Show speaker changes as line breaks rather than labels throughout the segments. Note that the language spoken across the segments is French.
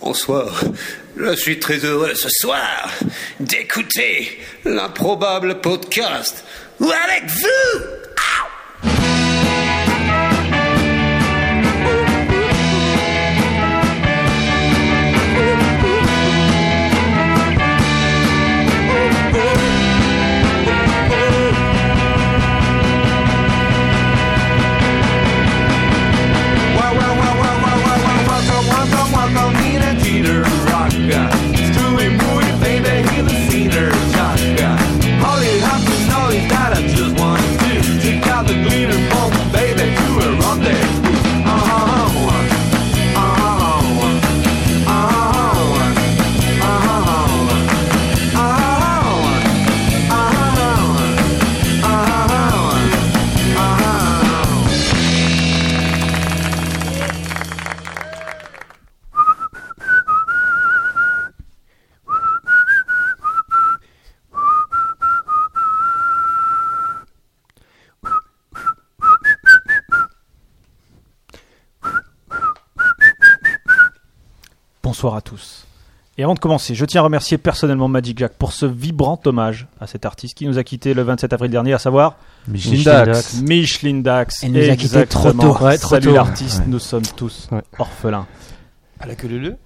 Bonsoir. Je suis très heureux ce soir d'écouter l'improbable podcast ou avec vous.
Wow, wow, wow, wow, wow, wow, wow, welcome, welcome, welcome, Nina Jeter, rock, uh, Stewie Moody, baby, he's a senior, jock, uh, Holly Hopkins, all he's got, I just want to take out the glitter bomb, baby, to a rendezvous. Uh-huh, uh, uh-huh, uh, uh-huh, uh, uh-huh, uh, uh-huh, uh-huh.
Bonsoir à tous. Et avant de commencer, je tiens à remercier personnellement Magic Jack pour ce vibrant hommage à cet artiste qui nous a quitté le 27 avril dernier, à savoir
Micheline
Dax.
Micheline Dax.
Elle nous a quittés trop
Exactement.
tôt. Ouais, trop
Salut
tôt.
l'artiste,
Ouais.
nous sommes tous
Ouais.
orphelins.
À la queue le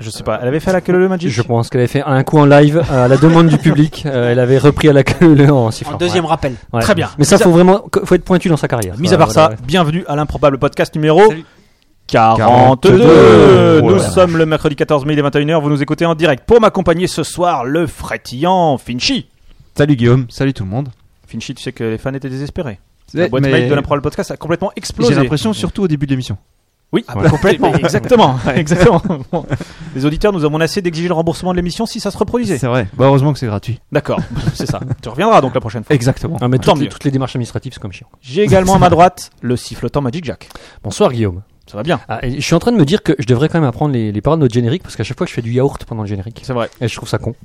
Je sais pas, elle avait fait à la queue le Magic
Je pense qu'elle avait fait un coup en live à la demande du public. Euh, elle avait repris à la queue leu en sifflant.
En deuxième rappel.
Ouais. Ouais.
Très bien.
Mais ça,
Mis à-
faut vraiment, faut être pointu dans sa carrière.
Mis à part ça, bienvenue à l'improbable podcast numéro
Salut.
42.
42.
Nous
Ouais.
sommes le mercredi 14 mai, il est 21h, vous nous écoutez en direct. Pour m'accompagner ce soir, le frétillant Finchy.
Salut Guillaume, salut tout le monde.
Finchy, tu sais que les fans étaient désespérés. La boîte mail de l'improbable podcast a complètement explosé.
J'ai l'impression surtout au début de l'émission.
Oui,
Ah bah,
complètement.
mais-
Exactement. exactement. Bon. Les auditeurs nous avons assez d'exiger le remboursement de l'émission si ça se reproduisait.
C'est vrai. Bah heureusement que c'est gratuit.
D'accord, c'est ça. Tu reviendras donc la prochaine fois.
Exactement.
Ah, mais
Tant
toutes, les,
mieux.
toutes les démarches administratives, c'est comme chiant.
J'ai également à ma droite le sifflotant Magic Jack.
Bonsoir Guillaume.
Ça va bien.
Ah, et je suis en train de me dire que je devrais quand même apprendre les, les paroles de notre générique parce qu'à chaque fois je fais du yaourt pendant le générique.
C'est vrai.
Et je trouve ça con.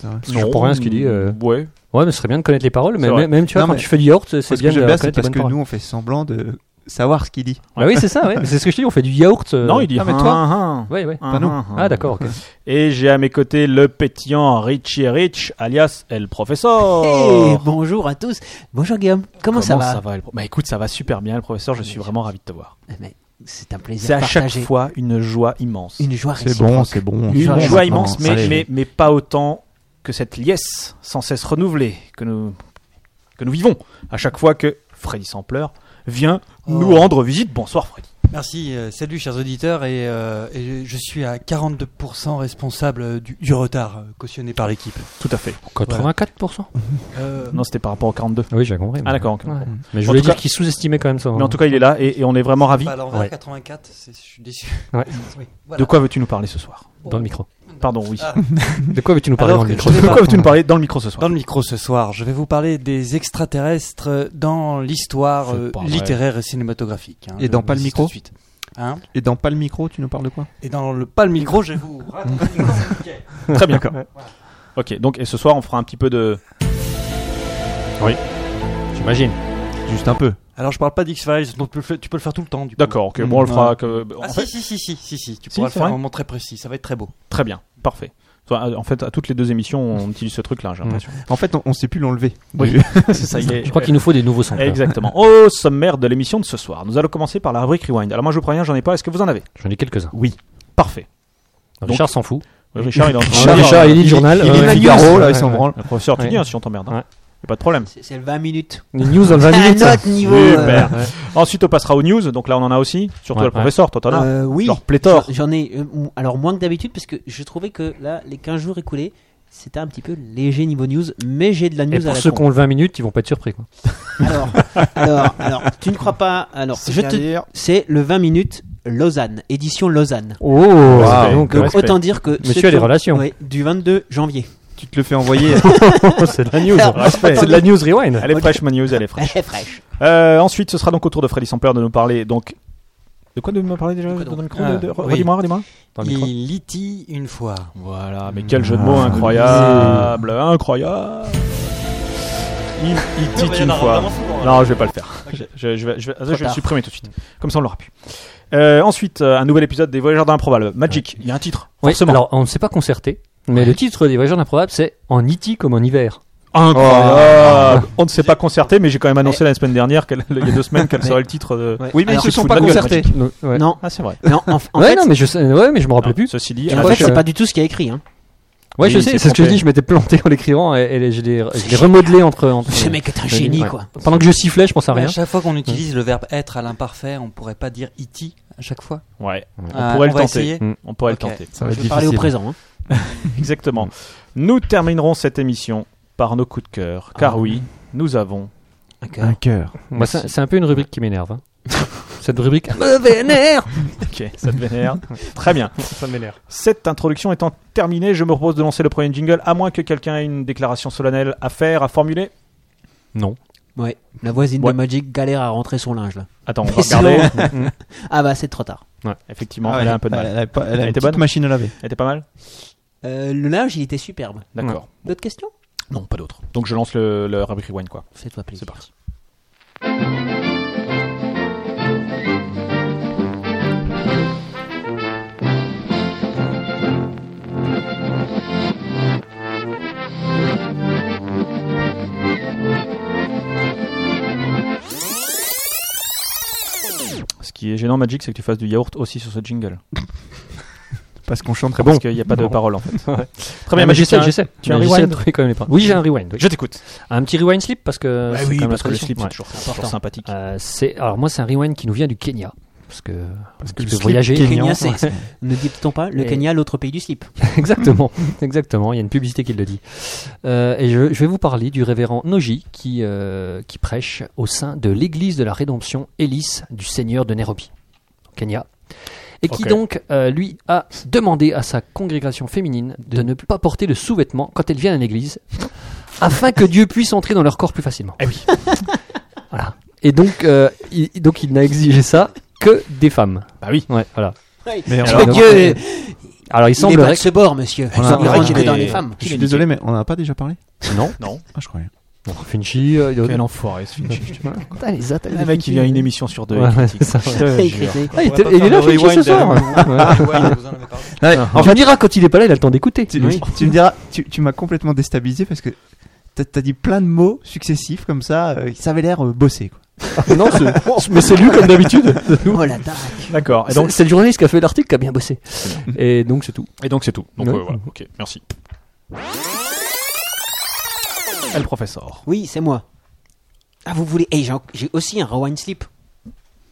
C'est vrai.
Parce que je comprends rien à ce qu'il dit. euh.
Ouais.
Ouais, mais ce serait bien de connaître les paroles, mais
C'est vrai.
même- même tu vois,
Non,
quand
mais-
tu fais du yaourt, c'est
Ce que
bien de
j'aime bien, c'est
connaître les
parce
bonnes
que
paroles.
nous on fait semblant de savoir ce qu'il dit.
Ah oui, c'est ça, ouais. Mais C'est ce que je te dis, on fait du yaourt. euh,
Non, il dit.
Ah, mais
hin,
toi
hin,
Ouais, ouais.
hin,
pas nous.
hin, hin.
Ah d'accord, ok.
Et j'ai à mes côtés le pétillant Richie Rich, alias El Professeur.
Eh, bonjour à tous. Bonjour Guillaume. Comment, ça va,
El Pro- Bah écoute, ça va super bien, El Professeur. Je suis vraiment ravi de te voir.
Eh ben, C'est un plaisir
C'est à chaque
partagé.
fois une joie immense.
Une joie
C'est
réciproque.
bon, c'est bon.
Une
Bon,
joie immense, mais,
Allez.
mais, mais pas autant que cette liesse sans cesse renouvelée que nous, que nous vivons à chaque fois que Freddy sans pleurs vient nous
Oh.
rendre visite. Bonsoir Freddy.
Merci, euh, salut chers auditeurs, et, euh, et je suis à 42% responsable euh, du, du retard euh, cautionné par l'équipe.
Tout à fait.
Ah,
84%.
Euh,
Non, c'était par rapport au 42.
Oui, j'ai compris. mais-
Ah d'accord, ok.
Ouais. Mais
En
je voulais
tout
dire
cas-
qu'il sous-estimait quand même ça.
Mais en tout cas, il est là et, et on est vraiment ravis.
pas à l'envers,
Ouais.
84, c'est- je suis déçu.
Ouais.
Oui, voilà.
De quoi veux-tu nous parler ce soir
dans le micro.
Pardon, oui.
Ah,
De quoi veux-tu nous parler
Alors
dans le
que
micro
je
De quoi veux-tu nous parler dans le micro ce
Dans
soir
le micro ce soir, je vais vous parler des extraterrestres euh, dans l'histoire
C'est
euh,
pas vrai.
littéraire et cinématographique. hein.
Et dans
Je
pas le
vous dis
micro
tout de suite. Hein
Et dans pas le micro, tu nous parles de quoi
Et dans le pas le micro, je vais vous.
Très bien. Ok, donc et ce soir, on fera un petit peu de.
J'imagine.
Juste un peu.
Alors je parle pas d'X-Files, donc tu peux le faire- tu peux le faire tout le temps. du coup.
D'accord, ok.
Mm,
Bon, on le fera.
ouais.
que- en
Ah
fait-
si, si, si, si, si, si, tu
Si,
pourras le
c'est
faire à un
vrai.
moment très précis, ça va être très beau.
Très bien, parfait. Soit, euh, En fait, à toutes les deux émissions, on utilise ce truc-là, j'ai
Mm.
l'impression.
En fait, on, on sait plus l'enlever.
Oui. C'est ça, il est-
Je crois qu'il nous faut des nouveaux sons.
Exactement. Au sommaire de l'émission de ce soir, nous allons commencer par la rubrique Rewind. Alors moi je vous préviens, j'en ai pas. Est-ce que vous en avez
J'en ai quelques-uns.
Parfait.
Richard s'en fout.
Oui, Richard, il est en train de
Richard,
dire,
Richard,
euh,
il lit le journal.
Ah, Il
euh,
est
ouais.
Figaro,
Ouais,
là,
ouais,
il s'en
ouais.
branle.
le professeur, tu
Ouais.
dis hein, si on t'emmerde. hein.
Ouais.
Y a pas de problème.
C'est- C'est le 20 minutes.
Les news en 20 minutes.
un autre niveau. euh,
ben
Super. Ensuite, on passera aux news. Donc là, on en a aussi. Surtout
Ouais,
le
ouais.
professeur, toi, t'en as.
Euh, oui.
Genre pléthore.
J'en ai euh, m- alors moins que d'habitude parce que je trouvais que là les 15 jours écoulés c'était un petit peu léger niveau news mais j'ai de la news
Et
à
pour
la
ceux qui
con.
ont le 20 minutes, ils vont pas être surpris. Quoi.
Alors, alors, alors, tu ne crois pas Alors, je te c'est le 20 minutes Lausanne, édition Lausanne.
Oh,
Wow.
donc, euh,
Donc
ouais,
autant dire que
Monsieur
ceux
a des
qui ont-
relations.
ouais, du 22 janvier.
Tu te le fais envoyer.
c'est de la news.
Alors,
Respect. C'est de la news rewind.
Elle est fraîche, ma news, elle est fraîche.
Très fraîche.
Euh, ensuite, ce sera donc au tour de Freddy Samper de nous parler. Donc, de quoi de me parler déjà
quoi donc
dans le micro
Ah,
de- de-
oui.
Redis-moi, redis-moi.
Dans le micro.
Il litie une fois.
Voilà, mais quel jeu de mots incroyable, incroyable. Il, il tique une fois. Non, je vais pas le faire. Je, je- je vais, je vais- je vais le
tard.
supprimer tout de suite. Comme ça, on l'aura plus. Euh, ensuite, euh, un nouvel épisode des Voyageurs d'improbable. Magic. Il y a un titre.
Oui,
forcément.
alors on ne s'est pas concerté, mais le titre des Voyageurs d'improbable, c'est En Iti comme en hiver.
Incroyable. On ne s'est pas concerté, Oh. mais j'ai quand même annoncé la semaine dernière, qu'elle- il y a deux semaines, quel
Mais-
serait le titre de.
Ouais.
Oui, mais ils
Alors,
se sont
foutent
pas
de la gueule,
concertés.
Donc, ouais.
Non,
Ah, c'est vrai.
non, en, en
Ouais,
fait,
non, mais je, sais- ouais, mais je me rappelais
Non,
plus.
Ceci dit, euh,
et en
à la
je
fait,
crois
fin,
c'est
que-
pas du tout ce qu'il y a écrit. Hein.
Ouais, je
Il s'est
sais, c'est ce que je
trompé.
dis, je m'étais planté en l'écrivant et, et je l'ai je l'ai remodelé entre. entre
Ce mec est un génie, quoi.
Pendant que je sifflais, je pensais à
Mais
rien.
à chaque fois
Mmh.
qu'on utilise le verbe être à l'imparfait, on pourrait pas dire iti à chaque fois.
ouais, on
Ah,
pourrait le
va
tenter. Mmh.
essayer.
On pourrait
Ok.
le tenter.
Ça va
Je
être
vais parler au
difficile.
présent. hein.
Exactement. Nous terminerons cette émission par nos coups de cœur, car
Ah.
oui, nous avons.
D'accord.
Un cœur.
Moi, c'est c'est un peu une rubrique qui m'énerve. hein. Cette rubrique.
Ok, ça te vénère. Très bien.
Ça m'énerve.
Cette introduction étant terminée, je me propose de lancer le premier jingle, à moins que quelqu'un ait une déclaration solennelle à faire, à formuler.
Non.
Ouais. La voisine
Ouais.
de Magic galère à rentrer son linge là.
Attends, on va
Mais c'est
regarder.
Ah bah c'est trop tard.
Effectivement,
Ah ouais,
elle a un peu de mal.
Elle, a pas- elle a
Elle
une
était
petite
bonne
machine à laver.
Elle était pas mal
Euh, le linge, il était superbe.
D'accord.
D'autres questions
Non, pas d'autre. Donc je lance le, le rubrique Rewind, quoi.
Fais-toi plaisir.
C'est parti. Ce qui est gênant, Magic, c'est que tu fasses du yaourt aussi sur ce jingle.
Parce qu'on chante
bon.
Parce qu'il n'y a pas de
Non.
parole en fait. Très
Très bien,
bien,
mais
Magic,
j'essaie,
tu as un-
j'essaie.
tu as un
Mais j'essaie de
rewind
trouver quand même les paroles. Oui, j'ai un rewind. oui.
Je t'écoute.
Un petit rewind slip Ah parce que. c'est quand même la tradition.
slip, c'est
Ouais.
toujours, toujours sympathique.
Euh, c'est- Alors, moi, c'est un rewind qui nous vient du Kenya. Parce que.
Parce
tu peux voyager.
Le Kenya, c'est. ne dit-on pas le
Et-
Kenya, l'autre pays du slip
exactement, exactement. Il y a une publicité qui le dit. Euh, et je, je vais vous parler du révérend Noji qui, euh, qui prêche au sein de l'église de la rédemption Hélice du Seigneur de Nairobi, au Kenya. Et qui
Ok.
donc, euh, lui, a demandé à sa congrégation féminine de ne pas porter de sous-vêtements quand elles viennent à l'église, afin que Dieu puisse entrer dans leur corps plus facilement.
Eh oui.
voilà. Et donc, euh, il, donc il n'a exigé ça que des femmes.
Bah oui.
Ouais, voilà.
Mais on-
Alors,
Oh, Dieu,
Alors il
il est pas
semblerait
de ce bord, monsieur.
On a-
Il
on a
rentre que
des-
dans les femmes.
Je suis désolé, mais on n'en a pas déjà parlé
que... non.
Non.
Ah, je croyais.
Bon, Finchi, euh, il doit-
Quel enfoiré, ce Finchi. je te jure.
Putain, les attaques
Le
de
mec,
Finchi.
il vient une émission sur deux.
Ouais,
il
ouais,
critique.
c'est ça.
Je te
Il
jure.
critique.
Ah, il,
On pourrait
était-
pas
il
faire
est là,
de
Finchi, ce
rewind,
soir. Ouais.
Ouais, vous en avez parlé.
Enfin, on dira quand il est pas là, il a le temps d'écouter.
Tu, tu- tu me diras, tu, tu m'as complètement déstabilisé parce que t'as t'as dit plein de mots successifs comme ça, euh, ça avait l'air euh, bossé. Quoi.
non, mais c'est lui comme d'habitude.
Oh la dalle.
D'accord. Et donc,
C'est c'est le journaliste qui a fait l'article qui a bien bossé. Et donc c'est tout.
et donc c'est tout. Donc
Ouais.
euh, voilà. Ok. Merci. Et Ah, le professeur.
Oui, c'est moi. Ah, vous voulez. Eh, j'ai en- j'ai aussi un rewind slip.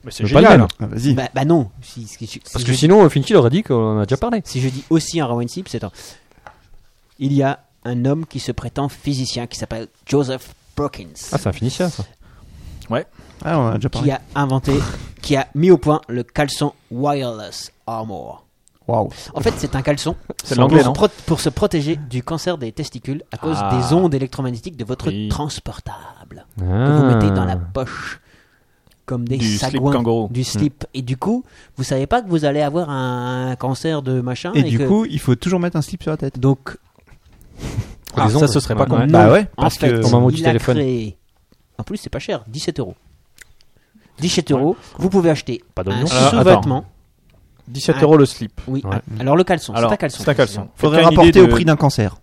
Mais c'est
Mais pas le
génial.
même.
Ah, Vas-y.
Bah, bah non. Si, si- si-
Parce
si
que
je-
sinon, Finchi aurait dit qu'on en a déjà parlé.
si je dis aussi un rewind slip, c'est un. Il y a un homme qui se prétend physicien qui s'appelle Joseph Brookins.
Ah, c'est un finisseur ça.
Ah, on en a déjà
qui
parlé.
a inventé, qui a mis au point le caleçon wireless armor.
Waouh.
En fait, c'est un caleçon
C'est de l'anglais,
pour,
non
pro- pour se protéger du cancer des testicules à cause
Ah.
des ondes électromagnétiques de votre
Oui. Ah.
transportable que vous
Ah.
mettez dans la poche comme des
Du slip
sagouins
kangourou. Mm.
du slip. Et du coup, vous savez pas que vous allez avoir un cancer de machin
Et du
que-
coup, il faut toujours mettre un slip sur la tête.
donc
Ah, ça, ce serait pas con.
Bah ouais,
en
parce
fait,
que-
Au moment du
il a
téléphone.
créé- En plus, c'est pas cher, 17 euros. 17 euros, vous pouvez acheter
Pas
un
d'oignon.
Alors,
sous-vêtement
17
Ah.
euros le slip.
Oui,
Ouais.
ah, alors le caleçon, c'est
Alors,
un caleçon.
c'est un caleçon.
Faudrait rapporter au prix d'un cancer.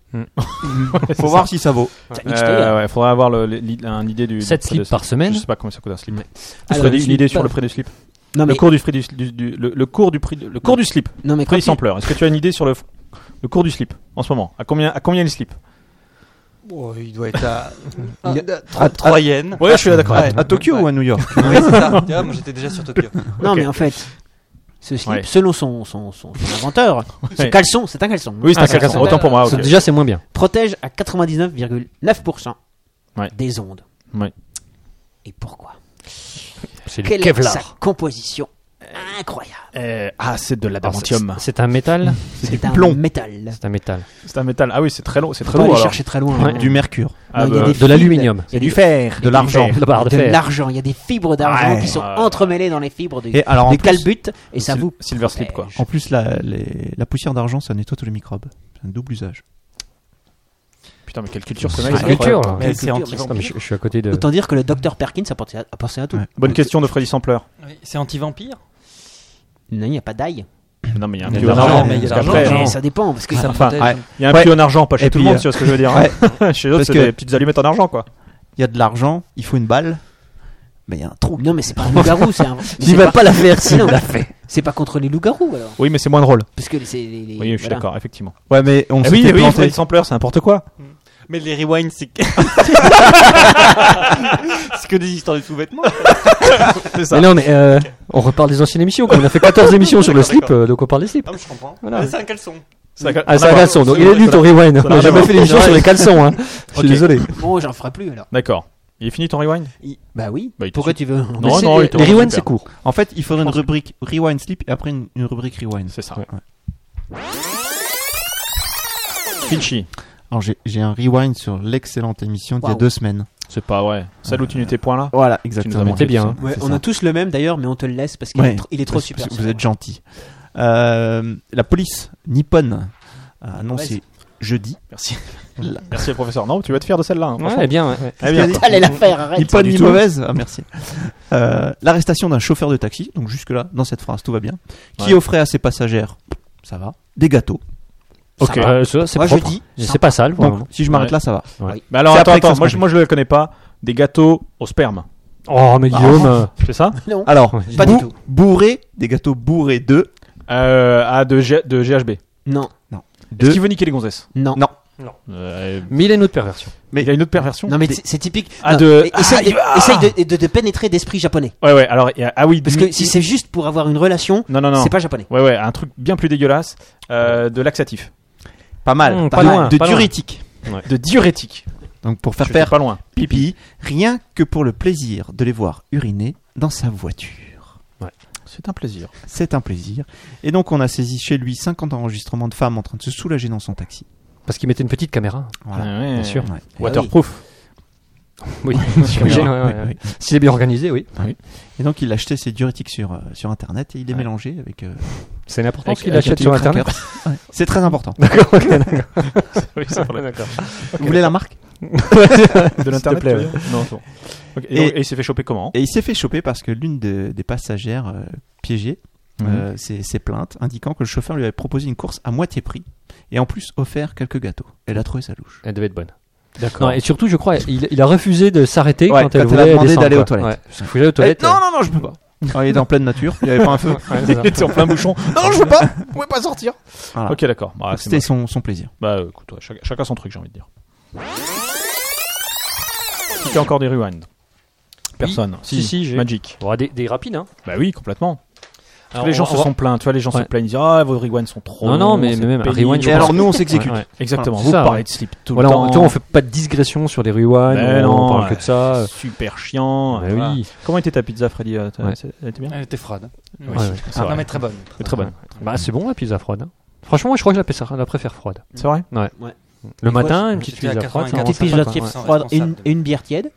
Faut voir Ah, si ça vaut.
Ça nique tout, là.
Il Euh, faudrait avoir le- l'i- un idée du.
7
du prix
slips
de-
par semaine.
Je sais pas combien ça coûte un slip. Tu
Alors,
ferais
je
une
suis
idée
pas-
sur le prix du slip.
Non mais,
Le cours du prix du, du- du- le, le cours du prix de- le cours du slip.
non, mais quand
Prix
tu-
sampleur. Est-ce que tu as une idée sur le f- le cours du slip en ce moment À combien à combien est le slip
Oh, il doit être à
Il y
3 yens.
Ouais, je suis d'accord.
Ouais.
À Tokyo
hein,
Ouais.
ou à New York
Oui, c'est ça. Tu vois, moi j'étais déjà sur Tokyo.
non
Ok.
mais en fait, ce slip,
Ouais.
selon son, son, son, son inventeur, ce
Ouais.
caleçon, c'est un caleçon,
Oui, c'est
Ah,
un
c'est un
caleçon.
caleçon.
Autant pour moi. ok.
C'est- Déjà, c'est moins bien.
protège à 99,9%
Ouais.
des ondes.
Ouais.
Et pourquoi
C'est le
Quelle est sa
Kevlar.
composition incroyable
Euh, ah, c'est de
Alors, c'est-
l'adamantium.
C'est un métal.
C'est un
plomb.
métal.
C'est un métal.
C'est un métal. Ah oui, c'est très long. C'est
Faut
très
pas
lourd.
aller
alors.
chercher très loin. hein.
Du mercure.
Ah,
Non, il y a
bah,
des
De
fibres,
l'aluminium.
Il y a du fer,
De l'argent.
La barre de
de
fer.
l'argent. Il y a des fibres d'argent
Ouais.
qui sont
Ouais.
entremêlées dans les fibres du,
Et alors, en
du
plus,
calbut et ça
sil-
vous.
silver slip, quoi.
en plus, la, les- la poussière d'argent, ça nettoie tous les microbes. C'est un double usage.
Putain, mais quelle culture ce
Ah, C'est
mec
la
c'est incroyable.
culture, là.
Mais
Mais
c'est
c'est anti-vampire.
Attends, mais je, je suis à côté de.
Autant dire que le docteur Perkins a pensé à, a pensé à tout.
Ouais.
Bonne question de Freddy Sampleur.
Oui, C'est anti-vampire
Non, il n'y a pas d'ail.
Non, mais il y a un
Mais
prix
de
en
l'argent,
argent.
mais il y a de
Parce
l'argent.
qu'après,
non.
Mais ça dépend parce que
Ça me
enfin,
protège.
ouais.
Il y a un prix en argent, pas chez
Et
tout le
puis,
monde, tu vois ce que je veux dire. Chez eux,
Parce
c'est
que-
des petites allumettes en argent, quoi.
Il y a de l'argent, il faut une balle. Mais il y a un trou.
non mais c'est pas un loup-garou, c'est un. mais
Il
c'est
va
pas-
pas la faire s'il
Non.
l'a fait.
C'est pas contre les loups-garous alors.
Oui, mais c'est moins drôle.
Parce que c'est les. les-
Oui, je suis
voilà.
d'accord, effectivement. Eh
Ouais, mais on
oui,
s'était
oui,
planté.
Freddy Sampleur, c'est n'importe quoi.
Mais les rewinds, c'est c'est que des histoires de sous-vêtements.
C'est ça.
Mais là, on, est, euh, on reparle des anciennes émissions. Comme on a fait 14 émissions sur le slip, euh, donc on parle des slips.
Ah, mais je comprends.
Voilà.
Mais C'est un caleçon.
Ah, c'est un caleçon. Donc il est du ton rewind. On n'a jamais fait l'émission sur les caleçons. Hein. Je suis
Ok.
désolé.
Bon, j'en ferai plus alors.
D'accord. Il est fini ton rewind
Il- Bah oui.
Bah, il te
Pourquoi
suit.
tu veux
Non,
Mais
non,
c'est-
il te
les
rend
rewinds,
super.
c'est court.
En fait, il faudrait une rubrique rewind slip et après une, une rubrique rewind.
C'est ça.
Ouais.
Finchy.
Alors j'ai j'ai un rewind sur l'excellente émission d'il y a
Waouh.
deux semaines.
C'est pas vrai. Celle où tu n'étais point là
Voilà,
nous as montré
bien, hein.
Ouais,
C'est
on
ça.
a tous le même d'ailleurs, mais on te le laisse parce qu'il
Ouais.
est, tr- il est trop
Parce-
super.
parce que Vous êtes gentil. Euh, la police nippone a annoncé jeudi.
Merci.
La-
Merci, le professeur. Non, tu vas te faire de celle-là. hein, franchement.
Ouais, bien. ouais.
Eh bien.
Allez la faire, arrête.
Ni
pas
bonne
du
ni
tout.
mauvaise. Ah, merci. Euh, L'arrestation d'un chauffeur de taxi, donc jusque-là, dans cette phrase, tout va bien, qui
Ouais.
offrait à ses passagères, ça va, des gâteaux.
Ok.
Ça va.
Euh, ça, c'est
Moi, je
propre.
dis, ça
C'est pas sale.
Donc, si je m'arrête
Ouais.
là, ça va.
Mais alors,
C'est
attends,
après que ça
attends.
se
Moi, je- moi, je le connais pas. Des gâteaux au sperme.
Oh, mais Guillaume. euh,
C'est ça
Non,
Bah, Alors,
pas du
bou-
tout.
bourré, des gâteaux bourrés de.
Euh, Ah, de, G- de GHB.
Non,
Est-ce
de-
qu'il veut niquer les gonzesses
non.
Non.
Euh,
Mille et une autres perversions.
Il y a une autre perversion
Non mais c'est- c'est typique.
Ah,
Non,
de-
mais Essaye, de, essaye de, de- de pénétrer d'esprit japonais.
Ouais, ouais, alors, il y a- ah oui,
Parce que si c'est juste pour avoir une relation,
Non, non, non.
c'est pas japonais.
Ouais, ouais, un truc bien plus dégueulasse, euh, de laxatif,
Pas mal.
Hmm,
Pas
pas
mal.
loin,
de
pas loin.
diurétique.
de diurétique.
Donc pour faire
J'étais
faire
pas loin.
pipi, rien que pour le plaisir de les voir uriner dans sa voiture.
C'est un plaisir.
C'est un plaisir. Et donc on a saisi chez lui 50 enregistrements de femmes en train de se soulager dans son taxi.
Parce qu'il mettait une petite caméra.
Voilà.
Bien sûr.
Ouais.
Waterproof.
Oui.
Oui,
J'imagine,
oui,
ouais, ouais,
oui,
ouais.
oui.
S'il est bien organisé, oui.
Et donc il achetait ses diurétiques sur, euh, sur internet et il les
Ouais.
mélangeait avec. euh,
C'est n'importe
avec-
ce qu'il
avec un
achète
petit
sur Internet.
cracker. Ouais. C'est très important.
D'accord, ok, d'accord.
oui, c'est vrai, d'accord.
Vous voulez la marque
De
S'il te
l'internet,
plaît,
tu
ouais.
veux dire Non, c'est bon. Ok, et,
Et-
donc, et il s'est fait choper comment
Et il s'est fait choper parce que l'une de- des passagères euh, piégées euh, s'est s'est plainte, indiquant que le chauffeur lui avait proposé une course à moitié prix et en plus offert quelques gâteaux. Elle a trouvé ça louche.
Elle devait être bonne.
D'accord.
Non, et surtout, je crois, il, il a refusé de s'arrêter
Ouais,
quand elle
quand elle a
voulait
demandé
descendre,
d'aller aux
quoi.
toilettes.
Ouais, parce qu'il faut aller aux
Elle-
toilettes.
Eh, non, non, non, je peux pas. Alors, Ah, il était en pleine nature, il n'y avait pas un feu.
Ouais, c'est ça.
Il était en plein bouchon. non, je veux pas. Vous pouvez pas sortir.
Voilà.
Ok, d'accord. Bah,
Donc,
c'est
C'était
moche.
son, son plaisir.
Bah, euh, écoute, ouais, chacun, chacun son truc, j'ai envie de dire. Il y a encore des rewinds. Personne.
Si, si, j'ai.
Magic.
Bon, des, des rapides, hein.
Bah oui, complètement. Parce
Alors,
que les gens
on va-
se
on va-
sont plaints, tu vois, les gens
Ouais.
se plaignent, ils disent Ah, vos rewinds sont trop.
Non, non,
longs,
mais-
c'est
mais même un
pénible. Ah,
rewind, je
Et
pense-
alors nous, on s'exécute.
Ouais, ouais.
Exactement,
Enfin,
vous
c'est ça,
parlez
ouais.
de slip tout
Voilà,
le
on,
temps.
tu vois, on fait pas de digression sur les rewinds,
Mais
on, on
non,
parle que
ouais.
de ça.
Super chiant.
Bah
voilà.
oui.
Comment était ta pizza, Freddy euh, t'as-
Ouais.
c'est- Elle était bien
Elle était froide.
Ouais, ouais.
C'est
Non,
vrai.
mais très bonne.
Mais Très bonne.
Bah, c'est bon la pizza froide. hein. Franchement, moi, je crois que je la, préfère- la préfère froide.
C'est vrai
Le
moi,
matin,
je-
une hein. petite
j'étais à
pizza froide. ça
84,
Une
rend
petite
sympa,
pizza
pizza
quoi,
qui
ouais.
est
froide et une,
responsable.
et une bière tiède.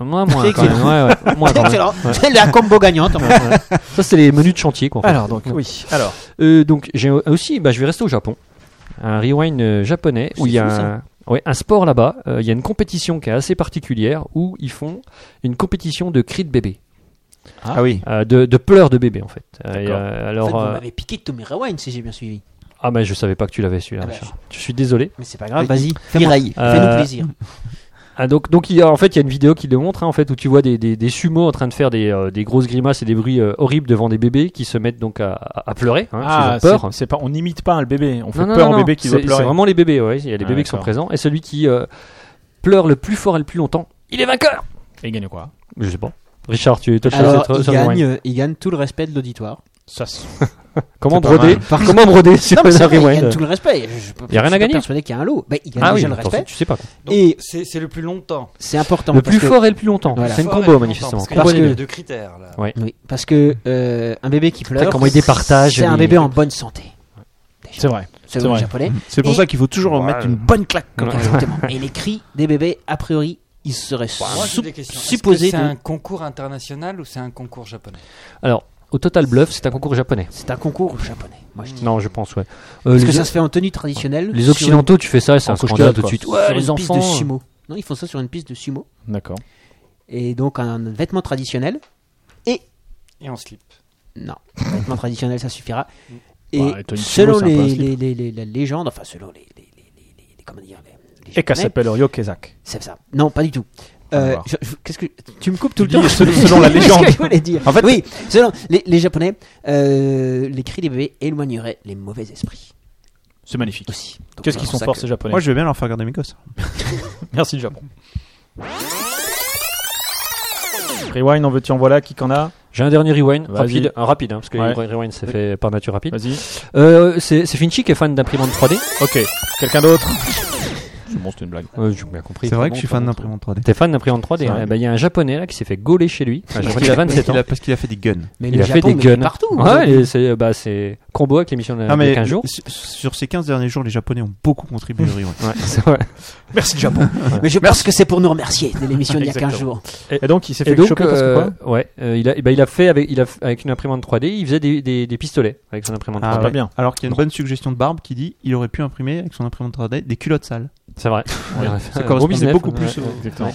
Moi, moi,
C'est
quand même. Ouais, ouais. Moi,
C'est
quand même.
excellent.
Ouais.
C'est la combo gagnante.
Ça, c'est les menus de chantier, quoi. en fait.
Alors, donc, oui. Alors,
Euh, donc j'ai aussi, bah, je vais rester au Japon. Un rewind euh, japonais où
C'est
il y a
fou,
un, ouais, un sport là-bas. Euh, Il y a une compétition qui est assez particulière où ils font une compétition de cris de bébé,
Ah.
oui.
Euh, de, de pleurs de bébé en fait. Euh, et,
D'accord.
euh,
En fait,
alors
vous
euh,
m'avez piqué de Tommy Rewind si j'ai bien suivi.
ah mais je savais pas que tu l'avais celui-là,
Ah bah,
Richard. Je suis désolé.
Mais c'est pas grave,
Oui.
vas-y.
Fais-moi-
Firaille,
Euh,
fais-nous plaisir.
Ah, donc donc il y a, en fait il y a une vidéo qui le montre hein, en fait où tu vois des, des, des sumos en train de faire des, euh, des grosses grimaces et des bruits euh, horribles devant des bébés qui se mettent donc à, à- à pleurer. Hein, parce qu'ils ont
ah,
peur.
c'est- c'est pas, on n'imite pas le bébé, on fait
Non, non,
peur
non,
au
non.
bébé qui doit
C'est-
pleurer.
C'est vraiment les bébés, ouais. Il y a les
Ah,
bébés qui sont
d'accord.
présents. Et celui qui euh, pleure le plus fort et le plus longtemps, il est vainqueur.
Et il gagne quoi
Je sais pas. Richard, tu toi, tu
Alors,
sais, toi,
il
ça,
gagne,
Rewind.
euh, il gagne tout le respect de l'auditoire.
Ça, c'est-
Comment
C'est pas
broder
mal.
Comment broder sur
Non, mais
un
c'est vrai, il gagne
rewind
tout le
Y
respect. Je- je-
a rien à
je suis pas
gagner.
persuadé qu'il y a un lot. Bah, il gagne
Ah oui,
déjà le
attends,
respect.
tu sais pas. quoi.
Donc,
Et-
c'est c'est le plus longtemps.
C'est important.
Le
parce
plus
que-
fort et le plus longtemps.
Voilà.
C'est une
Fort et
combo
plus longtemps,
manifestement.
Parce que
Combo
Parce
des
il y a
deux.
deux critères là.
Oui, parce que euh, un bébé qui pleure,
comment ils départagent
c'est un
les-
bébé en bonne santé.
c'est vrai.
C'est
C'est
le
vrai.
japonais.
C'est pour
Et-
ça qu'il faut toujours
Ouais.
mettre une bonne claque. Comme ça.
Exactement. Et les cris des bébés, a priori, ils seraient
Bah, Moi, j'ai
sou-
des questions. Est-ce que
supposés
C'est
de-
un concours international ou c'est un concours japonais
Alors, Au Total Bluff, c'est un concours japonais.
C'est un concours japonais. Moi, je dis.
Non, je pense, ouais. Euh,
Parce
les,
que ça se fait en tenue traditionnelle.
les
sur
Occidentaux, tu fais ça, c'est
en
un scandale
costard,
tout de
quoi.
suite.
une-
Ouais,
sur
les
une piste de
enfants, euh,
sumo. Non, ils font ça sur une piste de sumo.
D'accord.
Et donc un vêtement traditionnel.
Et en slip.
Non, vêtement traditionnel, ça suffira. Et
Bah, tenue de sumo,
selon
c'est un peu un
les,
slip.
les, les, les- la légende, enfin selon les, les, les, les- les- les- comment dire, les, les
Et qu'elle
Japonais,
s'appelle Ryokezak.
c'est ça. Non, pas du tout.
On va
Euh,
voir.
je- je- Qu'est-ce que tu me coupes tout le
dis
temps
selon- selon la
Qu'est-ce que
légende.
je voulais dire.
En fait-
oui, selon les, les japonais, euh, les cris des bébés éloigneraient les mauvais esprits
C'est magnifique.
aussi. Donc,
Qu'est-ce
c'est
qu'ils
pour
sont
ça
forts
que-
ces japonais
Moi, je vais bien leur faire regarder mes gosses.
Merci le Japon. Rewind, en veux-tu en voilà, qui qu'en a
J'ai un dernier rewind,
Vas-y.
rapide, un rapide, hein, parce que
Ouais.
re- rewind c'est fait par nature rapide.
Vas-y.
Euh, c'est c'est Finchi qui est fan d'imprimante 3D.
Ok. Quelqu'un d'autre C'est bon, c'était une blague.
Euh, J'ai bien compris.
C'est vrai
Bon,
que je suis
toi,
fan
bon,
d'imprimante 3D.
T'es fan d'imprimante 3D.
C'est
hein.
vrai.
Eh ben, Il y a un japonais là qui s'est fait gauler chez lui. Un japonais
Parce
qui a
qu'il a-
27 ans.
parce qu'il a- Parce qu'il a fait des guns.
Mais
Il
le
a fait
Japon,
des
mais
guns.
partout.
Ah
Ouais, et c'est bah, c'est combo avec l'émission de
Non, mais
15 jours.
sur- sur ces 15 derniers jours, les Japonais ont beaucoup contribué au Rio.
Ouais, c'est vrai.
Merci le Japon.
Mais je pense que c'est pour nous remercier de l'émission d'il y a 15
Exactement.
jours.
Et donc, il s'est fait
Et donc,
choper parce que
euh,
quoi
ouais, euh, il, a, eh ben, il a fait avec, il a, f- avec une imprimante 3D, il faisait des, des, des pistolets avec son imprimante 3D.
va ouais. Ah, bien.
Alors qu'il y a une
Non.
bonne suggestion de Barbe qui dit il aurait pu imprimer avec son imprimante 3D des culottes sales.
C'est vrai.
Ça
Un gros
correspondait
business,
beaucoup
ouais,
plus
ouais,
euh,
au-
exactement.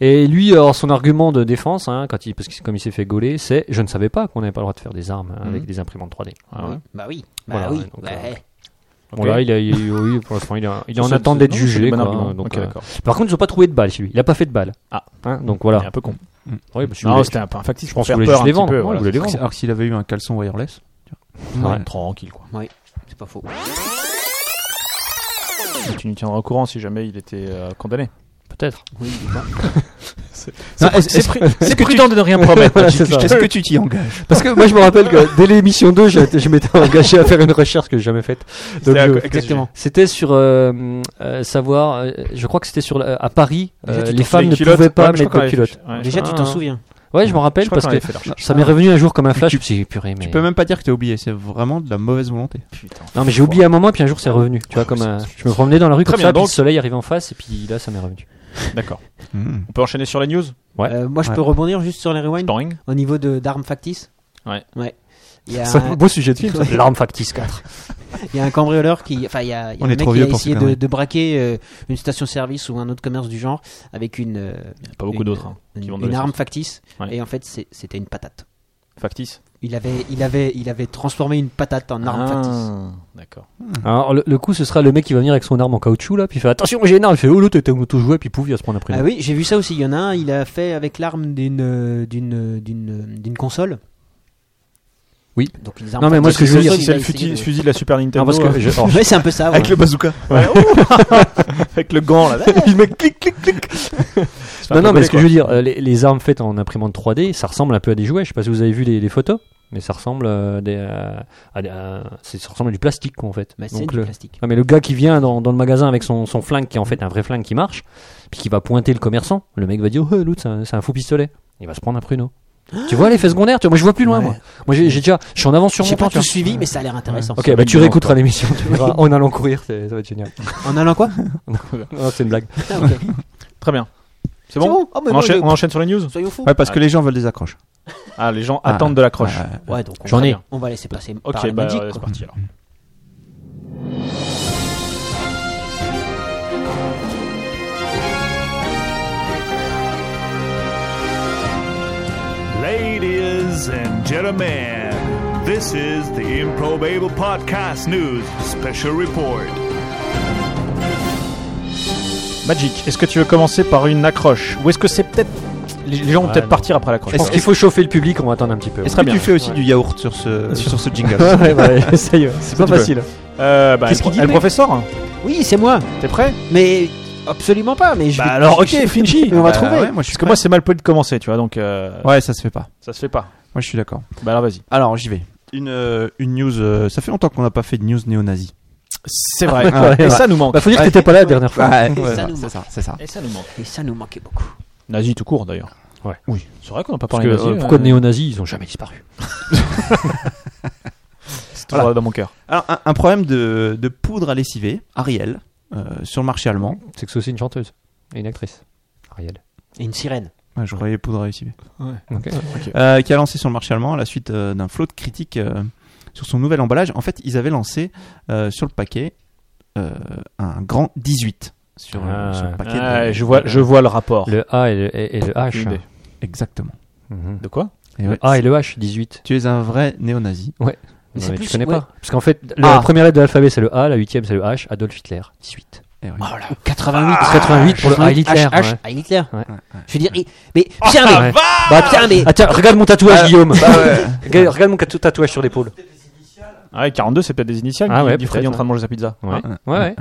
Et lui, euh, alors, son argument de défense, hein, quand il, parce que comme il s'est fait gauler, c'est je ne savais pas qu'on n'avait pas le droit de faire des armes hein, avec
Mhm.
des imprimantes 3D.
Ah ouais.
Bah oui, bah
Voilà,
oui.
donc,
bah,
euh,
eh.
Bon, là, il, a, il, oui, pour l'instant, il, a- il est en
C'est-
attente
c'est-
d'être
non, c'est
jugé.
un bon
quoi,
argument.
hein, donc,
Ok,
euh,
d'accord.
Par contre, ils n'ont pas trouvé de balle chez lui. Il n'a pas fait de balle.
Ah.
Hein,
Il
donc
est
voilà.
un peu con.
Oui, bah, si vous
Non,
voulez-
c'était un peu un factice.
je pense que
pour
vous
faire
voulez
peur un
juste les
petit
vendre.
peu.
ouais,
voilà.
vous voulez les vendre.
Alors que s'il avait eu un caleçon wireless.
Ouais.
Ouais, Tranquille, quoi.
c'est pas faux.
Tu nous tiendras au courant si jamais il était euh, condamné.
Peut-être.
Oui,
Non, est-ce- est-ce-
C'est prudent de ne
Oh,
rien promettre.
Voilà, c'est ça. Est-ce que tu t'y engages
Parce que moi, je me rappelle que dès l'émission 2, je, je m'étais engagé à faire une recherche que j'ai jamais faite. Donc, je-
exactement.
C'était sur euh, euh, savoir, euh, je crois que c'était sur la- à Paris,
Déjà,
euh,
tu t'en
les
souviens
femmes
des
ne
culottes
pouvaient pas
Ouais, mais je
mettre
crois
de
qu'on avait
culottes.
fait- ouais, je
Déjà, tu
Ah,
t'en
ah.
souviens.
Ouais, je me rappelle
crois
parce
qu'on
que
avait fait la recherche.
ça m'est revenu un jour comme un flash. Je me suis dit, purée, mais
Tu peux même pas dire que t'as oublié, c'est vraiment de la mauvaise volonté.
non, mais j'ai oublié un moment puis un jour
Ah,
c'est revenu. Tu vois, comme un- je me promenais dans la rue
Très
comme
bien,
ça, puis le
donc.
soleil arrivait en face et puis là, ça m'est revenu.
D'accord.
Hmm.
On peut enchaîner sur les news
Ouais.
Euh, moi, je
Ouais.
peux rebondir juste sur les rewinds
Boring.
au niveau de d'armes factices.
Ouais.
Ouais. Il y a,
C'est un
un,
beau sujet de film. ça. L'arme factice 4.
il y a un cambrioleur qui, enfin, il y a, il y a
On est
un mec
trop
qui a
vieux pour
essayé
ces
de,
conneries.
de braquer euh, une station-service ou un autre commerce du genre avec une euh,
Il n'y a pas beaucoup
Une-
d'autres hein, qui
une,
vendent
une
de la
arme
sauce.
factice
Ouais.
et en fait c'est- c'était une patate.
factice.
Il avait, il avait, il avait transformé une patate en
Ah.
arme factice.
D'accord.
Alors, Hein, le, le coup, ce sera le mec qui va venir avec son arme en caoutchouc là, puis il fait attention, j'ai une arme. Il fait oh là, t'es tout joué, puis pouf, il va se prendre un prix.
Ah oui, j'ai vu ça aussi. Il y en a un, il a fait avec l'arme d'une, euh, d'une, d'une, d'une console.
Oui.
Donc les armes
Non, mais moi,
factices,
ce que je veux dire,
il
c'est
a
le
essayé
fusil,
de-
fusil de la Super Nintendo.
Non, parce que
euh,
je- alors,
Ouais, c'est un peu ça. ouais.
le bazooka.
avec le gant là.
le mec clique, clique, clique.
C'est un
Non,
peu
non, mais
collé,
ce que
quoi.
je veux dire, euh, les, les armes faites en imprimante 3D, ça ressemble un peu à des jouets. Je sais pas si vous avez vu les, les photos, mais ça ressemble euh, des, euh, à, des, euh, c'est- ça ressemble à du plastique, quoi, en fait.
Mais Bah, c'est
Donc, euh,
du
le-
plastique.
Non, mais le gars qui vient dans, dans le magasin avec son, son flingue, qui est en fait un vrai flingue qui marche, puis qui va pointer le commerçant, le mec va dire Oh, l'autre, c'est un, c'est un faux pistolet. Il va se prendre un pruneau. tu vois l'effet secondaire tu vois, Moi, je vois plus loin,
Ouais.
moi. Moi, j'ai j'ai déjà. Je suis en avance sur mon
J'ai
temps,
pas
tu
tout
vois.
suivi, mais ça a l'air intéressant.
Ok, bah tu réécouteras l'émission, tu verras, en allant courir, c'est- ça va être génial.
En allant quoi
Non, c'est une blague.
Ah, ok.
Très bien. C'est
C'est
bon
Oh, mais
on
moi,
enchaîne,
je-
on enchaîne sur les news
Soyons fous.
Ouais, parce que les gens veulent des accroches.
Ah, les gens
Ah,
attendent de l'accroche.
Ah,
Ouais, donc on
J'en
va-
ai.
On va laisser passer. par
Ok,
la
bah
Magic,
euh, c'est
quoi.
parti alors.
Ladies and gentlemen, this is the Improbable Podcast News Special Report.
Magic, est-ce que tu veux commencer par une accroche Ou est-ce que c'est peut-être. Les les gens vont
Ouais,
peut-être
non.
partir après l'accroche. hein.
Je pense qu'il faut chauffer le public, on va attendre un petit peu.
Est-ce
Très
que
bien.
tu fais aussi
Ouais.
du yaourt sur ce, sur ce jingle
ouais, bah, ouais, j'essaye, ouais. c'est pas
petit peu.
facile.
Euh, bah,
Qu'est-ce
le pro-
qu'il dit,
eh, le
mec
professeur hein,
Oui, c'est moi.
T'es prêt
Mais absolument pas. Mais je.
Bah
vais-
alors, ok,
je-
Finchi
Mais on va
Bah,
trouver.
ouais, moi je
Parce
suis
que
prêt.
moi, c'est mal poli de commencer, tu vois, donc euh,
Ouais, ça se fait pas.
ça se fait pas.
Moi je suis d'accord.
Bah alors, vas-y.
Alors j'y vais. Une, euh, une news. euh, ça fait longtemps qu'on n'a pas fait de news néo-nazi.
C'est vrai.
Ouais,
Et
ouais.
ça nous manque.
Bah, faut dire que t'étais pas là la dernière fois.
Et
ouais,
ça
ouais,
nous
c'est
manque.
ça, c'est ça.
Et ça nous manque.
Et ça nous manquait beaucoup.
Nazi tout court d'ailleurs.
Ouais.
Oui. C'est vrai qu'on n'a pas
Parce
parlé
que,
nazi.
euh,
euh,
pourquoi de néo-nazis Ils ont jamais disparu.
C'est toujours dans mon cœur.
Alors un, un problème de, de poudre à lessiver, Ariel, euh, sur le marché allemand.
C'est que c'est aussi une chanteuse et une actrice. Ariel.
Et une sirène.
Ouais, je croyais poudre à UCB.
Ok.
Euh, qui a lancé sur le marché allemand à la suite euh, d'un flot de critiques euh, sur son nouvel emballage. En fait, ils avaient lancé euh, sur le paquet euh, un grand 18 sur, le-
Ah.
sur le paquet. de-
Ah, je, vois, je vois le rapport.
Le A et le, et- et le H.
Une idée.
Exactement.
Mhm.
De quoi
Et
Le
ouais,
A et le H, 18.
Tu es un vrai néo-nazi.
Mais
Non,
c'est
mais tu
plus-
connais
ouais.
pas. Parce qu'en fait, la
Ah.
première lettre de l'alphabet, c'est le A, la huitième, c'est le H, Adolf Hitler, 18.
Eh
Ah.
oui.
88.
88 pour le Heil Hitler.
H,
ouais.
Heil Hitler.
Ouais.
Je veux dire, et- mais putain, mais,
Ouais. Bah,
putain, mais,
Ah tiens, regarde mon tatouage,
Ah,
Guillaume.
bah ouais.
Regarde, regarde mon catou- tatouage sur l'épaule.
Ah ouais, 42, c'est peut-être des initiales.
Ah
Ah
ouais,
ouais, Freddy
peut-être,
en train de manger sa pizza.
Ouais,
Ah,
ouais. ouais.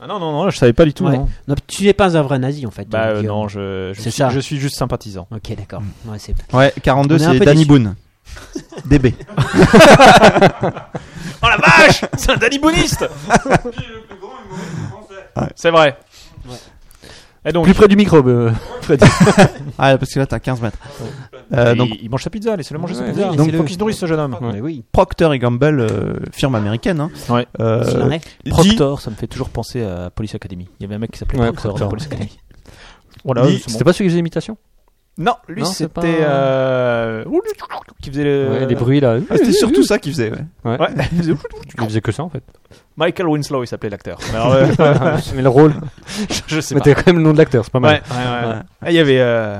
Ah non, non, non, je savais pas du tout.
Ouais.
Non.
non, tu n'es pas un vrai nazi en fait.
Bah
donc,
euh,
euh,
non, je, je,
C'est
suis,
ça.
je suis juste sympathisant.
Ok, d'accord. Ouais, c'est-
Ouais,
On
42,
est un
c'est
peu
Danny
déçus.
Boone. DB.
Oh la vache C'est un Danny Booniste C'est vrai. Et donc,
Plus près du micro, euh, Fred.
Ah, parce que là, t'as 15 mètres.
euh,
Euh, donc,
il, il mange sa pizza, laissez-le manger sa
Ouais,
pizza.
oui,
donc,
laissez-le.
faut qu'il se nourrisse ce jeune homme.
Mais oui.
Procter et Gamble, euh, firme américaine, hein,
Ouais.
euh,
S'il en est.
dit-
Proctor, ça me fait toujours penser à Police Academy. Il y avait un mec qui s'appelait
Ouais,
Proctor,
Proctor.
dans Police Academy. Voilà,
Dis-
c'est bon.
C'était pas celui qui faisait l'imitation
Non, lui
Non, c'est
c'était.
pas-
euh, ouh, Qui faisait le.
Ouais, les bruits là.
Ah, c'était surtout ça qu'il faisait. ouais.
Ouais, il faisait ouh.
Il faisait que ça en fait.
Michael Winslow, il s'appelait l'acteur. Alors, euh,
mais le rôle.
je- je sais
Mais
pas.
t'as quand même le nom de l'acteur, c'est pas
Ouais,
mal.
ouais, ouais, ouais. Ah, Il y avait euh,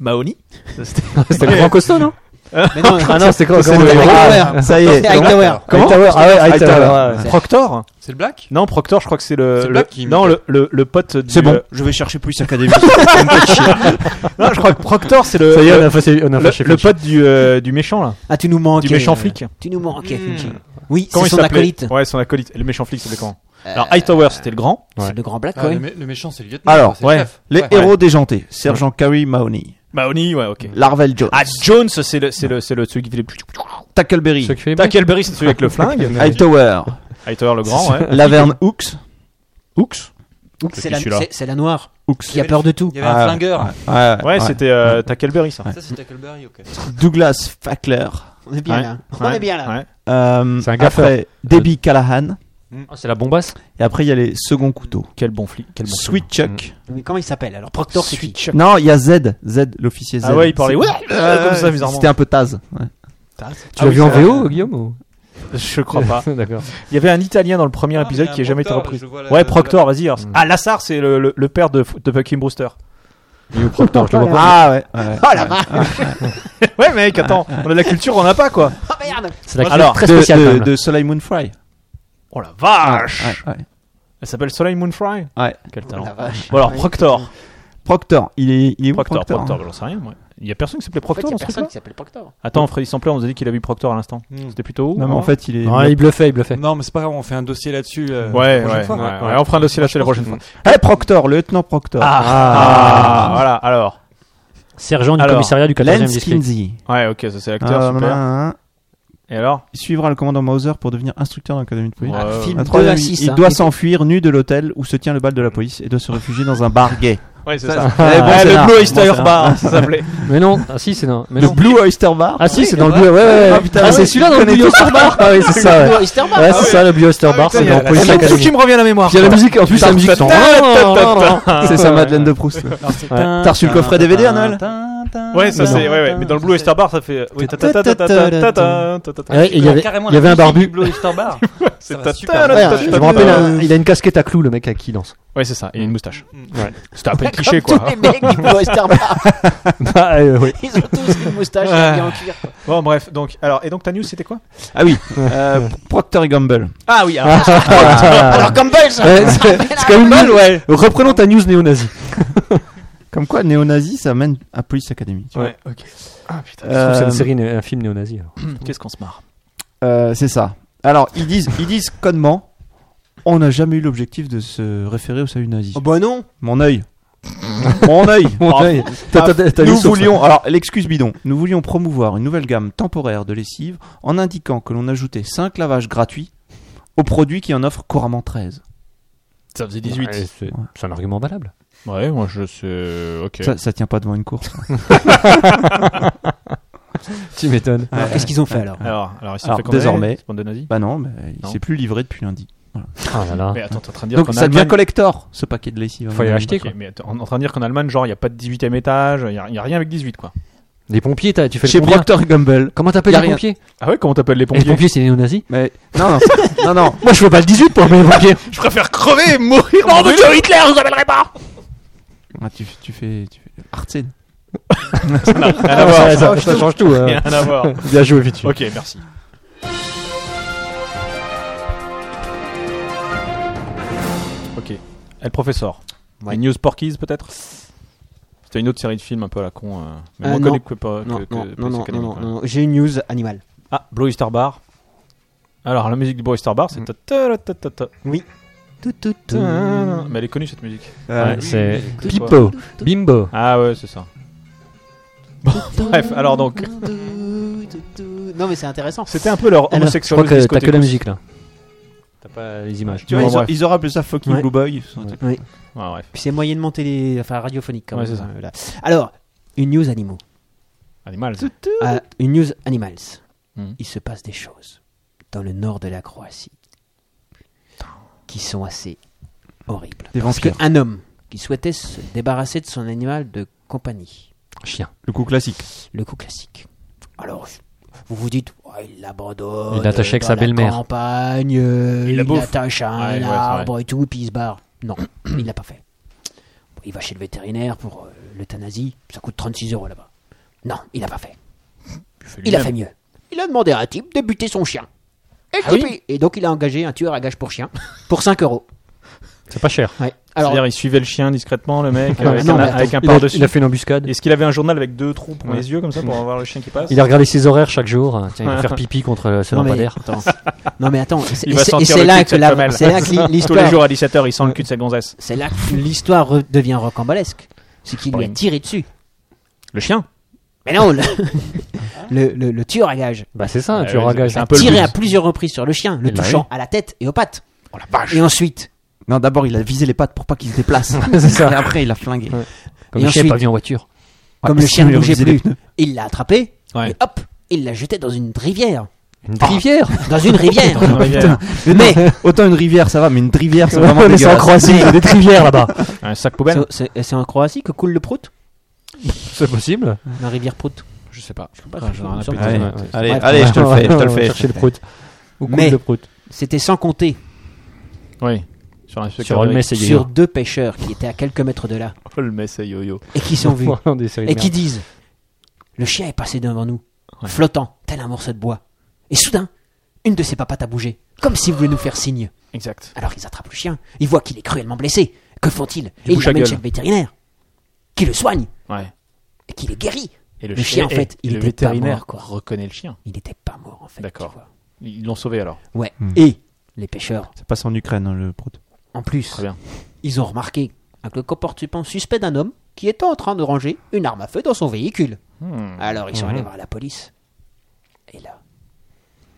Mahoney.
Ah,
C'était-
C'était le grand costaud, non
Mais non,
Ah non, c'est quoi
C'est
comment
le
il
héros.
s'appelle
Hightower.
Ça y est.
C'est Hightower.
Comment Hightower, Ah ouais, Hightower,
Hightower.
ouais, ouais.
Proctor
C'est le black
Non, Proctor, je crois que c'est le.
C'est
le-
Black qui-
non, le, le, le pote du.
C'est bon,
euh,
je vais chercher Police Academy.
non, je crois que Proctor, c'est le.
Ça y est, on
le,
a fait, on a
le-
fâché
le
Fitch.
pote du, euh, du méchant, là.
Ah, tu nous manques.
Du méchant
euh,
flic.
Tu nous manques. Oui,
Comment
c'est
il
son
s'appelait
acolyte.
Ouais, son acolyte. Le méchant flic, c'était comment Alors,
Euh,
Hightower, c'était le grand.
Ouais.
C'est le grand black,
Ah, le,
ouais.
mé- le méchant, c'est le lieutenant.
Alors,
c'est le
Ah, ouais.
chef.
Les
Ouais.
héros déjantés. Sergent Carey Mahoney.
Mahoney, Bah, ouais, ok.
Larvel Jones.
Ah, Jones, c'est le, c'est le, c'est le, celui qui fait les.
Tackleberry.
Ceux qui fait les
Tackleberry, c'est celui avec le
Ah.
flingue.
Hightower.
Hightower, le grand, ouais.
Laverne Hooks. Hooks
Ouh, C'est la,
celui-là.
c'est- c'est la noire
Hooks.
qui a peur de tout.
Il y avait
Ah.
un flingueur.
Ouais,
Ouais,
ouais.
c'était euh, Tackleberry, ça.
Ça, c'est Tackleberry, ok.
Douglas Fackler.
On est bien
Ouais.
là. On est bien là.
Ouais.
Euh,
C'est un gaffeur.
après, Debbie Callahan.
Ah, c'est la bombasse
Et après, il y a les seconds couteaux.
Quel bon flic. Quel bon
Sweet Chuck.
Mais comment il s'appelle alors Proctor, c'est qui
Switch.
Non, il y a Z. Z, l'officier Z.
Ah ouais, il parlait.
C'est-
Ouais,
Euh,
comme ça, bizarrement.
C'était un peu Taz. ouais.
Tu l'as vu en VO, Guillaume ou-
Je crois pas.
D'accord.
Il y avait un Italien dans le premier
Ah,
épisode
mais
qui
un
n'a jamais été
Proctor,
repris.
je vois la-
Ouais,
la-
Proctor, vas-y. alors.
Mm.
Ah, Lassar, c'est le, le, le père de, de Buckingham Brewster.
You Proctor, je le vois pas.
Ah ouais. ouais.
Oh la vache
Ouais, mec, attends, on a de la culture, on en a pas, quoi.
Oh merde
C'est la
Alors,
très
de,
spéciale. quand
de,
même.
de Soleil Moon Fry.
Oh la vache
Ouais, ouais.
Elle s'appelle Soleil Moonfry
Ouais.
Quel
Oh la
talent.
vache
Bon, alors, Proctor.
Proctor. Il est, il est où,
Proctor,
Proctor,
Proctor, bah, j'en sais rien, moi. Il y a personne qui s'appelait
En fait,
Proctor
il y a
dans ce
personne
truc-là
qui s'appelle Proctor.
Attends, Freddy Sampler, on nous a dit qu'il avait eu Proctor à l'instant.
Hmm.
C'était plutôt où
Non, mais en fait, il est.
Ouais, il bluffait, il bluffait.
Non, mais c'est pas grave, on fait un dossier là-dessus. euh,
Ouais, ouais,
la prochaine
ouais,
fois.
ouais, ouais, On fera un dossier là-dessus la prochaine fois.
Hey, Eh, Proctor, le lieutenant Proctor.
Ah, voilà, alors.
Sergent du
Alors,
commissariat du 14e
Lance
district.
Kinsey.
Ouais, ok, ça c'est l'acteur,
Ah,
super.
ah, ah.
Et alors
Il suivra le commandant Mauser pour devenir instructeur dans l'académie de police.
Ouais.
Ah,
Euh,
film
Un
2
troisième,
à
il-
6.
il doit s'enfuir nu de l'hôtel où se tient le bal de la police et doit se réfugier dans un bar gay.
Ouais, c'est
Ça,
ça.
c'est- Ouais, bon,
Ouais,
c'est
Eh, le
là.
Blue
Bon,
Oyster
c'est là.
Bar, ça s'appelait.
Mais non, ah si, c'est dans. Mais
Le
non.
Blue Oyster Bar.
Ah si, c'est dans le bleu, ouais, ouais, ouais.
putain,
Ah,
ouais,
c'est celui-là dans le Blue Oyster Bar Ah oui, c'est ça, ouais. Ouais, c'est ça, le Blue Oyster Bar, c'est dans Police
tout qui
Academy.
me revient à la mémoire.
Il y a la musique, en plus, la musique.
C'est sa Madeleine de Proust. ouais. T'as reçu le coffret DVD à Noël
Ouais, ça c'est. Ouais, ouais. Mais dans le Blue Oyster Bar, ça fait. Oui, ta- ta- ta- ta- ta- ta- ta- ta- ta- ta- ta-
Ouais, et il y avait, il y avait un barbu.
Bar.
C'est
va
ta- ta-
super bien.
ta-
Ouais, hein,
ta-
je
ta-
me rappelle,
ta-
un- il a une casquette à clous, le mec à qui il danse.
Ouais, c'est ça. Il a une moustache.
Mm.
Ouais. C'était un peu cliché, quoi.
Tous les mecs du Blue Oyster Bar,
Bah, euh, oui.
ils ont tous une moustache et en cuir. quoi.
Bon, bref. Donc, alors, et donc ta news, c'était quoi
Ah oui, euh, Procter et Gamble.
Ah oui. alors-
Alors Campbell, ça
Ouais, c'est c'est quand même mal, ouais. Reprenons ta news néo-nazie.
Comme quoi, néo-nazi, ça mène à Police Academy. tu vois.
Ouais. Ok. Ah putain.
Je trouve que C'est
Euh,
une série, un film néo-nazi. alors.
Qu'est-ce qu'on se marre
euh, c'est ça. Alors, ils disent, ils disent connement, on n'a jamais eu l'objectif de se référer au salut nazi.
Oh bah non
Mon œil. Mon œil.
Mon œil. T'as- t'as- t'as- t'as lu
Nous
sur ça.
voulions, alors l'excuse bidon, nous voulions promouvoir une nouvelle gamme temporaire de lessive en indiquant que l'on ajoutait 5 lavages gratuits aux produits qui en offrent couramment 13.
Ça faisait
Ouais,
Ouais,
c'est c'est un argument valable.
moi je sais. Ok.
Ça, ça tient pas devant une course.
Tu m'étonnes.
Alors, Qu'est-ce qu'ils ont fait alors
Alors, alors, ils se sont
Alors,
fait condamner,
désormais-
ce bande de nazis.
Bah non, mais il
Non.
s'est plus livré depuis lundi.
Ah là là.
Mais attends, t'es en train de dire
Donc
qu'en
ça devient
Allemagne.
collector, ce paquet de lessive.
Faut y acheter,
Ok,
quoi.
mais t'es en en train de dire qu'en Allemagne, genre, il n'y a pas de 18 e étage, il n'y a, y a rien avec 18, quoi.
Les pompiers, t'as- tu fais
Chez
le combien
Procter Gamble.
Comment t'appelles
Y a
les
rien.
pompiers
Ah ouais, comment t'appelles les
Les
pompiers
pompiers, c'est les néo-nazis
Mais non, non, c'est- non, non.
Moi, je veux pas le 18 pour appeler les pompiers.
Je préfère crever et mourir Non, monsieur Hitler, je vous appellerai pas
Ah, tu, tu fais, tu fais... Artsen.
Rien à voir,
ça, ça- ça change tout. hein.
rien à voir.
Bien joué, vite.
Ok, merci. Ok. El Professeur. Les News Porkies, peut-être C'était une autre série de films un peu à la con. euh, mais
Euh,
moins
non.
connue que, pas- que-
Non,
que
non,
Police
non, non,
Academy,
non, non,
quoi.
non. J'ai une news animale.
Ah, Blue Oyster Bar. Alors, la musique du Blue Oyster Bar, c'est. ta- ta- ta- ta- ta-
Tout, tout, tout.
ta- Mais elle est connue cette musique.
Ah, Euh,
Ouais, c'est
oui, oui.
Bimbo. Bimbo.
Ah ouais, c'est ça. Bref, alors donc.
Non, mais c'est intéressant.
C'était un peu leur
Alors,
Je crois
homosexualité.
que t'as que la musique là. T'as pas les images.
Tu vois,
Bon,
ils, aura-
bref.
ils auraient appelé ça Fucking
Ouais.
Blue Boy.
Ouais, bref.
Puis c'est moyennement télé, enfin radiophonique quand
Ouais,
même.
c'est ça.
euh, là. Alors, une news animaux.
Animal.
Ah, une news animals.
Mhm.
Il se passe des choses dans le nord de la Croatie qui sont assez horribles.
Des
Parce que
vampires.
un homme qui souhaitait se débarrasser de son animal de compagnie,
Chien.
Le coup classique.
le coup classique. Alors, vous vous dites, Oh, il l'abandonne.
Il l'a attaché avec
dans
sa
la
belle-mère.
campagne, euh,
Il
il
la bouffe.
l'attache à
Ouais,
un
ouais, c'est
arbre et tout, puis il se barre. Non, il l'a pas fait. Bon, Il va chez le vétérinaire pour euh, l'euthanasie, ça coûte 36 euros là-bas. Non, il n'a pas fait. Il a fait mieux. Il a demandé à un type de buter son chien. Et, le
Ah oui
type, il- et donc il a engagé un tueur à gage pour chien pour 5 euros.
C'est pas cher.
Ouais. Alors,
C'est-à-dire, il suivait le chien discrètement, le mec, euh,
Ah,
avec
non,
un-
mais attends.
avec un
Il a,
par-dessus.
il a fait une embuscade.
Est-ce qu'il avait un journal avec deux trous pour
Ouais.
les yeux comme ça pour voir le chien qui passe
Il a regardé ses horaires chaque jour. Tiens, il va faire pipi contre ce
non, mais,
lampadaire.
attends. non mais attends, c'est-
Il
et
va
c'est et
sentir
c'est
le
là
cul de
que
cette
la-
femelle.
c'est là que li-
Tous les jours
l'histoire
à 17h, il sent le cul de cette gonzesse.
c'est là que l'histoire re- devient rocambolesque, c'est qu'il lui a
Boing.
tiré dessus.
Le chien
Mais non, le, le, le- le tueur à gage
Bah c'est ça,
Ouais,
tu
ouais,
regardes.
c'est un
ça.
peu le Eh ben
tiré
but.
à plusieurs reprises sur le chien, le
bah
touchant à la tête et aux pattes.
Oh
Et ensuite,
Non, d'abord, il a visé les pattes pour pas qu'il se déplace.
C'est ça.
Et après, il a flingué.
Comme
Et
le chien est
ensuite-
pas venu en voiture.
comme le
parce
chien
qu'il
ne
lui a
bougeait
brisé les
plus, il l'a attrapé
Ouais.
et hop, il l'a jeté dans une rivière.
Une rivière.
Dans une rivière.
Dans la rivière.
mais
Autant une rivière, ça va, mais une rivière, c'est vraiment
mais c'est en
dégueulasse.
Croatie, il y a des rivières là-bas.
Un sac poubelle
C'est- C'est c'est en Croatie que coule le Prout
C'est possible.
La rivière Prout.
Je sais pas.
Ah, je-
j'en ai
il me semble
un
Allez,
peu.
Ouais,
allez,
ouais.
allez,
Ouais,
allez, je te
On va
le fais, je te le fais.
Chercher le prout. Ou coupe
Mais-
le prout.
que C'était sans compter
Oui. Sur un
Sur Holmes et
sur
Yoyo.
deux pêcheurs qui étaient à quelques mètres de là
Holmes et Yo-Yo.
et qui sont vus
Des séries de
et qui
merde.
disent Le chien est passé devant nous,
Ouais.
flottant, tel un morceau de bois. Et soudain, une de ses papates a bougé, comme s'il voulait nous faire signe.
Exact.
Alors ils attrapent le chien, ils voient qu'il est cruellement blessé. Que font-ils
Ils
Ils
bouchent la
l'amènent
gueule.
chez le vétérinaire, qui le soigne
Ouais.
et qui le guérit.
Et le,
Le chien, en fait,
et
il
le
était pas
vétérinaire
mort, quoi.
reconnaît le chien.
Il n'était pas mort en fait. tu
D'accord.
vois.
Ils l'ont sauvé alors.
Ouais.
Hmm.
Et les pêcheurs,
Ça passe en Ukraine, hein, le prout.
en plus,
Très bien.
Ils ont remarqué un le comportement suspect d'un homme qui était en train de ranger une arme à feu dans son véhicule.
Hmm.
Alors ils sont
Mmh.
allés voir la police. Et là,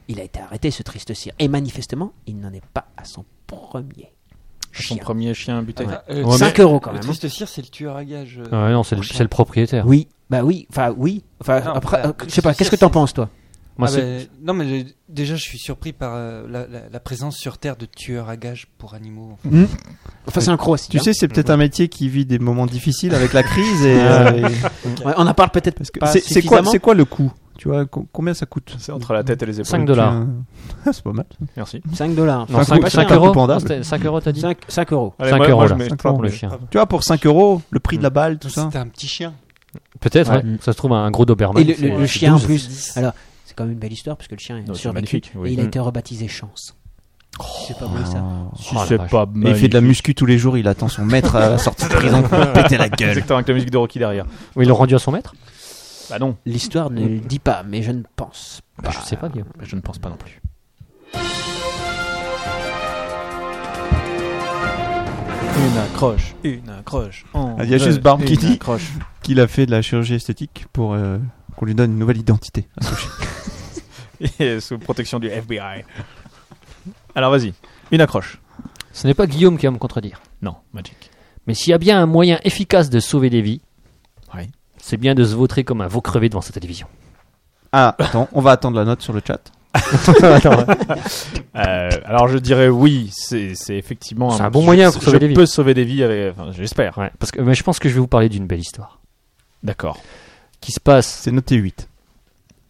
il a été arrêté, ce triste cire. Et manifestement, il n'en est pas à son premier
Son
chien.
premier chien buté.
Euh,
Ouais,
5 euros quand
Le
même. hein.
triste cire, c'est le tueur à euh, gage.
Ah ouais, non, c'est le, c'est le propriétaire.
Oui, bah oui, enfin oui. Enfin,
Non,
après,
bah,
euh, je sais pas,
le
qu'est-ce que
triste
t'en
cire,
penses toi
Moi,
Ah
bah,
c'est-
ben, non, mais j'ai- déjà, je suis surpris par euh, la, la- la présence sur Terre de tueurs à gages pour animaux.
Hum? Enfin, c'est un hein. cross.
Tu sais, c'est peut-être un métier qui vit des moments difficiles avec la crise et. euh, et-
on en parle peut-être
parce que
pas
c'est- c'est quoi,
suffisamment.
c'est quoi le coût Tu vois, co- combien ça coûte
C'est entre la tête et les épaules.
Cinq dollars.
Euh, c'est pas mal.
Merci.
5 dollars.
Non,
Cinq-
5,
cinq
euros.
euros panda.
Non, c'était 5 euros, t'as dit
5, euros.
Allez,
5
moi-
euros
moi, je
là,
mets-
Cinq
pour le
euros.
chien.
Tu vois, pour 5 euros, le prix de la balle, tout ça.
C'était un petit chien.
Peut-être,
Ouais.
ouais. ça se trouve un gros Doberman. Oh,
Et le, le-
c'est- c'est
le chien en
12.
plus. Alors, c'est quand même une belle histoire parce que le chien est
Non, c'est
survécu.
magnifique, oui.
Et il a
Mm.
été rebaptisé Chance. C'est pas beau ça.
Oh, la vache.
pas
Et il fait de la muscu tous les jours, il attend son maître à la sortie de prison pour lui péter la gueule.
Exactement, avec la musique de Rocky derrière.
Oui, ils l'ont rendu à son maître
Bah non.
L'histoire ne le dit pas, mais je ne pense
Bah.
pas.
Je sais pas, Guillaume.
Je ne pense pas non plus. Une accroche, une accroche. en
Ah, il y a juste
deux,
Barbe qui
une
dit.
accroche.
Qu'il a fait de la chirurgie esthétique pour euh, qu'on lui donne une nouvelle identité.
Il est sous protection du FBI. Alors vas-y, une accroche.
Ce n'est pas Guillaume qui va me contredire.
Non, Magic.
Mais s'il y a bien un moyen efficace de sauver des vies,
Ouais.
c'est bien de se vautrer comme un veau crevé devant sa télévision.
Ah, attends, on va attendre la note sur le chat.
Attends, ouais.
Euh, alors je dirais oui, c'est c'est effectivement
C'est un bon moyen
je-
pour sauver
je
des vies.
peux sauver des vies, avec- enfin, j'espère.
Ouais, parce que, mais je pense que je vais vous parler d'une belle histoire.
D'accord.
Qui se passe
C'est noté 8.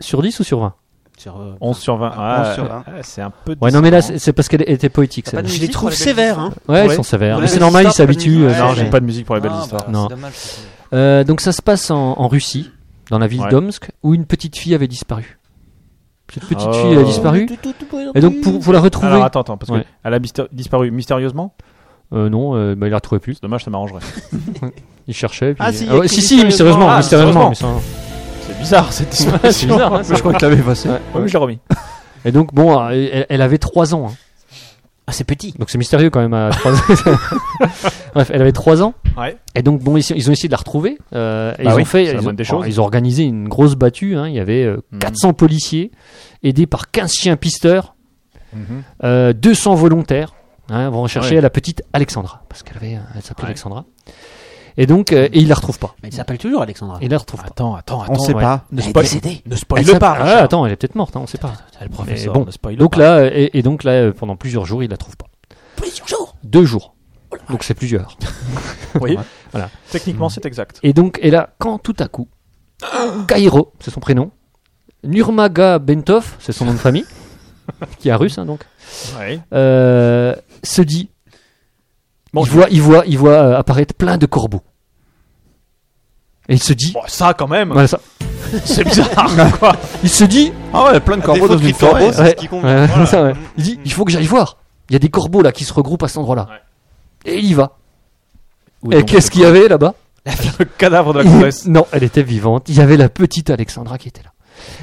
sur 10 ou sur 20
Sur, euh,
11 sur 20.
Ah,
Ah,
11 sur 20.
ah, c'est un peu.
Ouais, non, mais là,
décevant.
c'est c'est parce qu'elle était poétique.
T'as pas
celle-là.
de
je les
musique
trouve
pour les belles
sévères. Hein.
Ouais,
Ouais.
ils sont sévères.
Ouais,
mais c'est
les
normal, ils
stars, pas de
s'habituent.
musique.
euh,
non,
Ouais,
j'ai
mais-
pas de musique pour les belles
Ah,
histoires.
bah,
Non.
c'est dommage, ça.
Euh, donc ça se passe en, en Russie, dans la ville
Ouais.
d'Omsk, où une petite fille avait disparu. Cette petite
Oh.
fille elle a disparu. Et donc pour, pour la retrouver,
Alors attends, attends, parce
Ouais.
que elle a mysté- disparu mystérieusement.
Euh, non, euh, bah, il la retrouvait plus.
C'est dommage, ça m'arrangerait.
Il cherchait. Puis...
Ah, si, il y a
ouais,
écrit
si, si, mystérieusement,
Ah,
mystérieusement.
C'est bizarre cette
mais
disparition.
ça- C'est bizarre. hein, ça.
Je crois que l'avais passé.
Ouais,
Ouais, mais
ouais.
je l'ai remis.
Et donc bon, euh, elle, elle avait 3 ans. hein.
Ah, c'est petit.
Donc c'est mystérieux quand même à 3 ans. Bref, elle avait 3 ans.
Ouais.
Et donc bon, ils, ils ont essayé de la retrouver. euh, et
Bah
ils
oui,
ont fait,
c'est la
ils ont,
moindre des
enfin,
choses.
ils ont organisé une grosse battue. hein. Il y avait euh,
Mhm.
400 policiers aidés par 15 chiens pisteurs. Euh, 200 volontaires hein, vont rechercher
Mhm. Ouais.
la petite Alexandra, parce qu'elle avait, euh, elle s'appelait Alexandra. Et donc, euh, et ils la retrouvent pas.
Mais il s'appelle toujours Alexandra.
Ils la retrouvent pas.
Attends, attends,
On sait
ouais.
pas.
Elle est
spoil-
décédée.
Ne
Elle
Ah, spoil
s'appelle-
pas.
Ah,
Richard.
attends, elle est peut-être morte, hein, on sait pas. Mais
Le professeur.
bon,
ne spoil
donc
pas.
là, et, et donc là, euh, pendant plusieurs jours, ils la trouvent pas.
Plusieurs jours.
Deux jours.
Oh
Donc c'est plusieurs.
Oui.
Voilà.
Techniquement, c'est exact.
Et donc, et là, quand tout à coup, Kairo, c'est son prénom, Nurmaga Bentov, c'est son nom de famille, qui est russe, hein, donc,
Ouais.
euh, se dit,
Bon,
il, voit, il voit, il voit euh, apparaître plein de corbeaux. Et il se dit,
Bon, ça quand même.
Voilà, ça.
C'est bizarre. quoi.
Il se dit,
Ah ouais, plein de corbeaux dans une
hein,
Ouais,
forêt.
ouais, comme ça,
Mm,
ouais. il dit, il faut que j'aille voir. Il y a des corbeaux là qui se regroupent à cet endroit-là. Et il y va. Et qu'est-ce qu'il y avait là-bas
Le cadavre de la
Il-
comtesse.
Non, elle était vivante. Il y avait la petite Alexandra qui était là.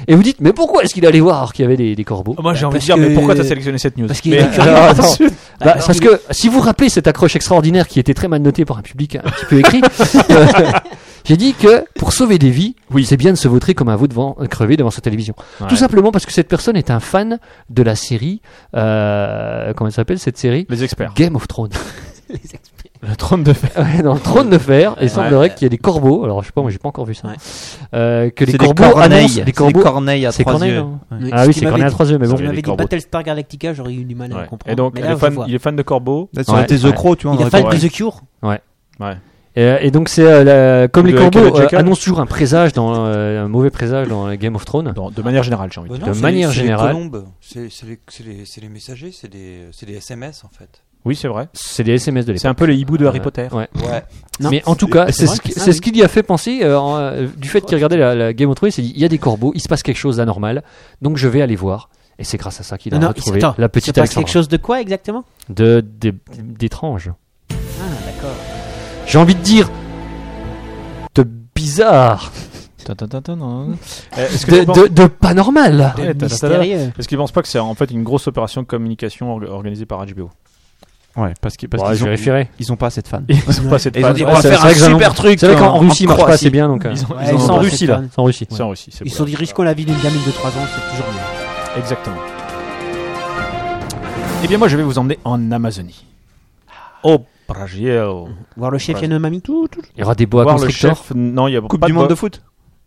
Et vous dites, mais pourquoi est-ce qu'il allait voir alors qu'il y avait des, des corbeaux
Moi, j'ai envie de
parce
dire, mais
que-
pourquoi t'as sélectionné cette news
parce qu'il
Mais-
est curieux.
Alors, attends. Bah,
Alors,
parce
il-
que si vous rappelez cette accroche extraordinaire qui était très mal notée par un public un petit peu écrit, euh, j'ai dit que pour sauver des vies, c'est bien de se vautrer comme un veau devant euh, crevé devant sa télévision.
Ouais.
Tout simplement parce que cette personne est un fan de la série, euh, comment elle s'appelle cette série
Les experts.
Game of Thrones.
Les experts.
Le trône de fer.
Ouais, Dans le trône de fer, il semblerait qu'il y ait des corbeaux. Alors je sais pas, moi j'ai pas encore vu ça.
Ouais.
Euh, que les
C'est des
corbeaux annoncent-
corneilles.
les
C'est des
corbeaux.
corneilles à
C'est
trois
corneille,
yeux.
non
Oui,
Ah
ce
oui,
qui
c'est corneille à
m'avait-
trois yeux, mais
Si
bon.
tu m'avais dit
corbeaux.
Battlestar Galactica, j'aurais eu du mal à
Ouais.
comprendre.
Et donc,
Mais
il,
là,
est
je
fan,
vois.
il est fan de corbeaux.
Là, si on
Ouais.
était The
Ouais.
Crow, tu vois,
Il
on
a
aurait
fan
pas-
de The Cure.
Euh, Et, donc c'est euh, la- comme les
De
corbeaux
Michael
euh,
Jackson.
annoncent toujours un présage dans euh, un mauvais présage dans Game of Thrones.
Dans- de manière générale, j'ai envie de
Bah
dire.
non,
de
c'est
manière
les- c'est
générale-
Les colombes, c'est c'est les, c'est les, c'est les messagers, c'est des, c'est des SMS en fait.
Oui, c'est vrai.
C'est des SMS de l'époque.
C'est un peu les hiboux de Harry
Euh,
Potter.
ouais.
Ouais.
Non,
mais en tout cas, c'est
c'est
ce,
vrai
qui-
que-
c'est ce qui lui a fait penser euh, en, euh, du fait qu'il regardait la, la Game of Thrones. Il s'est dit il y a des corbeaux, il se passe quelque chose d'anormal, donc je vais aller voir. Et c'est grâce à ça qu'il a
Non, non,
retrouvé
attends,
la
Il se
petite
passe
Alexandra.
quelque chose de quoi exactement
De des- d'étrange.
Ah, d'accord.
J'ai envie de dire de bizarre,
Euh, Est-ce que
de,
tu penses-
de, de pas normal.
Ouais, ta- ta- ta- ta-
Mystérieux.
Est-ce qu'ils pensent pas que c'est en fait une grosse opération de communication orga- organisée par HBO
Ouais, parce qu'ils parce
Ouais,
qu'ils
je
ont-
vérifierai.
ils ont pas assez de fans.
Ils ont pas cette
Ils ont
phase.
dit,
Ouais,
on va
c'est
faire
vrai
un
que j'en ai-
super truc.
C'est vrai qu'en
en-
en Russie,
en
il marche pas
Croatie.
assez bien, donc. euh,
Ils ont-
Ouais,
ils
c'est
ont-
ils
en
ont-
Russie, là. C'est en Russie.
C'est en Russie. c'est
Ils
pour
sont
ça.
riches qu'on la vie d'une gamine de 3 ans, c'est toujours mieux.
Exactement. Eh bien, moi, je vais vous emmener en Amazonie. Au Brasil.
Voir le chef, il y a une mamie.
Il y aura des bois
Voir le
constructeurs.
chef. Non, il y a
Coupe
pas
du
de
monde
bois.
de foot.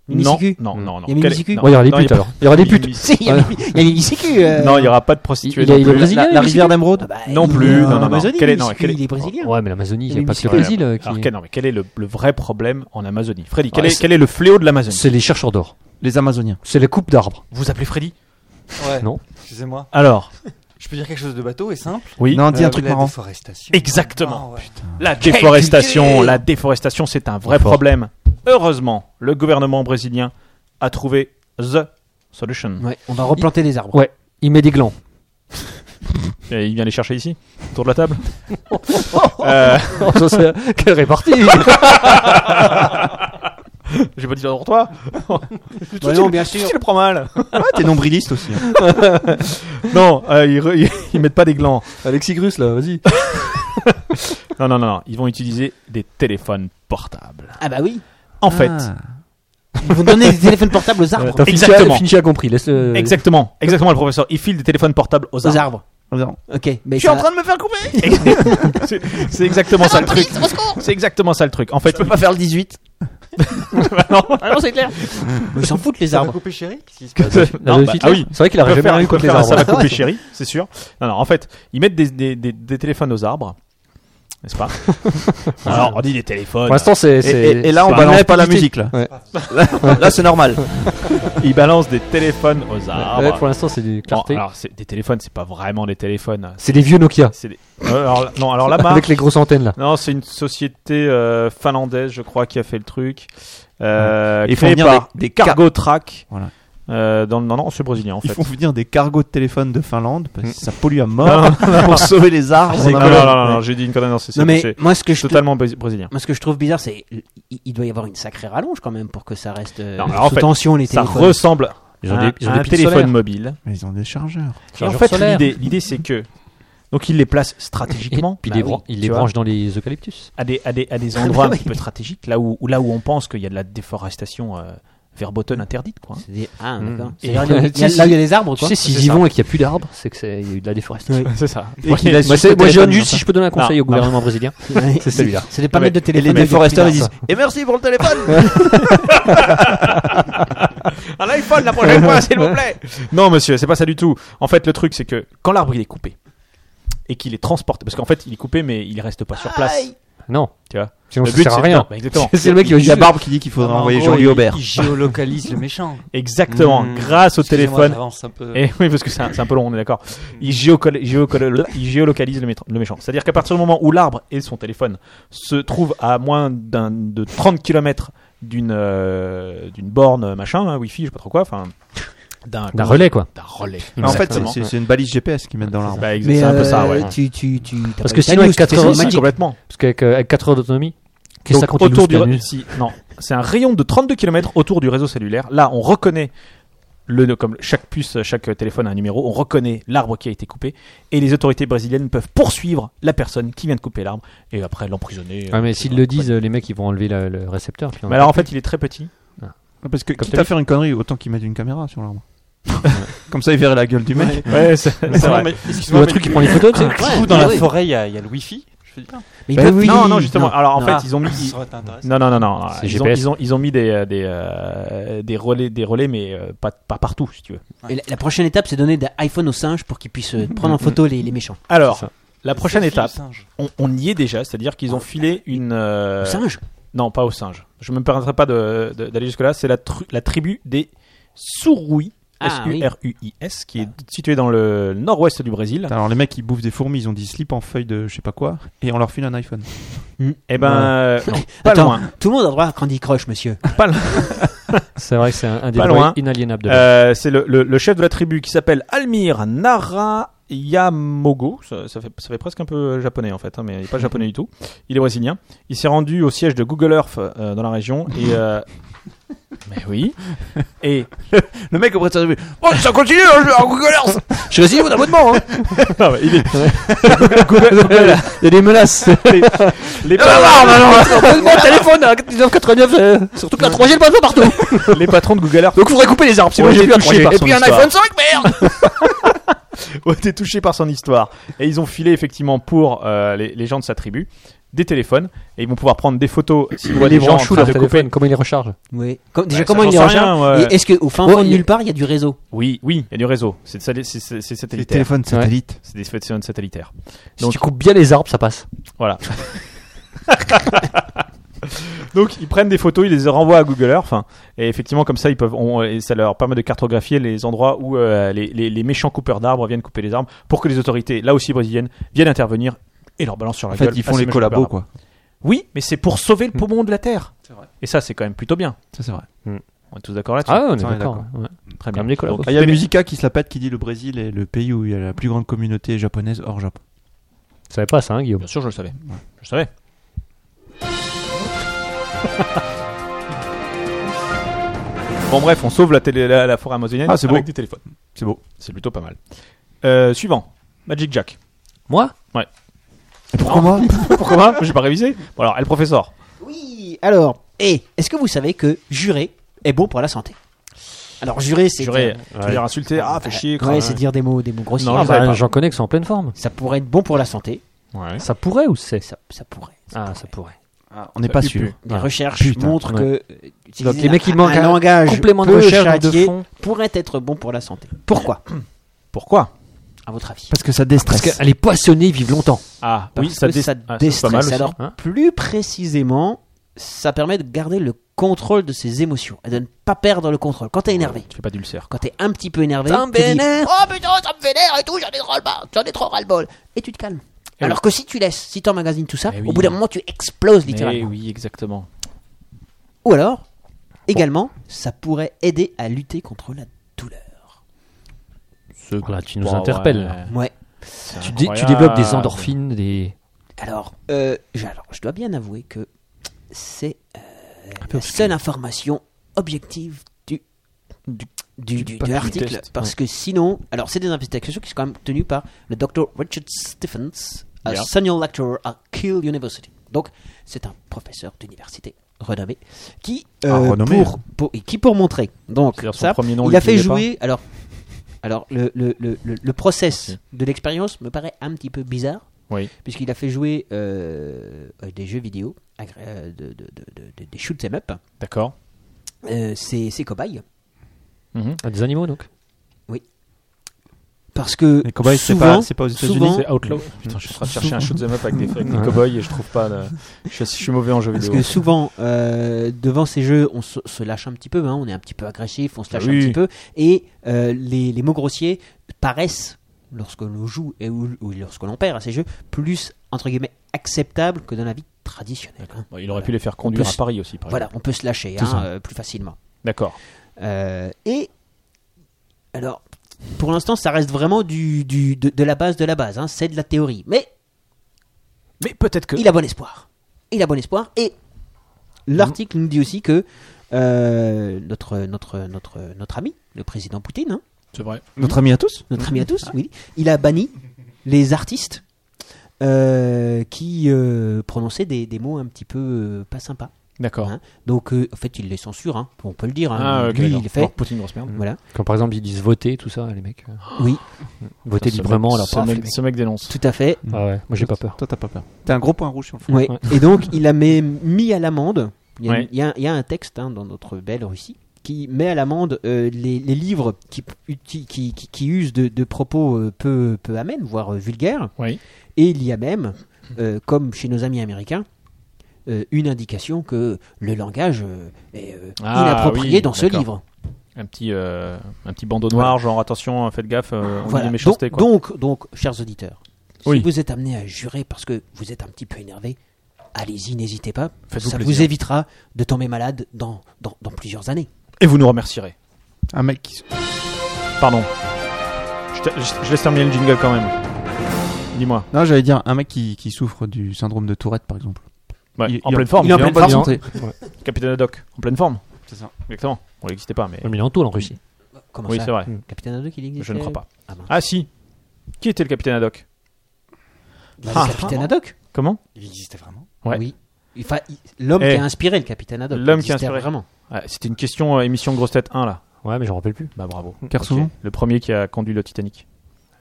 Non,
Minisicu
non, non, non.
Il y a
Quelle-
Minisicu
non,
Bon, il y aura des
non,
putes
pas-
alors. Il y aura des putes.
Mimi-
Si, il y a
Ouais.
une- il y a une ICQ. euh.
Non, il n'y aura pas de prostituées.
il y a-
non
il y a
plus.
Brésilien,
La, la
il
rivière d'Émeraude.
Ah bah,
Non
il est
plus,
en
non, non, non.
Amazonie,
Quel est- non,
l'ICQ,
quel est-
Il est brésilien.
Ouais, mais l'Amazonie, il n'y a
Et
pas
c'est
que le
quoi,
Brésil. euh,
Alors,
qui-
quel, non, mais quel est le, le vrai problème en Amazonie Freddy, quel,
Ouais,
est,
c'est-
quel est le fléau de l'Amazonie
C'est les chercheurs d'or.
Les Amazoniens.
C'est les coupes d'arbres.
Vous appelez Freddy
Ouais.
Non.
Excusez-moi.
Alors,
Je peux dire quelque chose de bateau et simple.
oui.
Non, dis
Euh,
un truc
la
marrant.
déforestation.
Exactement.
Ah ouais.
La déforestation, la déforestation, c'est un vrai
Fort.
problème. Heureusement, le gouvernement brésilien a trouvé the solution.
Ouais, on va replanter des arbres.
Ouais. Il met des glands.
Et il vient les chercher ici, autour de la table. Euh,
Oh, ça, c'est- Quelle répartie
je vais pas dire pour toi.
Bah non, bien sûr.
Tu le prends mal.
Ah, t'es nombriliste aussi. hein.
Non, euh, ils, re- ils- ils mettent pas des glands.
Alexis Grus là, vas-y.
Non, non, non, non, Ils vont utiliser des téléphones portables.
Ah bah oui.
En fait,
Ah.
Ils vont donner des téléphones portables aux arbres.
T'as fini-
Exactement.
Fini a compris. Laisse, euh,
exactement, exactement, le professeur. Il file des téléphones portables aux
Aux
arbres.
arbres.
Non.
Ok. Mais
Je suis en train de me faire couper. c'est c'est exactement ça le truc. C'est exactement ça le truc. En fait,
Pas faire le 18.
Ah non, c'est clair. Ils s'en foutent, les
Ça va
arbres.
couper chéri Qu'est-ce qui se passe
La
Non,
Adolf
bah,
Hitler.
ah oui.
C'est vrai qu'il aurait jamais
Préfère-
rien eu contre les
préfère
arbres.
Ça va
Ah ouais.
couper chéri, c'est sûr. Non, non, en fait, ils mettent des, des- des- des téléphones aux arbres, n'est-ce pas Alors, on dit des téléphones.
Pour l'instant, c'est.
et,
c'est-
et- et là, on
c'est
balance
un
pas la
publicité.
musique. Là,
Là, c'est normal.
ils balancent des téléphones aux arbres.
Ouais, pour l'instant, c'est du
Bon,
clarté.
alors, c'est- des téléphones, c'est pas vraiment des téléphones.
C'est des vieux Nokia.
C'est des- Euh, alors, là- non, alors la marque.
Avec les grosses antennes là.
Non, c'est une société euh, finlandaise, je crois, qui a fait le truc. Euh,
Ils font
créée
venir
par
des- des
cargo track.
Voilà.
Euh, dans le... Non, non, c'est brésilien en
Ils
fait.
font venir des cargos de téléphone de Finlande parce que ça pollue à
Non,
mort pour sauver les arbres.
Non, non,
On en a-
non, non, non, j'ai dit une connerie, non, c'est
Non,
c'est-
mais
c'est
moi, ce que je.
totalement bré- brésilien.
Moi, ce que je trouve bizarre, c'est il- il doit y avoir une sacrée rallonge quand même pour que ça reste euh,
Non, alors, en
sous
fait,
tension les
Ça
téléphones.
ressemble
Ils
à
ont
un,
des- ils ont
à
des
un
piles
téléphone
solaires.
mobile.
Mais ils ont des chargeurs.
Et en
Chargeur
fait,
solaire.
l'idée, l'idée, c'est que donc il les place
Et
stratégiquement.
puis il
bah
les,
oui,
bran- il
tu
les
vois,
branche dans les eucalyptus.
à des à des à des endroits un
oui.
petit peu stratégiques, là où où- là où on pense qu'il y a de la déforestation euh, verboten interdite, quoi.
C'est des- Ah,
Mm.
d'accord.
Et-
C'est-à-dire, il y a- il y a-
Tu sais,
Là, il y a des arbres,
Tu
quoi.
sais, s'ils
c'est
y
ça.
vont et qu'il n'y a plus d'arbres, c'est que c'est- il y a eu de la déforestation.
C'est ça.
Moi,
qu'il laisse juste
c'est-
le
moi, j'ai
téléphone
un
dans
juste si je peux donner un conseil
Non,
au gouvernement brésilien.
c'est
celui-là.
C'est des palettes de
Et
téléphone.
les
avec des
déforesteurs, ils
piles
disent Et merci pour le téléphone
Un iPhone la prochaine fois, s'il vous plaît. Non, monsieur, c'est pas ça du tout. En fait, le truc, c'est que quand l'arbre il est coupé et qu'il est transporté, parce qu'en fait, il est coupé, mais il reste pas sur place.
Non.
Tu vois.
Sinon,
le
ça sert à
c'est-
rien.
non, bah, exactement.
C'est le mec qui va
Il y a
juste.
Barbe qui dit qu'il faudrait envoyer Jean-Louis Aubert.
Il géolocalise le méchant.
Exactement.
Mmh.
Grâce au
Excusez-moi,
téléphone.
j'avance un peu.
Et Eh oui, parce que c'est un, c'est un peu long, on est d'accord. Il, géocol- géocol- il géolocalise le, métro- le méchant. C'est-à-dire qu'à partir du moment où l'arbre et son téléphone se trouvent à moins d'un- de 30 km d'une euh, d'une borne machin, hein, Wi-Fi, je sais pas trop quoi, enfin d'un
D'un relais quoi.
D'un relais.
En fait,
Exactement.
c'est- c'est une balise GPS qu'ils mettent dans l'arbre.
Bah, ex-
Mais
c'est un peu ça,
euh,
ouais.
Tu, tu, tu, t'as
Parce
pas
que
eu
sinon,
ta
avec
news,
quatre
c'est
heures-
Si,
magique.
complètement.
Parce qu'avec euh, avec 4 heures d'autonomie, qu'est-ce que ça
Donc,
compte une
autour
loose
du
la
ra-
nuit
si, non, c'est un rayon de 32 km autour du réseau cellulaire. Là, on reconnaît le comme chaque puce, chaque téléphone a un numéro, on reconnaît l'arbre qui a été coupé et les autorités brésiliennes peuvent poursuivre la personne qui vient de couper l'arbre et après l'emprisonner.
Ouais, mais
euh,
s'ils
euh,
le disent, euh, les mecs ils vont enlever la- le récepteur. puis on-
Mais alors en fait, il est très petit.
Parce que
Comme
quitte
t'as
à faire une connerie, autant qu'ils mettent une caméra sur l'arbre. Comme ça, ils verraient la gueule du mec.
Ouais, c'est c'est vrai.
Ou un truc qui prend les photos, tu sais.
Du coup, dans la forêt, il y, a il y a le wifi. Je fais bien.
Mais
Bah
ils peuvent-
Ben non, non, justement. alors en
non.
fait,
Ah.
ils ont mis
Ça aurait été intéressant.
Non, non, non, non.
C'est
Ils ont,
GPS.
ils, ont, ils ont mis des, euh, des, euh, des relais, des relais, mais euh, pas, pas partout, si tu veux.
Et la, la prochaine étape, c'est donner des iPhones aux singes pour qu'ils puissent euh, prendre en photo les, les méchants.
Alors,
C'est ça.
la prochaine
Selfie, le
étape,
singe.
on, on y est déjà, c'est-à-dire qu'ils ont filé une. euh,
Aux singes
Non, pas aux singes. Je me permettrai pas de- de- d'aller jusque-là. C'est la, tru- la tribu des Suruis,
Ah, oui.
S-U-R-U-I-S, qui est située dans le nord-ouest du Brésil.
Alors, les mecs, ils bouffent des fourmis, ils ont dit slip en feuille de je sais pas quoi, et on leur file un iPhone.
Eh ben, euh, non, pas
Attends,
loin.
tout le monde a droit à Candy Crush, monsieur.
Pas loin.
C'est vrai que c'est un, un des
Pas
droits
loin.
inaliénables de la-
Euh, c'est le, le- le chef de la tribu qui s'appelle Almir Narayamogo. Ça, ça fait, ça fait presque un peu japonais en fait, hein, mais il n'est pas japonais du tout. Il est brésilien. Il s'est rendu au siège de Google Earth euh, dans la région. Et, euh, mais oui. Et
Le mec, auprès de sa tribu, Bon, ça continue, hein, je- en Google Earth Je résilie mon abonnement, hein
Non, mais il est-
Il y a des menaces.
les,
Ah,
patrons,
bah, bah, bah, bah.
Mon téléphone à 99, hein, euh, surtout que la 3G est pas de partout.
les patrons de Google Earth
Donc faudrait couper les arbres si
Ouais,
moi j'ai
j'ai
plus à
touché
3G.
par
Et
son
puis un
histoire.
iPhone 5 merde.
ont été touchés par son histoire. Et ils ont filé effectivement pour euh, les, les gens de sa tribu des téléphones. Et ils vont pouvoir prendre des photos s'ils voient des gens en train de couper.
comment il les recharge
Oui. Com- déjà,
ça,
comment
j'en
il les
sais
recherche
rien, ouais.
Et est-ce qu'au fin
Ouais,
fond de
il-
nulle part, il y a du réseau
Oui, oui, il y a du réseau. C'est c'est- c'est- c'est
Les
satellitaire.
téléphones satellites.
C'est des téléphones satellitaires.
Si
Donc-
tu coupes bien les arbres, ça passe.
Voilà. Donc ils prennent des photos, ils les renvoient à Google Earth, hein, et effectivement comme ça ils peuvent, on- et ça leur permet de cartographier les endroits où euh, les, les- les méchants coupeurs d'arbres viennent couper les arbres, pour que les autorités, là aussi brésiliennes, viennent intervenir et leur balancent sur la
En fait,
gueule Ah,
ils
à
font
ces
les
méchants
collabos,
coupeurs
quoi.
d'arbres. Hmm. Oui, mais c'est pour sauver le poumon de la terre.
vrai.
Et ça c'est quand même plutôt bien.
Ça, c'est vrai.
On est tous d'accord là-dessus.
Ah, on est
Ça, on est
d'accord. ouais.
Très
Comme les collabos.
Donc,
Ah, Il y a
tenez-
Musica qui se la pète qui dit le Brésil est le pays où il y a la plus grande communauté japonaise hors Japon.
Tu savais pas ça, hein, Guillaume
Bien sûr, je le savais. Je le savais. bon, bref, on sauve la, télé, la, la forêt amazonienne
Ah, c'est
avec
beau.
des téléphones.
C'est beau.
C'est plutôt pas mal. Euh, suivant. Magic Jack.
Moi Ah,
Pourquoi moi
Pourquoi pas J'ai pas révisé. Bon, alors, elle professeur.
Oui, alors, et est-ce que vous savez que jurer est bon pour la santé Alors, jurer, c'est.
J'aurais
euh,
ouais. insulté. Ah, fait chier.
Ouais, c'est dire des mots, des mots grossiers.
Non,
Ah,
je
bah,
savais pas.
J'en connais qui sont en pleine forme.
Ça pourrait être bon pour la santé.
Ouais.
Ça pourrait ou c'est
Ça, ça pourrait.
Ah, ça pourrait.
On n'est pas sûr.
Les
Ah.
recherches
Putain,
montrent
ouais.
que euh,
Donc,
utiliser
les mecs,
un-
ils manquent
un
un
langage
complément de
peu
recherche de
châtié
fond.
pourrait être bon pour la santé. Pourquoi
Pourquoi
À votre avis
Parce que ça déstresse.
Parce que les poissonnés vivent longtemps.
Ah,
Parce
oui, ça,
que
dé-
ça
ah, c'est pas mal
déstresse.
aussi,
Alors,
hein.
plus précisément, ça permet de garder le contrôle de ses émotions et de ne pas perdre le contrôle. Quand t'es énervé,
Tu fais pas d'ulcère.
quand t'es un petit peu énervé,
Ça me
tu dis,
vénère.
Oh putain, ça me vénère et tout, j'en ai trop ras-le-bol, j'en ai trop ras-le-bol. Et tu te calmes.
Eh
Alors que si tu laisses, si t'emmagasines tout ça,
Eh
au
oui.
bout d'un moment, tu exploses
Mais
littéralement.
oui, exactement.
Ou alors, également, ça pourrait aider à lutter contre la douleur.
Voilà, tu nous interpelles. là.
Ouais.
Tu, dé- tu développes des endorphines, des.
Alors, euh, j'- alors, je dois bien avouer que c'est euh, la seule information objective du, du, du- du
papier
article.
test,
Parce que sinon, alors c'est des investigations qui sont quand même tenues par le docteur Richard Stephens, un senior lecturer à Kiel University. Donc, c'est un professeur d'université renommé qui, euh,
renommé,
pour,
hein.
pour- et qui pour montrer, donc,
C'est-à-dire son
ça,
premier nom,
il
il
a fait
l'utilisait pas
jouer, alors, alors le, le, le, le, le process de l'expérience me paraît un petit peu bizarre
Oui.
puisqu'il a fait jouer euh, euh, des jeux vidéo, agré- euh, de, de- de- de- de- des shoot 'em up,
D'accord.
euh, ses, ses cobayes,
Ah, des animaux donc.
parce que
Les cobayes, c'est
souvent,
pas, c'est pas aux États-Unis.
souvent
C'est Outlaw. Putain, je suis en train de chercher un shoot'em up avec des, avec des
Ouais.
cowboys et je trouve pas. de- Je, suis, je suis mauvais en jeu
parce
vidéo.
que souvent euh, devant ces jeux, on se, se lâche un petit peu, hein, on est un petit peu agressif, on se lâche
Oui.
un petit peu, et euh, les, les mots grossiers paraissent lorsque l'on joue et ou, ou lorsque l'on perd à ces jeux plus entre guillemets acceptables que dans la vie traditionnelle. hein.
Bon, il aurait pu les faire conduire
Plus-
à Paris aussi, par
Voilà,
exemple.
on peut se lâcher
C'est
hein,
ça.
euh, plus facilement.
D'accord.
Euh, et alors, pour l'instant, ça reste vraiment du, du- de, de la base de la base. hein, c'est de la théorie. Mais
Mais peut-être que.
il a bon espoir. Il a bon espoir. Et l'article nous dit aussi que euh, notre, notre, notre, notre ami, le président Poutine, hein,
C'est vrai.
Notre ami à tous
notre ami à tous, oui, il a banni les artistes euh, qui euh, prononçaient des, des mots un petit peu euh, pas sympas.
D'accord.
hein. Donc, euh, en fait, il les censure, hein, on peut le dire. hein.
Ah, ok,
Lui,
d'accord.
il le fait.
Alors, Poutine, grosse merde.
Voilà.
Quand par exemple ils disent voter, tout ça, les mecs. euh,
Oui,
Voter
Ce
librement,
mec-
alors
ce
paf, les
mec,
mecs.
ce mec dénonce.
tout à fait.
Ah ouais, moi j'ai pas peur.
Toi, t'as pas peur. T'as un gros point rouge sur le front.
Ouais.
Ouais.
Et donc, il a même mis à l'amende. Il y a,
Ouais.
il y a- il y a un texte hein, dans notre belle Russie qui met à l'amende euh, les, les livres qui, qui, qui, qui- qui usent de, de propos euh, peu, peu amènes, voire euh, vulgaires.
Oui.
Et il y a même, euh, comme chez nos amis américains, euh, une indication que le langage euh, est euh,
Ah,
inapproprié
oui,
dans ce
d'accord.
livre.
Un petit, euh, un petit bandeau noir, genre attention, faites gaffe, euh, on dit des méchancetés.
Donc,
quoi.
donc, donc, chers auditeurs,
Oui.
si vous êtes amenés à jurer parce que vous êtes un petit peu énervé, allez-y, n'hésitez pas.
Faites-vous
ça
plaisir.
vous évitera de tomber malade dans, dans, dans plusieurs années.
Et vous nous remercierez.
Un mec qui.
Pardon. Je, te- je- je laisse terminer le jingle quand même. Dis-moi.
Non, j'allais dire un mec qui, qui souffre du syndrome de Tourette, par exemple.
Ouais,
Il-
en
il-
pleine forme.
il est en
dis
pleine
donc.
bonne santé.
Capitaine Haddock. En pleine forme.
C'est ça.
Exactement. On n'existait pas, mais.
Mais il est en tôle en Russie.
Comment
Oui,
ça
c'est vrai.
Capitaine Haddock, il existe
Je ne crois pas.
Ah, mince.
Ah si. Qui était le capitaine Haddock
Bah,
Ah.
le Capitaine Haddock
Comment
Il existait vraiment
Ouais.
Oui. Enfin, il- l'homme
Eh.
qui a inspiré le Capitaine Haddock.
L'homme qui a
existait
inspiré.
Vraiment.
Ah, C'était une question euh, émission Grosse Tête 1 là.
Ouais, mais j'en rappelle plus.
Bah bravo.
Car
Ok.
souvent.
Le premier qui a conduit le Titanic.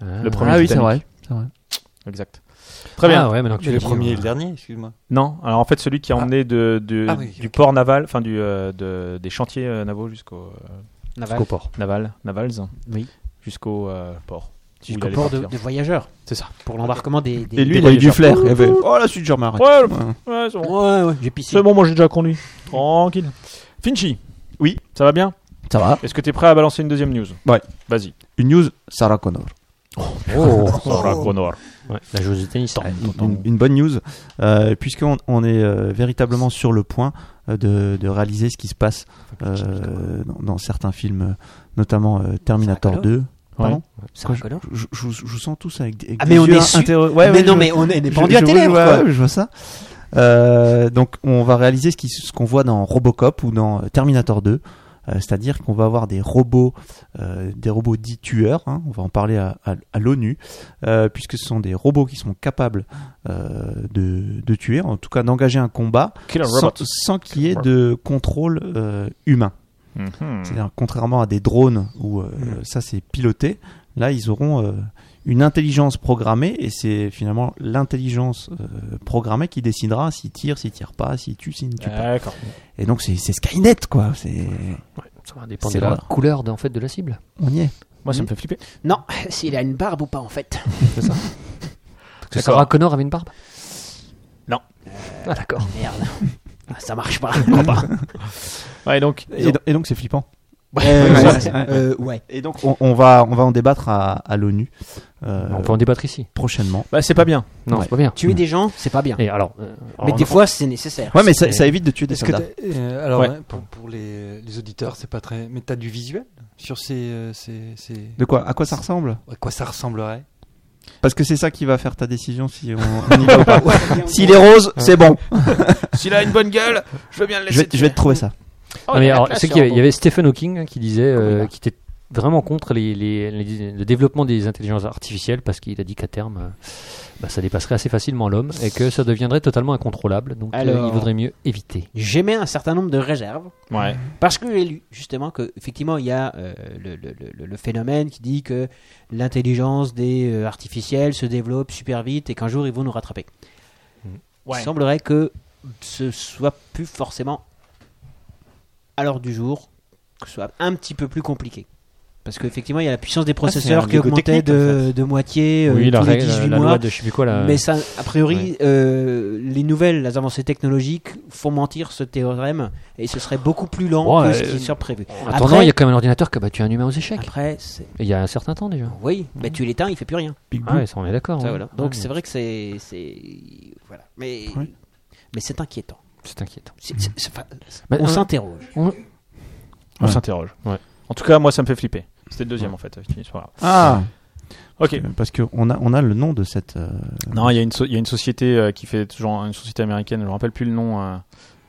Le premier.
Ah oui, c'est
Titanic.
vrai. c'est vrai.
Exact. Très bien.
Ah ouais, maintenant que tu
Le
le dis,
premier et
ouais.
le dernier, excuse-moi.
Non, alors en fait celui qui a
Ah.
emmené de, de-
Ah oui,
du
ok.
port naval, enfin du euh, de- des chantiers euh, navaux jusqu'au euh,
Jusqu'au port.
naval, navals,
Oui.
jusqu'au euh, port. Où il
Jusqu'au
allait
port de,
partir.
de voyageurs.
C'est ça.
Pour l'embarquement des. des-
Et lui,
des
il a eu du
voyageurs.
flair. Il avait, Oh, la suite, je m'arrête.
Ouais, le-
Ouais.
Ouais, c'est bon.
Ouais, ouais, j'ai pissé.
C'est bon, moi j'ai déjà conduit. Tranquille. Finchi.
Oui.
Ça va bien
Ça va.
Est-ce que t'es prêt à balancer une deuxième news
Ouais.
Vas-y.
Une news, Sarah Connor.
Oh,
Sarah Connor.
ouais, la joueuse de tennis.
une, une bonne news, euh, puisqu'on on est euh, véritablement sur le point euh, de, de réaliser ce qui se passe euh, dans, dans certains films, notamment euh, Terminator
Sarah
2. Pardon
Sarah
Quoi,
Connor
je, je- je vous- je vous sens tous avec des, avec
Ah,
des
mais on
yeux
est su-
interro- Ouais,
Mais
ouais,
non,
je-
mais on est
je-
pendu à
je-
tes
je-
lèvres,
ouais,
quoi.
ouais, je vois ça. Euh, donc, on va réaliser ce qui- ce qu'on voit dans Robocop ou dans euh, Terminator 2. euh, C'est-à-dire qu'on va avoir des robots, euh, des robots dits tueurs. hein, on va en parler à, à- à l'ONU, euh, puisque ce sont des robots qui sont capables euh, de, de tuer, en tout cas d'engager un combat
Killer
sans,
Robot.
sans qu'il y ait de contrôle euh, humain.
Mhm.
Hmm.
C'est-à-dire, contrairement à des drones où euh, ça c'est piloté, là ils auront euh, une intelligence programmée, et c'est finalement l'intelligence euh, programmée qui décidera s'il tire, s'il tire pas, s'il tue, s'il ne tue
Ah.
pas.
D'accord.
Et donc c'est c'est Skynet, quoi. C'est
Ça va dépendre
C'est
de la
là.
couleur de, en fait, de la cible.
on y est.
Moi, ça me fait flipper.
Non, s'il a une barbe ou pas en fait.
D'accord. Ah, Connor avait une barbe
Non.
Ah, d'accord.
Merde. Ah, Ça marche pas. Non,
bah.
pas.
Ouais, donc.
Et, do- et donc c'est flippant.
Euh, ouais.
Et donc on, on va on va en débattre à, à l'ONU euh,
On peut en débattre ici.
prochainement.
Bah, c'est pas bien.
Non,
Ouais.
c'est pas bien.
Tuer des gens, c'est pas bien.
Et alors, euh,
Mais
on-
des fois, c'est nécessaire.
Ouais, mais ça, ça évite de tuer des
Est-ce que
soldats.
t'as- euh, alors
Ouais.
ouais, pour, pour les, euh, les auditeurs, c'est pas très. Mais t'as du visuel sur ces, euh, ces, ces-
De quoi À quoi ça ressemble
à quoi ça ressemblerait
Parce que c'est ça qui va faire ta décision si on, on y va ou pas. S'il est rose, c'est bon.
S'il a une bonne gueule, je veux bien le
Je vais, je vais te trouver ça.
Non, mais alors, c'est qu'il y, avait- Oh, il y avait Stephen Hawking hein, qui disait
Ah
euh, qu'il était vraiment contre les, les- les- le développement des intelligences artificielles parce qu'il a dit qu'à terme, euh, bah, ça dépasserait assez facilement l'homme et que ça deviendrait totalement incontrôlable. Donc, euh,
Alors.
il vaudrait mieux éviter.
J'émets un certain nombre de réserves
Ouais.
parce que j'ai lu justement que effectivement il y a euh, le, le- le- le phénomène qui dit que l'intelligence des euh, artificielles se développe super vite et qu'un jour ils vont nous rattraper.
Ouais.
Il semblerait que ce soit plus forcément à l'heure du jour, que ce soit un petit peu plus compliqué. Parce qu'effectivement, il y a la puissance des processeurs
Ah, un
qui
Lego
augmentait
technique,
de, de moitié euh,
oui, la,
tous les
règle-
18
la
mois.
loi de je sais plus quoi, la-
Mais ça, a priori, euh, les nouvelles les avancées technologiques font mentir ce théorème et ce serait beaucoup plus lent
Ouais,
que ce
euh,
qui sera prévu.
En attendant,
après-
il y a quand même un ordinateur qui a battu un humain aux échecs.
Après, c'est-
Et Il y a un certain temps déjà.
oui, bah, tu l'éteins, il fait plus rien.
Ah, ouais, ça, on est d'accord.
Ça,
ouais.
voilà.
Ouais,
Donc
ouais.
c'est vrai que c'est, c'est voilà, mais
Oui.
mais c'est inquiétant.
c'est inquiétant.
C'est- c'est- c'est- enfin,
Mais,
on
euh,
s'interroge.
On
Ouais.
s'interroge.
Ouais.
En tout cas, moi, ça me fait flipper. C'était le deuxième en fait. euh, C'est pas grave.
Ah,
Ok.
parce que on a on a le nom de cette. euh,
Non, il y, a une so- il y a une société euh, qui fait genre une société américaine. Je me rappelle plus le nom. euh,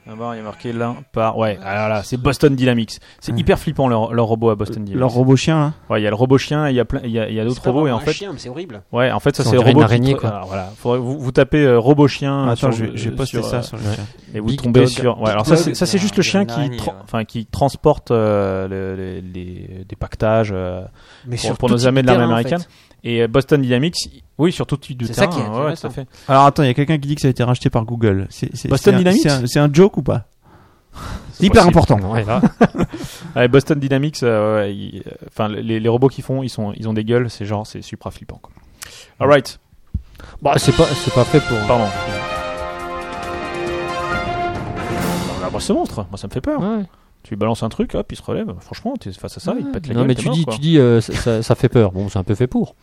Là-bas, il y a marqué l'un par. Ouais. Ah là là, c'est Boston Dynamics. C'est
Ouais.
hyper flippant leur, Euh, leur robot à Boston Dynamics.
Leur robot chien. hein. Là.
Ouais, il y a le robot chien. et Il y a plein. Il y a, il y a
C'est
d'autres
pas
robots et
vraiment
en
un
fait.
chien, mais c'est horrible.
Ouais, en fait, ça
Ça, on
c'est le
dirait une
robot. qui
araignée,
tra-
quoi.
Alors, voilà. Faudrait- vous, vous tapez euh, robot chien. sur-
Attends, je vais, je vais
euh,
poster
sur,
ça
euh,
sur le chien.
Et vous
Big
tombez
Dog.
sur. Ouais, alors
Dog,
ça, c'est, ça, c'est
c'est
juste
un-
le chien
une
qui,
araignée,
tra-
ouais.
enfin, qui transporte euh, le- les, les- des pactages euh,
Mais
pour,
sur
pour
tout
nos
type
amis de l'armée
terrain, en fait.
américaine. Et euh, Boston Dynamics, oui, sur tout type de
C'est ça
terrain,
qui est
ouais, ouais, tout
intéressant.
à fait.
Alors attends, il y a quelqu'un qui dit que ça a été racheté par Google. C'est c'est-
Boston
c'est un-
Dynamics
c'est un- C'est un, joke ou pas C'est hyper
possible.
important.
Ouais, là,
Ouais, Boston Dynamics, euh, ouais, ils- euh, enfin les, les robots qu'ils font, ils sont, ils ont des gueules, c'est genre, c'est supra flippant. Quoi. Alright,
bah, c'est pas, c'est pas fait pour.
pardon. Ah, moi, ce monstre, moi ça me fait peur.
Ouais.
Tu lui balances un truc, hop, il se relève. Franchement, t'es face à ça, il te pète la
Ah. non
gueule.
mais
t'es
tu
mort,
dis,
quoi.
tu dis, euh, ça, ça- ça fait peur. Bon, c'est un peu fait pour.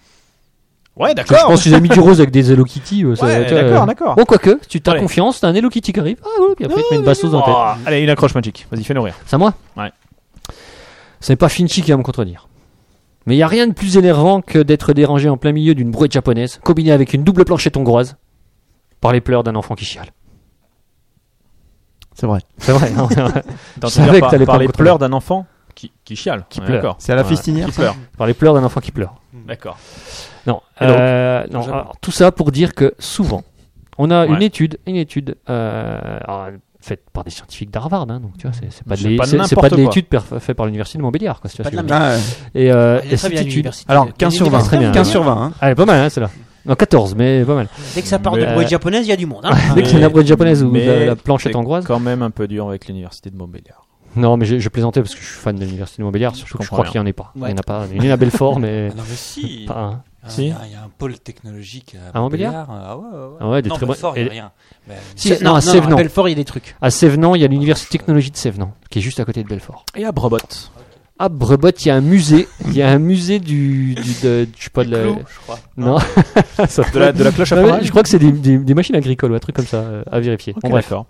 Ouais,
Je
d'accord.
pense qu'ils ont mis du rose avec des Hello Kitty. euh, ça
Ouais,
va être, euh,
d'accord, d'accord.
Bon, quoique, tu t'as
Allez.
confiance, t'as un Hello Kitty qui arrive. Ah oui, puis après, il te met une bastos dans la
Oh, allez, une accroche magique. Vas-y, fais-nous rire.
tête. C'est à moi
Ouais.
C'est pas Finchi qui va me contredire. Mais il n'y a rien de plus énervant que d'être dérangé en plein milieu d'une brouette japonaise, combinée avec une double planchette hongroise, par les pleurs d'un enfant qui chiale.
C'est vrai.
C'est vrai, non, c'est vrai.
T'entends
savais
dire
que
par,
t'allais
par
pas me
les
contredire.
pleurs d'un enfant qui, qui chiale.
Qui
Ouais,
pleure.
D'accord.
C'est à la
Ouais.
fistinière.
Qui pleure.
par les pleurs d'un enfant qui pleure.
D'accord.
Non,
Et donc,
euh, non,
Japon.
alors, tout ça pour dire que souvent, on a
Ouais.
une étude, une étude euh, alors, faite par des scientifiques d'Harvard, hein, donc tu vois, c'est c'est pas de
C'est
l'é-
pas
c'est- c'est
n'importe
pas de
quoi.
l'étude perf- faite par l'université de Montbéliard, quoi, si tu vois
Pas
ce
de
que
la
Ah, ouais.
je veux dire. Et, euh,
Elle est
et
très
cette
bien,
étude,
l'université.
Alors
Elle est
15 sur 20.
très bien.
15 sur 20. hein.
elle est pas mal, hein, celle-là. Non, 14, mais pas mal.
Dès que ça part de
Mais-
bruit japonaise, il y a du monde. hein.
Dès que c'est une
Mais-
abrète japonaise ou
mais
la, la planchette
c'est
hongroise.
Quand même un peu dur avec l'université de Montbéliard.
Non, mais je, je plaisantais parce que je suis fan de l'université de Montbéliard, surtout que je
comprends
crois
rien.
qu'il n'y en a pas.
Ouais.
Il y en a pas. Il y en a à Belfort, mais
Ah Non mais si.
pas un.
Ah,
Si.
Il y, a- il y a un pôle technologique à,
À Montbéliard
euh,
Ah ouais, ouais, ouais.
Ah ouais, des
non,
très
mais
bonnes-
fort, il n'y
et-
a rien. Mais-
Si, non, à
non, non,
Sèvres, non.
Belfort, il y a des trucs.
À Sévenan, il y a l'université de technologie de Sévenan, qui est juste à côté de Belfort.
Et à Brobot.
À Brebotte, Ah, il y a un musée. Il y a un musée du. du de, je sais pas, de la. Non, Ça
De la, de la cloche à
Ouais,
fromage
je crois que c'est des, des- des machines agricoles ou un truc comme ça euh, à vérifier.
Ok,
Bon, bref,
d'accord.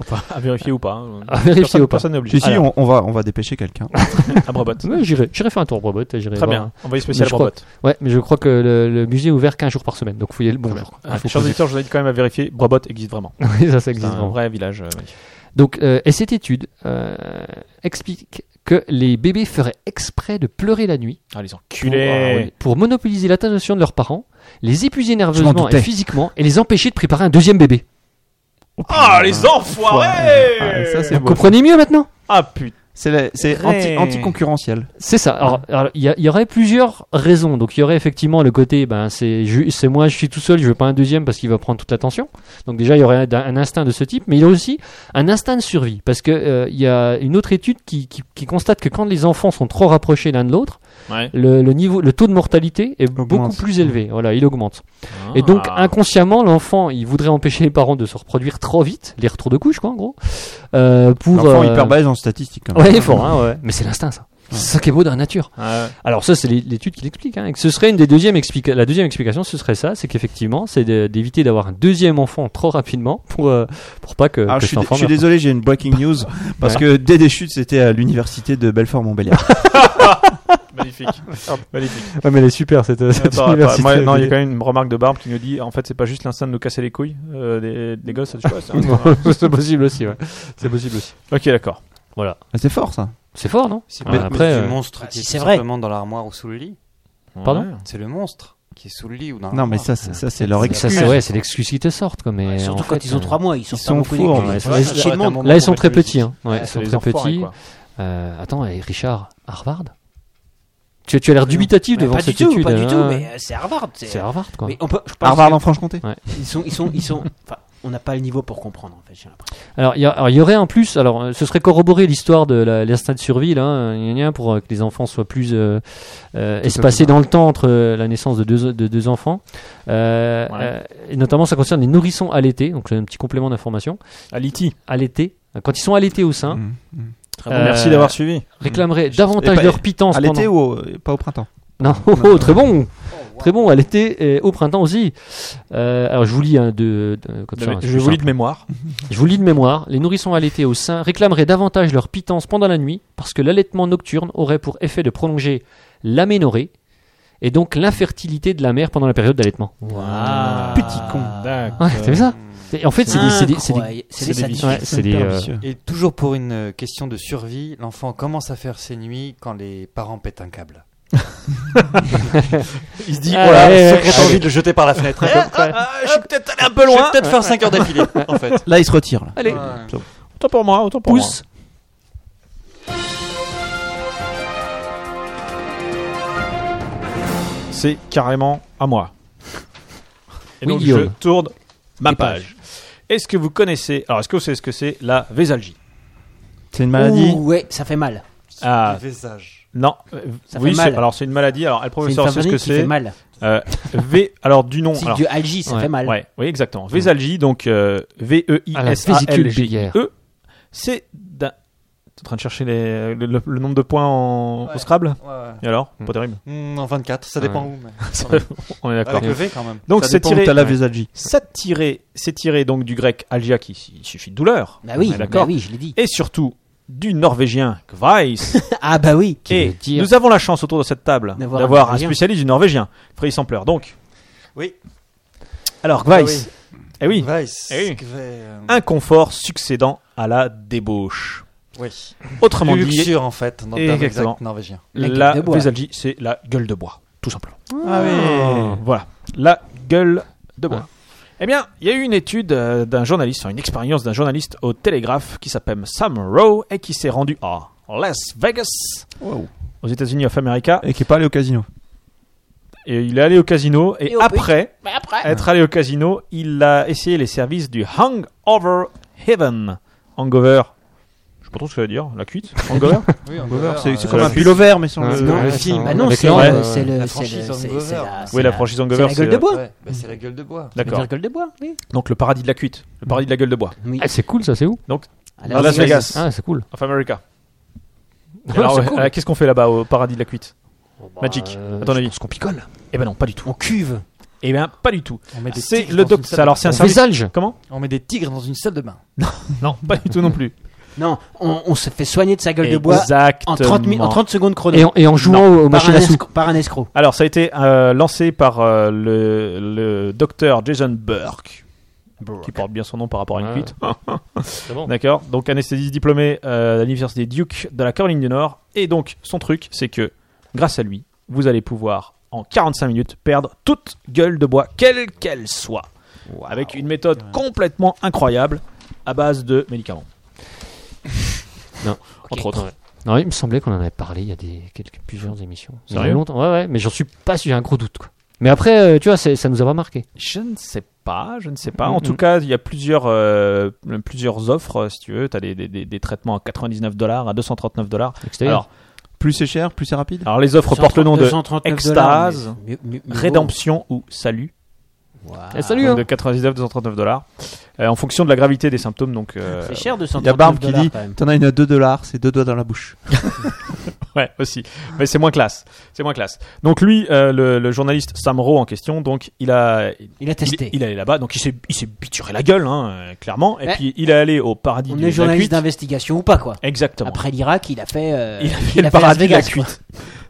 Enfin, À vérifier ou pas. hein.
à vérifier
Personne-
ou pas.
Personne n'est obligé.
Si, si, on, on va, on va dépêcher quelqu'un.
À Brobot.
Ouais, j'irai, j'irai faire un tour à Brobot. J'irai
Très
voir.
bien. Envoyé spécial
Mais je
Brobot.
Ouais, mais je crois que le, le musée est ouvert qu'un jour par semaine, donc fouillez le bon jour.
Ah,
Faut
Chers
poser-
auditeurs, je vous invite quand même à vérifier. Brobot existe vraiment.
Oui, ça, ça
C'est
existe.
un
vraiment.
vrai village euh, magnifique.
Donc, euh, et cette étude euh, explique que les bébés feraient exprès de pleurer la nuit
Ah, les
pour, euh,
enculés.
pour monopoliser l'attention de leurs parents, les épuiser nerveusement et
doutais.
physiquement et les empêcher de préparer un deuxième bébé.
Ah, les enfoirés
Ah, ça, c'est
Vous
beau.
comprenez mieux maintenant
Ah, putain.
C'est la- c'est anti-
Très-
anti-concurrentiel.
C'est ça. Alors, alors, il y, a- il y aurait plusieurs raisons. Donc, il y aurait effectivement le côté, ben, c'est ju- c'est moi, je suis tout seul, je veux pas un deuxième parce qu'il va prendre toute l'attention. Donc, déjà, il y aurait un, un instinct de ce type, mais il y a aussi un instinct de survie. Parce que euh, il y a une autre étude qui, qui- qui constate que quand les enfants sont trop rapprochés l'un de l'autre,
Ouais.
le, le niveau, le taux de mortalité est
Augmente.
beaucoup plus élevé. Voilà, il augmente. bah,
Ah,
Et donc, inconsciemment, l'enfant, il voudrait empêcher les parents de se reproduire trop vite, les retours de couche, quoi, en gros, euh, pour.
L'enfant
euh,
hyper balèze en statistique. quand même.
Ouais, il est fort, hein, ouais. Mais c'est l'instinct, ça. C'est ça qui est beau dans la nature.
Ah,
Alors ça, c'est l'é- l'étude qui l'explique. Hein, et que ce serait une des deuxièmes explica- La deuxième explication, ce serait ça, c'est qu'effectivement, c'est de- d'éviter d'avoir un deuxième enfant trop rapidement pour euh, pour pas que,
Ah,
Alors,
que
Ah, je
cet
suis, je
enfant
suis
meure.
désolé, j'ai une breaking news parce que dès des chutes, c'était à l'université de Belfort-Montbéliard.
magnifique. magnifique.
Ouais, mais elle est super cette,
Ah,
euh, cette
Attends, attends,
université.
moi, non, il y a quand même une remarque de Barbe qui nous dit en fait, c'est pas juste l'instinct de nous casser les couilles euh, des, des gosses, ça, hein. je sais pas, c'est un-
c'est possible aussi. Ouais. C'est possible aussi.
Ok, d'accord.
Ah, C'est fort ça.
C'est fort, non
C'est
Ah,
pas
après,
après,
euh,
du monstre
ah,
qui
si,
est
c'est
tout
vrai.
simplement dans l'armoire ou sous le lit.
Pardon
Ouais.
C'est le monstre qui est sous le lit ou dans
Non, mais
l'armoire.
ça, c'est- ça Ah, c'est leur
Ça,
excuse.
c'est ouais, c'est l'excuse qui te sort, quoi. Mais
hein. Surtout
en
quand
fait,
ils ont
euh,
3 mois, ils sont
ils
pas
sont
beaucoup
forts,
d'école.
ouais,
Tu
ça
vois,
va
ça
être-
chez le monde.
Là, ils sont très petits. Hein. Ouais,
Ah,
ils
c'est
sont
les
très
enfoirés,
petits.
quoi.
Euh, attends, et Richard, Harvard. Tu, tu as l'air dubitatif
Mais
devant
Pas du
cette
tout,
étude.
pas du
hein.
tout, mais euh, c'est Harvard. c'est-
C'est Harvard, quoi.
Mais on peut, je pense
Harvard
que
en Franche-Comté.
ils sont, ils sont, ils sont. Enfin, on n'a pas le niveau pour comprendre en fait. J'ai l'impression.
Alors il y, a- alors, il y aurait en plus, alors euh, ce serait corroboré l'histoire de la- l'instinct de survie là, euh, gna gna, pour euh, que les enfants soient plus euh, euh, espacés dans le temps entre euh, la naissance de deux, de deux enfants. Euh,
Ouais.
euh, et notamment ça concerne les nourrissons allaités, donc c'est un petit complément d'information.
Aliti.
Allaités, euh, quand ils sont allaités au sein,
Mm, mm.
Très
Euh,
bon.
Merci d'avoir suivi.
réclameraient
Et
davantage
pas-
leur pitance.
À l'été
pendant-
ou au- pas au printemps
Non, oh, oh, très bon, très bon à l'été et au printemps aussi. Euh, alors je vous lis hein, de, de- comme ça, hein, c'est
Je
plus
vous lis de mémoire.
Je vous lis de mémoire, les nourrissons allaités au sein réclameraient davantage leur pitance pendant la nuit parce que l'allaitement nocturne aurait pour effet de prolonger l'aménorrhée et donc l'infertilité de la mère pendant la période d'allaitement.
Waouh.
Petit con.
Ouais, t'as vu ça C'est- En fait, c'est des, c'est des- c'est des-
Euh, Incroyable. C'est des
c'est des
sadiques.
ouais, c'est des,
hyper
euh,
vicieux.
Et toujours pour une euh, question de survie, l'enfant commence à faire ses nuits quand les parents pètent un câble.
Il se dit
Ah,
voilà,
ouais, ouais,
secret
ouais.
envie
de le jeter par la fenêtre.
je suis peut-être allé un peu
Ah, Je vais peut-être faire 5 heures d'affilée, en fait.
Là, il se retire. là.
Allez,
Autant pour moi, autant pour
pousse.
moi. C'est carrément à moi. Et
Oui,
donc je
Guillaume.
tourne ma
Les pages.
page. Est-ce que vous connaissez Alors est-ce que vous savez ce que c'est la Vésalgie
C'est une maladie.
Ouh, ouais, ça fait mal.
Ah
Visage.
non. euh,
Ça
oui,
fait
c'est-
mal.
alors c'est une maladie. Alors le
C'est une
professeur sait ce
symphonie
que
qui fait
c'est.
mal.
Euh, v alors du nom.
C'est
alors-
du algie, ça
ouais,
fait mal.
Ouais, oui, exactement. Vésalgie, donc euh,
Ah, la vésicule biliaire.
V-E-I-S-A-L-G-I-E. E, C'est d'un. T'es en train de chercher les- le, le- le nombre de points en, au Scrabble
Ouais, ouais.
Et alors
Hmm.
Pas terrible.
Hmm, en 24, ça dépend où. mais-
On est d'accord.
Avec le V quand même.
Donc
Ça
c'est
dépend où
tiré,
T'as la Vésalgie.
c'est tiré, c'est tiré donc du grec algia qui s- il suffit de douleur.
Bah oui,
On est d'accord.
bah oui, je l'ai dit.
Et surtout du norvégien Gweis.
Ah bah oui.
Qui
et
veut dire-
nous avons la chance autour de cette table
D'avoir un
d'avoir un
Norvégien.
spécialiste du norvégien, Frédéric Sampler. Donc.
Oui.
Alors Gweis. Eh oui.
Ah Vice.
Eh oui.
que- euh,
Inconfort succédant à la débauche.
Oui.
Autrement dit,
Luxure, en fait, dans le terme
Exactement.
exact norvégien.
La gueule
la
de bois.
vésalgie, c'est la gueule de bois, tout simplement.
Ah oui.
Voilà, la gueule de bois. Eh bien, il y a eu une étude euh, d'un journaliste, enfin, une expérience d'un journaliste au Télégraphe qui s'appelle Sam Rowe et qui s'est rendu à Las Vegas,
Wow.
aux États-Unis of America.
Et qui est pas allé au casino.
Et il est allé au casino et,
Et au
après
Bah après.
être allé au casino, il a essayé les services du Hangover Heaven. Hangover, je sais pas trop ce que ça veut dire, la cuite. Hangover
C'est c'est
euh,
comme
Ah, la
un
cuisse.
pullover, mais sans
Ah,
le.
c'est vrai,
le
ça,
film.
ouais.
Bah non,
Avec
c'est
l'angle,
le,
euh,
c'est
la
le, c'est
franchise
le, c'est-
Hangover.
c'est la,
Oui, la franchise Hangover,
c'est la gueule de bois.
Ouais, bah, c'est la gueule de bois.
C'est la
D'accord.
gueule de bois, oui.
Donc le paradis de la cuite, le paradis de la gueule de bois.
Oui.
Ah, c'est cool, ça, c'est où
À
à Las Vegas.
Ah, c'est cool.
Of America.
Ouais,
Alors,
c'est
ouais,
cool.
euh, qu'est-ce qu'on fait là-bas au paradis de la cuite Magic,
euh,
à ton
je
avis
pense qu'on picole.
Eh ben non, pas du tout.
On cuve.
Eh ben pas du tout.
On met des
C'est
tigres
le
dans une
docteur.
salle-
Alors c'est un
On
service.
vésalge.
Comment
On met des tigres dans une salle de bain.
Ah,
Non, pas du tout non plus.
Non, on, on se fait soigner de sa gueule de bois
Exactement.
en 30, mi- en 30 secondes chrono.
Et en, et en jouant aux
par,
machines
un
à sous.
escro- par un escroc.
Alors ça a été euh, lancé par euh, le, le docteur Jason Burke, qui porte bien son nom par rapport à une
Ouais.
cuite.
C'est bon.
D'accord. Donc anesthésiste diplômé euh, à l'université Duke de la Caroline du Nord. Et donc son truc, c'est que grâce à lui, vous allez pouvoir en 45 minutes perdre toute gueule de bois, quelle qu'elle soit, avec une méthode complètement incroyable à base de médicaments.
Non.
Entre autres.
Ouais. Non, il me semblait qu'on en avait parlé il y a des, quelques, plusieurs émissions. Ça fait
Sérieux
longtemps. Ouais, ouais, mais j'en suis pas sûr, j'ai un gros doute. Quoi. Mais après, euh, tu vois, c'est- ça nous a pas marqué.
Je ne sais pas, je ne sais pas. En
Mhm.
tout cas, il y a plusieurs, euh, plusieurs offres, si tu veux. Tu as des, des- des- des traitements à 99 dollars, à 239 dollars.
Extérieur.
Alors,
Plus c'est cher, plus c'est rapide
alors, les offres portent le nom de
239
Extase,
dollars, mais- mieux- mieux- mieux
Rédemption ou Salut.
vaut. Ouah.
Eh, salut,
donc
hein.
De 99, 239 dollars. Euh, en fonction de la gravité des symptômes, donc. euh,
C'est
Il y
cher
a
239
Barbe qui
dollars,
dit
quand même.
T'en as une à 2 dollars, c'est deux doigts dans la bouche.
Ouais, aussi. Mais c'est moins classe. C'est moins classe. Donc lui, euh, le, le journaliste Sam Rowe en question, donc il a, il,
Il a testé.
il est allé là-bas, donc il s'est, il s'est bituré la gueule, hein, euh, clairement. Et
Ouais.
puis il est allé au paradis
On
de
est
la
journaliste
cuite.
d'investigation ou pas, quoi.
Exactement.
Après l'Irak, il a fait. euh,
il a fait
il
le
a fait Las
paradis de la
Vegas, quoi.
cuite.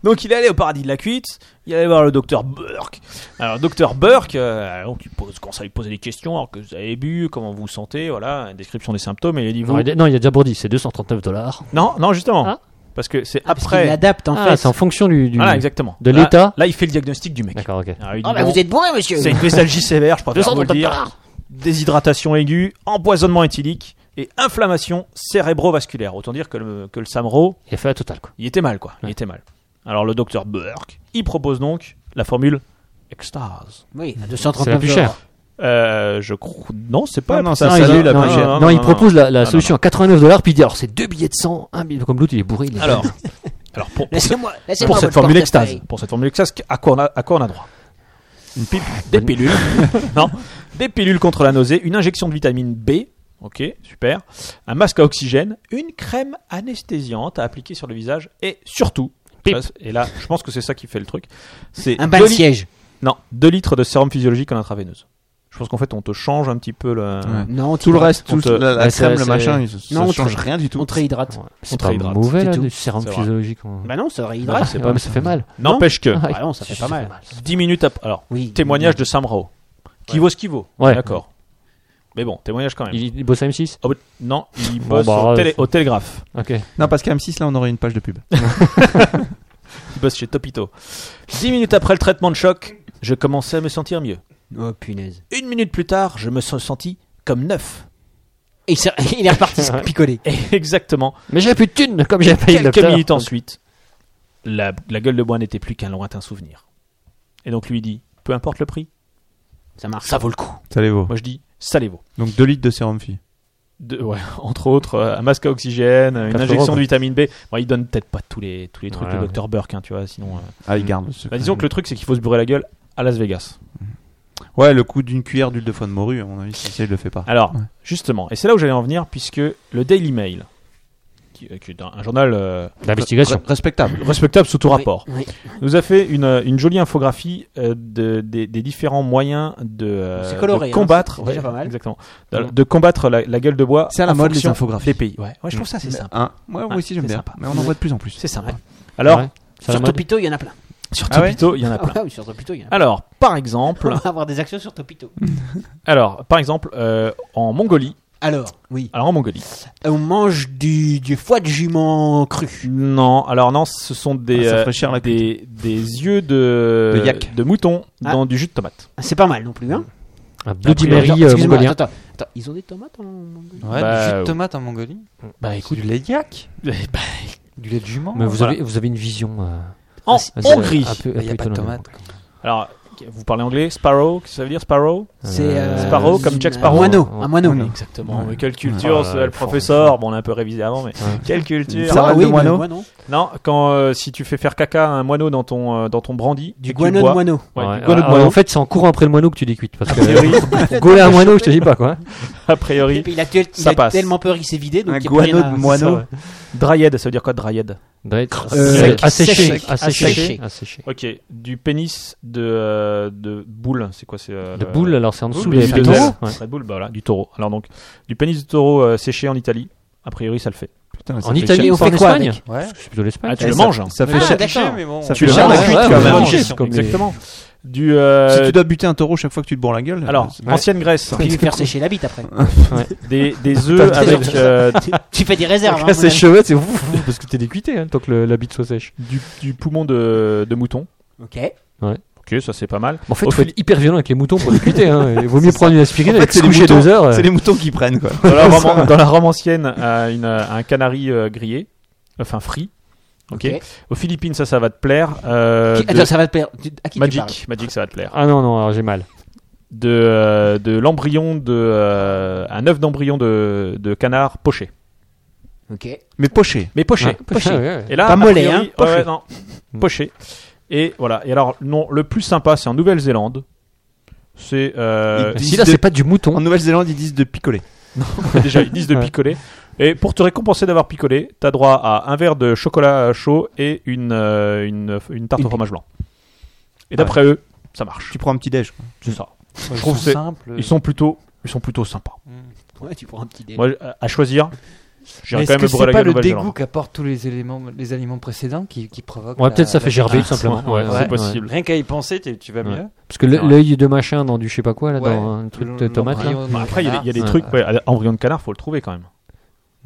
Donc il est allé au paradis de la cuite. Il est allé voir le docteur Burke. Alors docteur Burke, euh, donc il pose, commence à lui poser des questions. Alors que vous avez bu, comment vous vous sentez, voilà, une description des symptômes. Et il dit vous.
Non, il, a- non, il a déjà bondi, c'est 239 dollars.
Non, non, justement,
Ah.
parce que c'est
Parce qu'il
après.
l'adapte, en
Ah,
fait.
c'est en fonction du. du-
Voilà, exactement.
de
Là-
l'état.
Là, il fait le diagnostic du mec.
D'accord, ok.
Alors, il
Ah,
dit,
bah
bon,
vous êtes bourré, monsieur
C'est une vésalgie sévère, je préfère vous le
239
dire.
dollars
Déshydratation aiguë, empoisonnement éthylique et inflammation cérébrovasculaire. Autant dire que le, que le Samro,
Il a fait la totale, quoi.
il était mal, quoi. Il était mal. Alors le docteur Burke, il propose donc la formule extase.
Oui, à
C'est la
239
plus
dollars.
chère.
Euh, je crois. Non, c'est pas.
Non, non,
ça,
ça,
il
c'est
dit-
lui la
non,
plus
non,
chère.
non, il propose la, la
Non,
solution à 89 dollars, puis il dit alors c'est deux billets de 100, un billet. Comme l'autre, il est bourré, il est
Alors, alors pour, pour, ce-
Laissez-moi. laissez-moi
pour cette
votre
formule
portefeuille.
extase, pour cette formule extase, à quoi on a, à quoi on a droit Une pipe, des pilules, non, des pilules contre la nausée, une injection de vitamine B, ok, super, un masque à oxygène, une crème anesthésiante à appliquer sur le visage et surtout,
Pipe.
ça, et là, je pense que c'est ça qui fait le truc, c'est
Un
deux
bain de
lit-
siège.
non, 2 litres de sérum physiologique en intraveineuse. Je pense qu'en fait, on te change un petit peu le.
Ouais.
Non,
Tout le reste,
on
tout
te-
la, la
Ouais, c'est-
crème, le machin,
c'est-
ils-
Non,
ça
on
change
te-
rien du tout.
on te réhydrate.
Ouais,
On
C'est pas
réhydrate,
mauvais,
c'est
là,
tout.
du sérum
C'est vrai.
physiologique. on-
Bah non, ça
Ouais,
réhydrate.
Ah, ouais, mais ça fait mal.
N'empêche que,
Ah,
Bah non, ça fait pas mal.
10 minutes après. Alors,
Oui.
témoignage de Sam Rao, qui vaut ce qu'il vaut,
Ouais.
d'accord. Mais bon, témoignage quand même.
Il, il bosse à M6
Ah bah, non, il
Bon,
bosse
bah,
au,
euh,
télé-
faut-
au télégraphe.
Ok.
Non, parce qu'à M6, là, on aurait une page de pub.
Il bosse chez Topito. Dix minutes après le traitement de choc, je commençais à me sentir mieux.
Oh punaise.
Une minute plus tard, je me suis senti comme neuf.
Et ça- il est reparti se picoler.
Et exactement.
Mais j'ai plus de thunes comme j'ai payé le
Quelques
docteur.
minutes ensuite, la, la gueule de bois n'était plus qu'un lointain souvenir. Et donc lui il dit, peu importe le prix,
Ça marche.
ça vaut le coup.
Ça les vaut.
Moi je dis, ça les vaut.
Donc 2 litres de sérum fille.
De- ouais, entre autres, euh, un masque à oxygène, une
Quatre
injection
euros,
de vitamine B. Bon, il donne peut-être pas tous les, tous les trucs,
Ouais,
le
ouais.
docteur Burke, hein, tu vois, sinon. euh.
Ah, ils gardent.
Bah, disons que le truc, c'est qu'il faut se bourrer la gueule à Las Vegas.
Ouais, le coup d'une cuillère d'huile de foie de morue, à mon avis, si ça, il le fait pas.
Alors,
Ouais.
justement, et c'est là où j'allais en venir, puisque le Daily Mail, qui, euh, qui est un, un journal euh,
D'investigation.
Re- Respectable.
respectable sous tout
Oui,
rapport,
oui.
nous a fait une, euh, une jolie infographie euh, de- des, des différents moyens de, euh,
C'est coloré,
de
hein,
combattre,
c'est déjà pas mal.
exactement, de, de combattre la, la gueule de bois.
C'est à la
en
mode, les
fonction
infographies.
Des pays, ouais. Ouais, je trouve ça c'est
Mais-
sympa.
hein, ouais, moi
Ouais,
aussi, j'aime
c'est
bien.
sympa.
Mais on en voit de plus en plus.
C'est sympa. Alors,
Ouais. Ça, la
Sur
mode.
Topito, il y en a plein.
sur
Ah ouais
Topito, il y en a plein.
Ah oui, sur Topito, il y en a plein.
Alors, par exemple,
On va avoir des actions sur Topito.
alors, par exemple, euh, en Mongolie,
Alors, oui.
alors en Mongolie,
On mange du, du foie de jument cru.
non, alors non, ce sont des,
Ah, ça
euh,
ferait cher la cuite.
des, des yeux de,
De yak.
de mouton
Ah.
dans du jus de tomate.
Ah, C'est pas mal non plus, hein
Un Bloody
priori,
Mary euh,
Excuse-moi,
mongolien.
attends, attends, attends. Ils ont des tomates en Mongolie
Ouais,
Bah,
du jus de
ouais.
tomate en Mongolie
Bah
C'est Du lait
euh,
de yak
bah,
Du lait de jument
Mais vous
Voilà.
avez, vous avez une vision. euh,
en
assez-
Hongrie.
un peu- un
Il n'y
peu
a pas de
étonnante.
tomate.
Alors, vous parlez anglais Sparrow, qu'est-ce que ça veut dire Sparrow
C'est euh,
Sparrow, comme Jack Sparrow.
Un moineau,
Ouais.
un moineau.
Exactement.
Ouais.
Mais quelle culture,
Ouais.
ce- le professeur Bon, on l'a un peu révisé avant, mais
Ouais.
quelle culture
Ça-
Ah
Parole
oui,
de
mais
moineau.
moineau.
Non, quand euh, si tu fais faire caca à un moineau dans ton euh, dans ton brandy, et
Du
que tu le
guano de
bois-
moineau.
Ouais, Ah,
Ouais,
du guano de
alors,
moineau.
En fait, c'est en courant après le moineau que tu décuites. Parce
A
que
priori,
gauler un moineau, je te dis pas quoi.
a
Et
priori,
puis il a, tel- il
Ça
a
passe.
tellement peur, il s'est vidé. Donc
Un
il y a plus rien
guano
à-
de moineau.
dryad, ça veut dire quoi dryad
Doit être
Euh,
sec,
sec,
asséché.
sec,
Asséché.
asséché.
asséché.
Ok, du pénis de euh, de boule, c'est quoi c'est euh,
De
le-
boule, alors c'est en dessous
Boule,
les
du
pétons.
taureau.
Ouais.
Red Bull, bah voilà, du taureau. Alors donc, du pénis de taureau euh, séché en Italie, a priori ça le fait.
Putain, mais ça
En
fait
Italie,
Et
ou
on
en
fait quoi
Espagne
avec
Ouais.
Parce que C'est plutôt l'Espagne.
Ah, tu
Eh,
le
ça-
manges
cher- Ça fait
Ah,
cher.
d'accord.
mais bon.
Ça
Tu
fait
le
cher
manges,
la
ouais,
cuite
ouais,
quand
ouais,
même.
ouais.
Manger,
comme les-
exactement. Du,
Si
euh,
tu dois buter un taureau chaque fois que tu te bourres la gueule.
alors,
ouais.
ancienne Grèce,
Puis lui faire sécher la bite après.
des, des œufs avec euh,
tu fais des réserves. hein,
Casse
mon
les
ami.
cheveux, c'est ouf, ouf, parce que t'es décuité hein, tant que le- la bite soit sèche.
du, du poumon de, de mouton.
Ok. En
Ok, ça c'est pas mal.
Bon, en fait,
Au
faut
fil-
être hyper violent avec les moutons pour décuiter. Hein. Il vaut mieux prendre une aspirine
En fait,
et
c'est
se
les
coucher
moutons.
deux heures. euh.
C'est les moutons qui prennent, quoi.
Dans la Rome, dans la Rome ancienne, à une, euh, un canari euh, grillé. enfin Free. Ok.
Ok.
Aux Philippines, ça, ça va te plaire. Euh,
Qui-
de-
Attends, ça va te perdre. Tu- À qui tu parles
Magic, Magic, ça va te plaire.
Ah non, non, alors j'ai mal.
De, euh, de l'embryon de euh, un œuf d'embryon de, de canard poché.
Ok.
Mais poché.
Mais poché.
Ouais,
Poché.
ouais, ouais.
Et là,
Pas
a
mollet,
priori-
hein, poché.
ouais, non. Poché. Et voilà. Et alors, non, le plus sympa, c'est en Nouvelle-Zélande. C'est euh,
Si là, c'est pas du mouton.
En Nouvelle-Zélande, ils disent de picoler.
déjà ils disent de
Ouais.
picoler. Et pour te récompenser d'avoir picolé, t'as droit à un verre de chocolat chaud et une euh, une, une tarte
Une-
au fromage blanc. Et d'après eux, ça marche.
Tu prends un petit déj. quoi.
C'est ça.
Je
trouve c'est-
simple.
Ils sont plutôt ils sont plutôt sympas.
Ouais, tu prends un petit dé.
Moi, à- à choisir, j'irais
Mais
quand
est-ce
même
que
me bourrer
c'est
la
pas
gueule
le
Nouvelle-Zélande.
dégoût qu'apportent tous les éléments, les aliments précédents qui, qui provoquent
Ouais,
la-
peut-être ça
la
fait gerber,
Ah,
tout simplement.
ouais,
Ouais,
c'est
ouais.
possible.
Ah,
Rien qu'à y penser, t'es- tu vas mieux.
Parce que le-
Ouais.
l'œil de machin dans du je sais pas quoi, là,
Ouais.
dans un truc de
L'embryon
tomate, là.
de hein.
Bah, après, il y a des- il y a des
Ouais.
trucs, ouais, embryon de canard, faut le trouver quand même.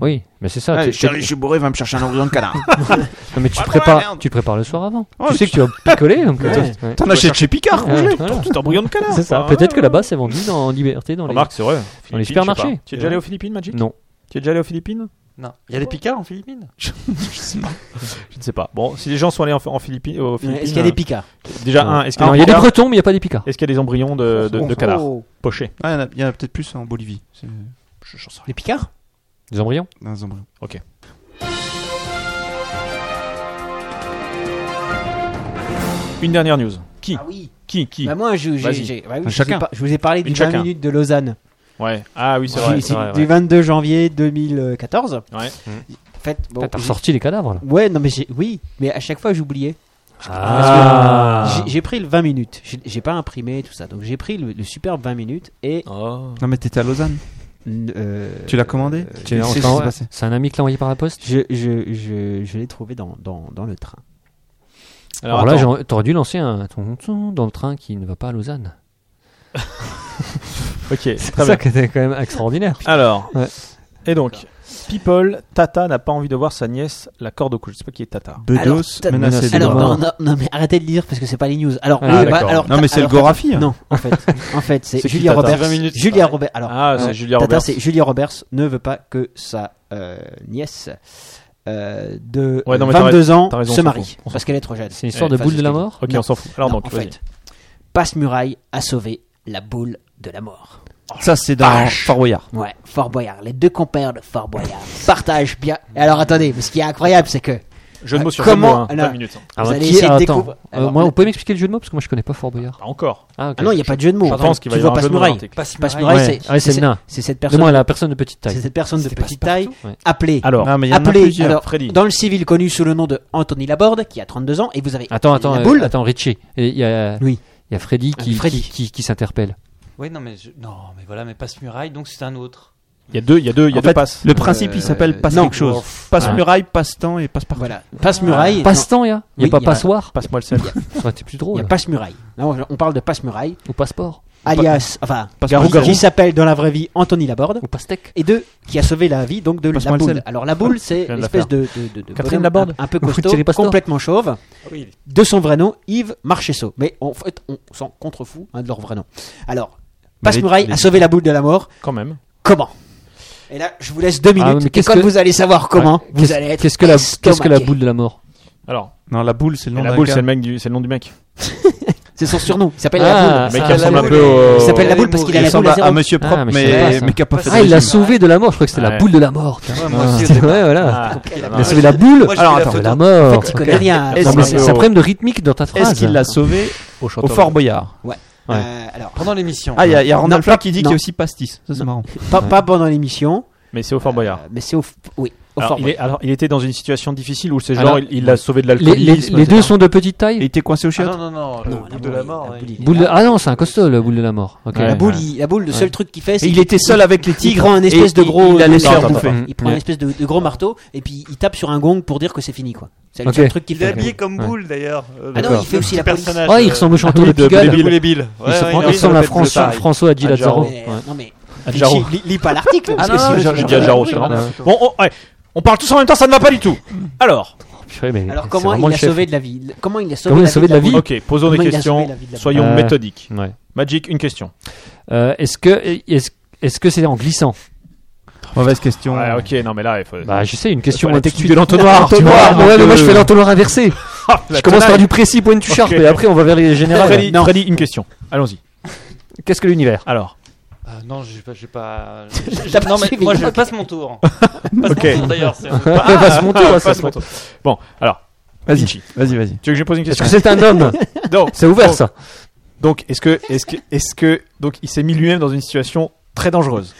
Oui, mais c'est ça.
Allez,
tu- tu-
Charlie, je suis bourré, va me chercher un embryon de canard.
non, mais tu te
Ouais, ouais,
prépares,
merde.
tu te prépares le soir avant.
Oh,
tu sais que tu vas picoler. donc, ouais. Ouais.
T'en achètes chez Picard.
Ouais,
congelé.
voilà.
Tout embryon de canard.
C'est ça.
Ah,
Peut-être
ouais,
que là-bas, c'est vendu dans, en liberté dans les.
Remarque, c'est vrai.
Dans
Philippines,
les
je sais pas.
supermarchés.
Tu es déjà allé aux Philippines, Magic
Non.
Tu es déjà allé aux Philippines
Non. Il y a des picards en Philippines
Je ne sais pas. Bon, si les gens sont allés en, en Philippines, aux Philippines,
Est-ce qu'il y a des picards
euh, déjà
Ouais.
un, est-ce qu'il y, a
Non,
des
Ah, il y a des
canards
bretons, mais il n'y a pas des picards.
Est-ce qu'il y a des embryons de, de, de
Oh.
canard
Oh.
pochés
Ah, il y en a- il y en a, peut-être plus en Bolivie. C'est
Je- j'en sais rien.
Les picards
Des embryons.
un embryon.
Une dernière news. Qui
Ah oui.
Qui Qui
Bah moi, je, j'ai-
Vas-y.
j'ai- bah oui,
Un
je, vous ai
chacun.
par- je vous ai parlé du
Une
20
chacun.
minutes de Lausanne.
Ouais. Ah oui, c'est
Du-
vrai.
c'est-
c'est vrai,
du
ouais.
22 janvier 2014.
Ouais. Mmh.
En fait, bon,
Putain, T'as
j'ai-
ressorti les cadavres, là.
Ouais, non, mais j'ai- oui, mais à chaque fois j'oubliais.
Ah.
Ah.
J'ai- J'ai pris le 20 minutes. J'ai- J'ai pas imprimé tout ça, donc j'ai pris le, le superbe 20 minutes
Ah.
et
Non, mais t'étais à Lausanne.
euh,
Tu l'as commandé
Tu-
C'est-
enfin,
c'est- c'est
ouais,
passé.
C'est un ami qui l'a envoyé par la poste.
Je, je, je, je l'ai trouvé dans, dans, dans le train.
Alors,
Alors,
là,
attends.
j'aurais- t'aurais dû lancer un ton ton dans le train qui ne va pas à Lausanne.
Ok,
C'est
très
ça
bien.
qui était quand même extraordinaire.
Alors.
Ouais.
Et donc, People, Tata n'a pas envie de voir sa nièce la corde au cou. Je sais pas qui est Tata.
Bedos,
Alors,
menacé de
Alors,
bon.
mort.
non, non, non, mais arrêtez de lire parce que c'est pas les news. Alors,
Ah,
le- bah,
d'accord.
alors,
Non, mais c'est le
alors,
Gorafi. hein.
Non, en fait, en fait, c'est
C'est qui,
Julia
Tata
Roberts.
20 minutes,
Julia Roberts. Alors,
Ah, c'est
euh,
Julia
Tata,
Roberts.
c'est Julia Roberts ne veut pas que sa euh, nièce euh, de
Ouais, non, mais
22 ans
t'as raison, on
se
s'en
marie
fout, on s'en
parce qu'elle est trop jeune.
C'est l'histoire
Ouais,
de
enfin,
boule
c'est
de la
ce que je
mort.
Ok,
Non.
on s'en fout. Alors
Non,
donc,
en
vas-y.
fait, passe muraille a sauvé la boule de la mort.
Oh, Ça, c'est dans Fort Boyard.
Ouais, Fort Boyard. Les deux compères de Fort Boyard partagent bien. Et alors attendez, mais ce qui est incroyable, c'est que
Jeu de mots
Euh,
sur
comment-
jeu de mots, hein.
alors-
20 minutes. hein.
Alors,
allez
qui-
essayer de
ah, attends.
découvrir-
Euh,
alors,
moi,
le-
vous pouvez m'expliquer le jeu de mots parce que moi je connais pas Fort Boyard.
Pas encore.
Ah, ok.
ah non, il n'y a pas de jeu de mots.
Je pense qu'il va y
Tu vois
avoir un
passe
jeu de mots
muraille.
dans tes-
Passe muraille,
Ouais,
c'est
ouais, c'est
c'est-
le nain.
c'est cette
De
personne.
moi, la personne de petite
C'est
taille.
cette personne de petite taille
Ouais.
appelée.
Alors,
Non, mais il y en a
appelée
plusieurs.
alors,
Freddy.
dans le civil connu sous le nom de Anthony Laborde, qui a 32 ans, et vous avez
Attends, attends,
la
euh,
boule.
attends, Richie. Et il y a,
Oui.
il y a Freddy
Ah,
qui,
Freddy.
qui, qui- qui s'interpelle.
Oui, non, mais je- non, mais voilà, mais passe muraille, donc c'est un autre.
il y a deux, il y a deux, il y a
En
deux
fait,
passes. Euh,
Le principe, il s'appelle passe
non.
quelque chose. Passe
Ah.
muraille, passe temps et passe partout.
voilà, passe muraille.
Passe-temps, il y a. Il n'y a
Oui,
pas
il y a-
passoire.
Passe-moi le sel.
Ça aurait été plus
Il y
drôle.
a passe muraille. Non, on parle de passe muraille,
Ou passeport.
alias, enfin,
Passe-moi
qui-
le sel.
qui s'appelle dans la vraie vie Anthony Laborde.
Ou pastèque.
et deux qui a sauvé la vie donc de la
Passe-moi le
boule.
sel.
Alors la boule c'est
viens de la
l'espèce de, de, de, de
Catherine
bonhomme
Laborde.
un, un peu
Ou
costaud,
Thierry Pastor.
complètement chauve,
Ah oui.
de son vrai nom Yves Marchesso. Mais en fait on s'en contrefout hein, de leur vrai nom. Alors
Mais
Passe
les-
Muraille
les-
a sauvé la boule de la mort.
Quand même.
Comment Et là je vous laisse deux
Ah,
minutes.
mais
et
qu'est-ce
quand
que-
vous allez savoir comment
Ouais.
vous
Qu'est-ce-
allez être
Qu'est-ce que la, qu'est-ce que la
estomaqué.
boule de la mort
Alors,
Non, la boule, c'est le nom
la
d'un
boule,
gars.
c'est le mec du, c'est le nom du mec.
C'est son surnom. Il s'appelle
Ah,
Le
la
mec
boule.
qui
ça, la
ressemble un
boule.
peu au.
Il s'appelle la boule parce qu'il a
Il
la boule
ressemble
à
à,
zéro.
à Monsieur
Ah,
Propre,
mais je savais pas
mais,
ça.
mais qui a pas fait
Ah, il
de
l'a
régime.
sauvée de la mort. Je crois que c'était la
Ouais.
boule de la mort.
Ouais, moi aussi, au
Ouais,
départ.
voilà.
Ah,
Il a sauvé la boule.
Moi, je
Alors,
fais la
attends,
De
photo.
la mort.
Tu connais rien. à
Est-ce
Non,
Passe
mais
qu'il-
c'est
Muraille.
c'est un problème de rythmique dans ta phrase.
Est-ce qu'il l'a sauvé
au
au Fort Boyard
Ouais.
Euh, Alors
Pendant l'émission.
Ah, il y a, il y a
Non,
Randolph
pas-
qui dit
non.
qu'il y a aussi Pastis. Ça, c'est marrant.
pas- pas pendant l'émission.
Mais c'est au Fort Boyard.
euh, Mais c'est au f- oui au
Alors,
Fort
il est- alors, il était dans une situation difficile où c'est genre,
Alors,
il il l'a sauvé de
Les, les-
l'alcoolisme.
les deux
etc.
sont de petite
Il
taille.
était coincé au
Ah,
chiottes.
non, non, non, le bout de la mort. ouais.
Boule de- Ah non, c'est un costaud, la boule de la mort. Ok.
Ouais.
La
Ouais.
boule, il- la boule, le seul truc qu'il fait, c'est
Et il
qu'il-
était seul avec les
il
tigres.
prend un espèce
et
de gros,
Il allait se
de-
faire
Attends,
bouffer.
attends.
Il prend un
Ouais.
espèce de, de gros marteau et puis il tape sur un gong pour dire que c'est fini quoi. C'est le
Ok.
seul truc qu'il
Il est
fait.
habillé comme
Ouais.
boule d'ailleurs. euh,
Ah non, il
D'accord.
fait aussi la police.
personnage.
Ah, il
euh,
ressemble au chanteur
oui,
de
de
Pigalle.
Boule
Boule et Bill.
Il se prend- il ressemble à François, François Di Lazzaro.
Mais-
Ouais.
Non mais
Adjaro.
lis, lis- lis pas l'article. parce
non,
que
non,
si-
j'ai-
je-
j'ai
je-
Adjaro,
je-
c'est
je-
marrant.
Ouais.
Bon, on, ouais, on parle tous en même temps, ça ne va pas du tout. Alors,
Purée, mais
Alors
c'est
comment
vraiment
il
le
a
chef.
sauvé de la vie Comment il a sauvé
Comment il a
la
sauvé
vie
de la vie
ok, posons des
Comment il a
questions.
sauvé la vie de la
Soyons
Euh,
méthodiques.
Ouais.
Magic, une question.
Euh, est-ce que est-ce est-ce que c'est en glissant
Mauvaise question.
Ouais, ok, non, mais là, il faut.
Bah, je sais, une question
la
euh, tout de
technique
suite.
de l'entonnoir, tu
L'entonnoir,
vois,
ouais,
donc,
mais moi je
euh,
fais l'entonnoir inversé.
La
Je commence par
tenaille.
du précis, point du sharp,
Ok.
et après on va vers les générales.
Freddy, Freddy, une question. Allons-y.
Qu'est-ce que l'univers
Alors.
Ah, non, j'ai pas. j'ai pas...
T'as
non,
pas
mais
suivi.
moi je passe mon tour. Passe
Ok.
mon tour d'ailleurs. c'est-
Passe mon tour,
Ah,
ça,
passe
ça.
mon tour. Bon, alors,
Vas-y,
Vinci.
vas-y, vas-y.
tu veux que je pose une
Est-ce
question
que c'est un homme
Non.
C'est ouvert ça.
Donc, est-ce que, est-ce que, est-ce que, donc, il s'est mis lui-même dans une situation très dangereuse.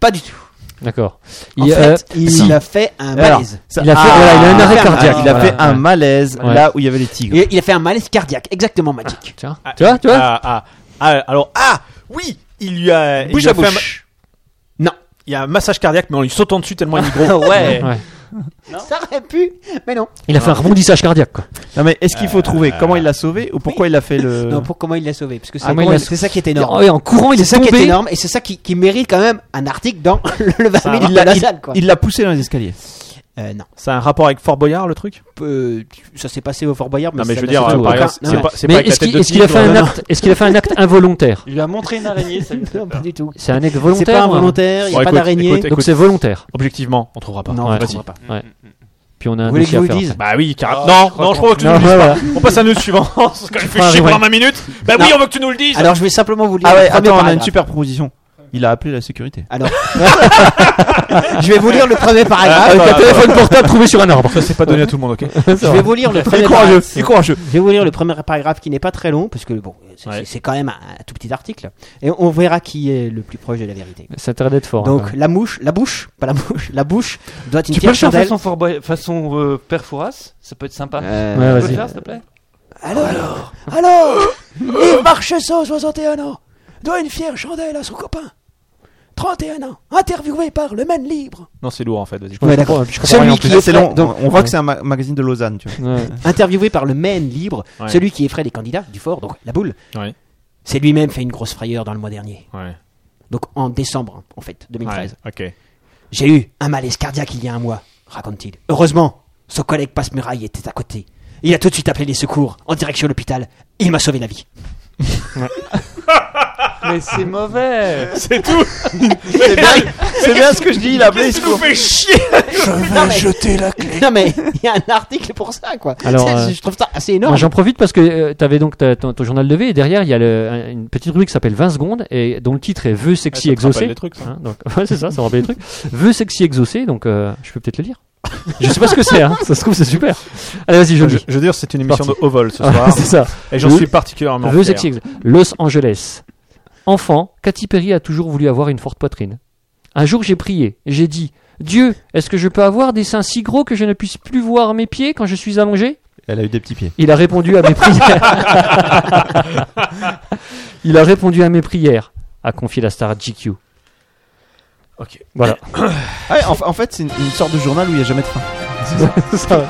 Pas du tout.
D'accord.
En
Il, euh,
fait, il
si.
a fait un
Alors,
malaise.
il a fait,
Ah,
voilà, il a un
il a
arrêt
fait un-
cardiaque.
il a fait
Voilà.
un malaise
Ouais.
là où il y avait les tigres.
Il, il a fait un malaise cardiaque, exactement, Magic.
Tiens, tu vois, tu vois
ah, ah, ah, alors, ah, oui, il lui a. il
Bouche
lui a
à
fait un
bouche.
ma- Non, il y a un massage cardiaque, mais en lui sautant dessus tellement il est gros.
ouais.
Ah Ouais.
Ça aurait pu, mais non.
Il a fait un rebondissage cardiaque. Quoi.
Non mais est-ce qu'il faut trouver
Euh,
comment il l'a sauvé ou pourquoi il a fait
Euh.
le
Non, pour comment il l'a sauvé Parce que c'est
Ah, moi, il
comment
l'a
il- c'est ça qui est énorme.
Oh, et en courant, il est,
C'est ça qui est
tombé.
énorme et c'est ça qui, qui mérite quand même un article dans le vermin
il
de
l'a
la
il-
salle quoi.
il l'a poussé dans les escaliers.
Euh, non,
C'est un rapport avec Fort Boyard, le truc
Euh, ça s'est passé au Fort Boyard.
Non, mais je
ça
veux
n'a
dire,
surtout
euh, par
aucun-
exemple,
non,
c'est
non,
pas, c'est pas
Mais
avec la
est-ce
tête
qu'il
de
est-ce qu'il a
tigre,
fait un
non.
acte Est-ce qu'il a fait un acte involontaire
Il lui a montré une araignée. ça lui-
non, pas du tout.
C'est un acte
C'est
volontaire
pas
ou un-
involontaire, il n'y
Bon,
a pas
écoute,
d'araignée.
écoute,
Donc c'est volontaire.
Objectivement, on trouvera pas.
Non,
Ouais,
on
vas-y.
trouvera pas.
Ouais. Puis on a un
Vous voulez que
dossier
je
à
vous le
faire.
dise
Bah oui, carrément. non, non, je crois que tu nous le
Non,
dises
voilà.
pas. On passe à la news suivante. Parce que je
Enfin,
fais chier
ouais.
pendant 20 minutes. Bah oui, on veut que tu nous le dises.
Alors je vais simplement vous lire.
Ah
le
ouais,
premier
attends, on a une
paragraphe.
super proposition. Il a appelé la sécurité.
Alors, Ah je vais vous lire le premier paragraphe.
Avec un téléphone portable trouvé sur un arbre.
Ah, ça, c'est pas donné à tout le monde, ok
Je vais vous lire le premier
Il est courageux,
paragraphe.
il est courageux.
Je vais vous lire le premier paragraphe qui n'est pas très long parce que bon, c'est
Ouais.
c'est quand même un, un tout petit article et on verra qui est le plus proche de la vérité.
Ça t'arrête d'être fort.
Donc
hein.
la mouche, la bouche, pas la mouche, la bouche doit
Tu
une
peux
fière
le faire
chandelle.
façon, Fort Boy- façon euh, Père Fouras Ça peut être sympa.
Euh,
Ouais,
tu peux
vas-y.
le faire, s'il te plaît
Alors Alors Yves Marchessault, 61 ans, doit une fière chandelle à son copain. 31 ans, interviewé par Le Maine Libre.
Non, c'est lourd en fait, vas-y.
Je comprends-
ouais, d'accord.
je comprends rien en
Celui
plus.
qui est
C'est long.
donc,
on voit que c'est un ma- magazine de Lausanne, tu vois.
Ouais.
interviewé par Le Maine Libre,
Ouais.
celui qui effraie les candidats du fort, donc la boule,
Ouais.
c'est lui-même fait une grosse frayeur dans le mois dernier.
Ouais.
Donc en décembre, en fait, 2013.
Ouais, ok.
J'ai eu un malaise cardiaque il y a un mois, raconte-t-il. Heureusement, son collègue passe-muraille était à côté. Il a tout de suite appelé les secours en direction de l'hôpital. Il m'a sauvé la vie.
Mais c'est mauvais
C'est tout.
C'est bien, c'est bien ce que je dis. Il a appelé.
Qu'est-ce qui nous fait chier
Non, mais... Non, mais il y a un article pour ça, quoi.
Alors,
C'est-
euh,
Je trouve ça assez énorme.
Moi, J'en profite parce que tu avais donc ta- ton, ton journal de V et derrière il y a le- un- une petite rubrique qui s'appelle 20 secondes et dont le titre est Vœux sexy
Ouais, Ah, ça te rappelle des
exaucé.
trucs, ça.
Hein, donc, ouais, c'est ça, ça me rappelle des trucs. Vœux sexy exaucé, donc euh, je peux peut-être le lire. Je sais pas ce que c'est, hein. ça se trouve c'est super. Allez vas-y, je le
Je,
lis.
je veux dire, c'est une émission
Parti.
de haut vol ce
Ah,
soir.
c'est ça.
et j'en
Le-
suis particulièrement.
Vœux
fier.
sexy exaucé. Los Angeles. Enfant, Katy Perry a toujours voulu avoir une forte poitrine. Un jour j'ai prié, j'ai dit Dieu, est-ce que je peux avoir des seins si gros que je ne puisse plus voir mes pieds quand je suis allongé
Elle a eu des petits pieds.
Il a répondu à mes prières. Il a répondu à mes prières, a confié la star à GQ.
Ok.
Voilà.
Ah ouais, en, en fait, c'est une, une sorte de journal où il n'y a jamais de fin.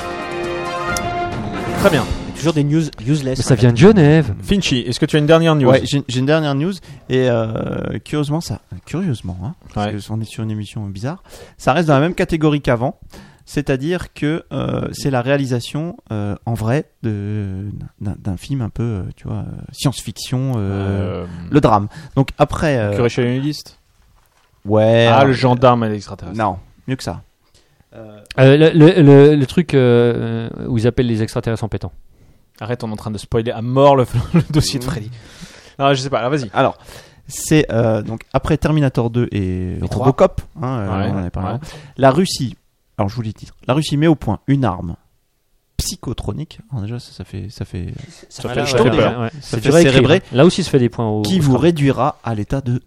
Très bien.
Toujours des news useless.
Mais ça vient de Genève.
Finchy, est-ce que tu as une dernière news
Ouais, j'ai j'ai une dernière news et euh, curieusement ça, curieusement, hein, parce
Ouais.
que on est sur une émission bizarre. Ça reste dans la même catégorie qu'avant, c'est-à-dire que euh, c'est la réalisation euh, en vrai de d'un- d'un film un peu, euh, tu vois, euh, science-fiction, euh,
Euh,
le drame. Donc après, euh,
Curé chez les nudistes
ouais,
Ah,
alors-
le gendarme et l'extraterrestre.
non, mieux que ça.
Euh, le, le- le- le truc euh, euh, où ils appellent les extraterrestres en pétant.
Arrête, on est en train de spoiler à mort le, le dossier de
Mmh.
Freddy. Non, je sais pas, alors vas-y.
Alors, c'est euh, donc après Terminator 2 et
trois.
Robocop, hein, euh,
Ouais,
on en avait parlé
ouais.
avant. la Russie, alors je vous lis le titre, la Russie met au point une arme psychotronique, Alors déjà ça, ça fait, ça fait
fait-
Ça fait-
ça
ça fait
fait
peur.
Ouais, ouais.
Ça
C'est
fait
dur à écrire,
célébrer.
hein. Là aussi se fait des points au.
qui
au
vous
crâne.
réduira à l'état de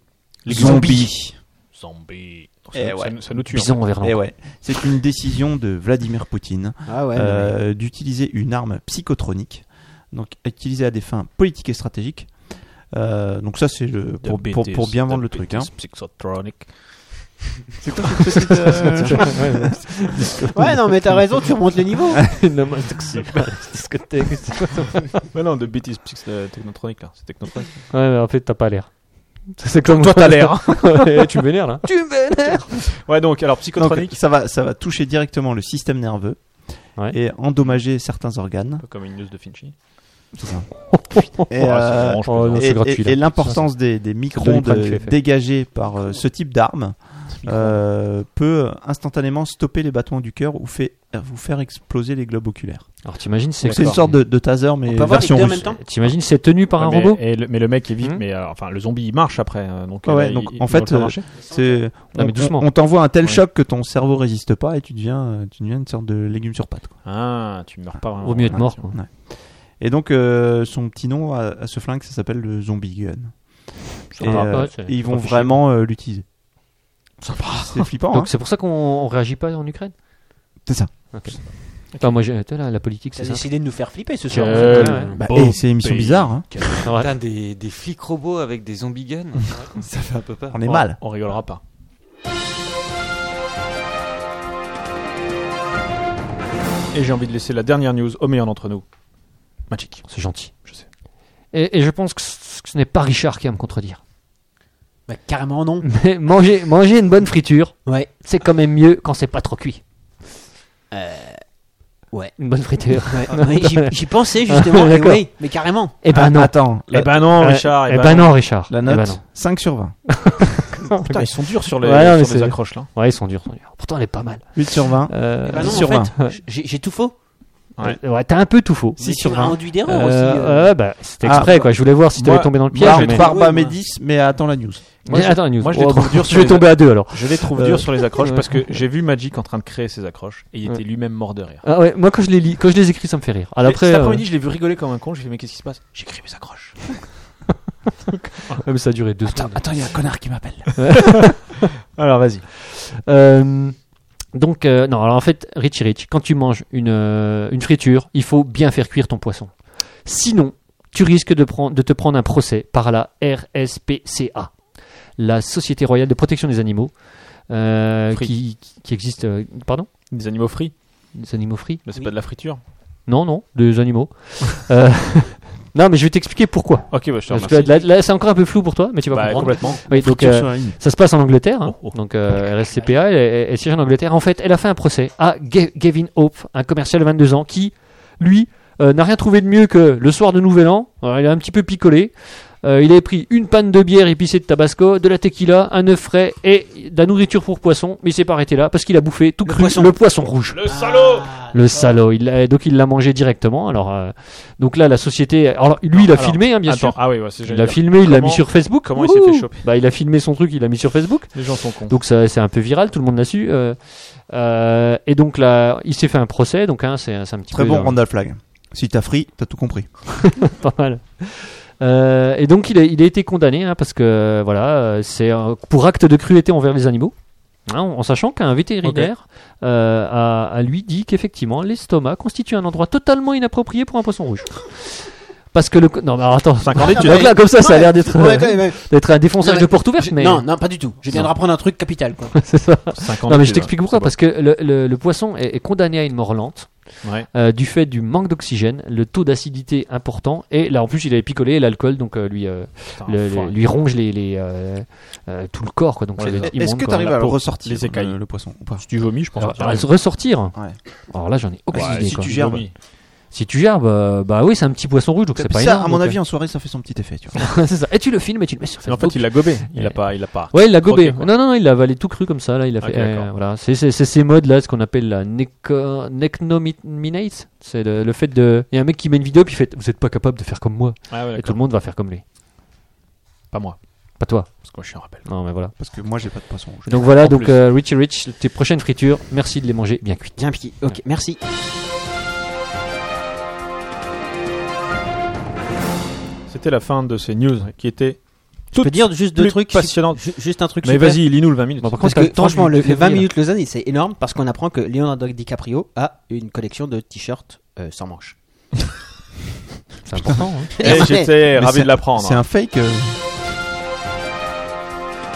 Les
zombie.
Zombie.
Eh
Ça,
ouais.
ça- ça nous tue.
Bison vers
Eh
l'an.
ouais, c'est une décision de Vladimir Poutine
Ah ouais.
euh, d'utiliser une arme psychotronique, donc utilisée à des fins politiques et stratégiques. Euh, donc ça c'est le
hein.
pour, pour, pour bien vendre le truc. Hein.
Psychotronic.
C'est quoi cette
Ouais, non, mais t'as raison, tu remontes le niveau.
discothèque.
Mais non, de Beat is psych- Technotronic là. C'est Technotronic.
Ouais, mais en fait, t'as pas l'air. C'est comme
Toi, t'as l'air.
Ouais, tu me vénères là.
Ouais, donc, alors
Donc,
psychotronic.
ça va, ça va toucher directement le système nerveux
Ouais.
et endommager certains organes.
Un peu comme une news de Finchy.
Et,
Oh,
euh,
c'est bon, je
oh,
plaisante.
non,
et-
c'est gratuit,
et-
là.
et l'importance des, des
Doliprane
micro-ondes
qui fait faire.
dégagées par euh, ce type d'arme euh, peut instantanément stopper les battements du cœur ou fait, vous faire exploser les globes oculaires.
Alors t'imagines c'est
Donc, C'est une sorte de, de taser, mais
On peut avoir les
version
deux en
russe.
même temps
T'imagines c'est tenu par un
mais,
euh,
robot
et le, mais le mec est vite,
Hmm.
mais euh, enfin le zombie il marche après. euh, Donc,
Mmh. Ah ouais,
euh,
donc,
il-
en
il
fait,
doit le faire
euh,
marcher.
C'est,
Non,
on,
mais doucement.
on- on t'envoie un tel
Ouais.
choc que ton cerveau résiste pas et tu deviens, euh, tu deviens une sorte de légume sur pattes. quoi.
Ah, tu meurs pas vraiment.
Vaut mieux être mort.
Ouais,
quoi.
Et donc euh, son petit nom à, à ce flingue, ça s'appelle le zombie gun. Et,
Sympa.
euh,
Ouais, Ah, c'est-
et ils
faut
vont
pas ficher.
vraiment euh, l'utiliser.
Sympa.
C'est flippant. hein.
Donc c'est pour ça qu'on on réagit pas en Ukraine.
C'est ça.
Ok. Attends, moi, j'ai- t'as là, la politique,
T'as
c'est ça. Euh.
décidé de nous faire flipper ce soir.
Quel
Ouais, ouais.
Bah,
beau
hey, c'est une émission
pays.
bizarre. hein.
Ouais.
Putain, des, des flics robots avec des zombie guns, ça fait un peu peur.
On
Oh.
est mal.
On rigolera pas. Et j'ai envie de laisser la dernière news au meilleur d'entre nous. Magic.
C'est gentil.
Je sais.
Et, et je pense que ce, que ce n'est pas Richard qui va me contredire.
Bah, carrément non.
Mais manger, manger une bonne friture,
Ouais.
c'est quand même mieux quand c'est pas trop cuit.
ouais.
Une bonne friture.
Ouais, J'y j'y pensais justement, mais
D'accord.
oui, mais carrément.
Eh ben non.
Attends.
Eh ben non,
Euh,
Richard.
Eh ben non, Richard.
La
Eh
note
ben non.
5 sur 20.
Putain, ils sont durs sur les,
Ouais, non, mais
sur les
c'est-
accroches là.
Ouais, ils sont durs, ils sont durs. Pourtant, elle est pas mal.
8 sur 20.
Euh,
Eh ben non,
sur
en fait,
20.
j'ai j'ai tout faux.
Ouais.
euh, ouais, t'as un peu tout faux.
Mais tu m'as induit d'erreur
Euh,
aussi. euh.
ouais, bah, c'était
Ah,
exprès, quoi. Je voulais voir si t'avais
moi-
tombé dans le piège.
Barbe,
mais... bah.
barbe
Ouais,
à
moi.
mes 10, mais attends la news.
Moi,
Mais
je-
attends, la news.
moi, je les
Oh,
trouve
bah,
durs
tu
sur
es
les-
tombé à deux alors.
Je les trouve
Euh,
durs sur les accroches
ouais.
parce que j'ai vu Magic en train de créer ses accroches et il était lui-même mort de rire.
Ah ouais, moi quand je les lis, quand je les écris, ça me fait rire. Alors
Mais
après,
cet
euh,
après-midi, je l'ai vu rigoler comme un con. J'ai fait, mais qu'est-ce qui se passe J'écris mes accroches.
ouais, mais ça a duré deux
Attends,
secondes.
attends, il y a un connard qui m'appelle.
Alors vas-y.
Euh, donc, euh, non, alors en fait, Richie Rich, quand tu manges une, euh, une friture, il faut bien faire cuire ton poisson. Sinon, tu risques de, prendre- de te prendre un procès par la RSPCA, la Société Royale de Protection des Animaux, euh,
Free.
qui, qui existe. euh, pardon
Des animaux frits.
Des animaux frits
Mais c'est
Oui.
pas de la friture.
Non, non, des animaux. Euh, non, mais je vais t'expliquer pourquoi.
Ok, bah, je te
Parce
remercie.
que là, là, c'est encore un peu flou pour toi, mais tu vas
Bah,
comprendre.
complètement.
Oui, donc, euh, ça se passe en Angleterre, hein.
Oh, oh.
donc euh, RSCPA, elle, elle- elle siège en Angleterre. En fait, elle a fait un procès à Ge- Gavin Hope, un commercial de 22 ans, qui, lui, euh, n'a rien trouvé de mieux que le soir de Nouvel An. Alors, il a un petit peu picolé. Euh, il avait pris une panne de bière épicée de tabasco, de la tequila, un œuf frais et de la nourriture pour poisson. Mais il s'est pas arrêté là parce qu'il a bouffé tout cru
poisson.
le poisson rouge.
Ah.
Le salaud
Le salaud. Il l'a- donc il l'a mangé directement. Alors euh, donc là la société. Alors lui il a
Alors,
filmé hein, bien
Attends,
sûr.
ah oui, ouais, c'est
Il l'a
génial.
filmé, il l'a
Comment-
mis sur Facebook.
comment il s'est fait
Wouhou
choper Hmm.
Bah il a filmé son truc, il l'a mis sur Facebook.
Les gens sont cons.
Donc ça, c'est un peu viral, tout le monde l'a su. euh, euh, et donc là, il s'est fait un procès, donc hein, c'est c'est un petit
Très
peu
bon
euh,
Randall Flag. Si t'as free, t'as tout compris.
pas mal. Euh, et donc il a, il a été condamné hein, parce que euh, voilà, euh, c'est euh, pour acte de cruauté envers les animaux. hein, en en sachant qu'un vétérinaire euh, a, a lui dit qu'effectivement l'estomac constitue un endroit totalement inapproprié pour un poisson rouge. Parce que le. co- Non, mais alors, attends.
Cinq ans d'études.
Donc là, comme ça, ça a l'air d'être
Ouais,
euh,
ouais, ouais.
d'être un défonçage
Non,
de
mais-
porte ouverte,
Je-
mais.
Non, non, pas du tout. Je viens de reprendre un truc capital, quoi.
c'est ça.
Cinq ans
Non, mais
d'études,
je
hein,
t'explique
ouais.
pourquoi.
C'est
Parce que le, le- le poisson est, est condamné à une mort
bon.
lente.
Ouais.
Euh, du fait du manque d'oxygène, le taux d'acidité important, et là en plus il avait picolé et l'alcool, donc euh, lui, euh,
Putain,
Ah,
le- le-
enfoiré.
lui ronge les, les, euh, euh, tout le corps, quoi, donc
Ouais,
ça doit
ouais.
être
Est-ce
immonde,
que
quoi.
t'arrives à le
peau,
ressortir,
les écailles.
le, le poisson ou pas
Si tu vomis, je pense.
Alors,
que-
à se ressortir hein.
Ouais.
Alors là j'en ai aucune
Ouais,
idée.
si
quoi.
tu gères,
vomis.
Si tu gères, bah, bah oui c'est un petit poisson rouge, donc c'est pas
ça,
énorme,
à mon
donc,
avis, en soirée, ça fait son petit effet. Tu vois.
euh, c'est ça. Et tu le filmes et tu le mets sur
Mais en
Facebook.
fait, il l'a gobé. Il l'a pas. Il l'a pas.
Ouais, il l'a gobé.
Ok, quoi.
non, non, non, il l'a avalé tout cru comme ça. Là, il a
Ok,
fait. euh,
d'accord.
voilà, c'est c'est- c'est ces modes là, ce qu'on appelle la neco- necnominate. C'est le, le fait de. Il y a un mec qui met une vidéo puis il fait. Vous êtes pas capable de faire comme moi.
Ah ouais,
Et tout
d'accord.
le monde va faire comme lui.
Pas moi.
Pas toi.
Parce que moi, je suis un rappel.
Non, mais voilà.
Parce que moi, j'ai pas de poisson. rouge.
Donc voilà,
En
donc
plus.
euh, Richie Rich, tes prochaines fritures, merci de les manger bien cuites.
Bien petit. Ok, merci.
C'était la fin de ces news qui étaient
Je peux
toutes
dire juste deux
plus
trucs.
passionnantes.
ju- Juste un truc.
Mais
super.
vas-y, lis-nous le 20 minutes.
Bon, par contre,
Parce
t'as
que
le temps
franchement,
du-
le,
du
le 20
février, là.
minutes Lausanne, c'est énorme parce qu'on apprend que Leonardo DiCaprio a une collection de t-shirts euh, sans manches.
C'est important. hein.
Eh, J'étais
Mais
ravi
c'est-
de
Oh,
l'apprendre.
C'est un fake. euh,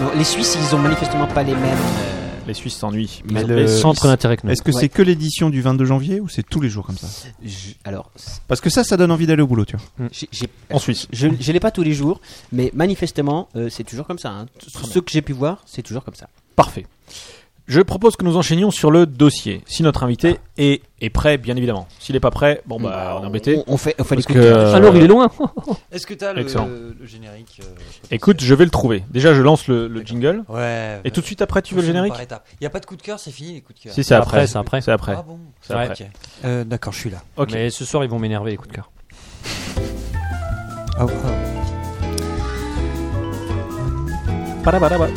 Non, les Suisses, ils ont manifestement pas les mêmes. euh,
hein. Les Suisses s'ennuient.
Mais
Ils ont
le-
des centres d'intérêt que nous.
Est-ce que
Ouais.
c'est que l'édition du 22 janvier ou c'est tous les jours comme ça
je- alors, c'est-
Parce que ça, ça donne envie d'aller au boulot, tu vois.
Mm.
j'ai- j'ai-
En Suisse.
je je l'ai pas tous les jours, mais manifestement, euh, c'est toujours comme ça. hein. Ceux que j'ai pu voir, c'est toujours comme ça.
Parfait. Je propose que nous enchaînions sur le dossier. Si notre invité est, est prêt, bien évidemment. S'il n'est pas prêt, bon bah on est embêté.
On, euh, on fait, on fait
Parce
l'écoute.
que- euh,
Alors il est hein, loin.
Est-ce que t'as le,
Excellent.
le générique euh,
Écoute, je vais le trouver. Déjà, je lance le, le jingle.
Ouais.
Et tout de suite après, tu veux le générique
Il y a pas de coup de cœur, c'est fini les coups de cœur.
Si, c'est après.
c'est après.
C'est après.
Ah bon
C'est après.
Ok. Euh, D'accord, je suis là.
Ok.
Mais ce soir ils vont m'énerver les coups de cœur.
Ah, ah.
Parabaraba.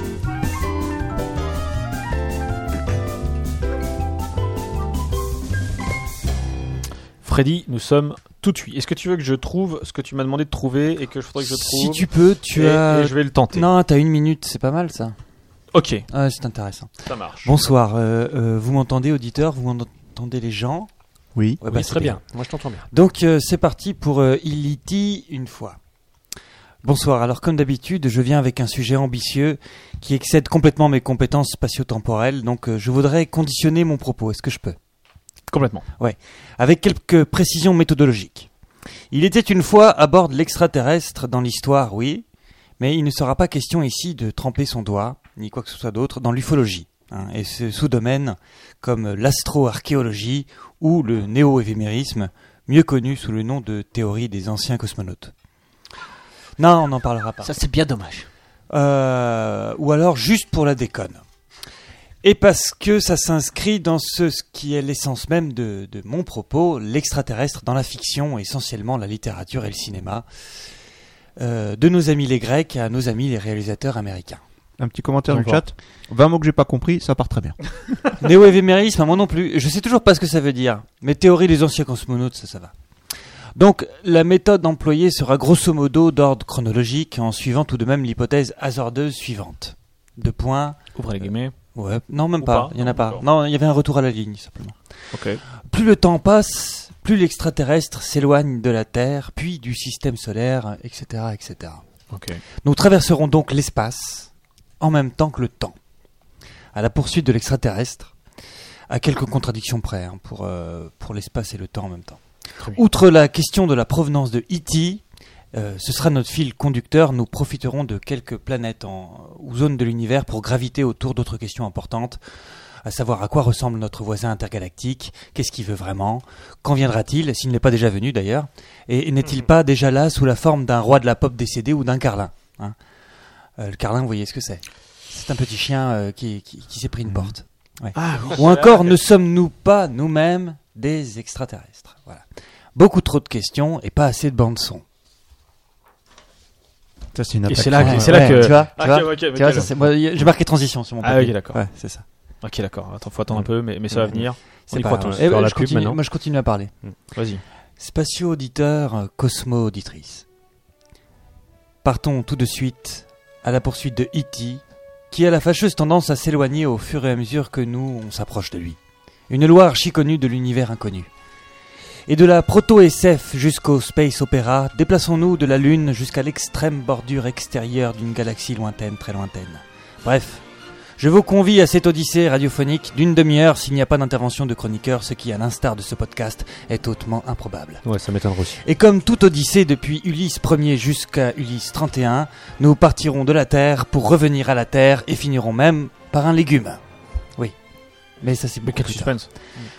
Freddy, nous sommes tout de suite. Est-ce que tu veux que je trouve ce que tu m'as demandé de trouver et que je voudrais que je
Si
trouve
tu peux, tu
et-
as.
et je vais le tenter.
Non, t'as une minute, c'est pas mal ça.
Ok,
Ah, c'est intéressant.
ça marche.
Bonsoir, euh, euh, vous m'entendez, auditeur, vous m'entendez, les gens
Oui.
bah,
Ouais,
Oui,
c'est
très bien. Moi je t'entends bien.
Donc euh, c'est parti pour euh, Illiti une fois. Bonsoir, alors comme d'habitude, je viens avec un sujet ambitieux qui excède complètement mes compétences spatio-temporelles, donc euh, je voudrais conditionner mon propos, est-ce que je peux
Complètement.
Avec quelques précisions méthodologiques. Il était une fois à bord de l'extraterrestre dans l'histoire, oui, mais il ne sera pas question ici de tremper son doigt, ni quoi que ce soit d'autre, dans l'ufologie, hein, et ce sous-domaine comme l'astroarchéologie ou le néo-évémérisme, mieux connu sous le nom de théorie des anciens cosmonautes. Non, on n'en parlera pas.
Ça, c'est bien dommage.
Euh, ou alors juste pour la déconne. Et parce que ça s'inscrit dans ce, ce qui est l'essence même de, de mon propos, l'extraterrestre dans la fiction, essentiellement la littérature et le cinéma, euh, de nos amis les Grecs à nos amis les réalisateurs américains.
Un petit commentaire
Au
du chat. 20 mots que j'ai pas compris, ça part très bien.
Néo-évémérisme, moi non plus. Je sais toujours pas ce que ça veut dire. Mais théorie des anciens cosmonautes, ça, ça va. Donc, la méthode employée sera grosso modo d'ordre chronologique en suivant tout de même l'hypothèse hasardeuse suivante. Deux points.
Ouvrez les guillemets.
Ouais. Non, même
Ou pas.
pas. Il y en a
Non,
pas.
d'accord.
Non, il y avait un retour à la ligne, simplement.
Ok.
Plus le temps passe, plus l'extraterrestre s'éloigne de la Terre, puis du système solaire, etc., etc.
Ok.
Nous traverserons donc l'espace en même temps que le temps, à la poursuite de l'extraterrestre, à quelques contradictions près hein, pour, euh, pour l'espace et le temps en même temps.
Très bien.
Outre la question de la provenance de E E.T., euh, ce sera notre fil conducteur, nous profiterons de quelques planètes en, ou zones de l'univers pour graviter autour d'autres questions importantes, à savoir à quoi ressemble notre voisin intergalactique, qu'est-ce qu'il veut vraiment, quand viendra-t-il, s'il n'est pas déjà venu d'ailleurs, et, et n'est-il pas déjà là sous la forme d'un roi de la pop décédé ou d'un carlin hein Euh, Le carlin, vous voyez ce que c'est C'est un petit chien euh, qui, qui- qui s'est pris une porte. Ouais. ou encore, ne sommes-nous pas nous-mêmes des extraterrestres Voilà. Beaucoup trop de questions et pas assez de bande son.
Ça, c'est une
Et
attaque.
c'est là, que-
Ouais,
c'est là
ouais,
que.
tu vois, tu
Ah,
vois,
ok, ok,
tu vois,
ok,
ça, c'est- moi, y- j'ai marqué transition sur mon
Ah,
papier.
ok, d'accord.
Ouais, c'est ça.
Ok, d'accord. Attends, faut attendre un peu, mais, mais ça va venir. On y
pas
croit
grave.
tous.
Eh ben,
Faire la
je
pub
continue,
maintenant.
moi, je continue à parler.
Vas-y.
Spatio auditeur, euh, Cosmo auditrice. Partons tout de suite à la poursuite de E.T., qui a la fâcheuse tendance à s'éloigner au fur et à mesure que nous, on s'approche de lui. Une loi archi-connue de l'univers inconnu. Et de la proto-SF jusqu'au space opéra, déplaçons-nous de la Lune jusqu'à l'extrême bordure extérieure d'une galaxie lointaine, très lointaine. Bref, je vous convie à cette odyssée radiophonique d'une demi-heure s'il n'y a pas d'intervention de chroniqueur, ce qui, à l'instar de ce podcast, est hautement improbable.
Ouais, ça m'étonnerait aussi.
Et comme toute Odyssée depuis Ulysse 1er jusqu'à Ulysse 31, nous partirons de la Terre pour revenir à la Terre et finirons même par un légume. Oui. Mais ça c'est
Mais
beaucoup
quel
plus tard.
suspense.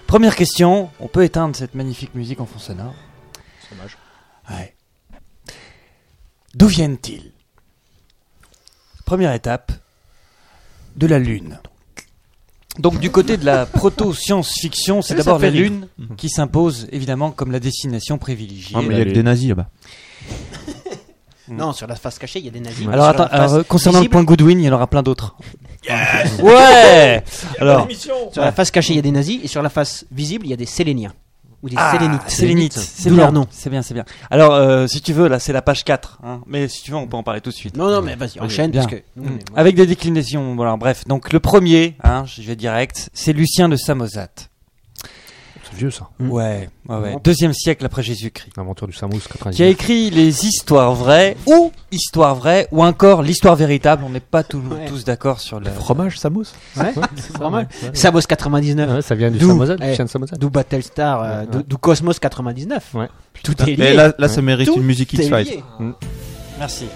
Première question, on peut éteindre cette magnifique musique en fond sonore
C'est dommage.
Ouais. D'où viennent-ils Première étape, de la Lune. Donc du côté de la proto-science-fiction, c'est
Ça
d'abord
fait
la
rire.
Lune qui s'impose évidemment comme la destination privilégiée.
Ah, mais il y a que
Allez.
des nazis là-bas.
Mm.
Non, sur la face cachée, il y a des nazis.
Alors
Sur
attends,
la face
alors, euh, concernant
visible-
le point Goodwin, il y en aura plein d'autres. ouais Alors,
Sur la face cachée, il y a des nazis, et sur la face visible, il y a des Séléniens. Ou des
ah,
Sélénites.
Sélénites, c'est
D'où
bien,
leur nom.
c'est bien, c'est bien. Alors, euh, si tu veux, là, c'est la page 4, hein, mais si tu veux, on peut en parler tout de suite.
Non, non, mais vas-y, enchaîne,
bien.
parce que...
Mm. Avec des déclinations, voilà, bref. Donc, le premier, hein, je vais direct, c'est Lucien de Samosate.
C'est vieux ça.
Ouais, ouais, ouais.
Non.
Deuxième siècle après Jésus-Christ.
L'aventure du Samus
Qui a
99.
écrit les histoires vraies, ou histoires vraies, ou encore l'histoire véritable. On n'est pas tous-
Ouais.
tous d'accord sur le...
Fromage, Samus
Ouais, c'est pas mal.
Ouais, ouais.
Samos 99.
Ouais, ça vient du
D'où
Samozat,
Eh.
du chien de Samozat.
D'où Battlestar, euh,
Ouais,
d'où-
ouais.
d'où Cosmos 99.
Ouais.
Tout est lié.
Et là, là, ça mérite
Tout
une musique
est
X-Files.
lié.
Merci.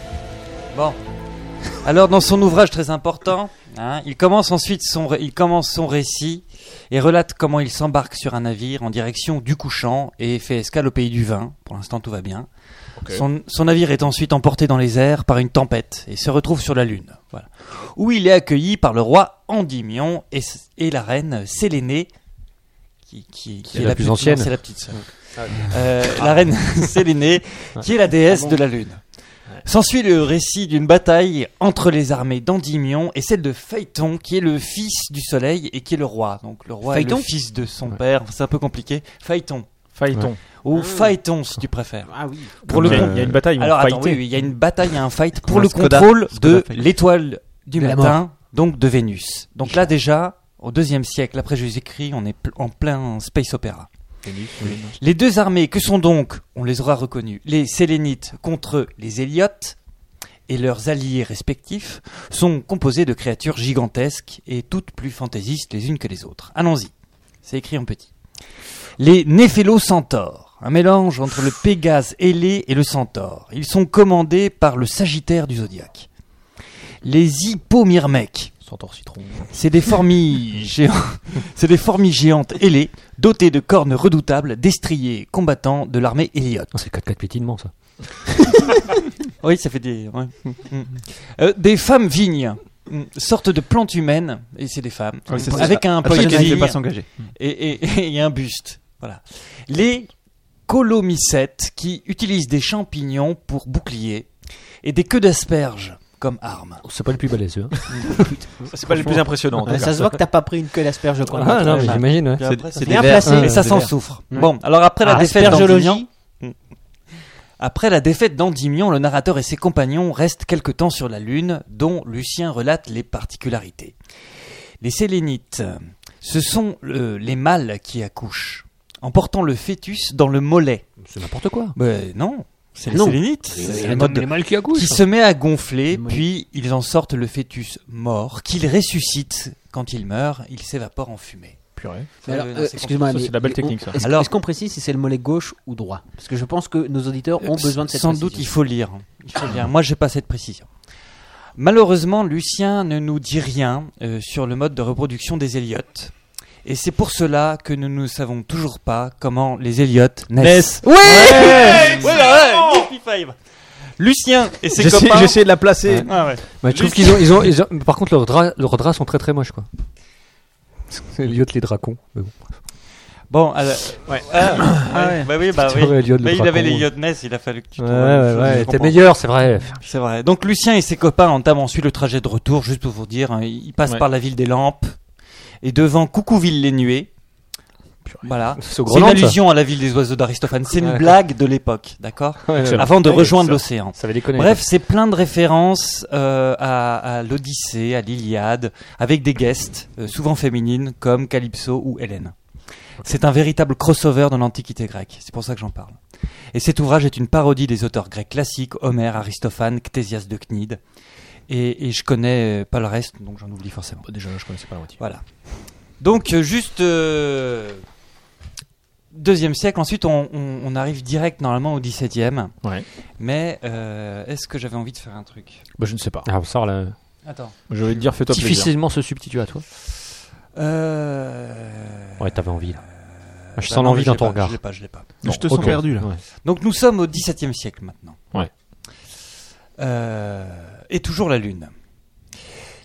Bon. Alors, dans son ouvrage très important, hein, il commence ensuite son, ré- il commence son récit et relate comment il s'embarque sur un navire en direction du couchant et fait escale au pays du vin. Pour l'instant, tout va bien. Son, son navire est ensuite emporté dans les airs par une tempête et se retrouve sur la Lune, voilà. où il est accueilli par le roi Endymion et, s- et la reine Sélénée, qui, qui- qui
est la plus ancienne.
non, c'est la petite sœur. Euh, la reine Sélénée, qui est la déesse de la Lune. S'ensuit le récit d'une bataille entre les armées d'Endymion et celle de Phaéton, qui est le fils du Soleil et qui est le roi. Donc le roi est
Phaéton
le fils de son père. Enfin, C'est un peu compliqué. Phaéton.
Phaéton.
Ou Phaéton, si tu préfères.
Ah oui.
Pour
Donc,
le
il y a-
con-
il y a une bataille. ils vont
Alors attends,
fighter.
oui, oui, il y a une bataille, il y a un fight pour
Un
le
Skoda.
contrôle
Skoda
de
Phaéton.
l'étoile du
De la
matin, donc de Vénus. Donc là déjà, au deuxième siècle après Jésus-Christ, on est pl- en plein space opéra. Les deux armées, que sont donc, on les aura reconnues, les Sélénites contre les Éliotes et leurs alliés respectifs, sont composées de créatures gigantesques et toutes plus fantaisistes les unes que les autres. Allons-y, c'est écrit en petit. Les Néphélocentaures, un mélange entre le Pégase ailé et le Centaure. Ils sont commandés par le Sagittaire du Zodiaque. Les Hippomyrmèques,
Centaure citron.
c'est des fourmis géantes. C'est des fourmis géantes ailées, dotées de cornes redoutables, destriers, combattants de l'armée Elliot.
Oh, c'est 4-4 piétinement, ça.
Oui, ça fait des. ouais. Mm. Euh, des femmes vignes, Mm. sorte de plantes humaines, et c'est des femmes,
Ah oui, c'est ça.
avec un poignet de
Absolument, il
vigne
ne pas s'engager.
et, et- et un buste. Voilà. Les colomycètes qui utilisent des champignons pour bouclier et des queues d'asperges comme armes.
C'est pas le plus balèze, eux, hein.
C'est pas le plus impressionnant. en tout cas.
ça se voit que t'as pas pris une queue d'asperge au coin.
Ah, non, mais j'imagine, ouais.
C'est- C'est des
Bien
vers.
placé.
Et ça
c'est
s'en
vert.
souffre. Bon, alors après la
Ah,
défaite
aspergeologie.
d'Endymion, après la défaite d'Endymion, le narrateur et ses compagnons restent quelque temps sur la Lune, dont Lucien relate les particularités. Les Sélénites, euh, ce sont euh, les mâles qui accouchent, en portant le fœtus dans le mollet.
C'est n'importe quoi.
Ben non, c'est les
Non.
Sélénites. C'est le mode de-
mâles qui accouchent.
qui se met à gonfler, puis ils en sortent le fœtus mort, qu'ils ressuscitent. Quand il meurt, il s'évapore en fumée.
Purée.
Ça,
Mais alors,
euh, non,
euh,
c'est
excuse-moi,
compliqué. Ça,
mais
c'est de la belle
on-
technique, ça.
Est-ce
Alors-
est-ce qu'on précise si c'est le mollet gauche ou droit Parce que je pense que nos auditeurs ont
Euh,
besoin de cette
Sans doute, il
précision.
faut lire. Il faut lire. Moi, j'ai pas cette précision. Malheureusement, Lucien ne nous dit rien euh, sur le mode de reproduction des Héliotes. Et c'est pour cela que nous ne savons toujours pas comment les Héliotes naissent. Oui
Eh,
Voilà, Yippee five. Lucien et ses
J'essaie
copains.
j'essaie de la placer.
Ah ouais.
Bah, je trouve qu'ils ont, ils ont, ils ont- mais Par contre, leurs draps, leurs draps sont très très moches, quoi. C'est Elliot les dracons. Mais bon.
Bon, alors.
Ouais.
Ah, ouais. Bah oui, bah
Tu
oui.
aurais Elliot le
Mais il
dracon,
avait les
ouais.
Héliotes naissent, il a fallu que tu
Ouais,
trouves la
ouais,
chose, je
ouais. T'es
comprends.
meilleur, c'est vrai.
C'est vrai. Donc Lucien et ses copains entament ensuite le trajet de retour, juste pour vous dire. hein, Ils passent
Ouais.
par la ville des lampes et devant Coucouville-les-Nuées. Voilà.
C'est au
C'est une
Groenland, ça.
allusion à la ville des oiseaux d'Aristophane. C'est
Ouais,
une
d'accord.
blague de l'époque, d'accord
Ouais, ouais.
Excellent.
Avant de
Ouais,
rejoindre
ça-
l'océan.
Ça avait déconné.
Bref, c'est plein de références euh, à, à l'Odyssée, à l'Iliade, avec des guests, euh, souvent féminines, comme Calypso ou Hélène. C'est un véritable crossover dans l'Antiquité grecque, c'est pour ça que j'en parle. Et cet ouvrage est une parodie des auteurs grecs classiques, Homère, Aristophane, Ctésias de Cnide. Et, et je connais euh, pas le reste, donc j'en oublie forcément.
Bah, Déjà, je connaissais pas la moitié.
Voilà. Donc, euh, juste. euh, Deuxième siècle, ensuite on, on- on arrive direct normalement au 17e.
Ouais.
Mais euh, est-ce que j'avais envie de faire un truc
Bah, je ne sais pas.
Ah, on sort là.
Attends.
Je vais te dire, fais-toi plaisir.
Difficilement se substitue à toi.
Euh...
Ouais, t'avais envie là. Ah, je
bah
sens
non,
l'envie
je
dans
l'ai
ton
pas,
regard.
Je l'ai pas, je l'ai pas.
Non,
Je te sens
ok.
perdu là.
Donc nous sommes au XVIIe siècle maintenant.
Ouais.
Euh, et toujours la Lune.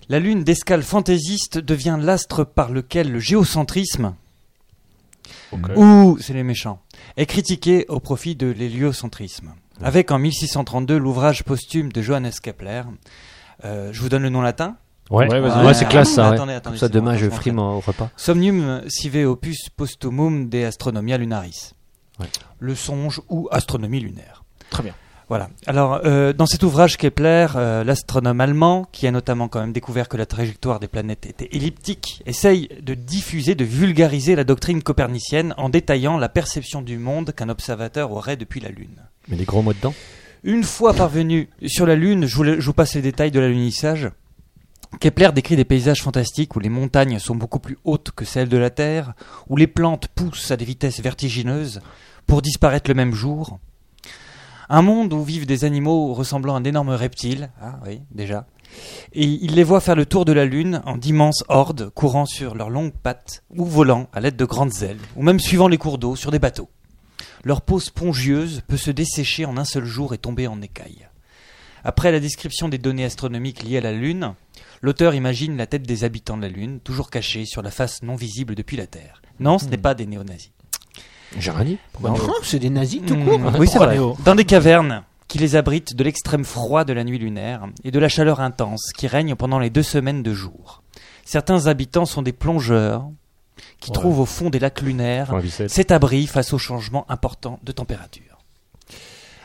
La Lune d'escale fantaisiste devient l'astre par lequel le géocentrisme,
Ok.
ou c'est les méchants, est critiqué au profit de l'héliocentrisme. Avec en 1632 l'ouvrage posthume de Johannes Kepler. Euh, je vous donne le nom latin.
Ouais,
Ouais, vas-y.
ouais, c'est classe ça. ouais.
Attendez, attendez,
Comme ça,
c'est bon,
demain, je
franchement,
frime au repas.
Somnium sive opus posthumum de astronomia lunaris.
Ouais.
Le songe ou astronomie lunaire.
Très bien.
Voilà. Alors, euh, dans cet ouvrage Kepler, euh, l'astronome allemand, qui a notamment quand même découvert que la trajectoire des planètes était elliptique, essaye de diffuser, de vulgariser la doctrine copernicienne en détaillant la perception du monde qu'un observateur aurait depuis la Lune.
Mais les gros mots dedans.
Une fois parvenu sur la Lune, je vous, la- je vous passe les détails de l'alunissage. Kepler décrit des paysages fantastiques où les montagnes sont beaucoup plus hautes que celles de la Terre, où les plantes poussent à des vitesses vertigineuses pour disparaître le même jour. Un monde où vivent des animaux ressemblant à d'énormes reptiles, ah oui, déjà, Et il les voit faire le tour de la Lune en d'immenses hordes courant sur leurs longues pattes ou volant à l'aide de grandes ailes, ou même suivant les cours d'eau sur des bateaux. Leur peau spongieuse peut se dessécher en un seul jour et tomber en écailles. Après la description des données astronomiques liées à la Lune, l'auteur imagine la tête des habitants de la Lune, toujours cachée sur la face non visible depuis la Terre. Non, ce n'est
Hmm.
pas des néo-nazis. Hmm.
J'ai rien dit.
Bah, Non, c'est des nazis tout court. hein.
Oui, c'est vrai. Dans des cavernes qui les abritent de l'extrême froid de la nuit lunaire et de la chaleur intense qui règne pendant les deux semaines de jour. Certains habitants sont des plongeurs qui
Ouais.
trouvent au fond des lacs lunaires
Point 17.
cet abri face aux changements importants de température.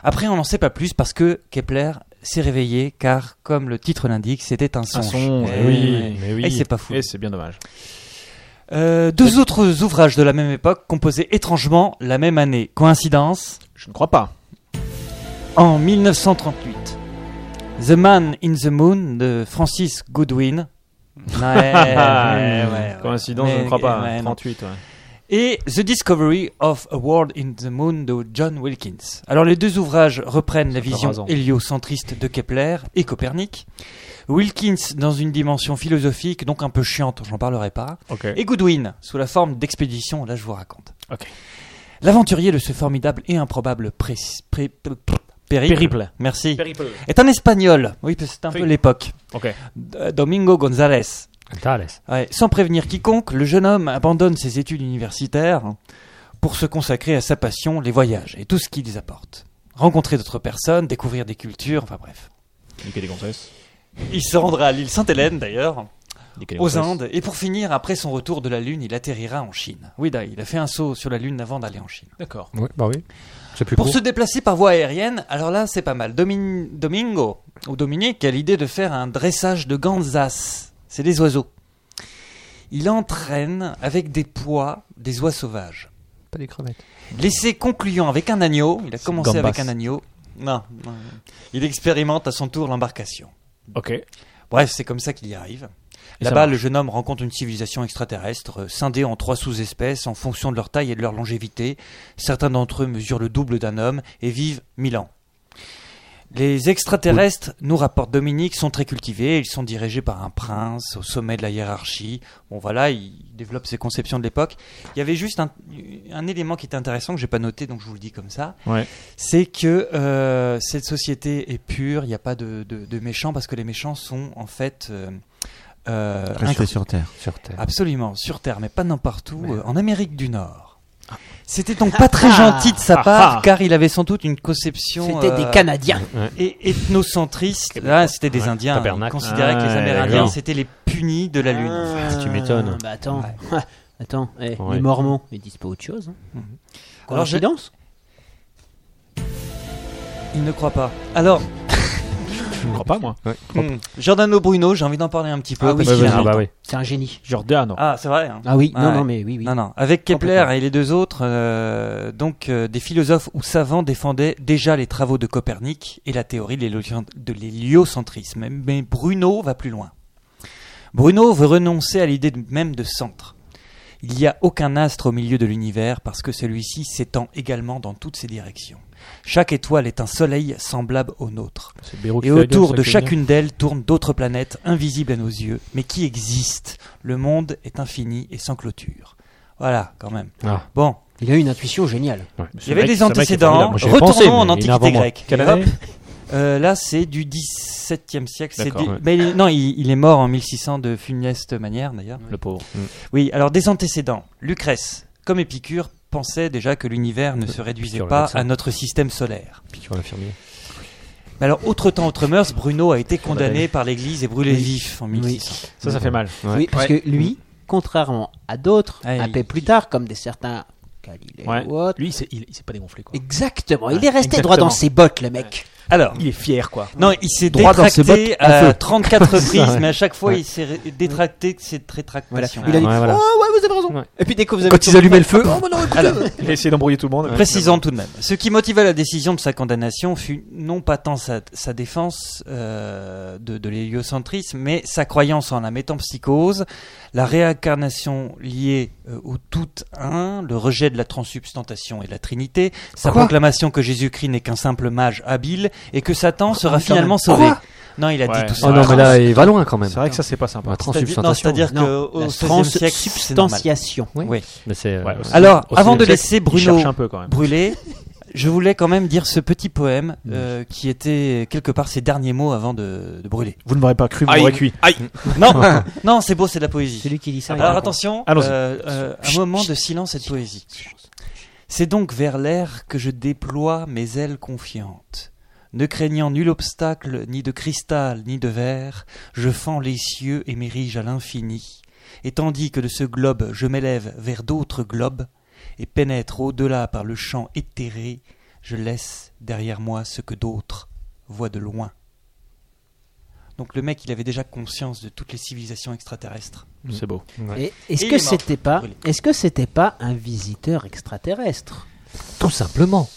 Après, on n'en sait pas plus parce que Kepler s'est réveillé car, comme le titre l'indique, c'était un
Un
songe.
songe,
Eh
eh oui, mais
Eh,
oui.
c'est pas fou.
Et c'est bien dommage.
Euh, deux autres ouvrages de la même époque composés étrangement la même année. Coïncidence
Je ne crois pas.
En 1938, The Man in the Moon de Francis Goodwin. Ouais, Eh, ouais, ouais.
Ah, hmm. Coïncidence, je
Mais-
ne crois pas. hein.
ouais, non.
38, ouais.
Et The Discovery of a World in the Moon de John Wilkins. Alors les deux ouvrages reprennent la
fait raison.
vision héliocentriste de Kepler et Copernic. Wilkins dans une dimension philosophique, donc un peu chiante, j'en parlerai pas.
Ok.
Et Goodwin, sous la forme d'expédition, là je vous raconte.
Ok.
L'aventurier de ce formidable et improbable pré- pré- pré- périple,
Périple.
merci, est un espagnol, oui, parce que c'est un
Oui.
peu l'époque,
Ok.
D- Domingo González. Ouais, sans prévenir quiconque, le jeune homme abandonne ses études universitaires pour se consacrer à sa passion, les voyages et tout ce qu'ils apportent. Rencontrer d'autres personnes, découvrir des cultures, enfin bref.
Nickel Gonzès.
Il se rendra à l'île Sainte-Hélène d'ailleurs,
Nickel
aux
Gonzès.
Indes, et pour finir, après son retour de la Lune, il atterrira en Chine. Oui, d'ailleurs, il a fait un saut sur la Lune avant d'aller en Chine.
D'accord.
Oui, bah oui. C'est plus
Pour
court.
se déplacer par voie aérienne, alors là, c'est pas mal. Domin- Domingo, ou Dominique, a l'idée de faire un dressage de ganzas. C'est des oiseaux. Il entraîne avec des poids des oies sauvages.
Pas des crevettes.
L'essai concluant avec un agneau, il a commencé
gambas.
avec un agneau. Non, non. il expérimente à son tour l'embarcation.
Ok.
Bref, c'est comme ça qu'il y arrive.
Et ça
Là-bas,
marche.
le jeune homme rencontre une civilisation extraterrestre, euh, scindée en trois sous-espèces en fonction de leur taille et de leur longévité. Certains d'entre eux mesurent le double d'un homme et vivent mille ans. Les extraterrestres, nous rapporte Dominique, sont très cultivés. Ils sont dirigés par un prince au sommet de la hiérarchie. Bon, voilà, il développe ses conceptions de l'époque. Il y avait juste un, un élément qui était intéressant que j'ai pas noté, donc je vous le dis comme ça
Ouais.
c'est que euh, cette société est pure, il n'y a pas de, de- de méchants, parce que les méchants sont en fait... euh, euh,
Rester
incru-
sur Terre.
Sur Terre.
Absolument, sur Terre, mais pas n'importe où, euh, en Amérique du Nord. C'était donc pas très gentil de sa
Ah,
part,
ah.
car il avait sans doute une conception
C'était des
euh,
Canadiens.
et ethnocentriste. Là, c'était des
Ouais,
Indiens. Ils
tabernacle.
considéraient que les
Ah,
Amérindiens,
d'accord.
c'était les punis de la Lune.
Ah,
tu m'étonnes.
Bah attends, attends, eh,
Ouais.
les Mormons, ils disent pas autre chose. Hein.
Mhm.
Coïncidence
Ils ne croient pas. Alors,
Je ne crois pas, moi.
hmm, Giordano Bruno, j'ai envie d'en parler un petit peu.
Ah oui,
parce qu'il
vas-y,
a-
Ah bah oui.
C'est un génie.
Jordan, non.
Ah, c'est vrai. hein.
Ah oui, non,
Ouais.
non, mais oui, oui.
Non, non. Avec Kepler
Complètement.
et les deux autres, euh, donc euh, des philosophes ou savants défendaient déjà les travaux de Copernic et la théorie de l'hélio- de l'héliocentrisme. Mais Bruno va plus loin. Bruno veut renoncer à l'idée de- même de centre. Il n'y a aucun astre au milieu de l'univers parce que celui-ci s'étend également dans toutes ses directions. Chaque étoile est un soleil semblable au nôtre.
C'est Beyrouth
Et
qui fait la
autour
gueule,
de
ça, Kevin.
chacune d'elles tournent d'autres planètes invisibles à nos yeux, mais qui existent. Le monde est infini et sans clôture. Voilà, quand même.
Ah.
Bon,
Il a une intuition géniale.
il y avait des antécédents.
Moi, j'y ai
Retournons
pensé, mais il
en
est
antiquité
avant moi.
grecque.
Quelle
Et
année
hop, euh, là, c'est du 17e siècle. C'est
D'accord,
du-
ouais.
mais il- non, il, il est mort en 1600 de funeste manière, d'ailleurs.
Le pauvre.
Oui, alors des antécédents. Lucrèce, comme Épicure, pensait déjà que l'univers ne se réduisait
Épicure, le
pas
médecin.
à notre système solaire.
Piqûre d'infirmier.
Mais alors, autre temps, autre mœurs, Bruno a été condamné par l'Église et brûlé
Oui.
vif en 1600.
Ça, ça fait mal.
Oui, parce que lui, contrairement à d'autres,
Ouais,
un
il-
peu plus tard, comme des certains Galilée
Ouais.
ou autres,
Lui, il s'est- il il s'est pas dégonflé, quoi.
Exactement, il
Ouais,
est resté droit dans
exactement.
ses bottes, le mec.
Alors,
Il est fier, quoi.
Non, il s'est
Droit dans
détracté
ses bottes, à
à
feu.
34 reprises, mais à chaque fois,
Ouais.
il s'est ré- détracté de cette rétractation.
Il a dit
Ouais, voilà.
Oh, ouais, vous avez raison.
Ouais.
Et puis dès que vous avez. Oh,
Quand ils allumaient le feu,
bah
Il a essayé d'embrouiller tout le monde.
Précisons tout de même. Ce qui motivait la décision de sa condamnation fut non pas tant sa, sa défense euh, de, de l'héliocentrisme, mais sa croyance en la métempsychose, la réincarnation liée euh, au tout un, le rejet de la transsubstantation et de la trinité, sa
Quoi
proclamation que Jésus-Christ n'est qu'un simple mage habile et que Satan sera
oui, quand
finalement
même.
sauvé. Non, il a
Ouais.
dit tout ça.
Oh non, mais là, il va loin quand même.
C'est vrai que ça, c'est pas sympa.
La
C'est-à-dire non,
transsubstantiation.
c'est-à-dire que au
La
XVIe siècle, c'est normal.
transubstantiation.
Oui.
Mais c'est, euh,
Ouais, aussi.
Alors,
Au
avant de
XVIe siècle,
laisser
il
Bruno
cherche un peu quand même.
brûler, je voulais quand même dire ce petit poème euh, qui était quelque part ses derniers mots avant de, de brûler.
Vous ne m'aurez pas cru, vous m'aurez cuit.
Non, non, c'est beau, c'est de la poésie.
Celui qui dit ça. il
Alors
raconte.
attention,
Allons-y.
euh, euh, un moment de silence et de poésie. C'est donc vers l'air que je déploie mes ailes confiantes. Ne craignant nul obstacle, ni de cristal, ni de verre, je fends les cieux et m'érige à l'infini. Et tandis que de ce globe je m'élève vers d'autres globes, et pénètre au-delà par le champ éthéré, je laisse derrière moi ce que d'autres voient de loin. Donc le mec, il avait déjà conscience de toutes les civilisations extraterrestres.
C'est beau.
Et
Et
Est-ce
il
que
est mort.
c'était pas,
Brûlé.
est-ce que c'était pas un visiteur extraterrestre
Tout simplement.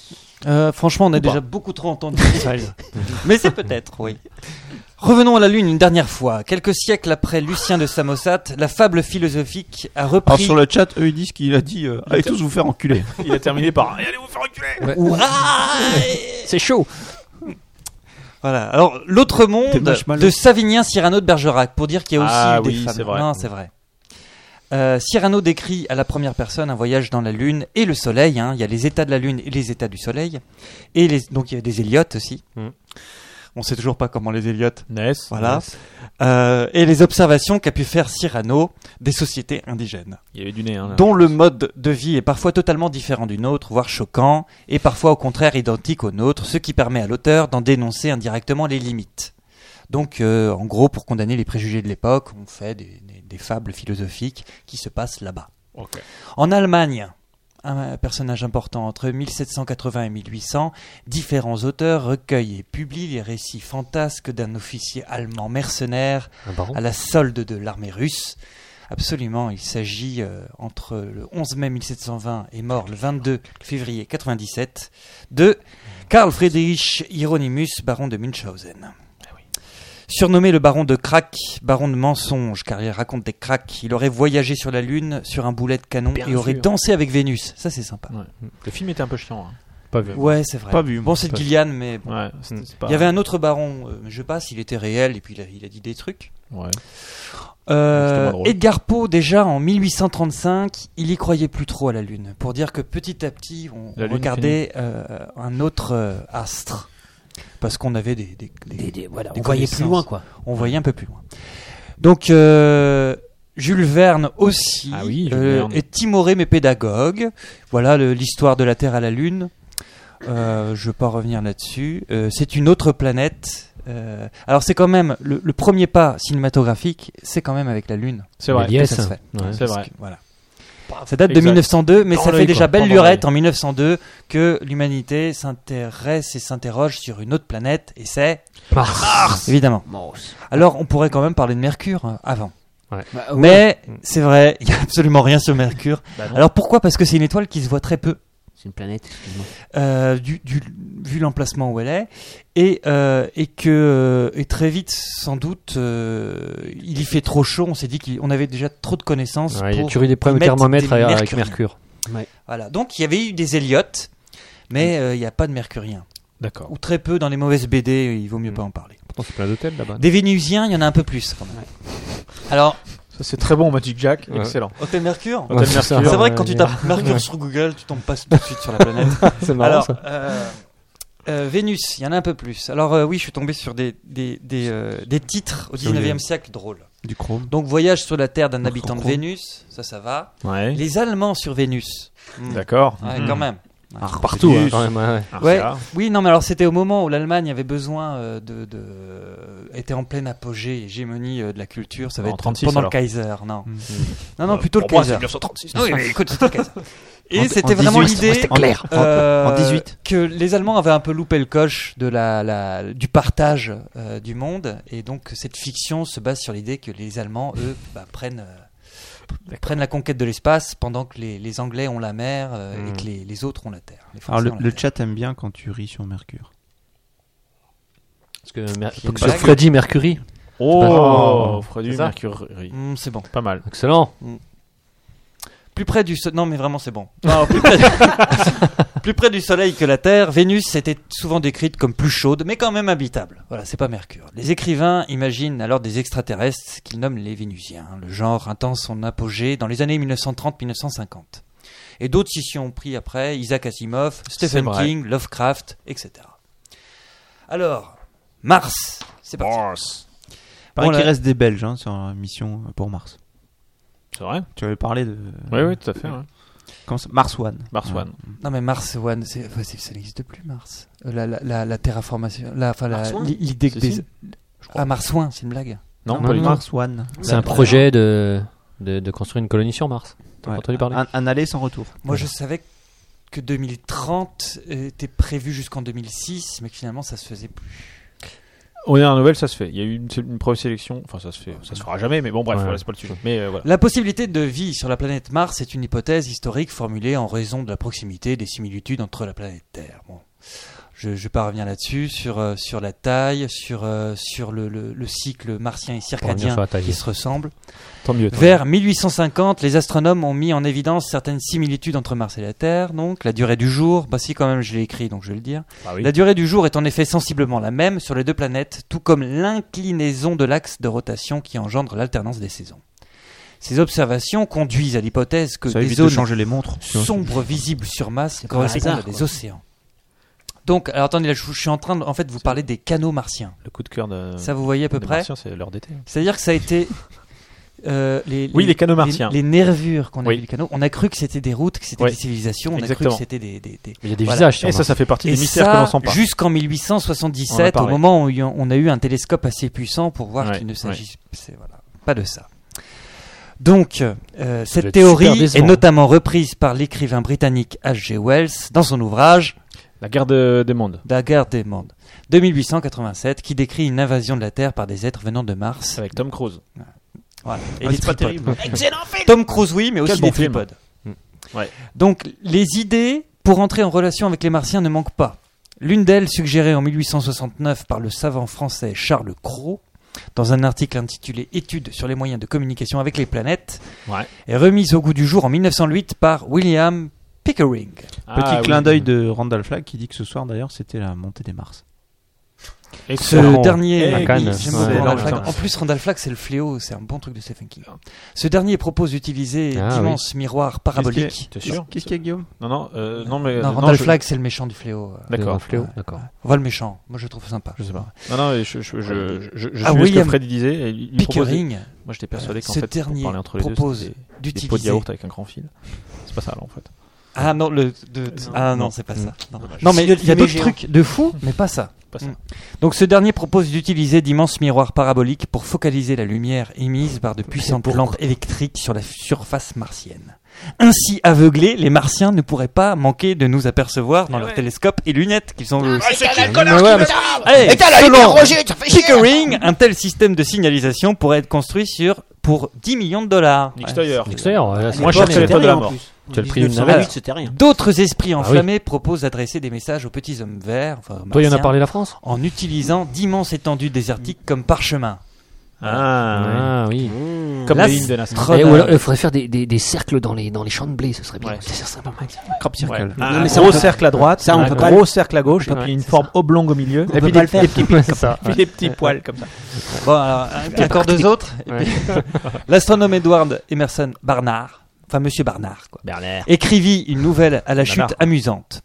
Euh, franchement, on a déjà beaucoup trop entendu ça. Mais c'est peut-être, oui. Revenons à la Lune une dernière fois. Quelques siècles après Lucien de Samosate, la fable philosophique a
Alors
repris.
sur le chat, eux ils disent qu'il a dit euh, allez tous vous faire enculer.
Il a terminé par. Allez, vous
C'est chaud.
Voilà. Alors, l'autre
T'es
monde
moche, mal.
de Savinien Cyrano de Bergerac, pour dire qu'il y a aussi
Ah
des
oui,
femmes.
c'est vrai.
Non, c'est vrai. Euh, Cyrano décrit à la première personne un voyage dans la Lune et le Soleil. hein. Il y a les états de la Lune et les états du Soleil. Et les- donc il y a des Héliotes aussi.
Mhm.
Hmm. On sait toujours pas comment les Héliotes
Ness.
Voilà. Mm. Euh, et les observations qu'a pu faire Cyrano des sociétés indigènes,
Il y avait du nez. Hein, là.
dont le mode de vie est parfois totalement différent du nôtre, voire choquant, et parfois au contraire identique au nôtre, ce qui permet à l'auteur d'en dénoncer indirectement les limites. Donc, euh, en gros, pour condamner les préjugés de l'époque, on fait des, des- des fables philosophiques qui se passent là-bas.
Ok.
En Allemagne, un personnage important entre 1780 et 1800, différents auteurs recueillent et publient les récits fantasques d'un officier allemand mercenaire
Un baron.
à la solde de l'armée russe. Absolument, il s'agit euh, entre le 11 mai 1720 et mort le 22 février 97 de Karl Friedrich Hieronymus, baron de Münchhausen.
Ah
Surnommé le baron de crack, baron de mensonge, car il raconte des cracks, il aurait voyagé sur la Lune sur un boulet de canon
Bien
et aurait
sûr.
dansé avec Vénus. Ça, c'est sympa.
Ouais. Le film était un peu chiant. hein.
Pas vu.
Ouais, c'est vrai.
Pas vu.
Bon, c'est de
Pas-
Gillian, mais bon.
Ouais. c'était-
Mm.
c'est pas-
Il y avait un autre baron, euh, je sais pas s'il était réel, et puis il a- il a dit des trucs.
Ouais.
Euh,
C'était moins drôle.
Edgar Poe, déjà en 1835, il y croyait plus trop à la Lune, pour dire que petit à petit, on
La Lune
regardait euh, un autre euh, astre, parce qu'on avait des, des- des-
Des- des- voilà,
Des
On voyait plus
connaissances.
loin, quoi.
on voyait un peu plus loin. Donc euh, Jules Verne aussi
Ah oui, Jules
euh,
Verne.
est timoré mais pédagogue. Voilà le- l'histoire de la Terre à la Lune. Euh, je ne vais pas revenir là-dessus. Euh, c'est une autre planète. Euh, alors c'est quand même le, le premier pas cinématographique, c'est quand même avec la Lune.
C'est vrai.
Méliès.
que ça se fait.
Ouais.
C'est vrai.
Parce que, voilà. Ça date de
Exact.
1902, mais
Dans
ça
l'œil,
fait déjà
quoi,
belle
pendant
lurette en 1902 que l'humanité s'intéresse et s'interroge sur une autre planète, et c'est Mars, évidemment. Alors, on pourrait quand même parler de Mercure euh, avant. Mais
Mm.
c'est vrai, il n'y a absolument rien sur Mercure.
Bah non.
Alors pourquoi Parce que c'est une étoile qui se voit très peu,
C'est une planète. excuse-moi.
euh, du, du- vu l'emplacement où elle est, et, euh, et que euh, et très vite, sans doute, euh, il y fait trop chaud. On s'est dit qu'on avait déjà trop de connaissances
Ouais, il y a
pour
toujours eu des problèmes au
mettre
thermomètre
des
avec avec
mercuriens.
Mercure.
Voilà. Donc il y avait eu des Héliotes, mais
Mm.
euh, il n'y a pas de mercuriens.
D'accord.
Ou très peu dans les mauvaises BD, il vaut mieux
Mm.
pas en parler.
Pourtant, c'est plein d'hôtels là-bas.
Des Vénusiens, il y en a un peu plus quand même. Alors,
Ça, c'est très bon, Magic Jack.
Ouais.
Excellent.
Hôtel Mercure
Ouais,
Hôtel
c'est
Mercure.
ça.
C'est vrai
Ouais,
que quand tu
ouais.
tapes Mercure sur Google, tu tombes pas tout de suite sur la planète.
C'est
Alors, euh, euh, Vénus, il y en a un peu plus. Alors euh, oui, je suis tombé sur des, des, des, euh, des titres au 19e siècle drôles.
Du chrome.
Donc Voyage sur la Terre d'un habitant de Vénus, ça ça va.
Ouais.
Les Allemands sur Vénus. Hmm.
D'accord.
Ouais,
Mhm.
quand même.
partout, hein, quand même. ouais, ouais.
Ah,
Ouais.
ça.
Oui, non, mais alors c'était au moment où l'Allemagne avait besoin euh, de, de- était en pleine apogée, hégémonie euh, de la culture. Ça va
En
être
36,
pendant
alors.
le Kaiser, non Non, non, plutôt le
Pour moi, c'est
Kaiser.
1936.
Oui, mais écoute, c'était le Kaiser. Et c'était
en
vraiment
18,
l'idée
en-
clair.
en-
euh,
en 18.
que les Allemands avaient un peu loupé le coche de la, la- du partage euh, du monde, et donc cette fiction se base sur l'idée que les Allemands, eux, bah, prennent euh, prennent la conquête de l'espace pendant que les, les Anglais ont la mer euh,
Mm.
et que les, les autres ont la terre. Les
Hmm. Alors
Français
le,
ont la
le
terre.
chat aime bien quand tu ris sur Mercure.
Parce que, Mer-
Qui est une
sur
blague.
Freddy Mercury.
Oh,
Oh,
Freddy
c'est ça
Mercury.
Mm, c'est Hmm, bon.
Pas mal.
Excellent.
Plus près du soleil. Non, mais vraiment, c'est bon. Non, plus, près... plus près du soleil que la Terre, Vénus était souvent décrite comme plus chaude, mais quand même habitable. Voilà, c'est pas Mercure. Les écrivains imaginent alors des extraterrestres qu'ils nomment les Vénusiens. Le genre atteint son apogée dans les années 1930-1950. Et d'autres s'y sont pris après, Isaac Asimov,
C'est
Stephen
vrai.
King, Lovecraft, etc. Alors, Mars, c'est parti.
Paraît
Bon,
qu'il
là-
reste des Belges hein, sur la mission pour Mars.
C'est vrai
Tu avais parlé de.
Oui, oui, tout à fait. ouais.
Comment ça- Mars One.
Mars One.
Non mais Mars One, c'est, enfin, c'est- ça n'existe plus Mars. Euh, La, la, la, la terraformation, la, enfin, la,
Mars One
l'i- l'idée que
Si,
des...
si.
Ah Mars One, c'est une blague.
Non,
Non,
Ah,
pas du
non,
tout.
Mars One.
C'est un projet de, de, de construire une colonie sur Mars. T'as
Ouais.
entendu parler
Un, un aller sans retour.
Moi je savais que 2030 était prévu jusqu'en 2006, mais que finalement ça se faisait plus.
On est à la nouvelle, ça se fait. Il y a eu une, une présélection. Enfin, ça se fait. Ça se fera jamais, mais bon, bref,
Ouais.
voilà, c'est pas le sujet. Mais euh, voilà.
La possibilité de vie sur la planète Mars est une hypothèse historique formulée en raison de la proximité et des similitudes entre la planète Terre. Bon. Je ne vais pas revenir là-dessus, sur, euh, sur la taille, sur, euh, sur le, le- le cycle martien et
Pour revenir
circadien
sur la taille.
qui se ressemblent.
Tant mieux.
Vers 1850, les astronomes ont mis en évidence certaines similitudes entre Mars et la Terre, donc la durée du jour, bah si quand même je l'ai écrit donc je vais le dire. La durée du jour est en effet sensiblement la même sur les deux planètes, tout comme l'inclinaison de l'axe de rotation qui engendre l'alternance des saisons. Ces observations conduisent à l'hypothèse que
Ça
des
évite de
zones
changer les montres.
sombres visibles sur masse
pas un hasard,
correspondent à des
quoi.
océans. Donc, alors attendez, là, je, je suis en train de, en fait, de vous parler des canaux martiens.
Le coup de cœur
Euh,
de.
Ça, vous voyez à peu
des
près
Martiens, c'est l'heure d'été.
C'est-à-dire que ça a été... euh,
Oui, les canaux
les,
martiens.
les nervures qu'on a
Oui.
vu le canot, on a cru que c'était des routes, que c'était
Ouais.
des civilisations, on
Exactement.
a cru que c'était des, des, des-
Il y a des
Voilà.
visages sur
Et ça,
Mars.
ça fait partie
Et
des mystères que l'on sent
ça,
pas.
jusqu'en
On en a
1877, au
parlé.
moment où on a eu un télescope assez puissant pour voir
Ouais,
qu'il
ouais.
ne s'agissait voilà, pas de ça. Donc, euh,
doit
cette
être super
théorie est
décevant.
notamment reprise par l'écrivain britannique H.G. Wells dans son ouvrage
La guerre de- des mondes.
La guerre des mondes de 1887, qui décrit une invasion de la Terre par des êtres venant de Mars.
Avec Tom Cruise.
Voilà. Et
Ah,
des
c'est pas
tripodes.
terrible.
Tom Cruise, oui, mais aussi
Quel bon
des
film.
tripodes.
Mm.
Ouais.
Donc, les idées pour entrer en relation avec les Martiens ne manquent pas. L'une d'elles, suggérée en 1869 par le savant français Charles Cros, dans un article intitulé Études sur les moyens de communication avec les planètes,
Ouais.
est remise au goût du jour en 1908 par William Pickering.
Ah,
Petit clin d'œil de Randall Flagg qui dit que ce soir d'ailleurs c'était la montée des Mars.
Ce
Clairement.
dernier,
La canne.
j'aime
Ouais,
beaucoup Randall
non,
Flagg.
putain.
En plus, Randall Flagg, c'est le fléau, c'est un bon truc de Stephen King. Ce dernier propose d'utiliser
Ah,
d'immenses miroirs paraboliques.
T'es sûr
Qu'est-ce qu'il y a Guillaume
Non, non, euh, non, mais.
Non,
non,
Randall
je-
Flagg, c'est le méchant du fléau. euh,
D'accord.
Fléau, d'accord.
On voit le méchant. Moi, je le trouve sympa.
Je sais pas. Non, non, mais je, je, je, je, je
Ah,
suis ce que
William
Freddy disait. et il- il proposait-
Pickering, euh,
Moi, j'étais persuadé qu'en
ce
fait,
dernier
pour parler entre les deux,
propose
c'était des pots de
d'utiliser.
yaourt avec un grand fil. C'est pas ça, là, en fait.
Ah non, le. de- ah non,
Non.
c'est pas ça. Non,
Non,
mais il y a d'autres trucs de fou, mais pas ça.
Pas ça.
Mm. Donc, ce dernier propose d'utiliser d'immenses miroirs paraboliques pour focaliser la lumière émise par de puissantes lampes électriques sur la surface martienne. Ainsi aveuglés, les martiens ne pourraient pas manquer de nous apercevoir
Ah
dans leurs télescopes et lunettes qu'ils ont eux aussi. Allez,
Et t'as la
selon-
lumière, Roger, ça fait chier
Pickering, un tel système de signalisation pourrait être construit sur pour 10 millions de dollars.
Nick
Ouais.
Steyer.
Extérieur, là, c'est
Moi,
pas
je cherche
mal.
les l'étoile de la mort.
Tu as le prix d'une
1928,
navette.
c'était rien.
D'autres esprits
Ah oui.
enflammés proposent d'adresser des messages aux petits hommes verts, enfin,
Toi, il y en a
martiens,
parlé la France
en utilisant d'immenses étendues désertiques comme parchemin.
Ah,
Ah oui.
oui. Comme
Là,
la ligne de Nazca.
Trop
Eh, ou
de-
alors, il faudrait faire des, des, des cercles dans les, dans les champs de blé, ce serait bien.
Ouais.
Ça serait pas mal.
Crop circle.
Ouais. Ah.
Non,
Un
mais ça,
gros
on peut-
cercle à droite,
ça, on
un
peut pas
gros cercle à gauche, et
Ouais,
puis une
c'est
forme oblongue au milieu,
On
et
peut
puis
pas
des,
le faire.
des petits,
C'est ça.
puis des petits poils comme ça.
Bon, alors, un- encore deux autres. Et
Ouais.
puis- L'astronome Edward Emerson Barnard, enfin Monsieur Barnard, quoi,
Bernard.
écrivit une nouvelle à la chute
Barnard.
amusante.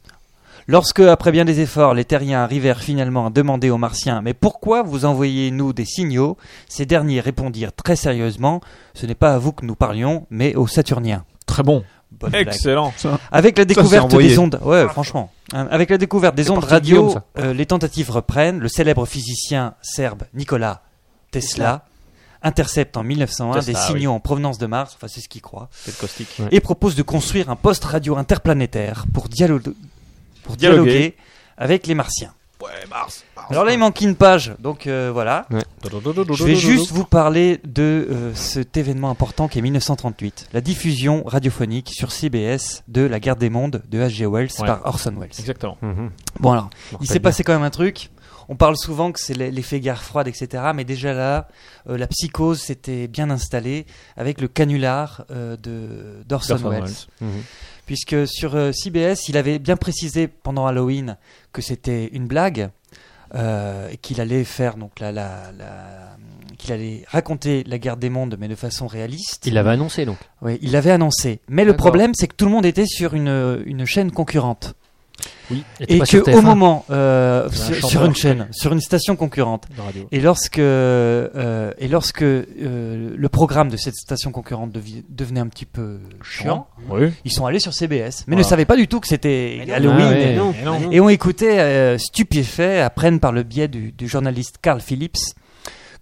Lorsque, après bien des efforts, les Terriens arrivèrent finalement à demander aux Martiens Mais pourquoi vous envoyez-nous des signaux ces derniers répondirent très sérieusement Ce n'est pas à vous que nous parlions, mais aux Saturniens.
Très bon.
Bonne blague.
Excellent.
Avec la
c'est
découverte
envoyé.
des ondes, ouais, franchement, Hein, avec la découverte des ondes
parti de
radio,
Guillaume,
euh, les tentatives reprennent. Le célèbre physicien serbe Nikola Tesla intercepte en 1901 des
Tesla,
signaux en provenance de Mars, enfin c'est ce qu'il croit,
C'est le caustique.
Ouais.
et propose de construire un poste radio interplanétaire pour, dialo-
Dialoguer.
pour dialoguer avec les Martiens. Alors là, il manque une page, donc euh, voilà. Je vais juste vous parler de euh, cet événement important qui est 1938, la diffusion radiophonique sur CBS de La guerre des mondes de H.G. Wells
Ouais.
par Orson Welles.
Exactement.
Mhm.
Bon
Je
alors,
me
il
rappelle
s'est passé quand même un truc. on parle souvent que c'est l'e- l'effet guerre froide, etc. Mais déjà là, euh, la psychose s'était bien installée avec le canular euh, de d'Orson
Orson
Welles.
Welles.
Puisque sur euh, CBS, il avait bien précisé pendant Halloween que c'était une blague euh, et qu'il allait faire donc la, la- la- qu'il allait raconter la guerre des mondes, mais de façon réaliste.
Il l'avait annoncé donc.
Oui, il l'avait annoncé. Mais le
D'accord.
problème, c'est que tout le monde était sur une, une chaîne concurrente
Oui.
et que au moment euh,
T'avais un
sur,
chanteur.
sur une chaîne, sur une station concurrente, et lorsque euh, et lorsque euh, le programme de cette station concurrente devi- devenait un petit peu chiant,
Oui.
ils sont allés sur CBS, mais
Voilà.
ne savaient pas du tout que c'était Halloween.
Ah ouais.
et-
non,
mais non.
non.
Et on écoutait euh, stupéfait, apprennent par le biais du, du journaliste Carl Phillips,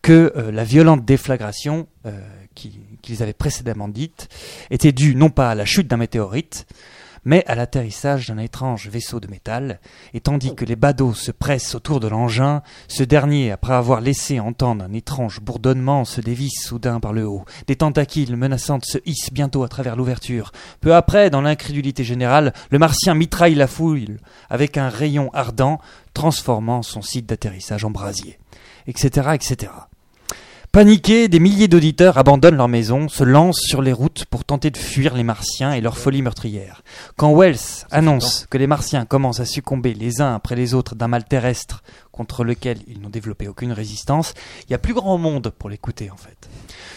que euh, la violente déflagration euh, qui- qu'ils avaient précédemment dite était due non pas à la chute d'un météorite, mais à l'atterrissage d'un étrange vaisseau de métal, et tandis que les badauds se pressent autour de l'engin, ce dernier, après avoir laissé entendre un étrange bourdonnement, se dévisse soudain par le haut. Des tentacules menaçantes se hissent bientôt à travers l'ouverture. Peu après, dans l'incrédulité générale, le martien mitraille la foule avec un rayon ardent, transformant son site d'atterrissage en brasier. Etc. etc. Paniqués, des milliers d'auditeurs abandonnent leur maison, se lancent sur les routes pour tenter de fuir les martiens et leur folie meurtrière. Quand Wells annonce que les martiens commencent à succomber les uns après les autres d'un mal terrestre contre lequel ils n'ont développé aucune résistance, il y a plus grand monde pour l'écouter en fait.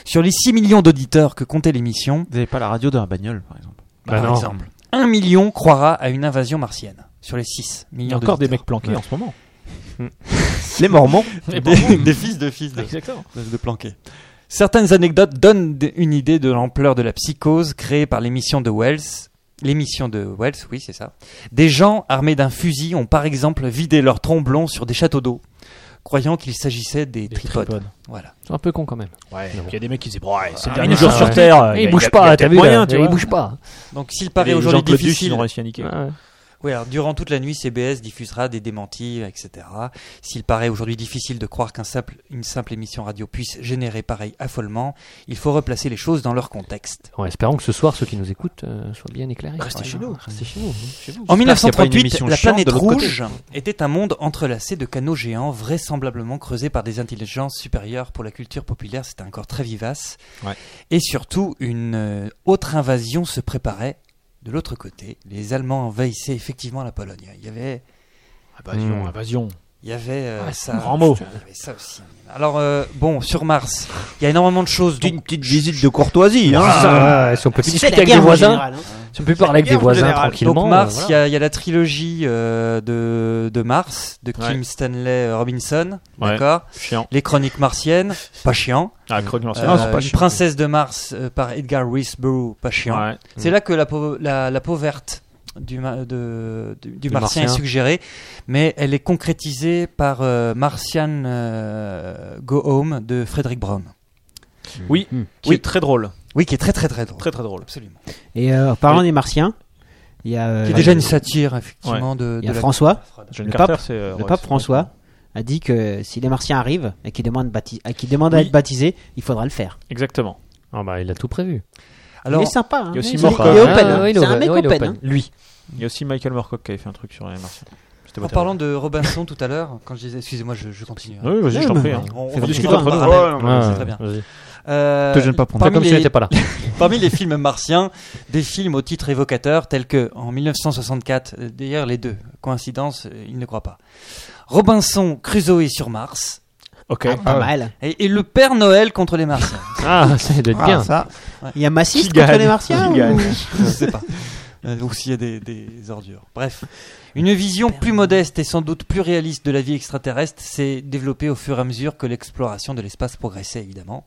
Sur les 6 millions d'auditeurs que comptait l'émission,
Vous n'avez pas la radio dans la bagnole, par exemple.
Bah
par exemple. Un million croira à une invasion martienne sur les 6
Il y a
millions
encore des
d'auditeurs.
mecs planqués en ce moment.
Les Mormons.
des, des fils de fils de,
Exactement.
de planqués. Certaines anecdotes donnent d- une idée de l'ampleur de la psychose créée par l'émission de Wells. L'émission de Wells, oui, c'est ça. Des gens armés d'un fusil ont par exemple vidé leur tromblon sur des châteaux d'eau, croyant qu'il s'agissait des, tripodes. Voilà.
C'est un peu con quand même.
Ouais.
Non.
Il y a des mecs qui disaient, bon, ouais, c'est le
Ah,
dernier
ouais.
jour
Ah,
sur
ouais.
Terre.
Et
y a-
il bouge
y a- y a
pas,
peut-être
t'as vu
moyen,
là,
tu
Il
vois.
bouge pas. Ah
Donc s'il
Il y
paraît
a des
aujourd'hui
Jean-Claude Duss, ils
difficile,
n'ont rien niqué.
Oui, alors, durant toute la nuit, CBS diffusera des démentis, etc. S'il paraît aujourd'hui difficile de croire qu'une simple, une simple émission radio puisse générer pareil affolement, il faut replacer les choses dans leur contexte.
En espérant que ce soir, ceux qui nous écoutent euh, soient bien éclairés.
Restez chez nous.
Restez chez nous.
En
pas une
1938,
émission
la
chiante
planète
de l'autre côté.
rouge était un monde entrelacé de canaux géants vraisemblablement creusés par des intelligences supérieures pour la culture populaire. C'était encore très vivace.
Ouais.
Et surtout, une euh, autre invasion se préparait de l'autre côté. Les Allemands envahissaient effectivement la Pologne. Il y avait
Invasion,
Hmm.
bah, invasion.
Il y avait
Ah,
euh, ça.
grand mot.
Il y avait ça aussi. Alors, euh, bon, sur Mars, il y a énormément de choses. Donc,
petite visite de courtoisie. hein.
si on peut
C'est
discuter
la
avec des
guerre en
voisins,
général. hein.
si on peut parler avec des voisins
donc
tranquillement.
Mars, il
euh,
y
voilà.
a- il y, a la trilogie euh, de, de Mars, de Kim
Ouais.
Stanley euh, Robinson,
Ouais.
d'accord
Chiant.
Les Chroniques martiennes, pas chiant.
Ah, croque
Euh, Une princesse de Mars euh, par Edgar Rice Burroughs, pas chiant.
Ouais.
C'est là que la peau, la, la peau verte du, ma- de- du- du
Du
martien, est
Martien.
suggérée, mais elle est concrétisée par euh, Martian euh, Go Home de Frédéric Brown.
Oui, qui
Oui.
est très drôle.
Oui, qui est très très très drôle.
Très très drôle.
Absolument.
Et euh, en parlant des martiens, il y a, euh,
Qui est déjà une satire, effectivement, de,
il y
de
a
la-
François.
John
Le
Carter,
pape-
c'est, euh, ouais,
Le pape
c'est-
François a dit que si les martiens arrivent et qu'ils demandent, bapti- et qu'ils demandent à
Oui.
être baptisés, il faudra le faire.
Exactement.
Ah bah, il a tout prévu.
Alors,
il est sympa. Hein.
il y a aussi
il,
Morphe.
il est
Ah,
open. hein.
ouais, il est
C'est un
open.
mec
Ouais, il est
open. hein.
open. Lui.
Il y a aussi Michael Moorcock qui avait fait un truc sur les Martiens. C'était
en
pas
parlant de Robinson tout à l'heure, quand je disais, excusez-moi, je, je continue. hein.
terrible. Oui, vas-y, je t'en
Ouais,
prie.
mais-
hein.
On,
On
on
discute
discute en
entre nous.
parallèle.
Ah,
très bien.
vas-y.
Euh,
Te gêne pas pour
Fais
parmi
comme si tu
les-
n'étais pas là.
Parmi les films martiens, des films au titre évocateur tels que en 1964, euh, d'ailleurs les deux, coïncidence, euh, il ne croit pas. Robinson Crusoe sur Mars
Ok.
Ah, pas mal.
et, et le Père Noël contre les Martiens.
Ah, ça doit être
Ah,
bien.
ça.
Il y a Massif
Qui
contre
gagne
les martiens
Qui gagne
ou-
Je ne sais pas. Euh, Ou s'il y a des, des ordures. Bref, une vision plus modeste et sans doute plus réaliste de la vie extraterrestre s'est développée au fur et à mesure que l'exploration de l'espace progressait, évidemment.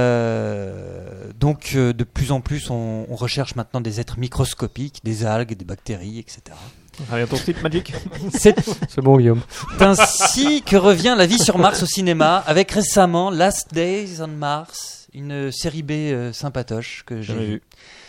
Euh, donc, euh, de plus en plus, on, on recherche maintenant des êtres microscopiques, des algues, des bactéries, etc.
Ah, il y a ton slip Magic
C'est
C'est bon, Guillaume.
ainsi que revient la vie sur Mars au cinéma, avec récemment Last Days on Mars, une série B euh, sympatoche que j'ai
Jamais vu.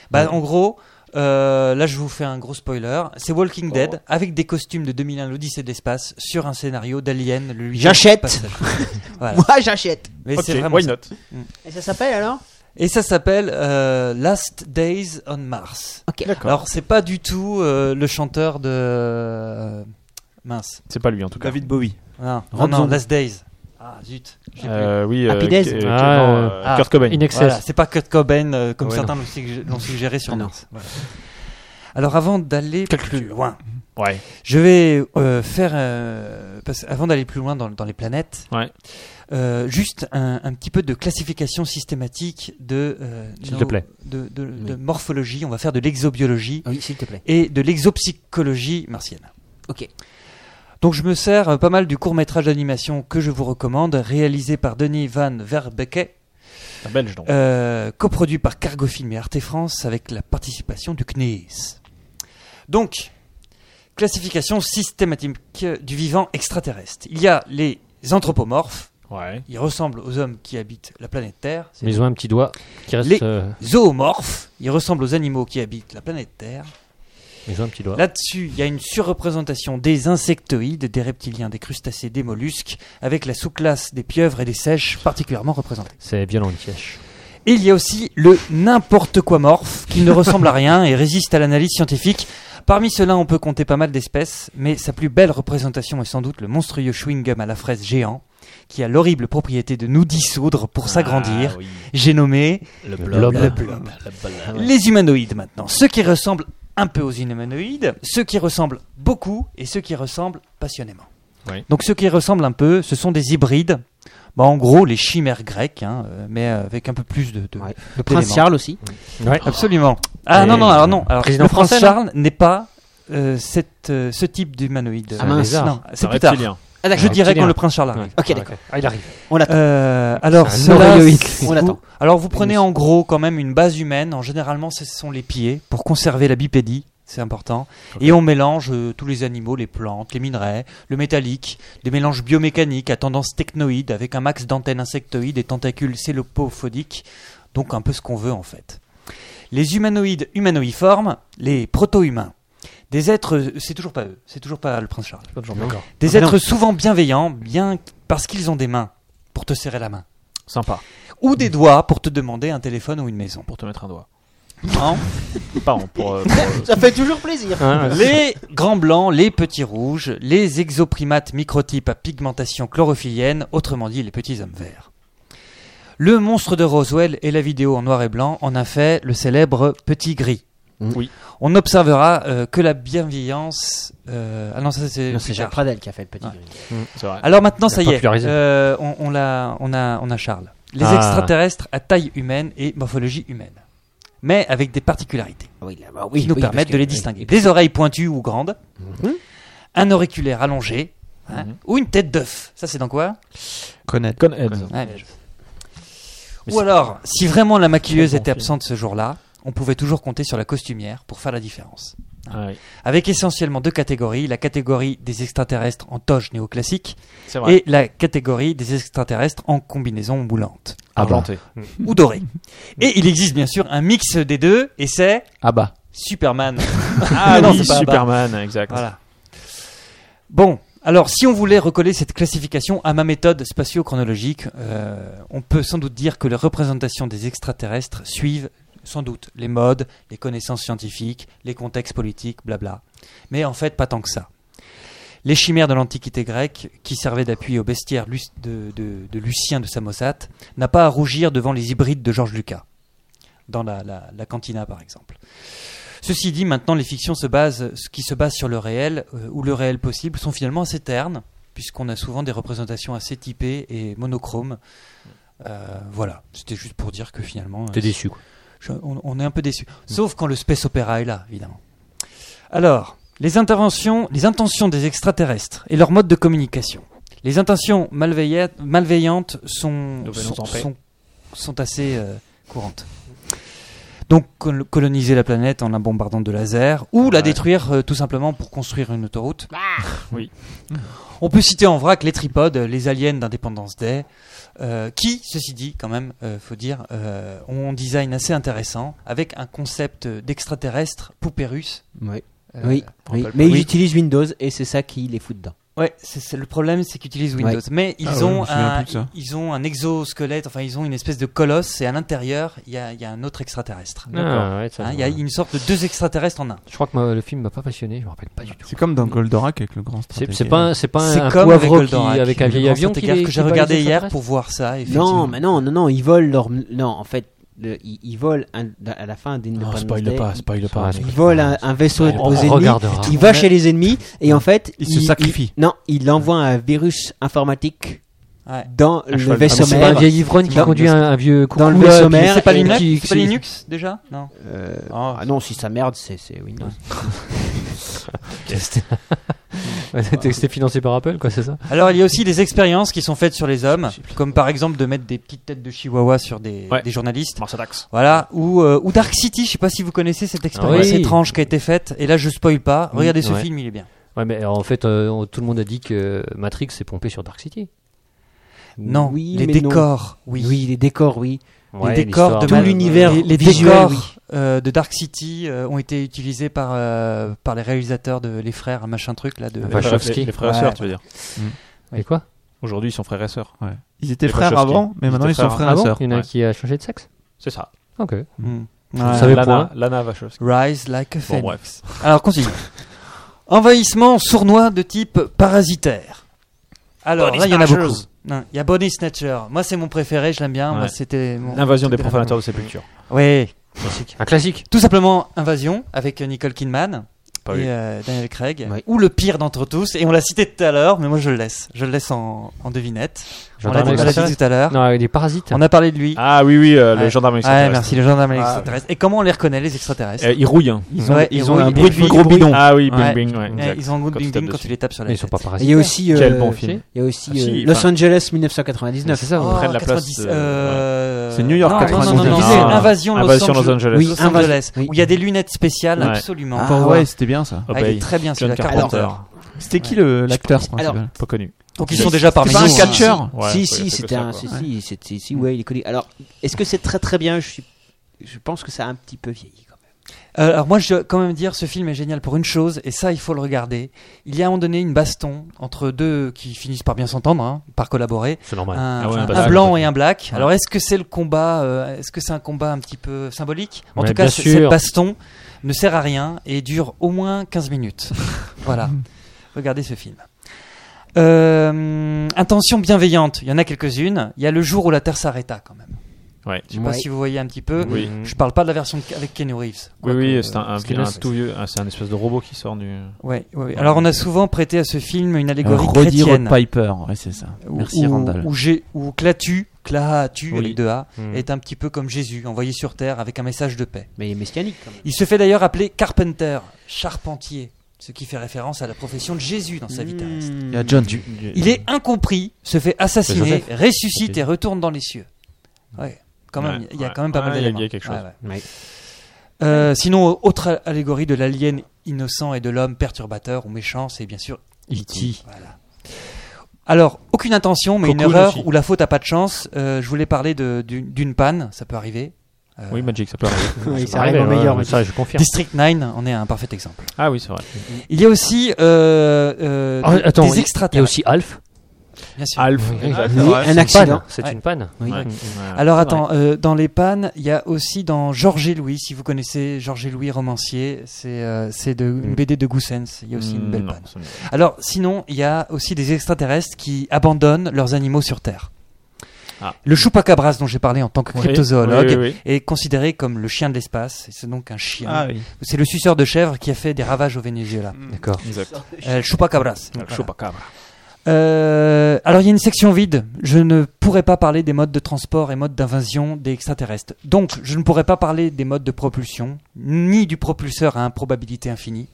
Bah, En gros, euh, là je vous fais un gros spoiler, c'est Walking
Oh.
Dead avec des costumes de 2001 l'Odyssée de l'espace sur un scénario d'Alien le huitième
J'achète.
passage. Voilà.
Moi, j'achète.
Mais
Ok,
c'est vraiment
why
ça.
not
Et ça s'appelle alors
Et ça s'appelle euh, Last Days on Mars.
Ok.
D'accord.
Alors c'est pas du tout euh, le chanteur de... Mince.
C'est pas lui en tout cas.
David Bowie.
Non, non,
Rob
non,
Zombie.
Last Days. Ah, zut. j'ai plus.
Euh, oui,
Happy
euh,
Days
K- euh,
Ah,
non,
euh,
euh,
ah,
Kurt Cobain.
In excess.
Voilà, c'est pas Kurt Cobain euh, comme
Ouais,
certains l'ont suggé- l'ont suggéré sur
Ah, non.
Mars. Voilà. Alors avant d'aller plus loin,
Ouais.
je vais euh, faire euh, parce- avant d'aller plus loin dans, dans les planètes,
Ouais.
euh, juste un, un petit peu de classification systématique de euh,
S'il
nos-
te plaît.
de, de- de
Oui.
morphologie. On va faire de l'exobiologie
Ah Oui, s'il te plaît.
et de l'exopsychologie martienne.
Ok.
Donc je me sers euh, pas mal du court métrage d'animation que je vous recommande, réalisé par Denis Van Verbeke,
C'est un belge donc.
euh, coproduit par Cargo Film et Arte France avec la participation du CNES. Donc, classification systématique du vivant extraterrestre. Il y a les anthropomorphes,
Ouais.
ils ressemblent aux hommes qui habitent la planète Terre. C'est
Mais ils ont un petit doigt qui reste.
Les-
euh,
les zoomorphes, ils ressemblent aux animaux qui habitent la planète Terre.
ils ont un petit doigt.
Là-dessus, il y a une surreprésentation des insectoïdes, des reptiliens, des crustacés, des mollusques, avec la sous-classe des pieuvres et des sèches particulièrement représentée.
C'est violent, une tièche.
Et il y a aussi le n'importe quoi morphe, qui ne ressemble à rien et résiste à l'analyse scientifique. Parmi ceux-là, on peut compter pas mal d'espèces, mais sa plus belle représentation est sans doute le monstrueux chewing-gum à la fraise géant, qui a l'horrible propriété de nous dissoudre pour s'agrandir.
Ah, oui.
J'ai nommé
Le
blob.
le blob.
blob.
Les humanoïdes maintenant. Ceux qui ressemblent un peu aux humanoïdes, ceux qui ressemblent beaucoup et ceux qui ressemblent passionnément.
Oui.
Donc ceux qui ressemblent un peu, ce sont des hybrides. Bah, en gros, les chimères grecques, hein, euh, mais euh, avec un peu plus de... de-
Ouais. Le prince Charles aussi.
Absolument. Ah
Et-
non, non, alors non. Alors,
Président
le prince
français, non
Charles n'est pas euh, cette, euh, ce type d'humanoïde. Euh,
Ah, mince.
Non,
C'est
c'est
un
plus tard.
reptilien.
Ah
Je
d'accord.
dirais
reptilien.
quand le prince Charles arrive.
Ouais.
Ok, d'accord.
Ah, il arrive.
On l'attend.
Euh, alors,
un
cela,
oreilloïde.
c'est-
On l'attend.
alors, vous prenez en gros quand même une base humaine. En généralement, ce sont les pieds pour conserver la bipédie. C'est important. Et on mélange euh, tous les animaux, les plantes, les minerais, le métallique, des mélanges biomécaniques à tendance technoïde avec un max d'antennes insectoïdes et tentacules célopophodiques. Donc, un peu ce qu'on veut en fait. Les humanoïdes humanoïformes, les proto-humains. Des êtres, euh, c'est toujours pas eux, c'est toujours pas le prince Charles.
Ah,
Des êtres souvent bienveillants, bien parce qu'ils ont des mains pour te serrer la main
Sympa.
ou des doigts pour te demander un téléphone ou une maison. Hein
Pour te mettre un doigt.
Non.
Pardon. Pour, euh, pour, euh,
Ça fait toujours plaisir.
les grands blancs, les petits rouges, les exoprimates microtypes à pigmentation chlorophyllienne, autrement dit les petits hommes verts. Le monstre de Roswell et la vidéo en noir et blanc en a fait le célèbre petit gris.
Oui.
On observera euh, que la bienveillance. euh, ah non, ça c'est.
Non, c'est
plus
Jacques
tard.
Pradel qui a fait le petit
Ouais.
gris.
c'est vrai.
Alors maintenant, ça y est,
popularisé.
euh, on, on l'a- on a, on a Charles. Les
Ah.
extraterrestres à taille humaine et morphologie humaine, mais avec des particularités
Ah Oui, là, bah oui,
qui nous
oui,
permettent de
parce que-
les distinguer. Des oreilles pointues ou grandes,
Mhm.
un auriculaire allongé, hein,
Mhm.
ou une tête d'œuf. Ça, c'est dans quoi
Connaître.
Conhead.
Ouais, bien joué.
Mais
Ou
c'est-
alors, si vraiment la maquilleuse
Très bon
était
film.
absente ce jour-là, on pouvait toujours compter sur la costumière pour faire la différence.
Ouais.
Avec essentiellement deux catégories, la catégorie des extraterrestres en toge néoclassique
C'est vrai.
et la catégorie des extraterrestres en combinaison moulante
Argenté.
ou dorée. Et il existe bien sûr un mix des deux, et c'est
Ah bah.
Superman.
Ah
non,
oui,
c'est pas
Superman, exact.
Voilà. Bon, alors si on voulait recoller cette classification à ma méthode spatio-chronologique, euh, on peut sans doute dire que les représentations des extraterrestres suivent sans doute les modes, les connaissances scientifiques, les contextes politiques, blabla. Mais en fait, pas tant que ça. Les chimères de l'Antiquité grecque, qui servaient d'appui au bestiaire Lu- de, de- de Lucien de Samosate, n'a pas à rougir devant les hybrides de Georges Lucas, dans la- la- la cantina par exemple. Ceci dit, maintenant, les fictions se basent, ce qui se basent sur le réel euh, ou le réel possible sont finalement assez ternes, puisqu'on a souvent des représentations assez typées et monochromes. Euh, voilà, c'était juste pour dire que finalement, euh,
T'es déçu quoi.
je- on, on est un peu déçu.
Mm.
Sauf quand le space opéra est là, évidemment. Alors, les interventions, les intentions des extraterrestres et leur mode de communication. Les intentions malveilla- malveillantes sont
Nous venons
sont,
en paix.
sont- sont assez euh, courantes. Donc col- coloniser la planète en la bombardant de lasers ou la
Ouais. Ah.
détruire euh, tout simplement pour construire une autoroute.
Oui.
On peut citer en vrac les tripodes, les aliens d'Indépendance Day, euh, qui, ceci dit, quand même, euh, faut dire, euh, ont un design assez intéressant avec un concept d'extraterrestre poupée russe.
Oui.
Euh,
Oui, oui.
rappelle
mais
pas.
ils utilisent Windows et c'est ça qui les fout dedans.
Ouais, c'est, c'est- le problème, c'est qu'ils utilisent Windows.
Ouais.
Mais ils
Ah ouais, je
ont
me souviens
un,
plus de ça.
ils ont un exosquelette. Enfin, ils ont une espèce de colosse. Et à l'intérieur, il y a, il y a un autre extraterrestre.
Ah, ouais, ça,
Hein,
je
Il y a
vois.
une sorte de deux extraterrestres en un.
Je crois que moi, le film m'a pas passionné, je me rappelle pas du tout.
C'est comme dans Goldorak avec le grand
C'est
stratège.
c'est pas un, c'est pas
C'est
un
comme avec
poivreau qui-
Goldorak,
avec un
le
vieil
grand
avion qui
stratégate
les-
que
qui
j'ai
bat les
regardé hier
extraterrestres
pour voir ça.
Non,
effectivement.
mais non, non, non, ils volent leur. Non, en fait, le- ils, ils volent un- à la fin d'Independence
Non, spoil
Day,
pas, spoil pas.
Ils volent un, un vaisseau
On- on
aux ennemis.
regardera. Ah,
Il va chez les ennemis et en fait,
Il se sacrifie.
il- non, il envoie un virus informatique
Ouais.
dans le
cheval.
vaisseau
Ah, mais
C'est pas un
mère.
vieil ivrogne qui
Dans-
conduit un, un vieux coucou
Dans le
là,
vaisseau
qui-
mère,
qui-
C'est pas
qui-
Linux,
euh, qui-
c'est pas Linux déjà Non.
Euh,
Oh.
Ah non, si ça merde, c'est c'est Windows.
Ouais, C'était c'était financé par Apple, quoi, c'est ça
Alors il y a aussi des expériences qui sont faites sur les hommes, comme par exemple de mettre des petites têtes de chihuahua sur des,
Ouais.
des journalistes.
Mars Attacks.
Voilà, ou, euh, ou Dark City, je sais pas si vous connaissez cette expérience
oui.
étrange qui a été faite, et là je spoil pas,
Oui,
regardez ce
ouais.
film, il est bien.
Ouais, mais alors, en fait, euh, on- tout le monde a dit que Matrix s'est pompé sur Dark City.
Non,
Oui,
les
mais non.
décors, oui.
Oui, les décors, oui.
Ouais,
les décors
l'histoire
de
Tout
Mal-
l'univers
Les, les
visuel,
décors
oui.
euh, de Dark City euh, ont été utilisés par, euh, par les réalisateurs de Les Frères, machin truc là. De...
Vache. Wachowski.
Les, les frères et
Ouais.
sœurs, tu veux dire.
Et quoi
Aujourd'hui, ils sont frères et sœurs.
Ils étaient
Les
frères
Wachowski.
avant, mais
Ils
maintenant
étaient
ils sont
frères
frères
Ah
et
bon
sœurs.
Il y en a
Ouais.
qui a changé de sexe
C'est ça.
Ok.
Mm.
Vous
Ouais.
savez
Lana,
point.
Lana Wachowski.
Rise like a
Bon,
phoenix.
bref.
Alors continue. Envahissement sournois de type parasitaire. Alors
Body
là, il y en a
snatchers.
beaucoup. Non, Il y a Bonnie Snatcher. Moi, c'est mon préféré, je l'aime bien. Moi,
Ouais.
c'était mon-
L'invasion des
c'était la-
profanateurs de sépulture.
Oui.
Un classique.
Tout simplement Invasion avec euh, Nicole Kidman
Pas
et
eu.
euh, Daniel Craig.
Ouais.
Ou le pire d'entre tous. Et on l'a cité tout à l'heure, mais moi, je le laisse. Je le laisse en, en devinette. On l'a
Gendarme
dit, on l'a
extraterrestre
dit tout à l'heure.
Non, avec des parasites.
On a parlé de lui.
Ah oui, oui, euh,
Ouais.
le gendarme
ouais,
extraterrestre.
merci, le gendarme
Ah.
extraterrestre. Et comment on les reconnaît, les extraterrestres
Euh, ils rouillent. hein.
Ils ont, ouais,
Ils ont
oui,
un
et
bruit
puis-
de gros bidon.
Ah oui,
Ouais.
bing bing. ouais,
Ouais,
exact.
Eh, Ils ont un goût de
Quand tu
bing
tapes
bing quand tu
dessus.
les tapes sur la
Mais ils sont
tête.
pas
Et
parasites.
il y a aussi,
Quel
euh,
bon film.
il y a aussi
Ah, si,
euh, Los
enfin-
Angeles 1999.
Ah, C'est ça.
Oh.
ouais.
prennent la place
90,
de-
euh,
C'est New York,
non,
90.
Non, non, non,
Ah.
c'est Invasion,
Invasion Los
Angeles.
Angeles.
Oui.
Los
Invasion-
Angeles,
oui.
où il y a des lunettes spéciales,
Ouais.
absolument.
Ah
Faut
ouais,
voir.
c'était bien ça.
Ah, il
Obey.
est très bien
John
celui-là.
Carpenter.
Carpenter.
C'était qui le l'acteur
Alors,
principal
Pas connu.
Donc ils sont déjà parmi
C'est pas
nous.
un
hein.
catcheur
Ouais,
si,
ouais, Mm.
si,
c'est
c'était
que ça,
un.
quoi.
Si, si, c'est- si, si, ouais, il est connu. Alors, est-ce que c'est très très bien je, suis... je pense que ça a un petit peu vieilli quand même.
Euh, alors moi, je dois quand même dire, ce film est génial pour une chose, et ça, il faut le regarder. Il y a à un moment donné une baston entre deux qui finissent par bien s'entendre, hein, par collaborer.
C'est normal.
Un,
Ah ouais,
un-
un
un
black.
blanc et un black. Alors est-ce que c'est le combat euh, Est-ce que c'est un combat un petit peu symbolique En
Ouais,
tout cas,
bien
ce-
sûr.
cette baston ne sert à rien et dure au moins 15 minutes. voilà. Regardez ce film. Euh, intention bienveillante. Il y en a quelques-unes. Il y a le jour où la Terre s'arrêta quand même.
Ouais.
Je sais pas
Ouais.
si vous voyez un petit peu.
Oui.
Je parle pas de la version de- avec Keanu Reeves.
Oui,
Quoique,
oui,
euh,
c'est un, un,
parce que
un
là,
tout vieux, un- c'est un espèce de robot qui sort du.
Ouais, ouais, ouais. Alors on a souvent prêté à ce film une allégorie
Euh, Roddy
chrétienne.
Rod Piper, ouais, c'est ça.
où-
Merci
où,
Randall.
Où, Jé- où Clatu, Clatu,
Oui.
avec deux A,
Hmm.
Mm.
est un petit peu comme Jésus, envoyé sur terre avec un message de paix.
Mais il est messianique quand même.
Il se fait d'ailleurs appeler Carpenter, charpentier, ce qui fait référence à la profession de Jésus dans
Hmm.
sa vie terrestre.
Mm.
Il y a John Du.
Il est incompris, se fait assassiner,
Joseph.
ressuscite
Ok.
et retourne dans les cieux. Ouais, quand même,
Ouais,
il y a
ouais.
quand même pas mal
Ouais, il y a-
d'éléments.
il y a quelque chose.
Ouais.
Euh, sinon, autre allégorie de l'alien innocent et de l'homme perturbateur ou méchant, c'est bien sûr
E
E.T. Voilà. Alors, aucune intention, mais une
Cocoon
erreur
aussi.
où la faute a pas de chance. Euh, je voulais parler de- d'une d'une panne, ça peut arriver. Euh,
Oui, Magic, ça peut arriver.
Oui,
Ça
ça arrive
arrive,
au
ouais,
meilleur.
ouais,
mais
Ça, je confirme.
District 9 en est un parfait exemple.
Ah oui, c'est vrai.
Il y a aussi euh, euh,
Ah,
des-
attends,
des
Il y a
extraterrestres.
aussi Alf.
bien sûr.
Alf.
Oui,
Ah,
oui,
c'est vrai.
un accident.
Panne. hein. C'est
Ouais.
une panne.
Oui.
Ouais.
Alors attends, euh, dans les pannes, il y a aussi dans Georges et Louis, si vous connaissez Georges et Louis romancier, c'est euh, c'est de-
Hmm.
une BD de Goossens, il y a aussi une belle
Mm, Non,
panne.
ça me-
Alors sinon, il y a aussi des extraterrestres qui abandonnent leurs animaux sur Terre.
Ah.
Le chupacabras dont j'ai parlé en tant que
Oui,
cryptozoologue
oui, oui, oui.
est considéré comme le chien de l'espace, et c'est donc un chien.
Ah oui.
C'est le suceur de chèvre qui a fait des ravages au Venezuela.
Mm.
D'accord.
Exact.
Euh, le chupacabras.
Le
Voilà.
Chupacabra.
Euh, alors il y a une section vide. Je ne pourrais pas parler des modes de transport et modes d'invasion des extraterrestres. Donc je ne pourrais pas parler des modes de propulsion, ni du propulseur à improbabilité infinie,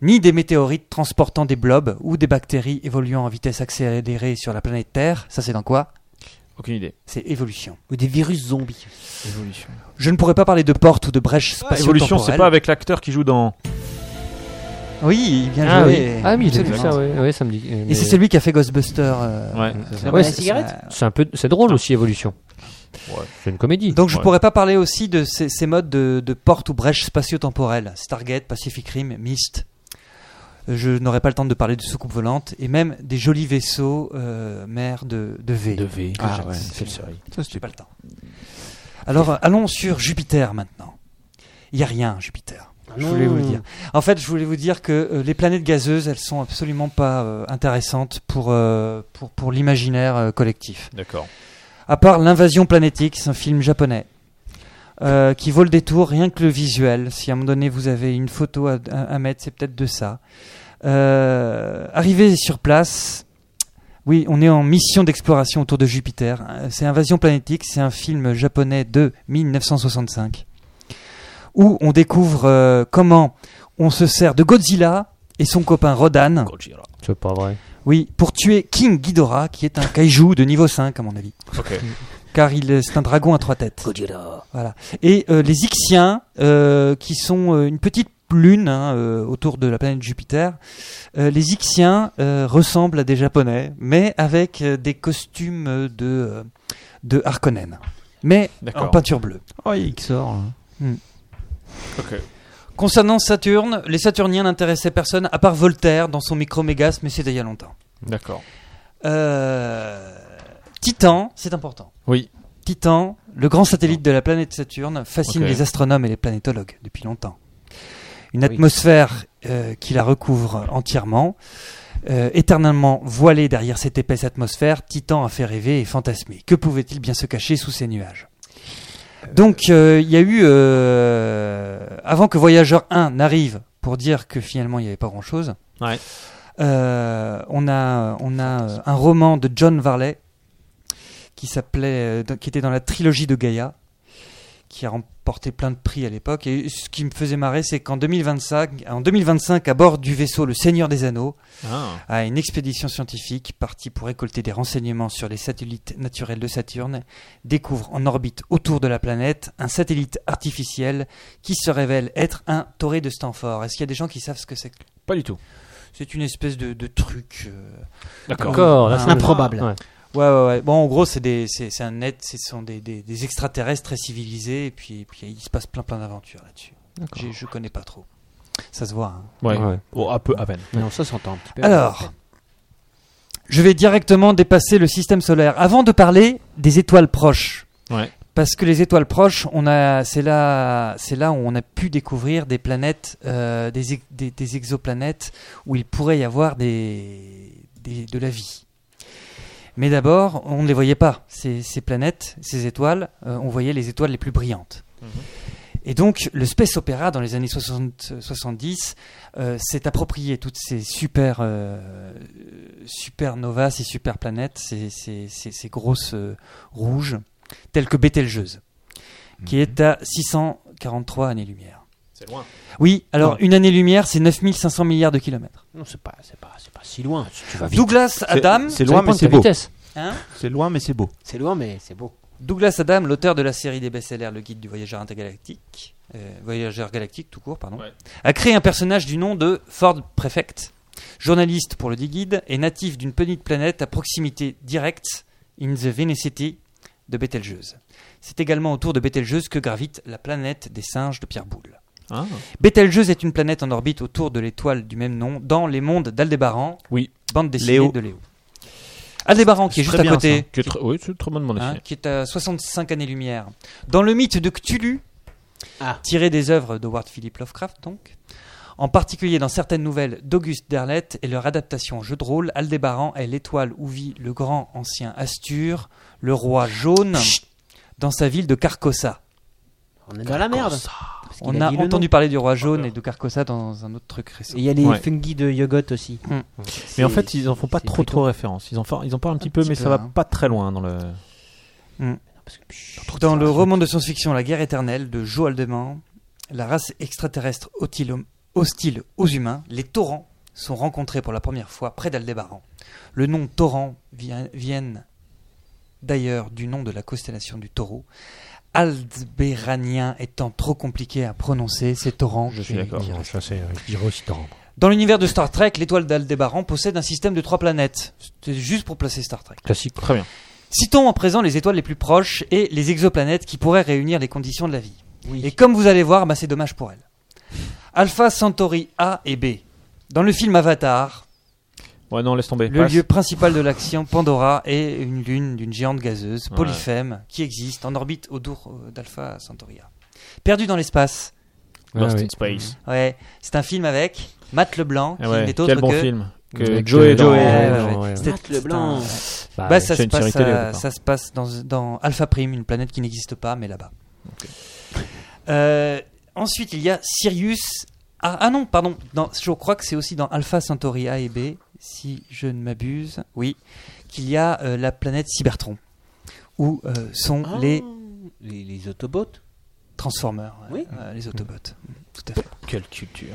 ni des météorites transportant des blobs ou des bactéries évoluant en vitesse accélérée sur la planète Terre. Ça c'est dans quoi
Aucune idée.
C'est évolution.
Ou des virus zombies.
Évolution.
Je ne pourrais pas parler de portes ou de brèches spatio
Évolution, c'est pas avec l'acteur qui joue dans.
Oui, bien
Ah oui.
joué.
Ah oui, j'ai vu
Absolument.
ça. Ouais, ouais, ça me dit. euh,
Et
mais-
c'est celui qui a fait Ghostbuster. euh,
Ouais.
Ah,
Ouais,
la
c'est-
cigarette
C'est un peu. C'est drôle aussi, évolution.
Ouais.
C'est une comédie.
Donc je
Ouais.
pourrais pas parler aussi de ces, ces modes de, de portes ou brèches spatio-temporelles, Stargate, Pacific Rim, Myst. Je n'aurai pas le temps de parler de soucoupes volantes et même des jolis vaisseaux euh, mers de, de V.
De V.
Que j'aime.
ouais,
C'est-
série.
Ça, c'était
J'ai pas le temps. Alors, euh, allons sur Jupiter maintenant. Il n'y a rien, Jupiter. Je voulais vous le dire. En fait, je voulais vous dire que euh, les planètes gazeuses, elles sont absolument pas euh, intéressantes pour, euh, pour, pour l'imaginaire euh, collectif.
D'accord.
À part L'invasion planétique, c'est un film japonais euh, qui vaut le détour, rien que le visuel. Si à un moment donné vous avez une photo à, à- à mettre, c'est peut-être de ça. Euh, arrivé sur place, oui, on est en mission d'exploration autour de Jupiter. Euh, C'est Invasion planétique, c'est un film japonais de 1965 où on découvre euh, comment on se sert de Godzilla et son copain Rodan.
C'est pas vrai.
Oui, pour tuer King Ghidorah, qui est un kaiju de niveau 5, à mon avis.
Ok.
Car il est- c'est un dragon à trois têtes.
Godzilla.
Et euh, les Ixiens, euh, qui sont euh, une petite lune hein, euh, autour de la planète Jupiter, euh, les Ixiens euh, ressemblent à des Japonais, mais avec euh, des costumes euh, de, euh, de Harkonnen. Mais en
D'accord.
peinture bleue. Hmm.
Oh, il sort. là.
Ok.
Concernant Saturne, les Saturniens n'intéressaient personne à part Voltaire dans son Micromégas, mais c'était il y a longtemps.
D'accord.
Euh, Titan, c'est important.
Oui.
Titan, le grand satellite de la planète Saturne, fascine
Ok.
les astronomes et les planétologues depuis longtemps. Une atmosphère euh, qui la recouvre entièrement, euh, éternellement voilée derrière cette épaisse atmosphère, Titan a fait rêver et fantasmer. Que pouvait-il bien se cacher sous ces nuages donc euh, il y a eu, euh, avant que Voyageur 1 n'arrive pour dire que finalement il n'y avait pas grand-chose,
Ouais.
euh, on a, on a euh, un roman de John Varley qui s'appelait, euh, dans- qui était dans la trilogie de Gaïa, qui a remporté plein de prix à l'époque. Et ce qui me faisait marrer, c'est qu'en 2025, en 2025, à bord du vaisseau Le Seigneur des Anneaux,
Ah.
à une expédition scientifique partie pour récolter des renseignements sur les satellites naturels de Saturne, découvre en orbite autour de la planète un satellite artificiel qui se révèle être un torré de Stanford. Est-ce qu'il y a des gens qui savent ce que c'est
Pas du tout.
C'est une espèce de, de truc. euh,
D'accord.
D'accord, là,
Ah.
c'est
Improbable.
Ouais.
Ouais, ouais, ouais. Bon, en gros, c'est des, c'est, c'est un net, ce sont des, des, des extraterrestres très civilisés, et puis, et puis il se passe plein plein d'aventures là-dessus.
D'accord.
J'ai- Je connais pas trop. Ça se voit. hein.
Ouais.
Ouais.
Oh, un peu à peine.
Non, ça s'entend. un petit peu.
Alors, je vais directement dépasser le système solaire avant de parler des étoiles proches.
Ouais.
Parce que les étoiles proches, on a, c'est là, c'est là où on a pu découvrir des planètes, euh, des, ex- des, des exoplanètes où il pourrait y avoir des, des- de la vie. Mais d'abord, on ne les voyait pas ces, ces planètes, ces étoiles. euh, on voyait les étoiles les plus brillantes. Et donc, le space opéra dans les années 60, 70 euh, s'est approprié toutes ces super euh, supernovas, ces super planètes, ces, ces- ces- ces grosses euh, rouges, telles que Bételgeuse, qui est à 643 années-lumière.
C'est loin.
Oui, alors
Ouais.
une année-lumière, c'est 9500 milliards de kilomètres.
Non, c'est pas, c'est pas, c'est pas si loin. Si tu vas vite.
Douglas Adam,
C'est
Ça
loin,
dépend
mais
de
c'est
ta
beau.
vitesse.
hein,
C'est loin, mais c'est beau.
C'est loin, mais c'est beau.
Douglas Adam, l'auteur de la série des best-sellers Le Guide du Voyageur Intergalactique, euh, Voyageur Galactique tout court, pardon,
Ouais.
a créé un personnage du nom de Ford Prefect, journaliste pour le D-Guide et natif d'une petite planète à proximité directe, in the Vénécité, de Bételgeuse. C'est également autour de Bételgeuse que gravite la planète des singes de Pierre Boulle.
Ah.
Bételgeuse est une planète en orbite autour de l'étoile du même nom dans les mondes d'Aldébaran,
Oui.
bande dessinée
Léo.
de Léo. Aldébaran qui est
C'est
juste
très
à
bien,
côté,
Que tr- Oui, c'est très bonne bande
hein,
dessinée.
qui est à 65 années-lumière. Dans le mythe de Cthulhu,
Ah.
tiré des œuvres d'Howard Philip Lovecraft donc, en particulier dans certaines nouvelles d'Auguste Derleth et leur adaptation en jeu de rôle, Aldébaran est l'étoile où vit le grand ancien Astur, le roi jaune, dans sa ville de Carcossa.
On est dans la merde. Parce qu'il
On a,
dit le
entendu
nom.
parler du roi jaune et de Carcossa dans un autre truc récent.
Et il y a les
Ouais.
fungi de Yogot aussi.
Hmm.
Mais en fait, ils en font pas
c'est
trop
plutôt-
trop référence. Ils en, font- ils en parlent un petit peu,
petit
mais
peu,
ça va
hein.
pas très loin dans le.
Parce que,
Dans le roman de science-fiction La guerre éternelle de Joe Haldeman, la race extraterrestre hostile- hostile aux humains, les taurans, sont rencontrés pour la première fois près d'Aldébaran. Le nom tauran vient, viennent d'ailleurs du nom de la constellation du taureau. Aldébaranien étant trop compliqué à prononcer, c'est tauran.
Je suis d'accord.
Dans l'univers de Star Trek, l'étoile d'Aldébaran possède un système de trois planètes. C'est juste pour placer Star Trek.
Classique.
Très bien.
Citons à présent les étoiles les plus proches et les exoplanètes qui pourraient réunir les conditions de la vie.
Oui.
Et comme vous allez voir, bah, c'est dommage pour elle. Alpha Centauri A et B Dans le film Avatar,
Ouais, non, laisse tomber.
le
Passe.
lieu principal de l'action Pandora est une lune d'une géante gazeuse,
Ouais.
polyphème, qui existe en orbite autour euh, d'Alpha Centauri. Perdue dans l'espace.
Lost
Ouais,
in Space.
Ouais, c'est un film avec Matt Leblanc,
Eh
qui
ouais,
n'est autre
Quel bon
que
film. Que
Avec,
Joe
euh,
est dans.
Joe et-
Ouais, ouais,
ouais, ouais.
C'était-
Matt Leblanc.
c'était
Bah,
Ah,
Bah,
ouais.
ça,
c'est
se
une série
passe,
télé, au
à-
départ.
ça se passe dans, dans Alpha Prime, une planète qui n'existe pas, mais là-bas. Euh, ensuite, il y a Sirius. Ah, ah non, pardon. dans- je crois que c'est aussi dans Alpha Centauri A et B, si je ne m'abuse. Oui, qu'il y a euh, la planète Cybertron, où euh, sont
Ah.
les
les, les Autobots.
Transformers,
Oui.
euh, les Autobots. Tout à fait.
Quelle culture.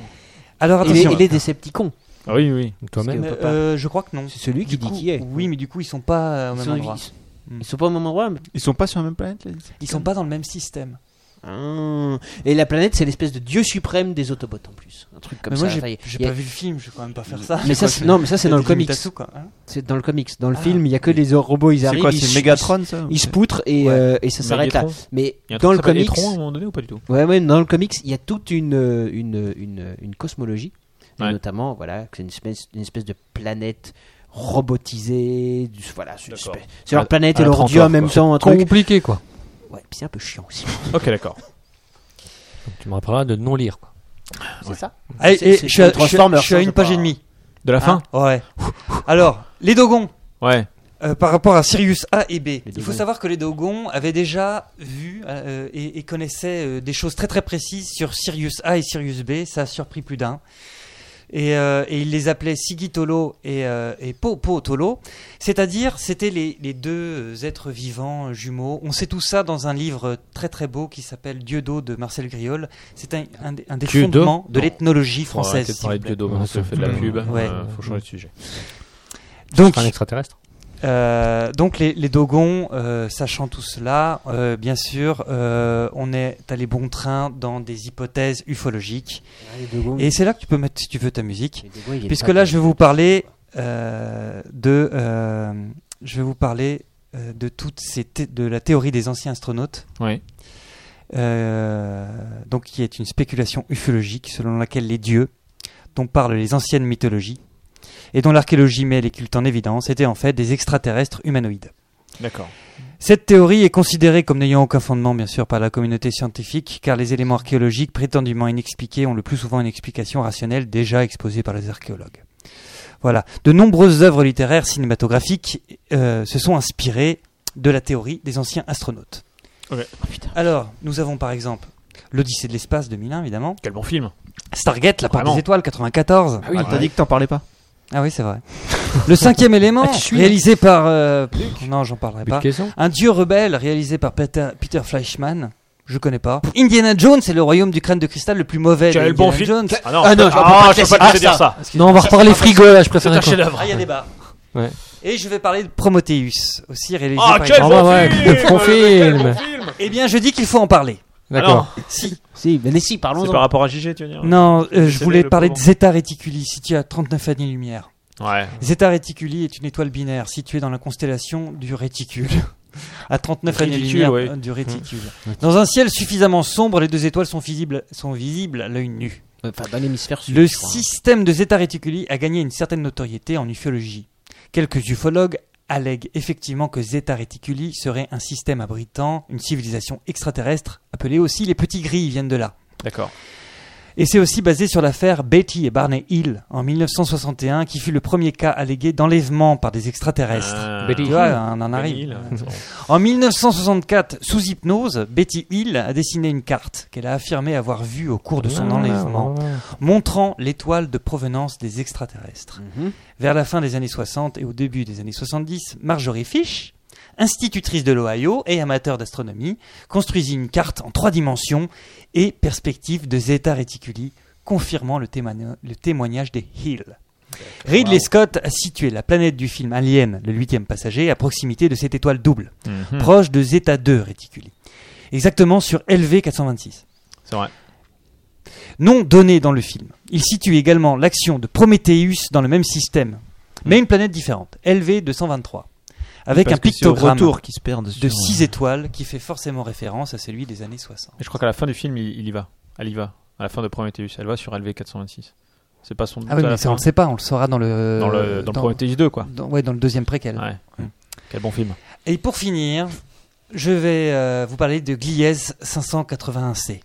Alors
Il est,
attention.
il est Decepticon.
Ah oui, oui.
Toi-même.
Parce on peut pas.
Euh, je crois que non.
C'est celui qui
Du
dit
coup,
qui est.
Oui, mais du coup, ils sont pas euh, au
Ils
même
sont,
endroit. Hmm.
ils- ils sont pas au même endroit. mais-
Ils sont pas sur la même planète, les
Ils sont pas dans le même système.
Ah. Et la planète, c'est l'espèce de dieu suprême des Autobots en plus. Un truc comme
mais moi,
ça.
j'ai-
ça y est.
j'ai
Il y a- Ah,
pas vu le film, je vais quand même pas faire ça.
Mais ça, c'est- non, mais ça c'est dans le comics.
Tassou, quoi. hein.
C'est dans le comics. Dans le
Ah.
film, il y a que les robots, ils
C'est
arrivent.
quoi,
ils
c'est
se-
Megatron, ça
Ils se poutrent et, euh, et ça s'arrête là.
Megatron.
Mais
Il y a
dans
un truc
le
qui s'appelle
comics,
Étron, à un moment donné ou pas du tout
ouais, ouais, dans le comics, il y a toute une euh, une une, une cosmologie, Et
Ouais.
notamment voilà, que c'est une espèce une espèce de planète robotisée, du- voilà, c'est une
D'accord.
espèce- c'est leur
À-
planète
à
et
la
leur dieu en
Trantor,
même
quoi.
temps, un truc.
Compliqué, quoi.
Ouais, puis c'est un peu chiant aussi.
Ok, d'accord.
Tu me rappelleras de non lire, quoi.
C'est ça.
Allez,
C'est-
et
c'est
je suis à,
comme Transformers,
je suis à
ça,
une
c'est pas-
page et demie.
De la fin
Hein Ouais. Alors, les Dogons,
Ouais.
euh, par rapport à Sirius A et B, il faut
Dogons.
savoir que les Dogons avaient déjà vu euh, et, et connaissaient euh, des choses très très précises sur Sirius A et Sirius B. Ça a surpris plus d'un. Et, euh, et ils les appelaient Sigitolo et, euh, et Popotolo. C'est-à-dire, c'était les, les deux euh, êtres vivants euh, jumeaux. On sait tout ça dans un livre euh, très très beau qui s'appelle Dieudo de Marcel Griol. C'est un, un des- un des
Dieudo
fondements de
Non.
l'ethnologie
Faut arrêter
française.
de
s'il
parler
vous
de
plaît.
Dieudo, maintenant, ça fait de la pub.
Ouais.
Euh, Faut changer de sujet.
Donc,
Un extraterrestre.
euh, donc les, les Dogons, euh, sachant tout cela, euh, bien sûr, euh, on est à les bons trains dans des hypothèses ufologiques. Et c'est là que tu peux mettre, si tu veux, ta musique. Puisque là, je vais vous parler euh, de, euh, je vais vous parler euh, de toutes ces thé- de la théorie des anciens astronautes.
Ouais.
Euh, donc, qui est une spéculation ufologique selon laquelle les dieux, dont parlent les anciennes mythologies, et dont l'archéologie met les cultes en évidence, étaient en fait des extraterrestres humanoïdes.
D'accord.
Cette théorie est considérée comme n'ayant aucun fondement, bien sûr, par la communauté scientifique, car les éléments archéologiques prétendument inexpliqués ont le plus souvent une explication rationnelle déjà exposée par les archéologues. Voilà. De nombreuses œuvres littéraires cinématographiques euh, se sont inspirées de la théorie des anciens astronautes.
Ok.
Alors, nous avons par exemple l'Odyssée de l'espace 2001, évidemment.
Quel bon film.
Stargate, la part
Vraiment.
des étoiles, 94.
Ah oui, t'as dit que t'en parlais pas.
Ah oui, c'est vrai. Le cinquième élément, réalisé par... euh, pff, non, j'en parlerai pas.
Bulgaison.
Un dieu rebelle réalisé par Peter, Peter Fleischman. Je connais pas. Indiana Jones c'est le royaume du crâne de cristal le plus mauvais. de
Quel
Indiana
bon film.
Jones.
Ah non,
Ah non, je peux pas te
je peux
laisser
pas te
dire
dire ça.
Non, on va reparler frigo là, je préfère
C'est un
un con.
chef-d'œuvre.
Ah, il y a débat.
Ouais.
Et je vais parler de Prometheus, aussi réalisé
Ah,
par.
quel
Ah,
bon
bah ouais,
film
quel
Quel
bon film.
bon film
Eh bien, je dis qu'il faut en parler.
D'accord.
Si.
Si, mais si,
C'est
parlons-en.
par rapport à JG, tu veux dire
Non, euh, je
Ah. C'est
voulais
le
parler de
pauvre.
Zeta Reticuli, située à 39 années-lumière.
Ouais.
Zeta Reticuli est une étoile binaire située dans la constellation du réticule. À 39
Ridicule,
années-lumière
ouais.
euh, du réticule. Dans un ciel suffisamment sombre, les deux étoiles sont visibles, sont visibles à l'œil nu.
Enfin, dans l'hémisphère sud.
Le
je crois.
système de Zeta Reticuli a gagné une certaine notoriété en ufologie. Quelques ufologues allèguent effectivement que Zeta Reticuli serait un système abritant une civilisation extraterrestre, appelée aussi les petits gris, ils viennent de là.
D'accord.
Et c'est aussi basé sur l'affaire Betty et Barney Hill en 1961, qui fut le premier cas allégué d'enlèvement par des extraterrestres.
Euh,
Betty.
Tu vois, on en arrive.
Hill.
euh,
En 1964, sous hypnose, Betty Hill a dessiné une carte qu'elle a affirmé avoir vue au cours de son
Ah,
enlèvement montrant l'étoile de provenance des extraterrestres.
Mm.
Mhm.
Vers la fin des années 60 et au début des années 70, Marjorie Fish, institutrice de l'Ohio et amateur d'astronomie, construisit une carte en trois dimensions et perspective de Zeta Reticuli, confirmant le, témoigna- le témoignage des Hill. Ridley Scott a situé la planète du film Alien, le huitième passager, à proximité de cette étoile double,
Mhm.
proche de Zeta 2 Reticuli, exactement sur LV 426
C'est vrai.
non donné dans le film. Il situe également l'action de Prometheus dans le même système, mais une planète différente, LV-223, avec
Parce
un
que c'est au
pictogramme
retour qui se perdent
de 6 étoiles qui fait forcément référence à celui des années 60.
Et je crois qu'à la fin du film, il, il y va. Elle y va. À la fin de Prometheus, elle va sur LV426.
C'est pas son.
Ah oui,
ça,
mais ça, on le sait pas, on le saura dans le.
dans le dans, le premier TJ2 quoi.
dans- ouais, dans le deuxième préquel.
Ouais.
Hum.
Quel bon film.
Et pour finir, je vais euh, vous parler de Gliese 581c,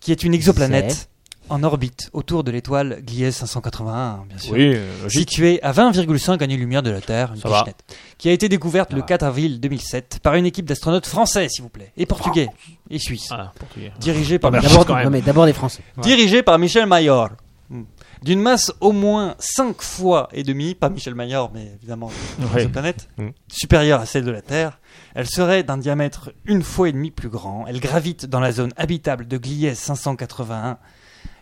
qui est une exoplanète en orbite autour de l'étoile Gliese 581, hein, bien sûr.
Oui, euh, logique.
Située à 20,5 années-lumière de la Terre, une
Ça va.
pichenette, qui a été découverte le 4 avril 2007 par une équipe d'astronautes français, s'il vous plaît, et portugais, et suisse,
Ah, portugais.
dirigée par
Ah, merci.
d'abord-
quand même.
Non, mais d'abord les Français.
dirigée par Michel Mayor. Mm. D'une masse au moins 5 fois et demi, pas Michel Mayor, mais évidemment
Ouais.
cette planète,
Mm.
supérieure à celle de la Terre, elle serait d'un diamètre une fois et demi plus grand. Elle gravite dans la zone habitable de Gliese 581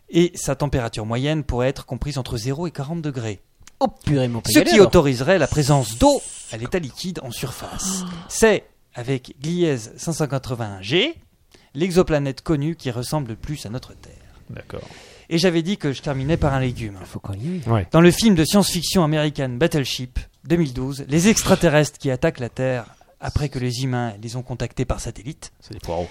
et sa température moyenne pourrait être comprise entre 0 et 40 degrés.
Oh purée, mon
Ce qui autoriserait la présence d'eau à l'état liquide en surface. C'est avec Gliese 581G l'exoplanète connue qui ressemble le plus à notre Terre.
D'accord.
Et j'avais dit que je terminais par un légume.
Faut qu'on y aille.
Dans le film de science-fiction américaine Battleship 2012, les extraterrestres qui attaquent la Terre après que les humains les ont contactés par satellite
C'est des poireaux.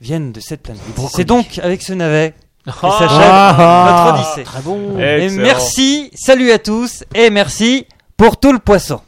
viennent de cette planète. C'est donc avec ce navet que s'achève notre
Ah
odyssée.
Très bon.
Et
Excellent.
merci, salut à tous et merci pour tout le poisson.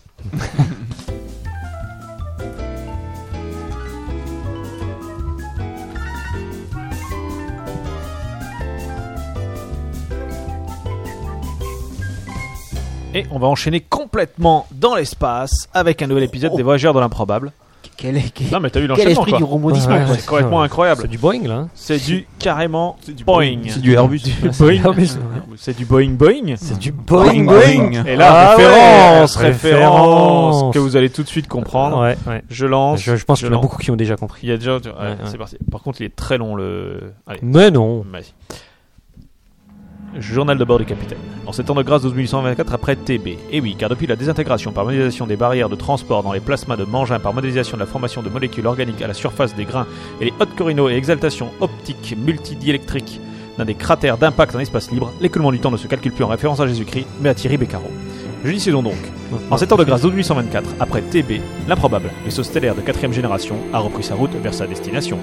Et on va enchaîner complètement dans l'espace avec un nouvel épisode des Voyageurs de l'improbable.
Quel est, quel-
Non mais t'as vu
quel
l'enchaînement
esprit
quoi.
du rebondissement
Ah Ouais,
quoi.
C'est complètement
C'est
incroyable.
du Boeing
hein.
là.
C'est du carrément Boeing.
C'est du Airbus.
Boeing.
Ah,
C'est du Boeing Boeing.
C'est du
Boeing, Boeing.
Et là,
Ah
référence,
ouais,
référence
référence.
que vous allez tout de suite comprendre.
Ouais, ouais.
Je lance.
Je, je pense qu'il y en a
lance.
beaucoup qui ont déjà compris.
Il y a déjà. tu- ouais,
Ouais, ouais.
C'est parti. Par contre, il est très long le. Allez.
Mais non.
Vas-y. Journal de bord du capitaine. En ces temps de grâce 12824 après TB. Et oui, car depuis la désintégration par modélisation des barrières de transport dans les plasmas de Mangin, par modélisation de la formation de molécules organiques à la surface des grains et les hautes corinaux et exaltation optique multidiélectrique d'un des cratères d'impact en espace libre, l'écoulement du temps ne se calcule plus en référence à Jésus-Christ, mais à Thierry Beccaro. Judicisons donc. En ces temps de grâce 12824 après TB, l'improbable vaisseau stellaire de quatrième génération a repris sa route vers sa destination.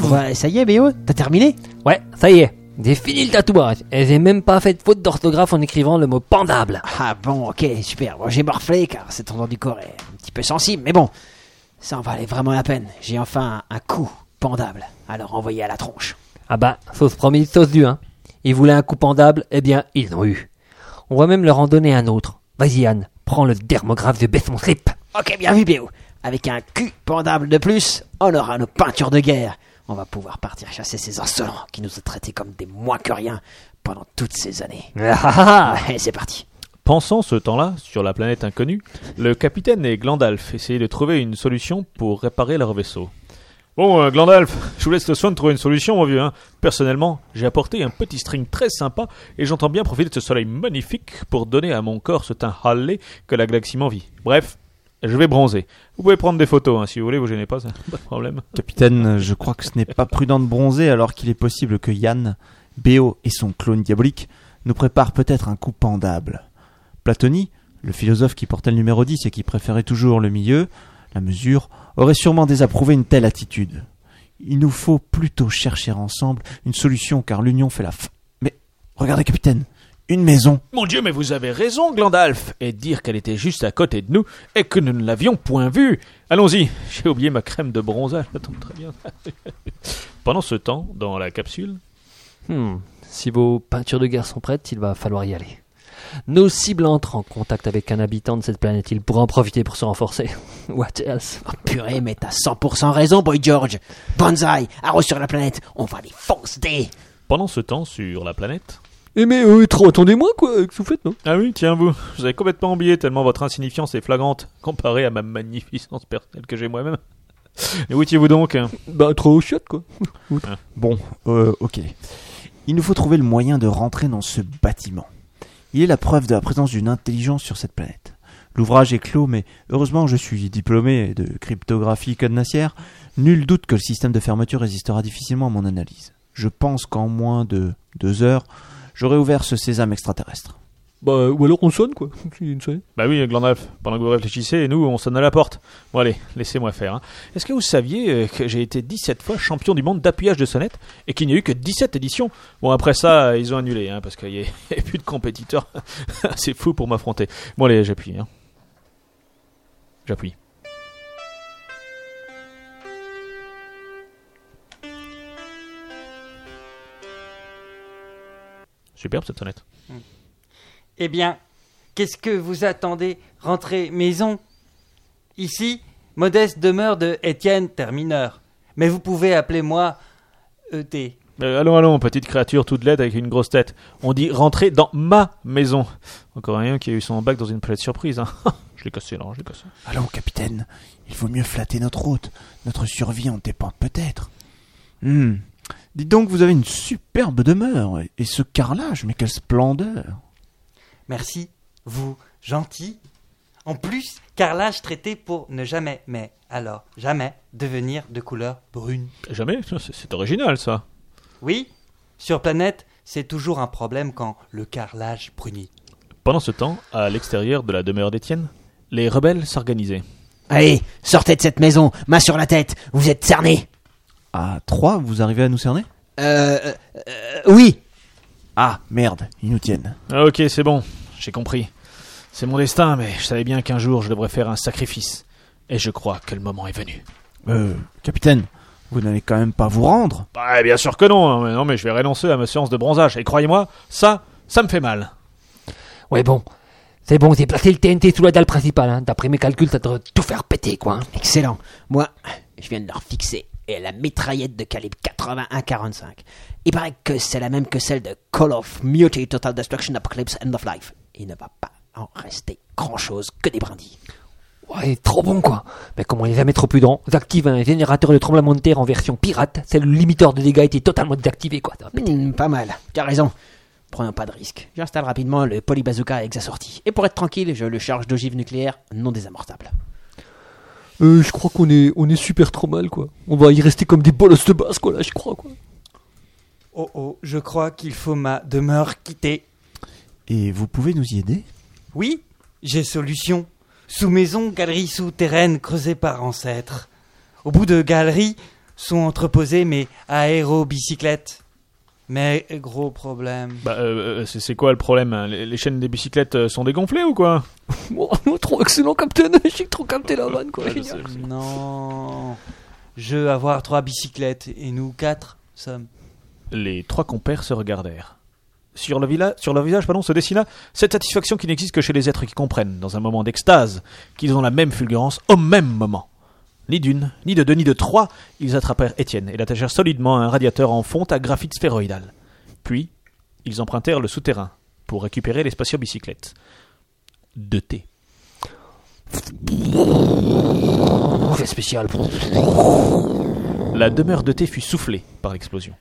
Voilà, ça y est, BO, t'as terminé
Ouais, ça y est. J'ai fini le tatouage. Et j'ai même pas fait de faute d'orthographe en écrivant le mot pandable.
Ah bon, ok, super. Bon, j'ai morflé car cet endroit du corps est un petit peu sensible, mais bon, ça en valait vraiment la peine. J'ai enfin un coup pendable à leur envoyer à la tronche.
Ah bah, sauce promise, sauce du hein. Ils voulaient un coup pendable, eh bien, ils l'ont eu. On va même leur en donner un autre. Vas-y, Anne, prends le dermographe de baisse mon slip.
Ok, bien vu, BO. Avec un cul pendable de plus, on aura nos peintures de guerre. On va pouvoir partir chasser ces insolents qui nous ont traités comme des moins que rien pendant toutes ces années.
Ah ah ah.
Allez, c'est parti.
Pensant ce temps-là sur la planète inconnue, le capitaine et Glandalf essayaient de trouver une solution pour réparer leur vaisseau. Bon, euh, Glandalf, je vous laisse le soin de trouver une solution, mon vieux. hein. Personnellement, j'ai apporté un petit string très sympa et j'entends bien profiter de ce soleil magnifique pour donner à mon corps ce teint hâlé que la galaxie m'envie. Bref, je vais bronzer. Vous pouvez prendre des photos hein, si vous voulez, vous gênez pas, ça, pas de problème.
Capitaine, je crois que ce n'est pas prudent de bronzer alors qu'il est possible que Yann, Béo et son clone diabolique nous préparent peut-être un coup pendable. Platoni, le philosophe qui portait le numéro 10 et qui préférait toujours le milieu, la mesure, aurait sûrement désapprouvé une telle attitude. Il nous faut plutôt chercher ensemble une solution car l'union fait la fin. Mais regardez, capitaine, une maison.
Mon Dieu, mais vous avez raison, Glandalf, et dire qu'elle était juste à côté de nous et que nous ne l'avions point vue. Allons-y, j'ai oublié ma crème de bronzage, ça tombe très bien. Pendant ce temps, dans la capsule,
Hmm, Si vos peintures de guerre sont prêtes, il va falloir y aller. Nos cibles entrent en contact avec un habitant de cette planète. Ils pourraient en profiter pour se renforcer. What else
Oh purée, mais t'as 100% raison, Boy George. Banzai, arrose sur la planète, on va les foncer.
pendant ce temps sur la planète,
Eh mais euh, trop, attendez-moi quoi, qu'est-ce que vous faites non
Ah oui, tiens vous, vous avez complètement oublié tellement votre insignifiance est flagrante comparée à ma magnificence personnelle que j'ai moi-même. Et où étiez-vous donc
Bah trop chiotte quoi.
Bon, euh, ok. Il nous faut trouver le moyen de rentrer dans ce bâtiment. Il est la preuve de la présence d'une intelligence sur cette planète. L'ouvrage est clos, mais heureusement je suis diplômé de cryptographie cadenassière. Nul doute que le système de fermeture résistera difficilement à mon analyse. Je pense qu'en moins de deux heures, j'aurai ouvert ce sésame extraterrestre.
Bah ou alors on sonne quoi. Il y a une sonnette.
Bah oui, Glandalf, pendant que vous réfléchissez, nous on sonne à la porte. Bon allez, laissez-moi faire. hein. Est-ce que vous saviez euh, que j'ai été 17 fois champion du monde d'appuyage de sonnette et qu'il n'y a eu que 17 éditions Bon après ça, euh, ils ont annulé hein, parce qu'il n'y avait plus de compétiteurs. C'est fou pour m'affronter. Bon allez, j'appuie. hein. J'appuie. Superbe cette sonnette.
Eh bien, qu'est-ce que vous attendez Rentrez maison. Ici, modeste demeure de Étienne Termineur. Mais vous pouvez appeler moi E ET.
Euh, allons, allons, petite créature toute laide avec une grosse tête. On dit rentrer dans ma maison. Encore un qui a eu son bac dans une palette surprise. hein. je l'ai cassé là, je l'ai cassé.
Allons, capitaine, il vaut mieux flatter notre hôte. Notre survie en dépend peut-être. Hmm. Dites donc, vous avez une superbe demeure, et- et ce carrelage, mais quelle splendeur
Merci, vous gentil. En plus, carrelage traité pour ne jamais, mais alors jamais, devenir de couleur brune.
Jamais, ça, c'est c'est original ça.
Oui, sur planète, c'est toujours un problème quand le carrelage brunit.
Pendant ce temps, à l'extérieur de la demeure d'Étienne, les rebelles s'organisaient.
Allez, sortez de cette maison, main sur la tête, vous êtes cernés.
À trois, vous arrivez à nous cerner
Euh, euh, euh, oui,
Ah, merde, ils nous tiennent.
Ah, ok, c'est bon, j'ai compris. C'est mon destin, mais je savais bien qu'un jour je devrais faire un sacrifice. Et je crois que le moment est venu.
Euh, capitaine, vous n'allez quand même pas vous rendre
Bah, bien sûr que non, mais non, mais je vais renoncer à ma séance de bronzage. Et croyez-moi, ça, ça me fait mal.
Ouais bon, c'est bon, j'ai placé le TNT sous la dalle principale. Hein. D'après mes calculs, ça devrait tout faire péter quoi. hein.
excellent. Moi, je viens de leur fixer et la mitraillette de calibre 81-45. Il paraît que c'est la même que celle de Call of Duty Total Destruction Apocalypse End of Life. Il ne va pas en rester grand-chose que des brindilles.
Ouais, trop bon quoi. Mais comme on est jamais trop prudent, j'active un générateur de tremblement de terre en version pirate. C'est le limiteur de dégâts était totalement désactivé quoi. Ça va péter.
Hmm, pas mal, tu as raison. Prenons pas de risque. J'installe rapidement le polybazooka avec sa sortie. Et pour être tranquille, je le charge d'ogives nucléaires non désamortables.
Euh, je crois qu'on est, on est super trop mal quoi. On va y rester comme des bolosses de base quoi là, je crois quoi.
Oh oh, je crois qu'il faut ma demeure quitter.
Et vous pouvez nous y aider
Oui, j'ai solution. Sous maison, galerie souterraine creusée par ancêtres. Au bout de galeries sont entreposées mes aérobicyclettes. Mais gros problème.
Bah, euh, euh, c'est c'est quoi le problème hein les, les chaînes des bicyclettes euh, sont dégonflées ou quoi
Oh, trop excellent Captain, j'ai trop capté la vanne quoi. Génial.
Non. Je veux avoir trois bicyclettes et nous quatre sommes.
Les trois compères se regardèrent. Sur, le villa- sur leur visage pardon, se dessina cette satisfaction qui n'existe que chez les êtres qui comprennent, dans un moment d'extase, qu'ils ont la même fulgurance au même moment. Ni d'une, ni de deux, ni de trois, ils attrapèrent Étienne et l'attachèrent solidement à un radiateur en fonte à graphite sphéroïdal. Puis, ils empruntèrent le souterrain pour récupérer les spatio-bicyclettes. De thé.
Oh, c'est spécial.
La demeure de thé fut soufflée par l'explosion.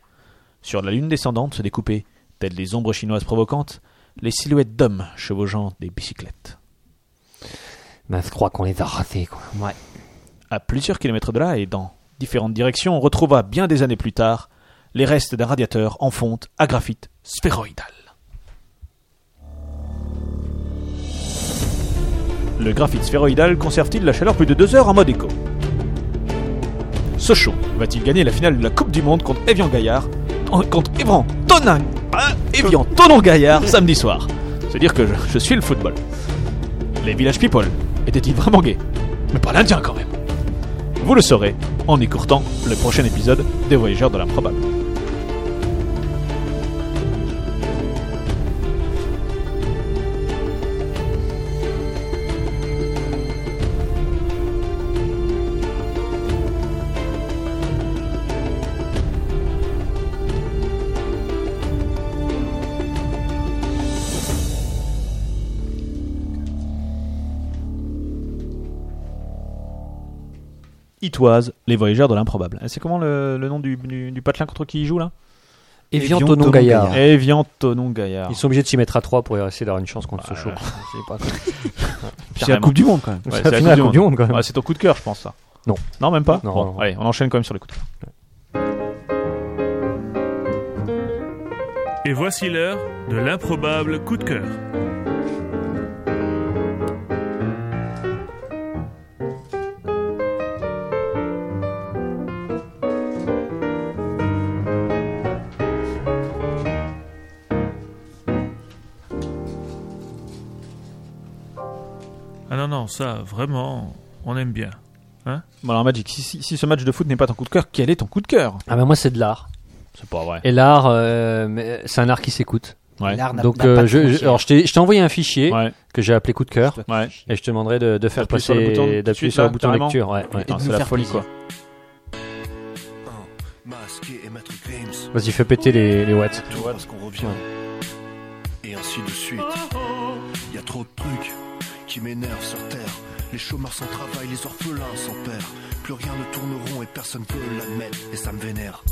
Sur la lune descendante se découpaient, telles des ombres chinoises provocantes, les silhouettes d'hommes chevauchant des bicyclettes.
Ben, je crois qu'on les a ratés quoi.
Ouais.
À plusieurs kilomètres de là et dans différentes directions, on retrouva bien des années plus tard les restes d'un radiateur en fonte à graphite sphéroïdal. Le graphite sphéroïdal conserve-t-il la chaleur plus de deux heures en mode éco Sochaux va-t-il gagner la finale de la Coupe du Monde contre Evian Gaillard en- contre Evian Tonin ah, Evian Tonon Gaillard samedi soir C'est dire que je, je suis le football. Les villages people étaient-ils vraiment gays Mais pas l'Indien quand même. Vous le saurez en écourtant le prochain épisode des Voyageurs de l'improbable. It Was, Les Voyageurs de l'improbable. C'est comment le, le nom du, du, du patelin contre qui il joue là
Evian Tonon Gaillard.
Evian Tonon Gaillard.
Ils sont obligés de s'y mettre à 3 pour essayer d'avoir une chance contre ce show.
C'est la Coupe du Monde quand même.
Ouais,
C'est la finale de la Coupe du Monde, quand même.
Ouais, Ah, c'est ton coup de cœur, je pense ça.
Non.
Non, même pas.
Non,
Bon,
non.
allez, on enchaîne quand même sur les coups de cœur.
Et voici l'heure de l'improbable coup de cœur. Ah non, non, ça, vraiment, on aime bien.
Bon, alors Magic, si, si- si ce match de foot n'est pas ton coup de cœur, quel est ton coup de cœur
Ah ben moi c'est de l'art.
C'est pas vrai.
Et l'art, euh, mais c'est un art qui s'écoute.
Ouais.
L'art n'a-
Donc
n'a
euh,
pas hein. de
je, je-
frontières.
alors je t'ai je t'ai envoyé un fichier
Ouais,
que j'ai appelé coup de cœur
ouais.
et je te demanderai de, de faire
D'appuyer sur le
passer
bouton tout de
d'appuyer
suite,
sur le
là,
bouton
carrément.
lecture. Ouais, ouais.
de
Ah,
nous
c'est la
faire
folie
plaisir.
quoi.
Masqué et Maître Grims,
Vas-y fais péter les, les watts.
tout parce qu'on revient. Et ainsi de suite. Il y a trop de trucs qui m'énervent sur Terre. Les chômeurs sans travail, les orphelins sans père. Plus rien ne tourne rond et personne peut l'admettre. Et ça me vénère.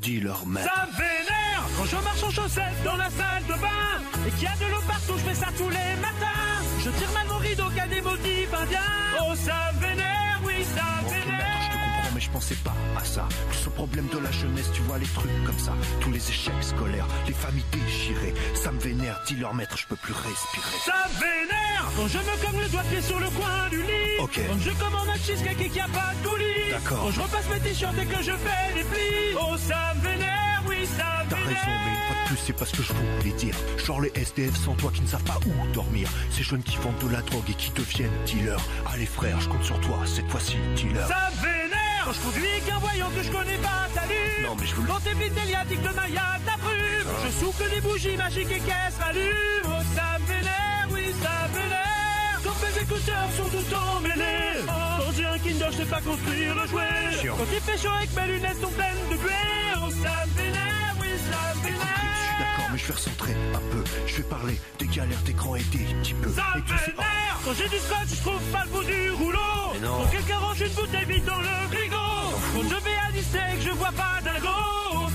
Dis leur mère.
Ça me vénère quand je marche en chaussettes dans la salle de bain et qu'il y a de l'eau partout, je fais ça tous les matins. Je tire mal mon rideau qu'à des maudits indiens. Oh, ça me vénère, oui, ça me
Ok
vénère.
maître, je te comprends mais je pensais pas à ça Plus au problème de la jeunesse, tu vois les trucs comme ça Tous les échecs scolaires, les familles déchirées Ça me vénère, dis leur maître, je peux plus respirer
Ça me vénère quand je me cogne le doigt de pied sur le coin du lit.
Ok.
Quand je commande un cheesecake et qu'il n'y a pas de coulis.
D'accord.
Quand je repasse mes t-shirts et que je fais des plis. Oh, ça me vénère, oui, ça me
T'as raison,
vénère.
mais une fois de plus, c'est parce que je voulais dire. Genre les SDF sans toi qui ne savent pas où dormir. Ces jeunes qui vendent de la drogue et qui deviennent dealers. Allez frère, je compte sur toi, cette fois-ci, dealer.
Ça me vénère quand je conduis qu'un voyant que je connais pas, salut
Non, mais je vous le- Ah.
Quand t'es vite déliatique de Maya, ta brume Je souffle des bougies magiques et qu'elles s'allument Oh, ça me vénère, oui, ça me vénère Quand mes écouteurs sont tout emmêlés oh,
Ah.
Quand j'ai un Kinder, je sais pas construire le jouet
Chiant.
Quand il fait chaud et que mes lunettes sont pleines de buée Oh, ça me vénère, oui, ça me
Écoute, Chris, je suis
vénère
d'accord, mais je vais recentrer un peu. Je vais parler des galères des grands et des petits peu.
ça
Et
me
tous ces- Oh,
vénère Quand j'ai du scotch, je trouve pas le bout du rouleau
Mais non.
Quand quelqu'un range une bouteille vide dans le frigo Quand je vais à l'ISTEC, je vois pas d'algo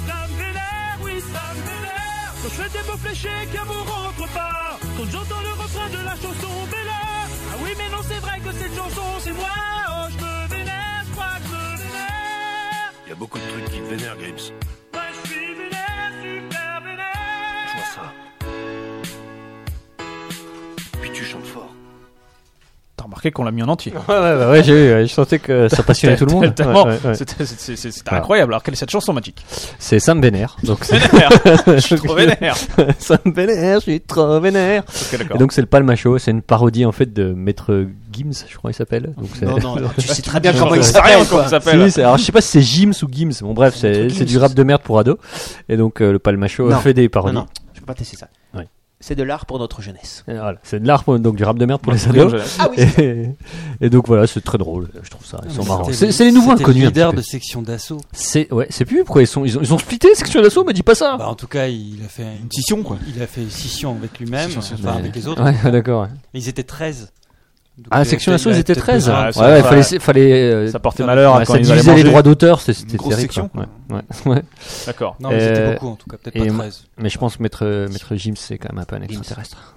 Ça me vénère, oui ça me vénère Quand je fais des mots fléchés qu'un mot rentre pas Quand j'entends le refrain de la chanson vénère Ah oui mais non c'est vrai que cette chanson c'est moi Oh je me vénère, je crois que je me vénère
Ah, Il y a beaucoup de trucs qui te vénèrent, Grims.
Ouais je suis vénère, super
Je vois
vénère
ça. Puis tu chantes fort.
T'as remarqué qu'on l'a mis en entier.
Ouais ouais bah ouais j'ai eu, ouais, je sentais que ça passionnait tout le monde.
Tellement,
Ouais, ouais, ouais.
c'était- c'était- c'était- C'était
Ouais.
incroyable. Alors, quelle est cette chanson, Magic
C'est Sam Vénère. Donc c'est-
Vénère Trop vénère
Sam Vénère, je suis trop vénère.
Ok,
Et
d'accord.
donc c'est le Palmacho, c'est une parodie en fait de Maître Gims, je crois il s'appelle. Donc c'est-
Non, non, tu sais très bien comment
Je
il
euh,
sais
s'appelle.
rien comment ça
quoi.
s'appelle.
Si, c'est- alors je sais pas si c'est Gims ou Gims. Bon bref, c'est
Maître
c'est du
Gims.
rap de merde pour ados. Et donc euh, le Palmacho
Non.
fait des parodies.
Non, non, je peux pas tester ça.
Oui.
C'est de l'art pour notre jeunesse.
Et voilà, c'est de l'art, pour- donc du rap de merde pour les
Léon
ados.
Jonas.
Ah oui,
Et, et donc voilà, c'est très drôle. Je trouve ça, ils sont
C'était
marrants.
le-
C'est c'est les nouveaux
c'était le
inconnus. un
leader
petit peu.
de section d'assaut.
C'est ouais, c'est plus pourquoi ils sont ils ont, ils ont splitté section d'assaut, me dis pas ça.
Bah, en tout cas, il a fait une,
scission, quoi.
il a fait scission avec lui-même, enfin
Ouais.
avec les
Bah,
autres.
Ouais, ouais, d'accord. ouais.
Ils étaient 13. Donc,
Ah,
euh,
section
peut-être
d'assaut, ils
il a
étaient hein.
peut-être
13.
besoin-
Ah,
ouais,
ça-
ouais,
ça-
fallait, fallait. euh,
Ça portait malheur hein,
ouais,
quand
ça
ils allaient
divisait les
manger.
droits d'auteur, c'est- c'était
grosse
terrible.
section,
quoi. Ouais, ouais,
D'accord.
Non, mais c'était
Euh,
beaucoup en tout cas, peut-être
et
pas
moi-
13.
Mais je pense que Maître, Maître Jim, c'est quand même un peu un extraterrestre.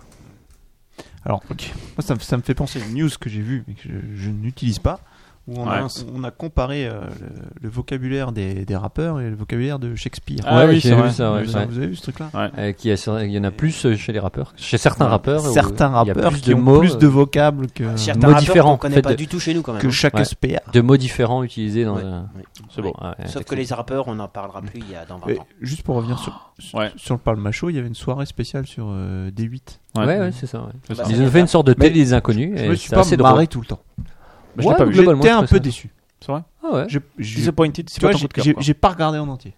Alors, ok. Moi, ça, me- ça me fait penser à une news que j'ai vue, mais que je, je n'utilise pas, où on, a,
Ouais.
on a comparé euh, le, le vocabulaire des, des rappeurs et le vocabulaire de Shakespeare.
Ah
Ouais,
oui,
j'ai
c'est
vu
vrai.
ça, ouais,
vous,
ouais.
vous avez vu ce truc-là
Euh, qui a- il y en a plus euh, chez les rappeurs, chez certains rappeurs. où
Certains
il y a
rappeurs
plus
qui
de
ont
mots, euh, Ah,
plus de vocables que,
certains
mots
rappeurs
différents,
qu'on connaît
en fait,
pas
de-
du tout chez nous quand même.
que
hein.
Shakespeare.
de mots différents utilisés dans.
Ouais.
un-
C'est beau.
Ouais, ouais,
Sauf que
texte.
les rappeurs, on n'en parlera plus il y a dans 20
Mais
ans.
juste pour revenir sur, sur-
Ouais.
sur le Palma Show, il y avait une soirée spéciale sur euh, D8.
Ouais, ouais, c'est ça. ouais.
C'est ça.
Ils ont fait une sorte de
Mais
télé des inconnus.
Je
et
me suis
c'est
pas
assez drôle.
marré tout le temps.
Mais je l'ai
Ouais,
pas vu.
mais- Globalement,
J'étais
je
un
trouvais
peu
ça.
déçu.
C'est vrai
Ah ouais.
Je- je-
Disappointed, c'est
Tu vois,
pas ton
j'ai-
coup de cœur,
j'ai
quoi.
j'ai pas regardé en entier.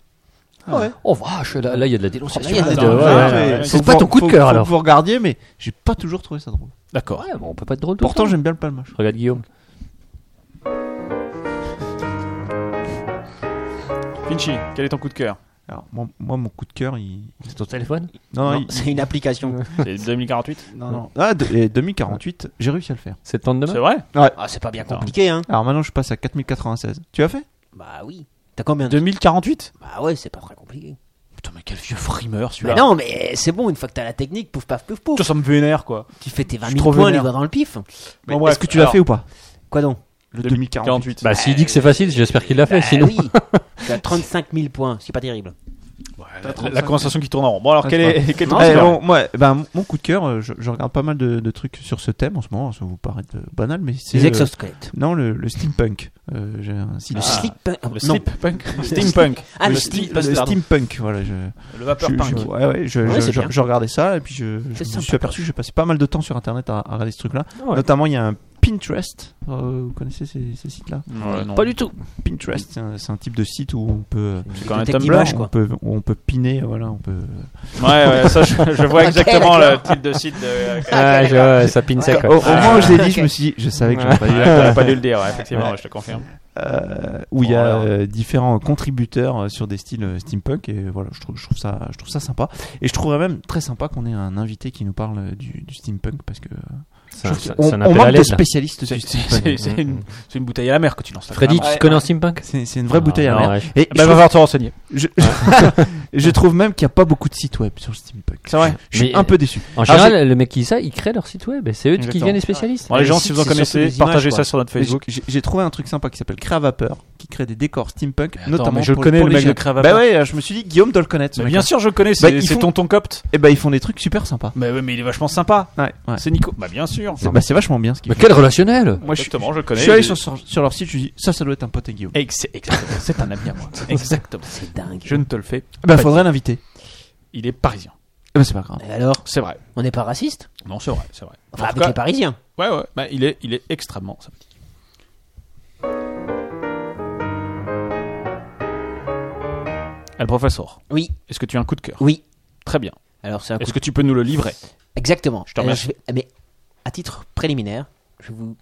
Oh vache, là là, il y a de la dénonciation.
Oh, putain,
là, de-
putain,
ouais,
putain,
ouais,
mais-
ouais.
faut
C'est pas ton coup de cœur alors.
Vous regardiez, mais j'ai pas toujours trouvé ça drôle.
D'accord.
Ouais, bon, on peut pas être drôle. tout le
Pourtant,
temps.
j'aime bien le Palma Show.
regarde Guillaume.
Finchy, quel est ton coup de cœur
Alors, moi, moi, mon coup de cœur, il.
C'est ton téléphone
Non, non,
Non,
il-
C'est une application.
C'est 2048
non, non. Ah, de- et 2048, j'ai réussi à le faire.
C'est le temps de
C'est
demain
vrai
Ah, c'est pas bien compliqué, hein.
Alors maintenant, je passe à 4096. Tu as fait
Bah oui. T'as combien de...
2048
Bah ouais, c'est pas très compliqué.
Putain, mais quel vieux frimeur
Mais
celui-là.
non, mais c'est bon, une fois que t'as la technique, pouf, paf, pouf, pouf.
Putain, ça me vénère quoi.
Tu fais tes 20
suis trop
000 points, les
vénère.
doigts dans le pif.
Bon, bref,
Est-ce que tu l'as
alors,
fait ou pas
Quoi donc
Le
2048.
Bah, s'il dit que c'est facile, j'espère qu'il l'a fait.
Bah
sinon,
oui. T'as 35 000 points, c'est pas terrible.
la, la conversation qui tourne en rond. Bon, alors,
Ah,
quel
c'est
est, quel est ton
Eh,
score
bon, moi, ben, mon coup de cœur, euh, je, je regarde pas mal de, de trucs sur ce thème en ce moment. Ça vous paraît euh, banal, mais c'est.
Les
le-
exosquelettes.
Non, le, le steampunk. Euh, j'ai un site-
Le slip. ah,
Le
non.
steampunk. Steampunk.
Ah, le
le,
slip.
sti- le steampunk, voilà. Je,
Le
je- je-
vaporpunk.
ouais, ouais, je,
Ouais,
je-
c'est
je-
bien.
je regardais ça et puis je, je
C'est
me suis
sympa. Ah
aperçu que j'ai passé pas mal de temps sur internet à, à regarder ce truc-là.
Ouais.
Notamment, il y a un Pinterest. Euh, vous connaissez ces, ces sites-là
Ouais, non.
pas du tout.
Pinterest, c'est un, c'est un type de site où on peut.
C'est quand même
Détective
Tumblr.
Flash,
où
quoi.
on peut, où on peut piner, voilà, on peut.
Ouais, ouais, ça, je, je vois
Ok,
exactement le
d'accord.
type de euh, site de.
Ah, je, ouais, ça pine sec.
Au,
ouais.
au
ah,
moment où je l'ai dit, je me suis dit, je savais que j'aurais pas dû
Ouais,
le
t'aurais
faire.
pas dû le dire, ouais, effectivement,
Ouais.
ouais, je te confirme.
Euh, où il y a euh, différents contributeurs euh, sur des styles euh, steampunk et voilà je trouve, je trouve ça je trouve ça sympa et je trouverais même très sympa qu'on ait un invité qui nous parle euh, du, du steampunk parce que euh,
C'est
je
un-
trouve
c'est
qu'on-
un
on,
appel à
manque de
l'aide, là.
spécialistes
C'est
du
c'est-
steampunk
c'est une, c'est une bouteille à la mer que tu lances. là,
Freddy,
vraiment.
tu te connais en steampunk
c'est c'est une Ah, vraie bouteille à
Ah,
mer
ouais.
et
Bah, va
je,
falloir te renseigner.
je- je trouve même qu'il n'y a pas beaucoup de sites web sur le steampunk
C'est vrai.
je suis
Mais,
un peu Ah, déçu
En
Ah,
Alors,
général, le mec qui dit ça, il crée leur site web. et C'est eux qui
Exactement.
deviennent les spécialistes.
Bon, les gens, si
sites,
vous en
c'est surtout
connaissez,
des images,
partagez
quoi.
ça sur notre Facebook.
J'ai- j'ai trouvé un truc sympa qui s'appelle Crave à Peur qui crée des décors steampunk
attends,
notamment
mais je
pour,
connais,
pour
le
les
mec de
jeunes.
Crave à
bah
Peur.
ouais je me suis dit Guillaume doit le connaître ce
Mais
mec-là.
bien sûr, je connais,
Bah,
c'est
ils
c'est
font-
tonton Copte.
et bah ils font des trucs super sympas
Mais oui, mais il est vachement sympa.
ouais, ouais.
C'est Nico. Bah, bien sûr.
C'est bah, c'est vachement bien ce qu'ils
Mais quel relationnel
Moi, justement, je connais.
Je suis allé sur, sur, sur leur site, je me suis dit, ça, ça doit être un pote à Guillaume.
Et que C'est exactement, c'est un ami à moi. Exactement.
C'est dingue.
Je ne te le fais.
ben,
pas
faudrait l'inviter.
dire. Il est parisien.
Eh ben, c'est pas grave.
Et alors,
C'est vrai.
on n'est pas raciste
Non, c'est vrai, c'est vrai. En
Enfin,
tout
avec
cas-
les Parisiens.
Ouais, ouais. Bah, il est, il est extrêmement sympathique. El Eh, professeur,
Oui,
est-ce que tu as un coup de cœur
oui.
Très bien.
Alors, c'est un coup
Est-ce que tu peux nous le livrer
Exactement.
Je te
Alors,
remercie.
vais- mais à titre préliminaire, je vais vous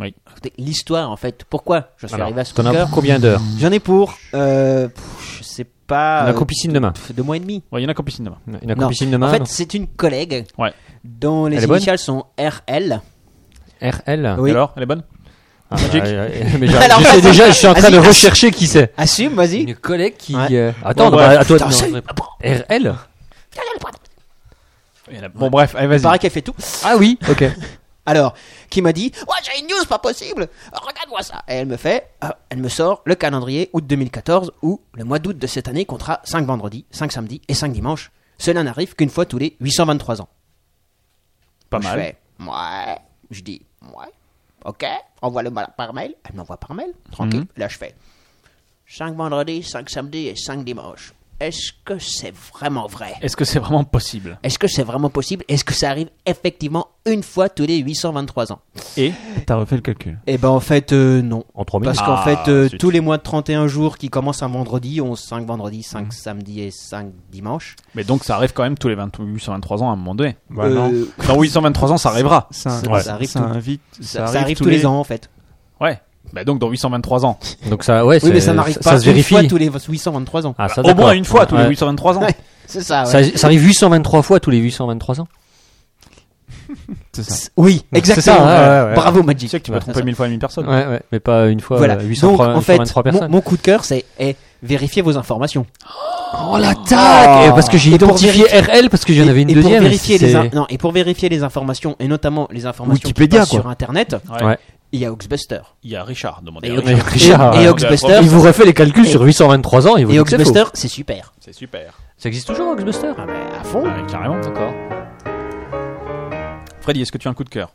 Oui.
raconter l'histoire en fait. Pourquoi je suis
Alors,
arrivé à ce
T'en as
cœur
pour combien d'heures
J'en ai pour, euh, pff, je sais pas,
La
euh,
copiscine demain.
pff, deux mois et demi.
Ouais, il y en a qu'en piscine demain.
Il a
Non.
copiscine demain.
en fait, c'est une collègue
Ouais.
dont les
Elle est bonne
initiales sont RL.
RL.
Oui.
Alors, elle est bonne
Ah,
Magic.
ouais, ouais, mais j'ai-
Alors,
je sais déjà, je suis en train
vas-y,
de
vas-y.
rechercher qui c'est.
Assume, vas-y.
Une collègue qui.
Ouais.
euh, Attends,
Ouais,
bah,
ouais,
à toi de-
putain,
non,
c'est-
je réponds. RL
Il y en a- Bon, bref, allez,
Il paraît
vas-y.
qu'elle fait tout.
Ah oui, ok.
Alors, qui m'a dit Ouais, j'ai une news, pas possible Regarde-moi ça Et elle me fait, euh, elle me sort le calendrier août 2014 où le mois d'août de cette année comptera 5 vendredis, 5 samedis et 5 dimanches. Cela n'arrive qu'une fois tous les 823 ans.
Pas
je
mal.
fais, ouais. Je dis, ouais. Ok, envoie le par mail. Elle m'envoie par mail, tranquille.
Mhm.
Là, je fais 5 vendredis, 5 samedis et 5 dimanches. Est-ce que c'est vraiment vrai
Est-ce que c'est vraiment possible
Est-ce que c'est vraiment possible Est-ce que ça arrive effectivement une fois tous les 823 ans
Et
T'as refait le calcul.
Eh ben en fait euh, non.
En 3 minutes.
Parce qu'en
Ah,
fait euh,
zut.
tous les mois de 31 jours qui commencent un vendredi, on 5 vendredis,
Mmh.
5 samedis et 5 dimanches.
Mais donc, ça arrive quand même tous les 20 823 ans à un moment donné.
Bah,
Euh,
Dans 823 ans, ça arrivera.
Ça,
Ça- ça arrive
ça
tout-
invite-
ça, ça arrive tous les ans en fait.
Ouais. Bah, donc, dans 823 ans.
Donc ça, ouais,
Oui mais
c'est-
ça n'arrive
Ça
pas
se
une
vérifie.
fois tous les 823 ans.
Ah, ça,
Au
d'accord.
moins une fois tous les
Ouais.
823 ans.
Ouais. C'est ça. Ah ouais.
Ça, ça arrive 823 fois tous les 823 ans.
C'est ça.
Oui, exactement.
ça, ouais, ouais, ouais.
Bravo
Tu
Magic.
sais que tu peux
Ouais,
tromper mille fois mille personnes.
Ouais, ouais, mais pas une fois
Voilà.
euh, 823
Donc en fait,
823
mon,
personnes.
mon coup de cœur c'est eh, vérifier vos informations.
Oh la tac Parce que j'ai
Et pour
identifié RL parce que j'en avais une
et
deuxième.
pour vérifier les
c'est-
in- non, et pour vérifier les informations et notamment les informations qui
Wikipédia,
passent
quoi.
sur internet,
Ouais.
Ouais.
il y a Oxbuster.
Il y a Richard, demandez
Et
à
Oxbuster-
Richard.
Richard,
et- et
ouais.
Oxbuster,
Il vous refait les calculs
Et-
sur 823 ans. Il vous
et
dit que c'est faux.
Oxbuster, c'est super.
C'est super.
Ça existe toujours Oxbuster
Ah ben, à fond.
Ouais, carrément. D'accord. Freddy, est-ce que tu as un coup de cœur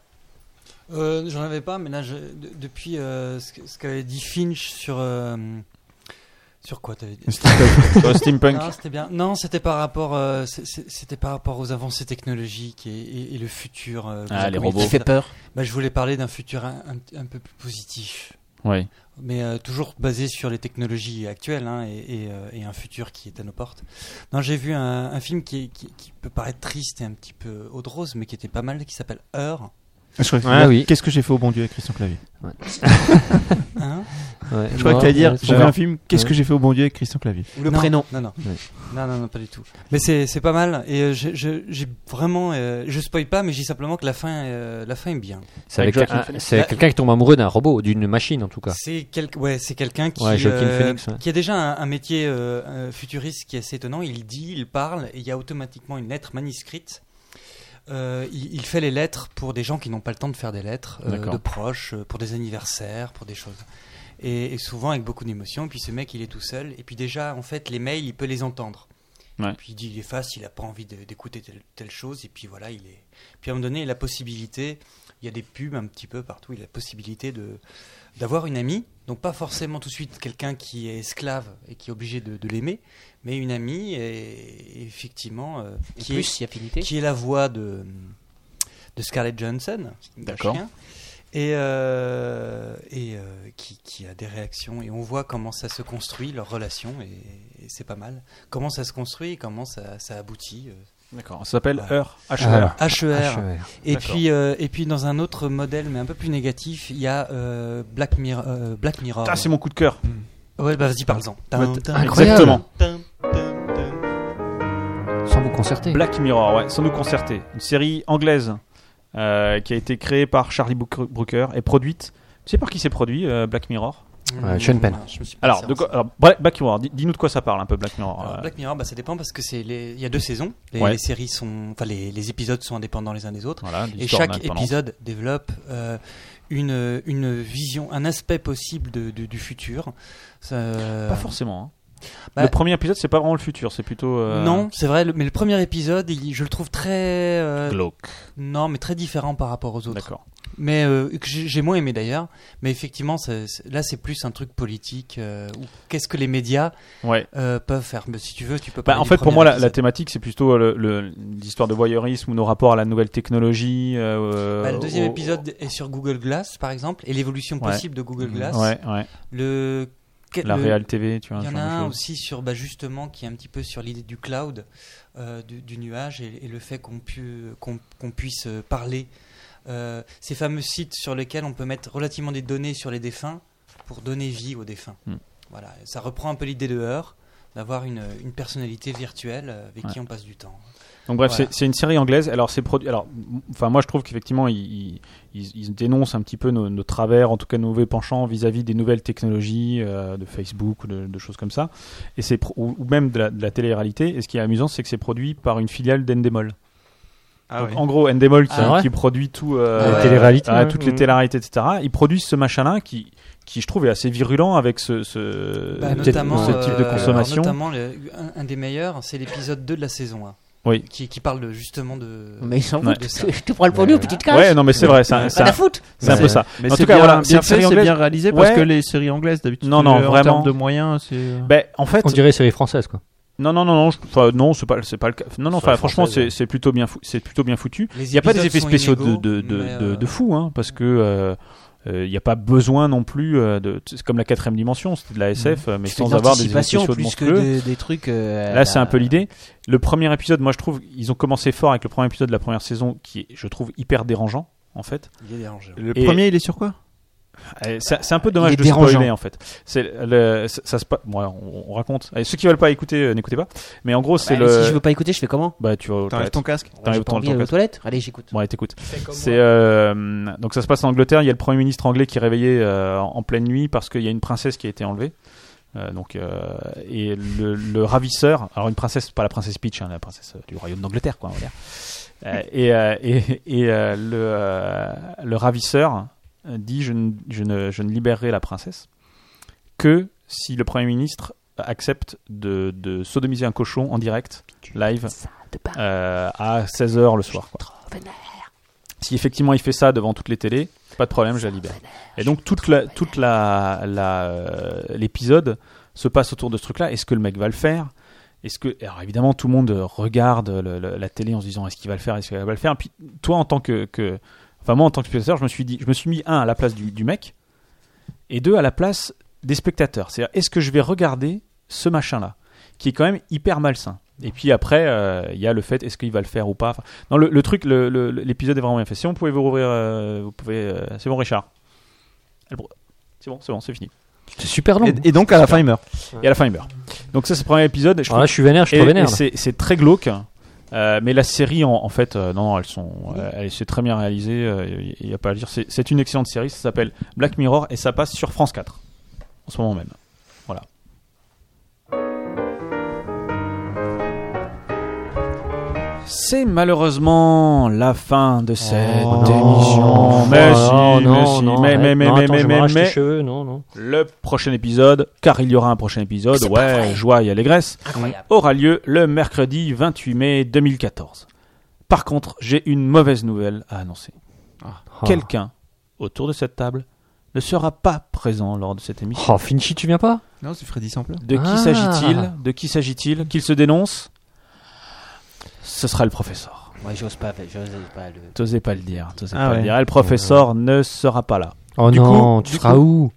Euh, J'en avais pas, mais là, je- de- depuis euh, ce que- ce qu'avait dit Finch sur. euh, sur quoi t'avais dit Euh,
Sur le steampunk
Non, Ah, c'était bien. Non, c'était par rapport, euh, c'est- c'est- c'était par rapport aux avancées technologiques et, et- et le futur. euh,
Ah,
vous-
les
mais-
robots.
Qui fait peur.
Bah, je voulais parler d'un futur un, un- un peu plus positif,
Oui.
mais euh, toujours basé sur les technologies actuelles hein, et, et, euh, et un futur qui est à nos portes. Non, j'ai vu un, un film qui, qui- qui peut paraître triste et un petit peu eau de rose, mais qui était pas mal, qui s'appelle Heure.
Je crois que-
Ah oui.
Qu'est-ce que j'ai fait au bon Dieu avec Christian Clavier
Ouais.
Hein
Ouais,
Je crois
non,
que tu dire,
ouais,
j'ai
ouais.
vu un film, qu'est-ce que j'ai fait au bon Dieu avec Christian Clavier
Ou le
prénom.
Non, non.
Ouais.
Non, non, non, pas du tout. Mais c'est c'est pas mal. Et euh, je- je- j'ai vraiment. euh, je spoil pas, mais je dis simplement que la fin, euh, la fin est bien.
C'est
Avec
avec
Joaquin
un-
Phoenix.
c'est quelqu'un qui tombe amoureux d'un robot, d'une machine en tout cas.
C'est quel- ouais, c'est quelqu'un qui,
Ouais, Joaquin
euh,
Phoenix, ouais.
qui a déjà un, un métier euh, euh, futuriste qui est assez étonnant. Il dit, il parle, et il y a automatiquement une lettre manuscrite. Euh, il, il fait les lettres pour des gens qui n'ont pas le temps de faire des lettres, euh,
D'accord.
de proches, euh, pour des anniversaires, pour des choses. Et, et souvent avec beaucoup d'émotion. Et puis ce mec, il est tout seul. Et puis déjà, en fait, les mails, il peut les entendre.
Ouais.
Et Puis il dit, il efface, il n'a pas envie de- d'écouter telle, telle chose. Et puis voilà, il est. Puis à un moment donné, il a la possibilité, il y a des pubs un petit peu partout, il a la possibilité de d'avoir une amie, donc pas forcément tout de suite quelqu'un qui est esclave et qui est obligé de, de l'aimer, mais une amie et, et effectivement euh, qui,
plus
est,
si affinité.
qui est la voix de, de Scarlett Johansson, le
D'accord.
chien, hein. et, euh, et euh, qui, qui a des réactions et on voit comment ça se construit leur relation et, et c'est pas mal. Comment ça se construit, et comment ça, ça aboutit. euh.
D'accord. Ça s'appelle
Ouais.
Heure.
Ah.
HER.
HER.
E Et
E D'accord.
puis, euh, et puis dans un autre modèle, mais un peu plus négatif, il y a euh, Black, Mirror Black Mirror.
Putain, c'est mon coup de cœur.
Ouais, bah vas-y, parle-en.
Ouais,
Tin, tin,
Incroyable.
Exactement.
tin, tin, tin.
Sans vous concerter.
Black Mirror, ouais, sans nous concerter. Une série anglaise euh, qui a été créée par Charlie Brooker- Brooker et produite. Tu sais par qui c'est produit euh, Black Mirror
Ouais, Sean Penn.
Je me suis pas
Alors,
dit
de
ça.
quoi, alors, Bra- Black Mirror, dis- dis-nous de quoi ça parle un peu Black Mirror.
Alors,
euh,
Black Mirror, bah, ça dépend parce que c'est les... il y a deux saisons. Les,
Ouais.
les séries sont, enfin les, les épisodes sont indépendants les uns des autres.
voilà,
Et
l'histoire
chaque
d'indépendance.
épisode développe euh, une, une vision, un aspect possible de, de- du futur. Ça-
Pas forcément. hein.
Bah-
le premier épisode, c'est pas vraiment le futur, c'est plutôt. euh,
Non, c'est vrai, le- mais le premier épisode, il- je le trouve très. euh,
Glauque.
non, mais très différent par rapport aux autres.
D'accord.
Mais euh, que j'ai j'ai moins aimé d'ailleurs. Mais effectivement, c'est- c'est- là, c'est plus un truc politique. euh, ou Qu'est-ce que les médias
Ouais.
euh, peuvent faire Mais Si tu veux, tu peux
Bah,
parler
en
du
fait, pour
premier
moi, la,
épisode.
la thématique, c'est plutôt euh, le- le- l'histoire de voyeurisme ou nos rapports à la nouvelle technologie. euh,
Bah, le deuxième
au-
épisode est sur Google Glass, par exemple, et l'évolution
Ouais. Mhm.
possible de Google Glass.
Ouais, ouais.
Le, que-
La
le-
Real TV, tu vois.
Il y
ce
en a
genre de
un
choses.
aussi sur, bah, justement, qui est un petit peu sur l'idée du cloud, euh, du, du nuage, et, et le fait qu'on pu- qu'on- qu'on puisse euh, parler. Euh, ces fameux sites sur lesquels on peut mettre relativement des données sur les défunts pour donner vie aux défunts.
Hmm.
Voilà, ça reprend un peu l'idée de Heur, d'avoir une, une personnalité virtuelle euh, avec
Ouais.
qui on passe du temps.
Donc bref,
Voilà.
c'est- c'est une série anglaise. Alors c'est produit. Alors, m- enfin moi je trouve qu'effectivement ils, ils, ils dénoncent un petit peu nos, nos travers, en tout cas nos mauvais penchants vis-à-vis des nouvelles technologies, euh, de Facebook ou de, de choses comme ça, et c'est pro- ou, ou même de la, de la télé-réalité. Et ce qui est amusant, c'est que c'est produit par une filiale d'Endemol. Donc, En gros, Endemol qui,
Ah ouais
qui produit tout, euh,
Les téléréalités,
ouais,
ouais.
toutes les téléréalités, etc. Ils produisent ce machin-là qui qui je trouve est assez virulent avec ce ce,
Bah,
Peut-être
notamment,
Euh, ce type de
euh,
consommation.
alors notamment, le- un, un des meilleurs, c'est l'épisode 2 de la saison 1.
Oui.
Qui, qui parle de- justement de.
Mais ils s'en
Ouais.
foutent.
de ça.
Je te prends le pognon,
Ouais.
petite casse.
ouais, non mais c'est vrai, c'est un,
Pas
c'est
la
un-
foot.
c'est un peu ça.
Mais
En
c'est
tout cas,
bien-
voilà, c'est
bien
une série
fait, c'est
anglaise.
bien réalisé parce
Ouais.
que les séries anglaises d'habitude,
Non, non,
euh, en
vraiment.
termes de moyens, c'est.
Ben, en fait,
On dirait série française quoi.
Non, non, non, non, je- enfin, non, c'est pas, c'est pas le cas. Non, non,
Sur la
enfin, franchement,
française,
c'est
ouais.
c'est plutôt bien, fou- c'est plutôt bien foutu.
Il
Il n'y a pas des effets spéciaux de, de, de,
euh,
de, de fou, hein, parce que euh, euh, il n'y a pas besoin non plus euh, de. C'est comme la quatrième dimension, c'était de la SF, euh, mais
Tu fais
sans
de
avoir des effets
l'anticipation
spéciaux de
plus que
monstrueux.
des, des trucs. euh, à
Là, c'est
la-
un
bah,
peu l'idée. Le premier épisode, moi, je trouve, ils ont commencé fort avec le premier épisode de la première saison, qui est, je trouve, hyper dérangeant, en fait.
Il est dérangeant.
Le
Et-
premier, il est sur quoi
Euh, C'est c'est un peu dommage
est
de
dérangeant.
spoiler en fait. C'est le, ça, ça se pa- bon, on, on raconte. Allez, ceux qui veulent pas écouter, euh, n'écoutez pas. Mais en gros,
Bah,
c'est le.
Si je veux pas écouter, je fais comment
Bah, tu. vas-
T'enlèves ton casque
T'arrives
J'ai
dans
pas
le
envie euh, d'aller aux
podcast.
toilettes. Allez, j'écoute.
Bon, allez, t'écoutes. C'est euh, donc ça se passe en Angleterre. Il y a le premier ministre anglais qui est réveillé euh, en pleine nuit parce qu'il y a une princesse qui a été enlevée. Euh, donc euh, et le, le ravisseur, alors une princesse, pas la princesse Peach, hein, la princesse euh, du royaume d'Angleterre, quoi, on va dire. Euh, et euh, et, et, euh, le euh, le ravisseur dit je ne, je ne je ne libérerai la princesse que si le premier ministre accepte de, de sodomiser un cochon en direct live
Ah,
euh, à 16h le soir. quoi. Si effectivement il fait ça devant toutes les télés, pas de problème, je la libère. Et donc toute la toute la la, euh, l'épisode se passe autour de ce truc-là. Est-ce que le mec va le faire Est-ce que alors évidemment tout le monde euh, regarde le- le- la télé en se disant est-ce qu'il va le faire Est-ce qu'il va le faire Puis toi en tant que, que enfin moi en tant que spectateur, je me suis dit je me suis mis un à la place du, du mec et deux à la place des spectateurs. C'est-à-dire est-ce que je vais regarder ce machin-là qui est quand même hyper malsain. Et puis après, euh, il y a le fait est-ce qu'il va le faire ou pas. Enfin, non, le, le truc, le- le- l'épisode est vraiment bien fait. Si on pouvait vous rouvrir, euh, vous pouvez. euh, c'est bon, Richard. Elle- C'est bon, c'est bon, c'est fini.
C'est super long.
Et, et donc à la fin, il meurt.
Et à la fin, il meurt. Donc ça, c'est le premier épisode. Je
Alors Ah, là, je suis vénère, je suis
et-
trop vénère.
et
là.
C'est c'est très glauque. Euh, mais la série, en, en fait, euh, non, elles sont, euh, elle- c'est très bien réalisé. Il n'y a pas à dire. C'est- C'est une excellente série. Ça s'appelle Black Mirror et ça passe sur France 4 en ce moment même. Voilà. C'est malheureusement la fin de cette
Oh,
émission. Mais
non,
si,
non,
mais si,
non,
mais,
arrête.
mais, mais,
Non,
mais,
attends, je me
mais,
arrache les
mais-
cheveux, non, non.
le prochain épisode, car il y aura un prochain épisode, ouais, joie et allégresse, aura lieu le mercredi 28 mai 2014. Par contre, j'ai une mauvaise nouvelle à annoncer.
Ah.
Quelqu'un autour de cette table ne sera pas présent lors de cette émission.
Oh, Finchi, tu viens pas
Non, c'est Freddy Sample.
De qui
Ah.
s'agit-il De qui s'agit-il Qu'il se dénonce Ce sera le professeur.
Moi, j'ose pas, j'ose pas le.
T'osais pas le dire. t'osais
Ah
pas le
ouais.
dire. Et Le professeur ne sera pas là.
Oh
Du
non,
coup-
tu
du
seras
coup-
où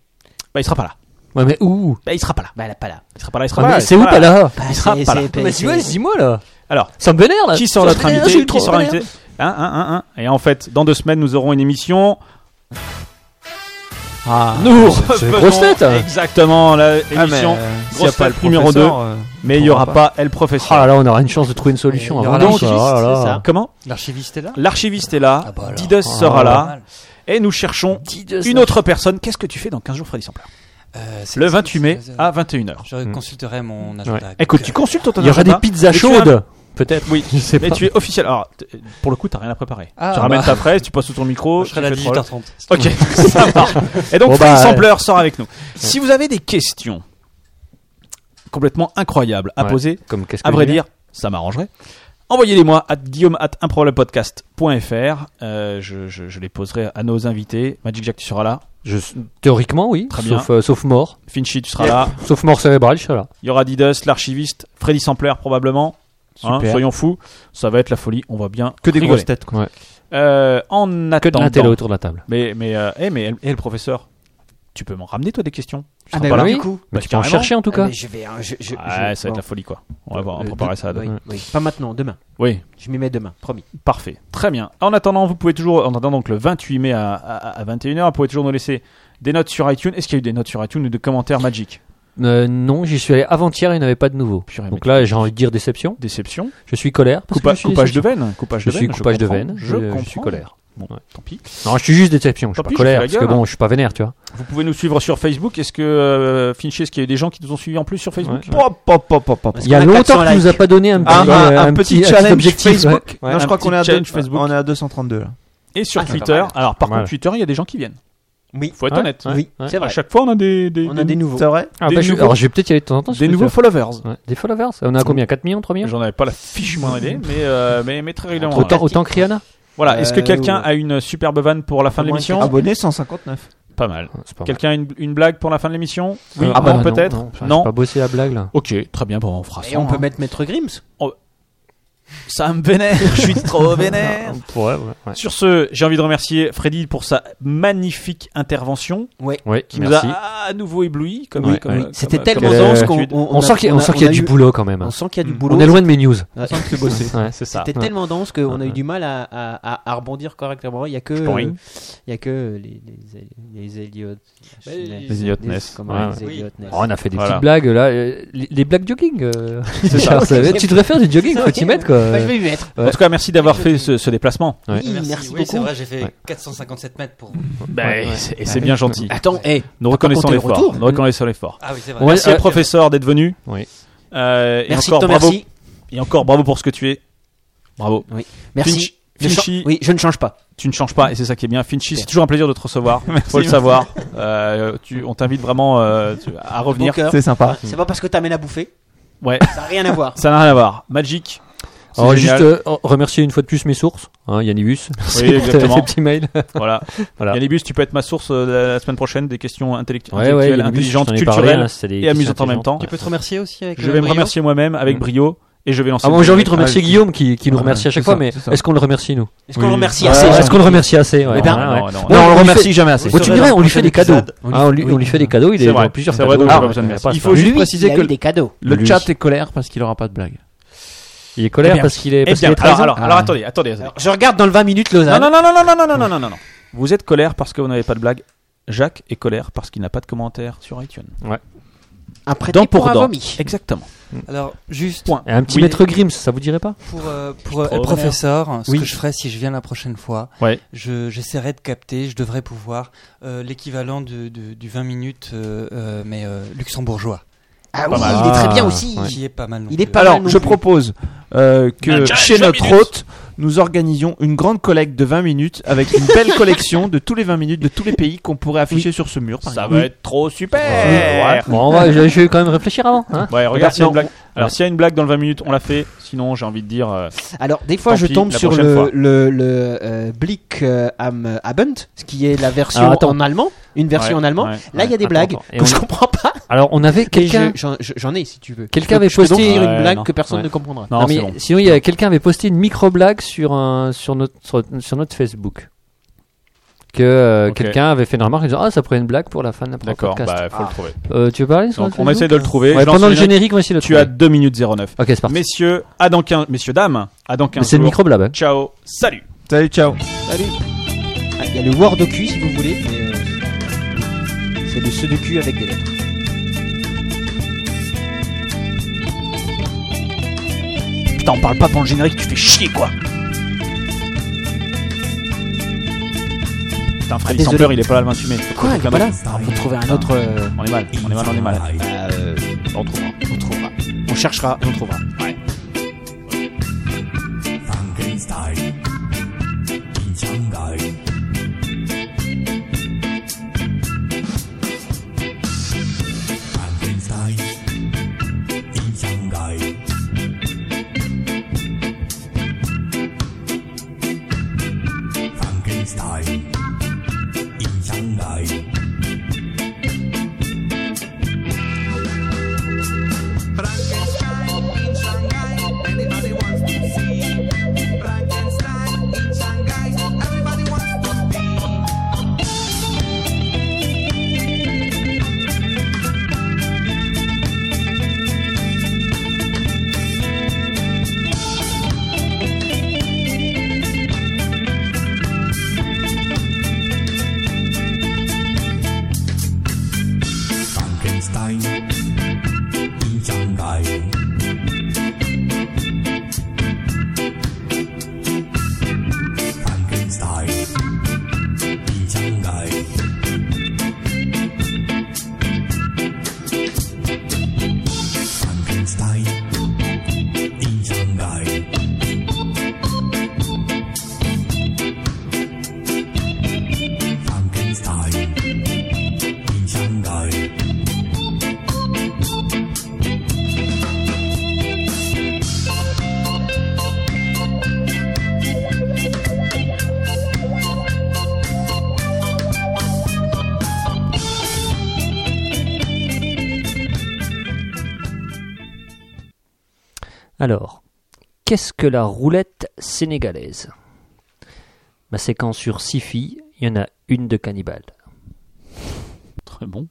Bah, il sera pas là.
Ouais, mais où
Bah, il sera pas là.
Bah, elle a pas là.
Il sera pas là. Il sera
Ah,
pas là.
mais
il
C'est
sera
où
pas
pas là
Bah,
sera
c'est-
pas là.
c'est-
Mais
c'est-
dis-moi, dis-moi là
Alors,
Ça me vénère là
Qui sera notre
Ah, Ça me vénère, je
invité
suis trop
Qui sera
vénère.
invité Hein, hein, hein, hein. Et en fait, dans deux semaines, nous aurons une émission.
Ah,
Nous
c'est- c'est
refaisons
grosse fête.
exactement la émission.
s'il y a
grosse
pas le
fête numéro 2,
professeur, euh,
mais il n'y aura pas El Professeur.
Oh là là, on aura une chance de trouver une solution
Il y
avant
aura
donc,
l'archiviste,
oh là là.
c'est ça.
Comment
L'archiviste est là
L'archiviste est là,
Ah bah alors.
Didas
Ah,
sera
pas
là, et nous cherchons une autre personne. Qu'est-ce que tu fais dans 15 jours, Freddy Sampler
Euh, c'est-
Le
c'est-
28 mai
c'est-
à 21h.
Je consulterai mon agenda. euh,
Écoute, tu consultes ton
Il y aura des
agenda,
pizzas
mais tu as-
chaudes Peut-être.
Oui,
Je sais
mais
pas.
tu es officiel. Alors, t- pour le coup, t'as rien à préparer.
Ah,
tu ramènes
bah.
ta presse, tu passes sous ton micro.
Je serai là à
tu fais trop-
18h30.
Ok, ça marche. Et donc,
Bon,
Freddy
bah,
Sampler sort avec nous. Si vous avez des questions complètement incroyables à
Ouais.
poser,
Comme qu'est-ce que
à vrai
j'ai
dire, ça m'arrangerait. Envoyez-les-moi à guillaume at improbablepodcast.fr. Euh, je, je- je les poserai à nos invités. Magic Jack, tu seras là.
Je- Théoriquement, oui.
Très bien.
sauf, euh, sauf mort.
Finchy, tu seras là.
Sauf mort cérébrale, je serai là.
Il y aura Didus, l'archiviste, Freddy Sampler probablement. Hein,
Super.
soyons fous. Ça va être la folie. On va bien
Que des
rigoler.
grosses têtes. quoi.
Ouais.
Euh, en
Que de
attendant.
la télé autour de la table.
mais mais, euh, eh, mais et le professeur, tu peux m'en ramener toi des questions. Tu
Ah
seras
bah
pas là.
oui.
du
coup.
Ah, Mais
Bah,
tu peux en
carrément.
chercher en tout cas.
Mais je vais. hein, je- je-
Ouais,
je-
Ah, ça va être la folie quoi. On va voir, on va
Euh,
préparer ça. à deux.
Oui, oui. Pas maintenant, demain.
Oui,
Je m'y mets demain, promis.
parfait. Très bien. En attendant, vous pouvez toujours, en attendant donc le 28 mai à, à, 21h, vous pouvez toujours nous laisser des notes sur iTunes. Est-ce qu'il y a eu des notes sur iTunes ou des commentaires Magic
Euh, non, j'y suis allé avant-hier et il n'y en avait pas de nouveau.
Purée, mais
Donc là, j'ai envie de dire déception.
déception.
Je suis colère. Ah, parce que
Coupa-
je suis
coupage de
déception.
veine. Coupage
Je
de
suis
veine,
coupage de
comprends,
veine.
Je,
je
comprends.
suis colère.
Bon,
Ouais.
tant pis.
Non, je suis juste déception. Je suis
Tant
pas
pis,
colère
je fais
parce
la
que
gueule,
bon, je suis pas vénère, tu vois.
Vous pouvez nous suivre sur Facebook. Est-ce que euh, Finch, est-ce qu'il y a eu des gens qui nous ont suivis en plus sur Facebook
Ouais, ouais.
Pop, pop, pop, pop, pop.
Parce
Il y a
qu'on 400
longtemps que tu nous as
likes.
pas donné un,
Ah, Un,
petit,
un-
euh,
un petit challenge
objectif, ouais.
Facebook.
Ouais.
non, je
Un
crois
petit
qu'on est, à deux-
challenge Facebook.
on est à 232. Là.
Et sur
Ah, c'est
Twitter.
pas mal.
Alors par
Pas mal.
contre, Twitter, il y a des gens qui viennent.
Oui.
Faut être
Ouais.
honnête.
Ouais.
Oui,
Ouais.
c'est
À
vrai.
chaque fois, on a des, des,
On a des nouveaux.
C'est vrai
Ah,
Des
bah, je-
nouveaux-
Alors, je vais peut-être y aller de temps en temps. sur
des
Twitter.
nouveaux followers.
Ouais, Des followers. On a combien 4 millions 3 millions
J'en avais pas la fiche moindre idée, mais, euh, mais, mais très régulièrement.
Autant, autant que Rihanna
Voilà, est-ce que
Euh,
quelqu'un
ouais.
a une superbe vanne pour la fin de
Ah
l'émission
Abonné 159.
Pas mal.
C'est pas mal.
Quelqu'un a une, une blague pour la fin de l'émission Oui,
Ah, bah,
non, peut-être
Non, j'arrive
Non.
pas bosser la blague là.
Ok, très bien, bon, on fera ça. hein.
Et on peut mettre Maître Grims.
Ça me vénère, je suis trop vénère.
Ouais, ouais, ouais.
Sur ce, j'ai envie de remercier Freddy pour sa magnifique intervention
Ouais,
qui
merci.
nous a à nouveau ébloui. Comme,
Oui,
comme-
oui.
comme-
C'était
comme
tellement
euh,
dense
d'habitude.
qu'on.
On, sent qu'il on sent qu'il y a, du
boulot.
boulot quand même.
On sent qu'il y a du boulot.
On est loin de mes news.
Ouais.
Ouais.
C'est ça.
C'était
Ouais.
tellement dense qu'on a
Ouais.
eu du mal à, à- à- à rebondir correctement. Il n'y a que.
Boring.
euh, Il y a que les, les, les Elliot.
les Elliot Ness.
Comment
Ouais,
les
ouais.
Elliot Ness.
Oh, on a fait des
Voilà.
petites blagues là, euh, les, les blagues jogging. euh,
ça.
ça va être- tu devrais faire du jogging, faut t'y mettre quoi.
Bah, je vais y mettre.
En tout cas, merci d'avoir fait ce, ce déplacement.
Ouais.
Oui, merci,
oui, c'est
beaucoup.
vrai, j'ai fait
Ouais.
457 mètres pour.
Ben, c'est- Et c'est bien gentil.
Attends, hey,
Nous
t'as pas
reconnaissons
compté le
l'effort.
retour
Nous reconnaissons l'effort.
Ah oui, c'est vrai.
Ouais,
Merci
euh,
au professeur d'être venu.
Oui.
Euh, et
Merci de
encore
ton
bravo.
merci.
Et encore bravo pour ce que tu es. Bravo.
Merci.
Finch-
Je
Finchy.
chan- Oui, je ne change pas.
Tu ne changes pas et c'est ça qui est bien. Finchy, c'est toujours un plaisir de te recevoir. Faut le savoir. Euh, tu- on t'invite vraiment euh, tu- à revenir.
Bon cœur.
C'est sympa.
C'est pas parce que t'amènes à bouffer.
Ouais.
Ça n'a rien à voir.
Ça n'a rien à voir. Magic. c'est
Alors
génial.
juste euh, remercier une fois de plus mes sources, hein, Yannibus, merci pour tes-
exactement.
tes petits mails.
Voilà.
Voilà.
Yannibus, tu peux être ma source euh, la- la semaine prochaine des questions intellect-
Ouais, ouais,
intellectuelles,
Yannibus,
intelligentes,
je t'en ai parlé,
culturelles
hein, c'était des
et
questions
amusantes en même
intelligentes.
temps.
Tu peux te remercier aussi avec
Je
euh,
vais me
Brio
remercier moi-même avec
Mm.
brio et je vais lancer.
Ah bon,
le-
j'ai envie de remercier
Ah, je-
Guillaume qui, qui nous
Ouais,
remercie à chaque
c'est
fois,
ça,
mais
c'est ça.
est-ce qu'on le remercie nous
Est-ce qu'on le remercie
Ah,
assez
ouais.
Est-ce qu'on le remercie assez ouais,
Eh ben,
ouais,
Non,
ouais.
non, non.
Bon,
Non, on le
on lui fait-
remercie jamais assez.
Bon, tu me diras, on lui fait des cadeaux.
épisode.
Hein, on, lui, on lui fait des cadeaux, il est,
C'est vrai.
dans plusieurs
C'est vrai,
cadeaux.
donc j'ai
Ah,
pas Mm. Eh besoin de
il y a
merci.
pas à se
Il
faire.
faut
Lui,
juste préciser
il a
que
eu des cadeaux.
le
Lui.
chat est colère parce qu'il aura pas de blague.
Il est colère
Eh bien,
parce qu'il est.
Eh
parce
bien,
qu'il est
alors,
trahison
alors,
Ah.
alors, attendez, attendez. attendez.
Je regarde dans le 20 minutes Lausanne.
Non, non, non, non, non, non, non, non, non, non, non. Vous êtes colère parce que vous n'avez pas de blague. Jacques est colère parce qu'il n'a pas de commentaire sur iTunes.
Après,
Dent
pour
pour
un
dent.
vomi.
Exactement.
Alors, juste
Point.
Un petit
Oui.
maître Grims, ça vous dirait pas
pour, euh, pour euh,
Pro-
professeur, ce
Oui.
que je ferai si je viens la prochaine fois,
Ouais.
je- j'essaierai de capter, je devrais pouvoir, euh, l'équivalent de- de- du 20 minutes, euh, euh, mais euh, luxembourgeois,
Ah oui,
mal.
il est très bien
Ah,
aussi.
qui est pas mal. non
Il est
plus.
pas mal
Alors,
non
je
plus.
propose euh, que
Un
Bah,
challenge
chez
de
notre
minutes.
hôte, nous organisions une grande collecte de 20 minutes avec une belle collection de tous les 20 minutes de tous les pays qu'on pourrait afficher sur ce mur. Par
Ça
exemple.
va être trop super.
Bon, on va, je, je vais quand même réfléchir avant. hein.
Ouais, regarde s'il y a
non.
une blague. Alors, s'il y a une blague dans le 20 minutes, on la fait. Sinon, j'ai envie de dire. euh,
Alors, des fois,
Tant
je
pis,
tombe
la
sur
prochaine
le,
fois.
le, le, euh, Blick euh, am Abend, ce qui est la version
Alors, attends.
en allemand, une version
ouais,
en allemand.
ouais.
Là, il y a des
Attends,
blagues
attends. Et
que
on-
je comprends pas.
Alors, on avait
Et
quelqu'un.
je- J'en j'en ai, si tu veux.
Quelqu'un
Je peux-
avait
je peux donc
posté-
dire
Ouais,
une blague
non.
que personne
Ouais.
ne comprendra.
Non,
Non,
c'est
mais
bon.
sinon, il y a quelqu'un avait posté une micro blague sur un sur notre sur, sur notre Facebook que euh,
Ok.
quelqu'un avait fait une remarque en disant ah ça pourrait une blague pour la fin de la
D'accord,
podcast.
bah, faut le trouver.
Euh, tu veux parler sur
Donc,
notre
on
Facebook
essaie de le trouver.
Ouais,
Je lance
pendant le
une note.
générique, on va essayer de le
Tu as 2 minutes 09.
Ok, c'est parti.
Messieurs, à dans 15 messieurs, dames, à dans 15
C'est hein. le
jours.
micro blague.
Ciao, salut.
Salut, ciao.
Ah, Il y a le Word cul si vous voulez. mais, euh, C'est le ceux de cul avec des lettres.
Putain, on parle pas pendant le générique, tu fais chier quoi. Putain, Freddy
désolé.
Sampler, il est pas là le 28 mai. Faut
Quoi
trouver
Il
quelqu'un
est pas là
d'autre.
Faut trouver un autre. euh,
On est mal, on est mal, on est mal. Euh, On trouve.
on trouvera. On cherchera et on trouvera.
Alors, qu'est-ce que la roulette sénégalaise Bah, Ma séquence sur six filles, il y en a une de cannibale.
Très bon.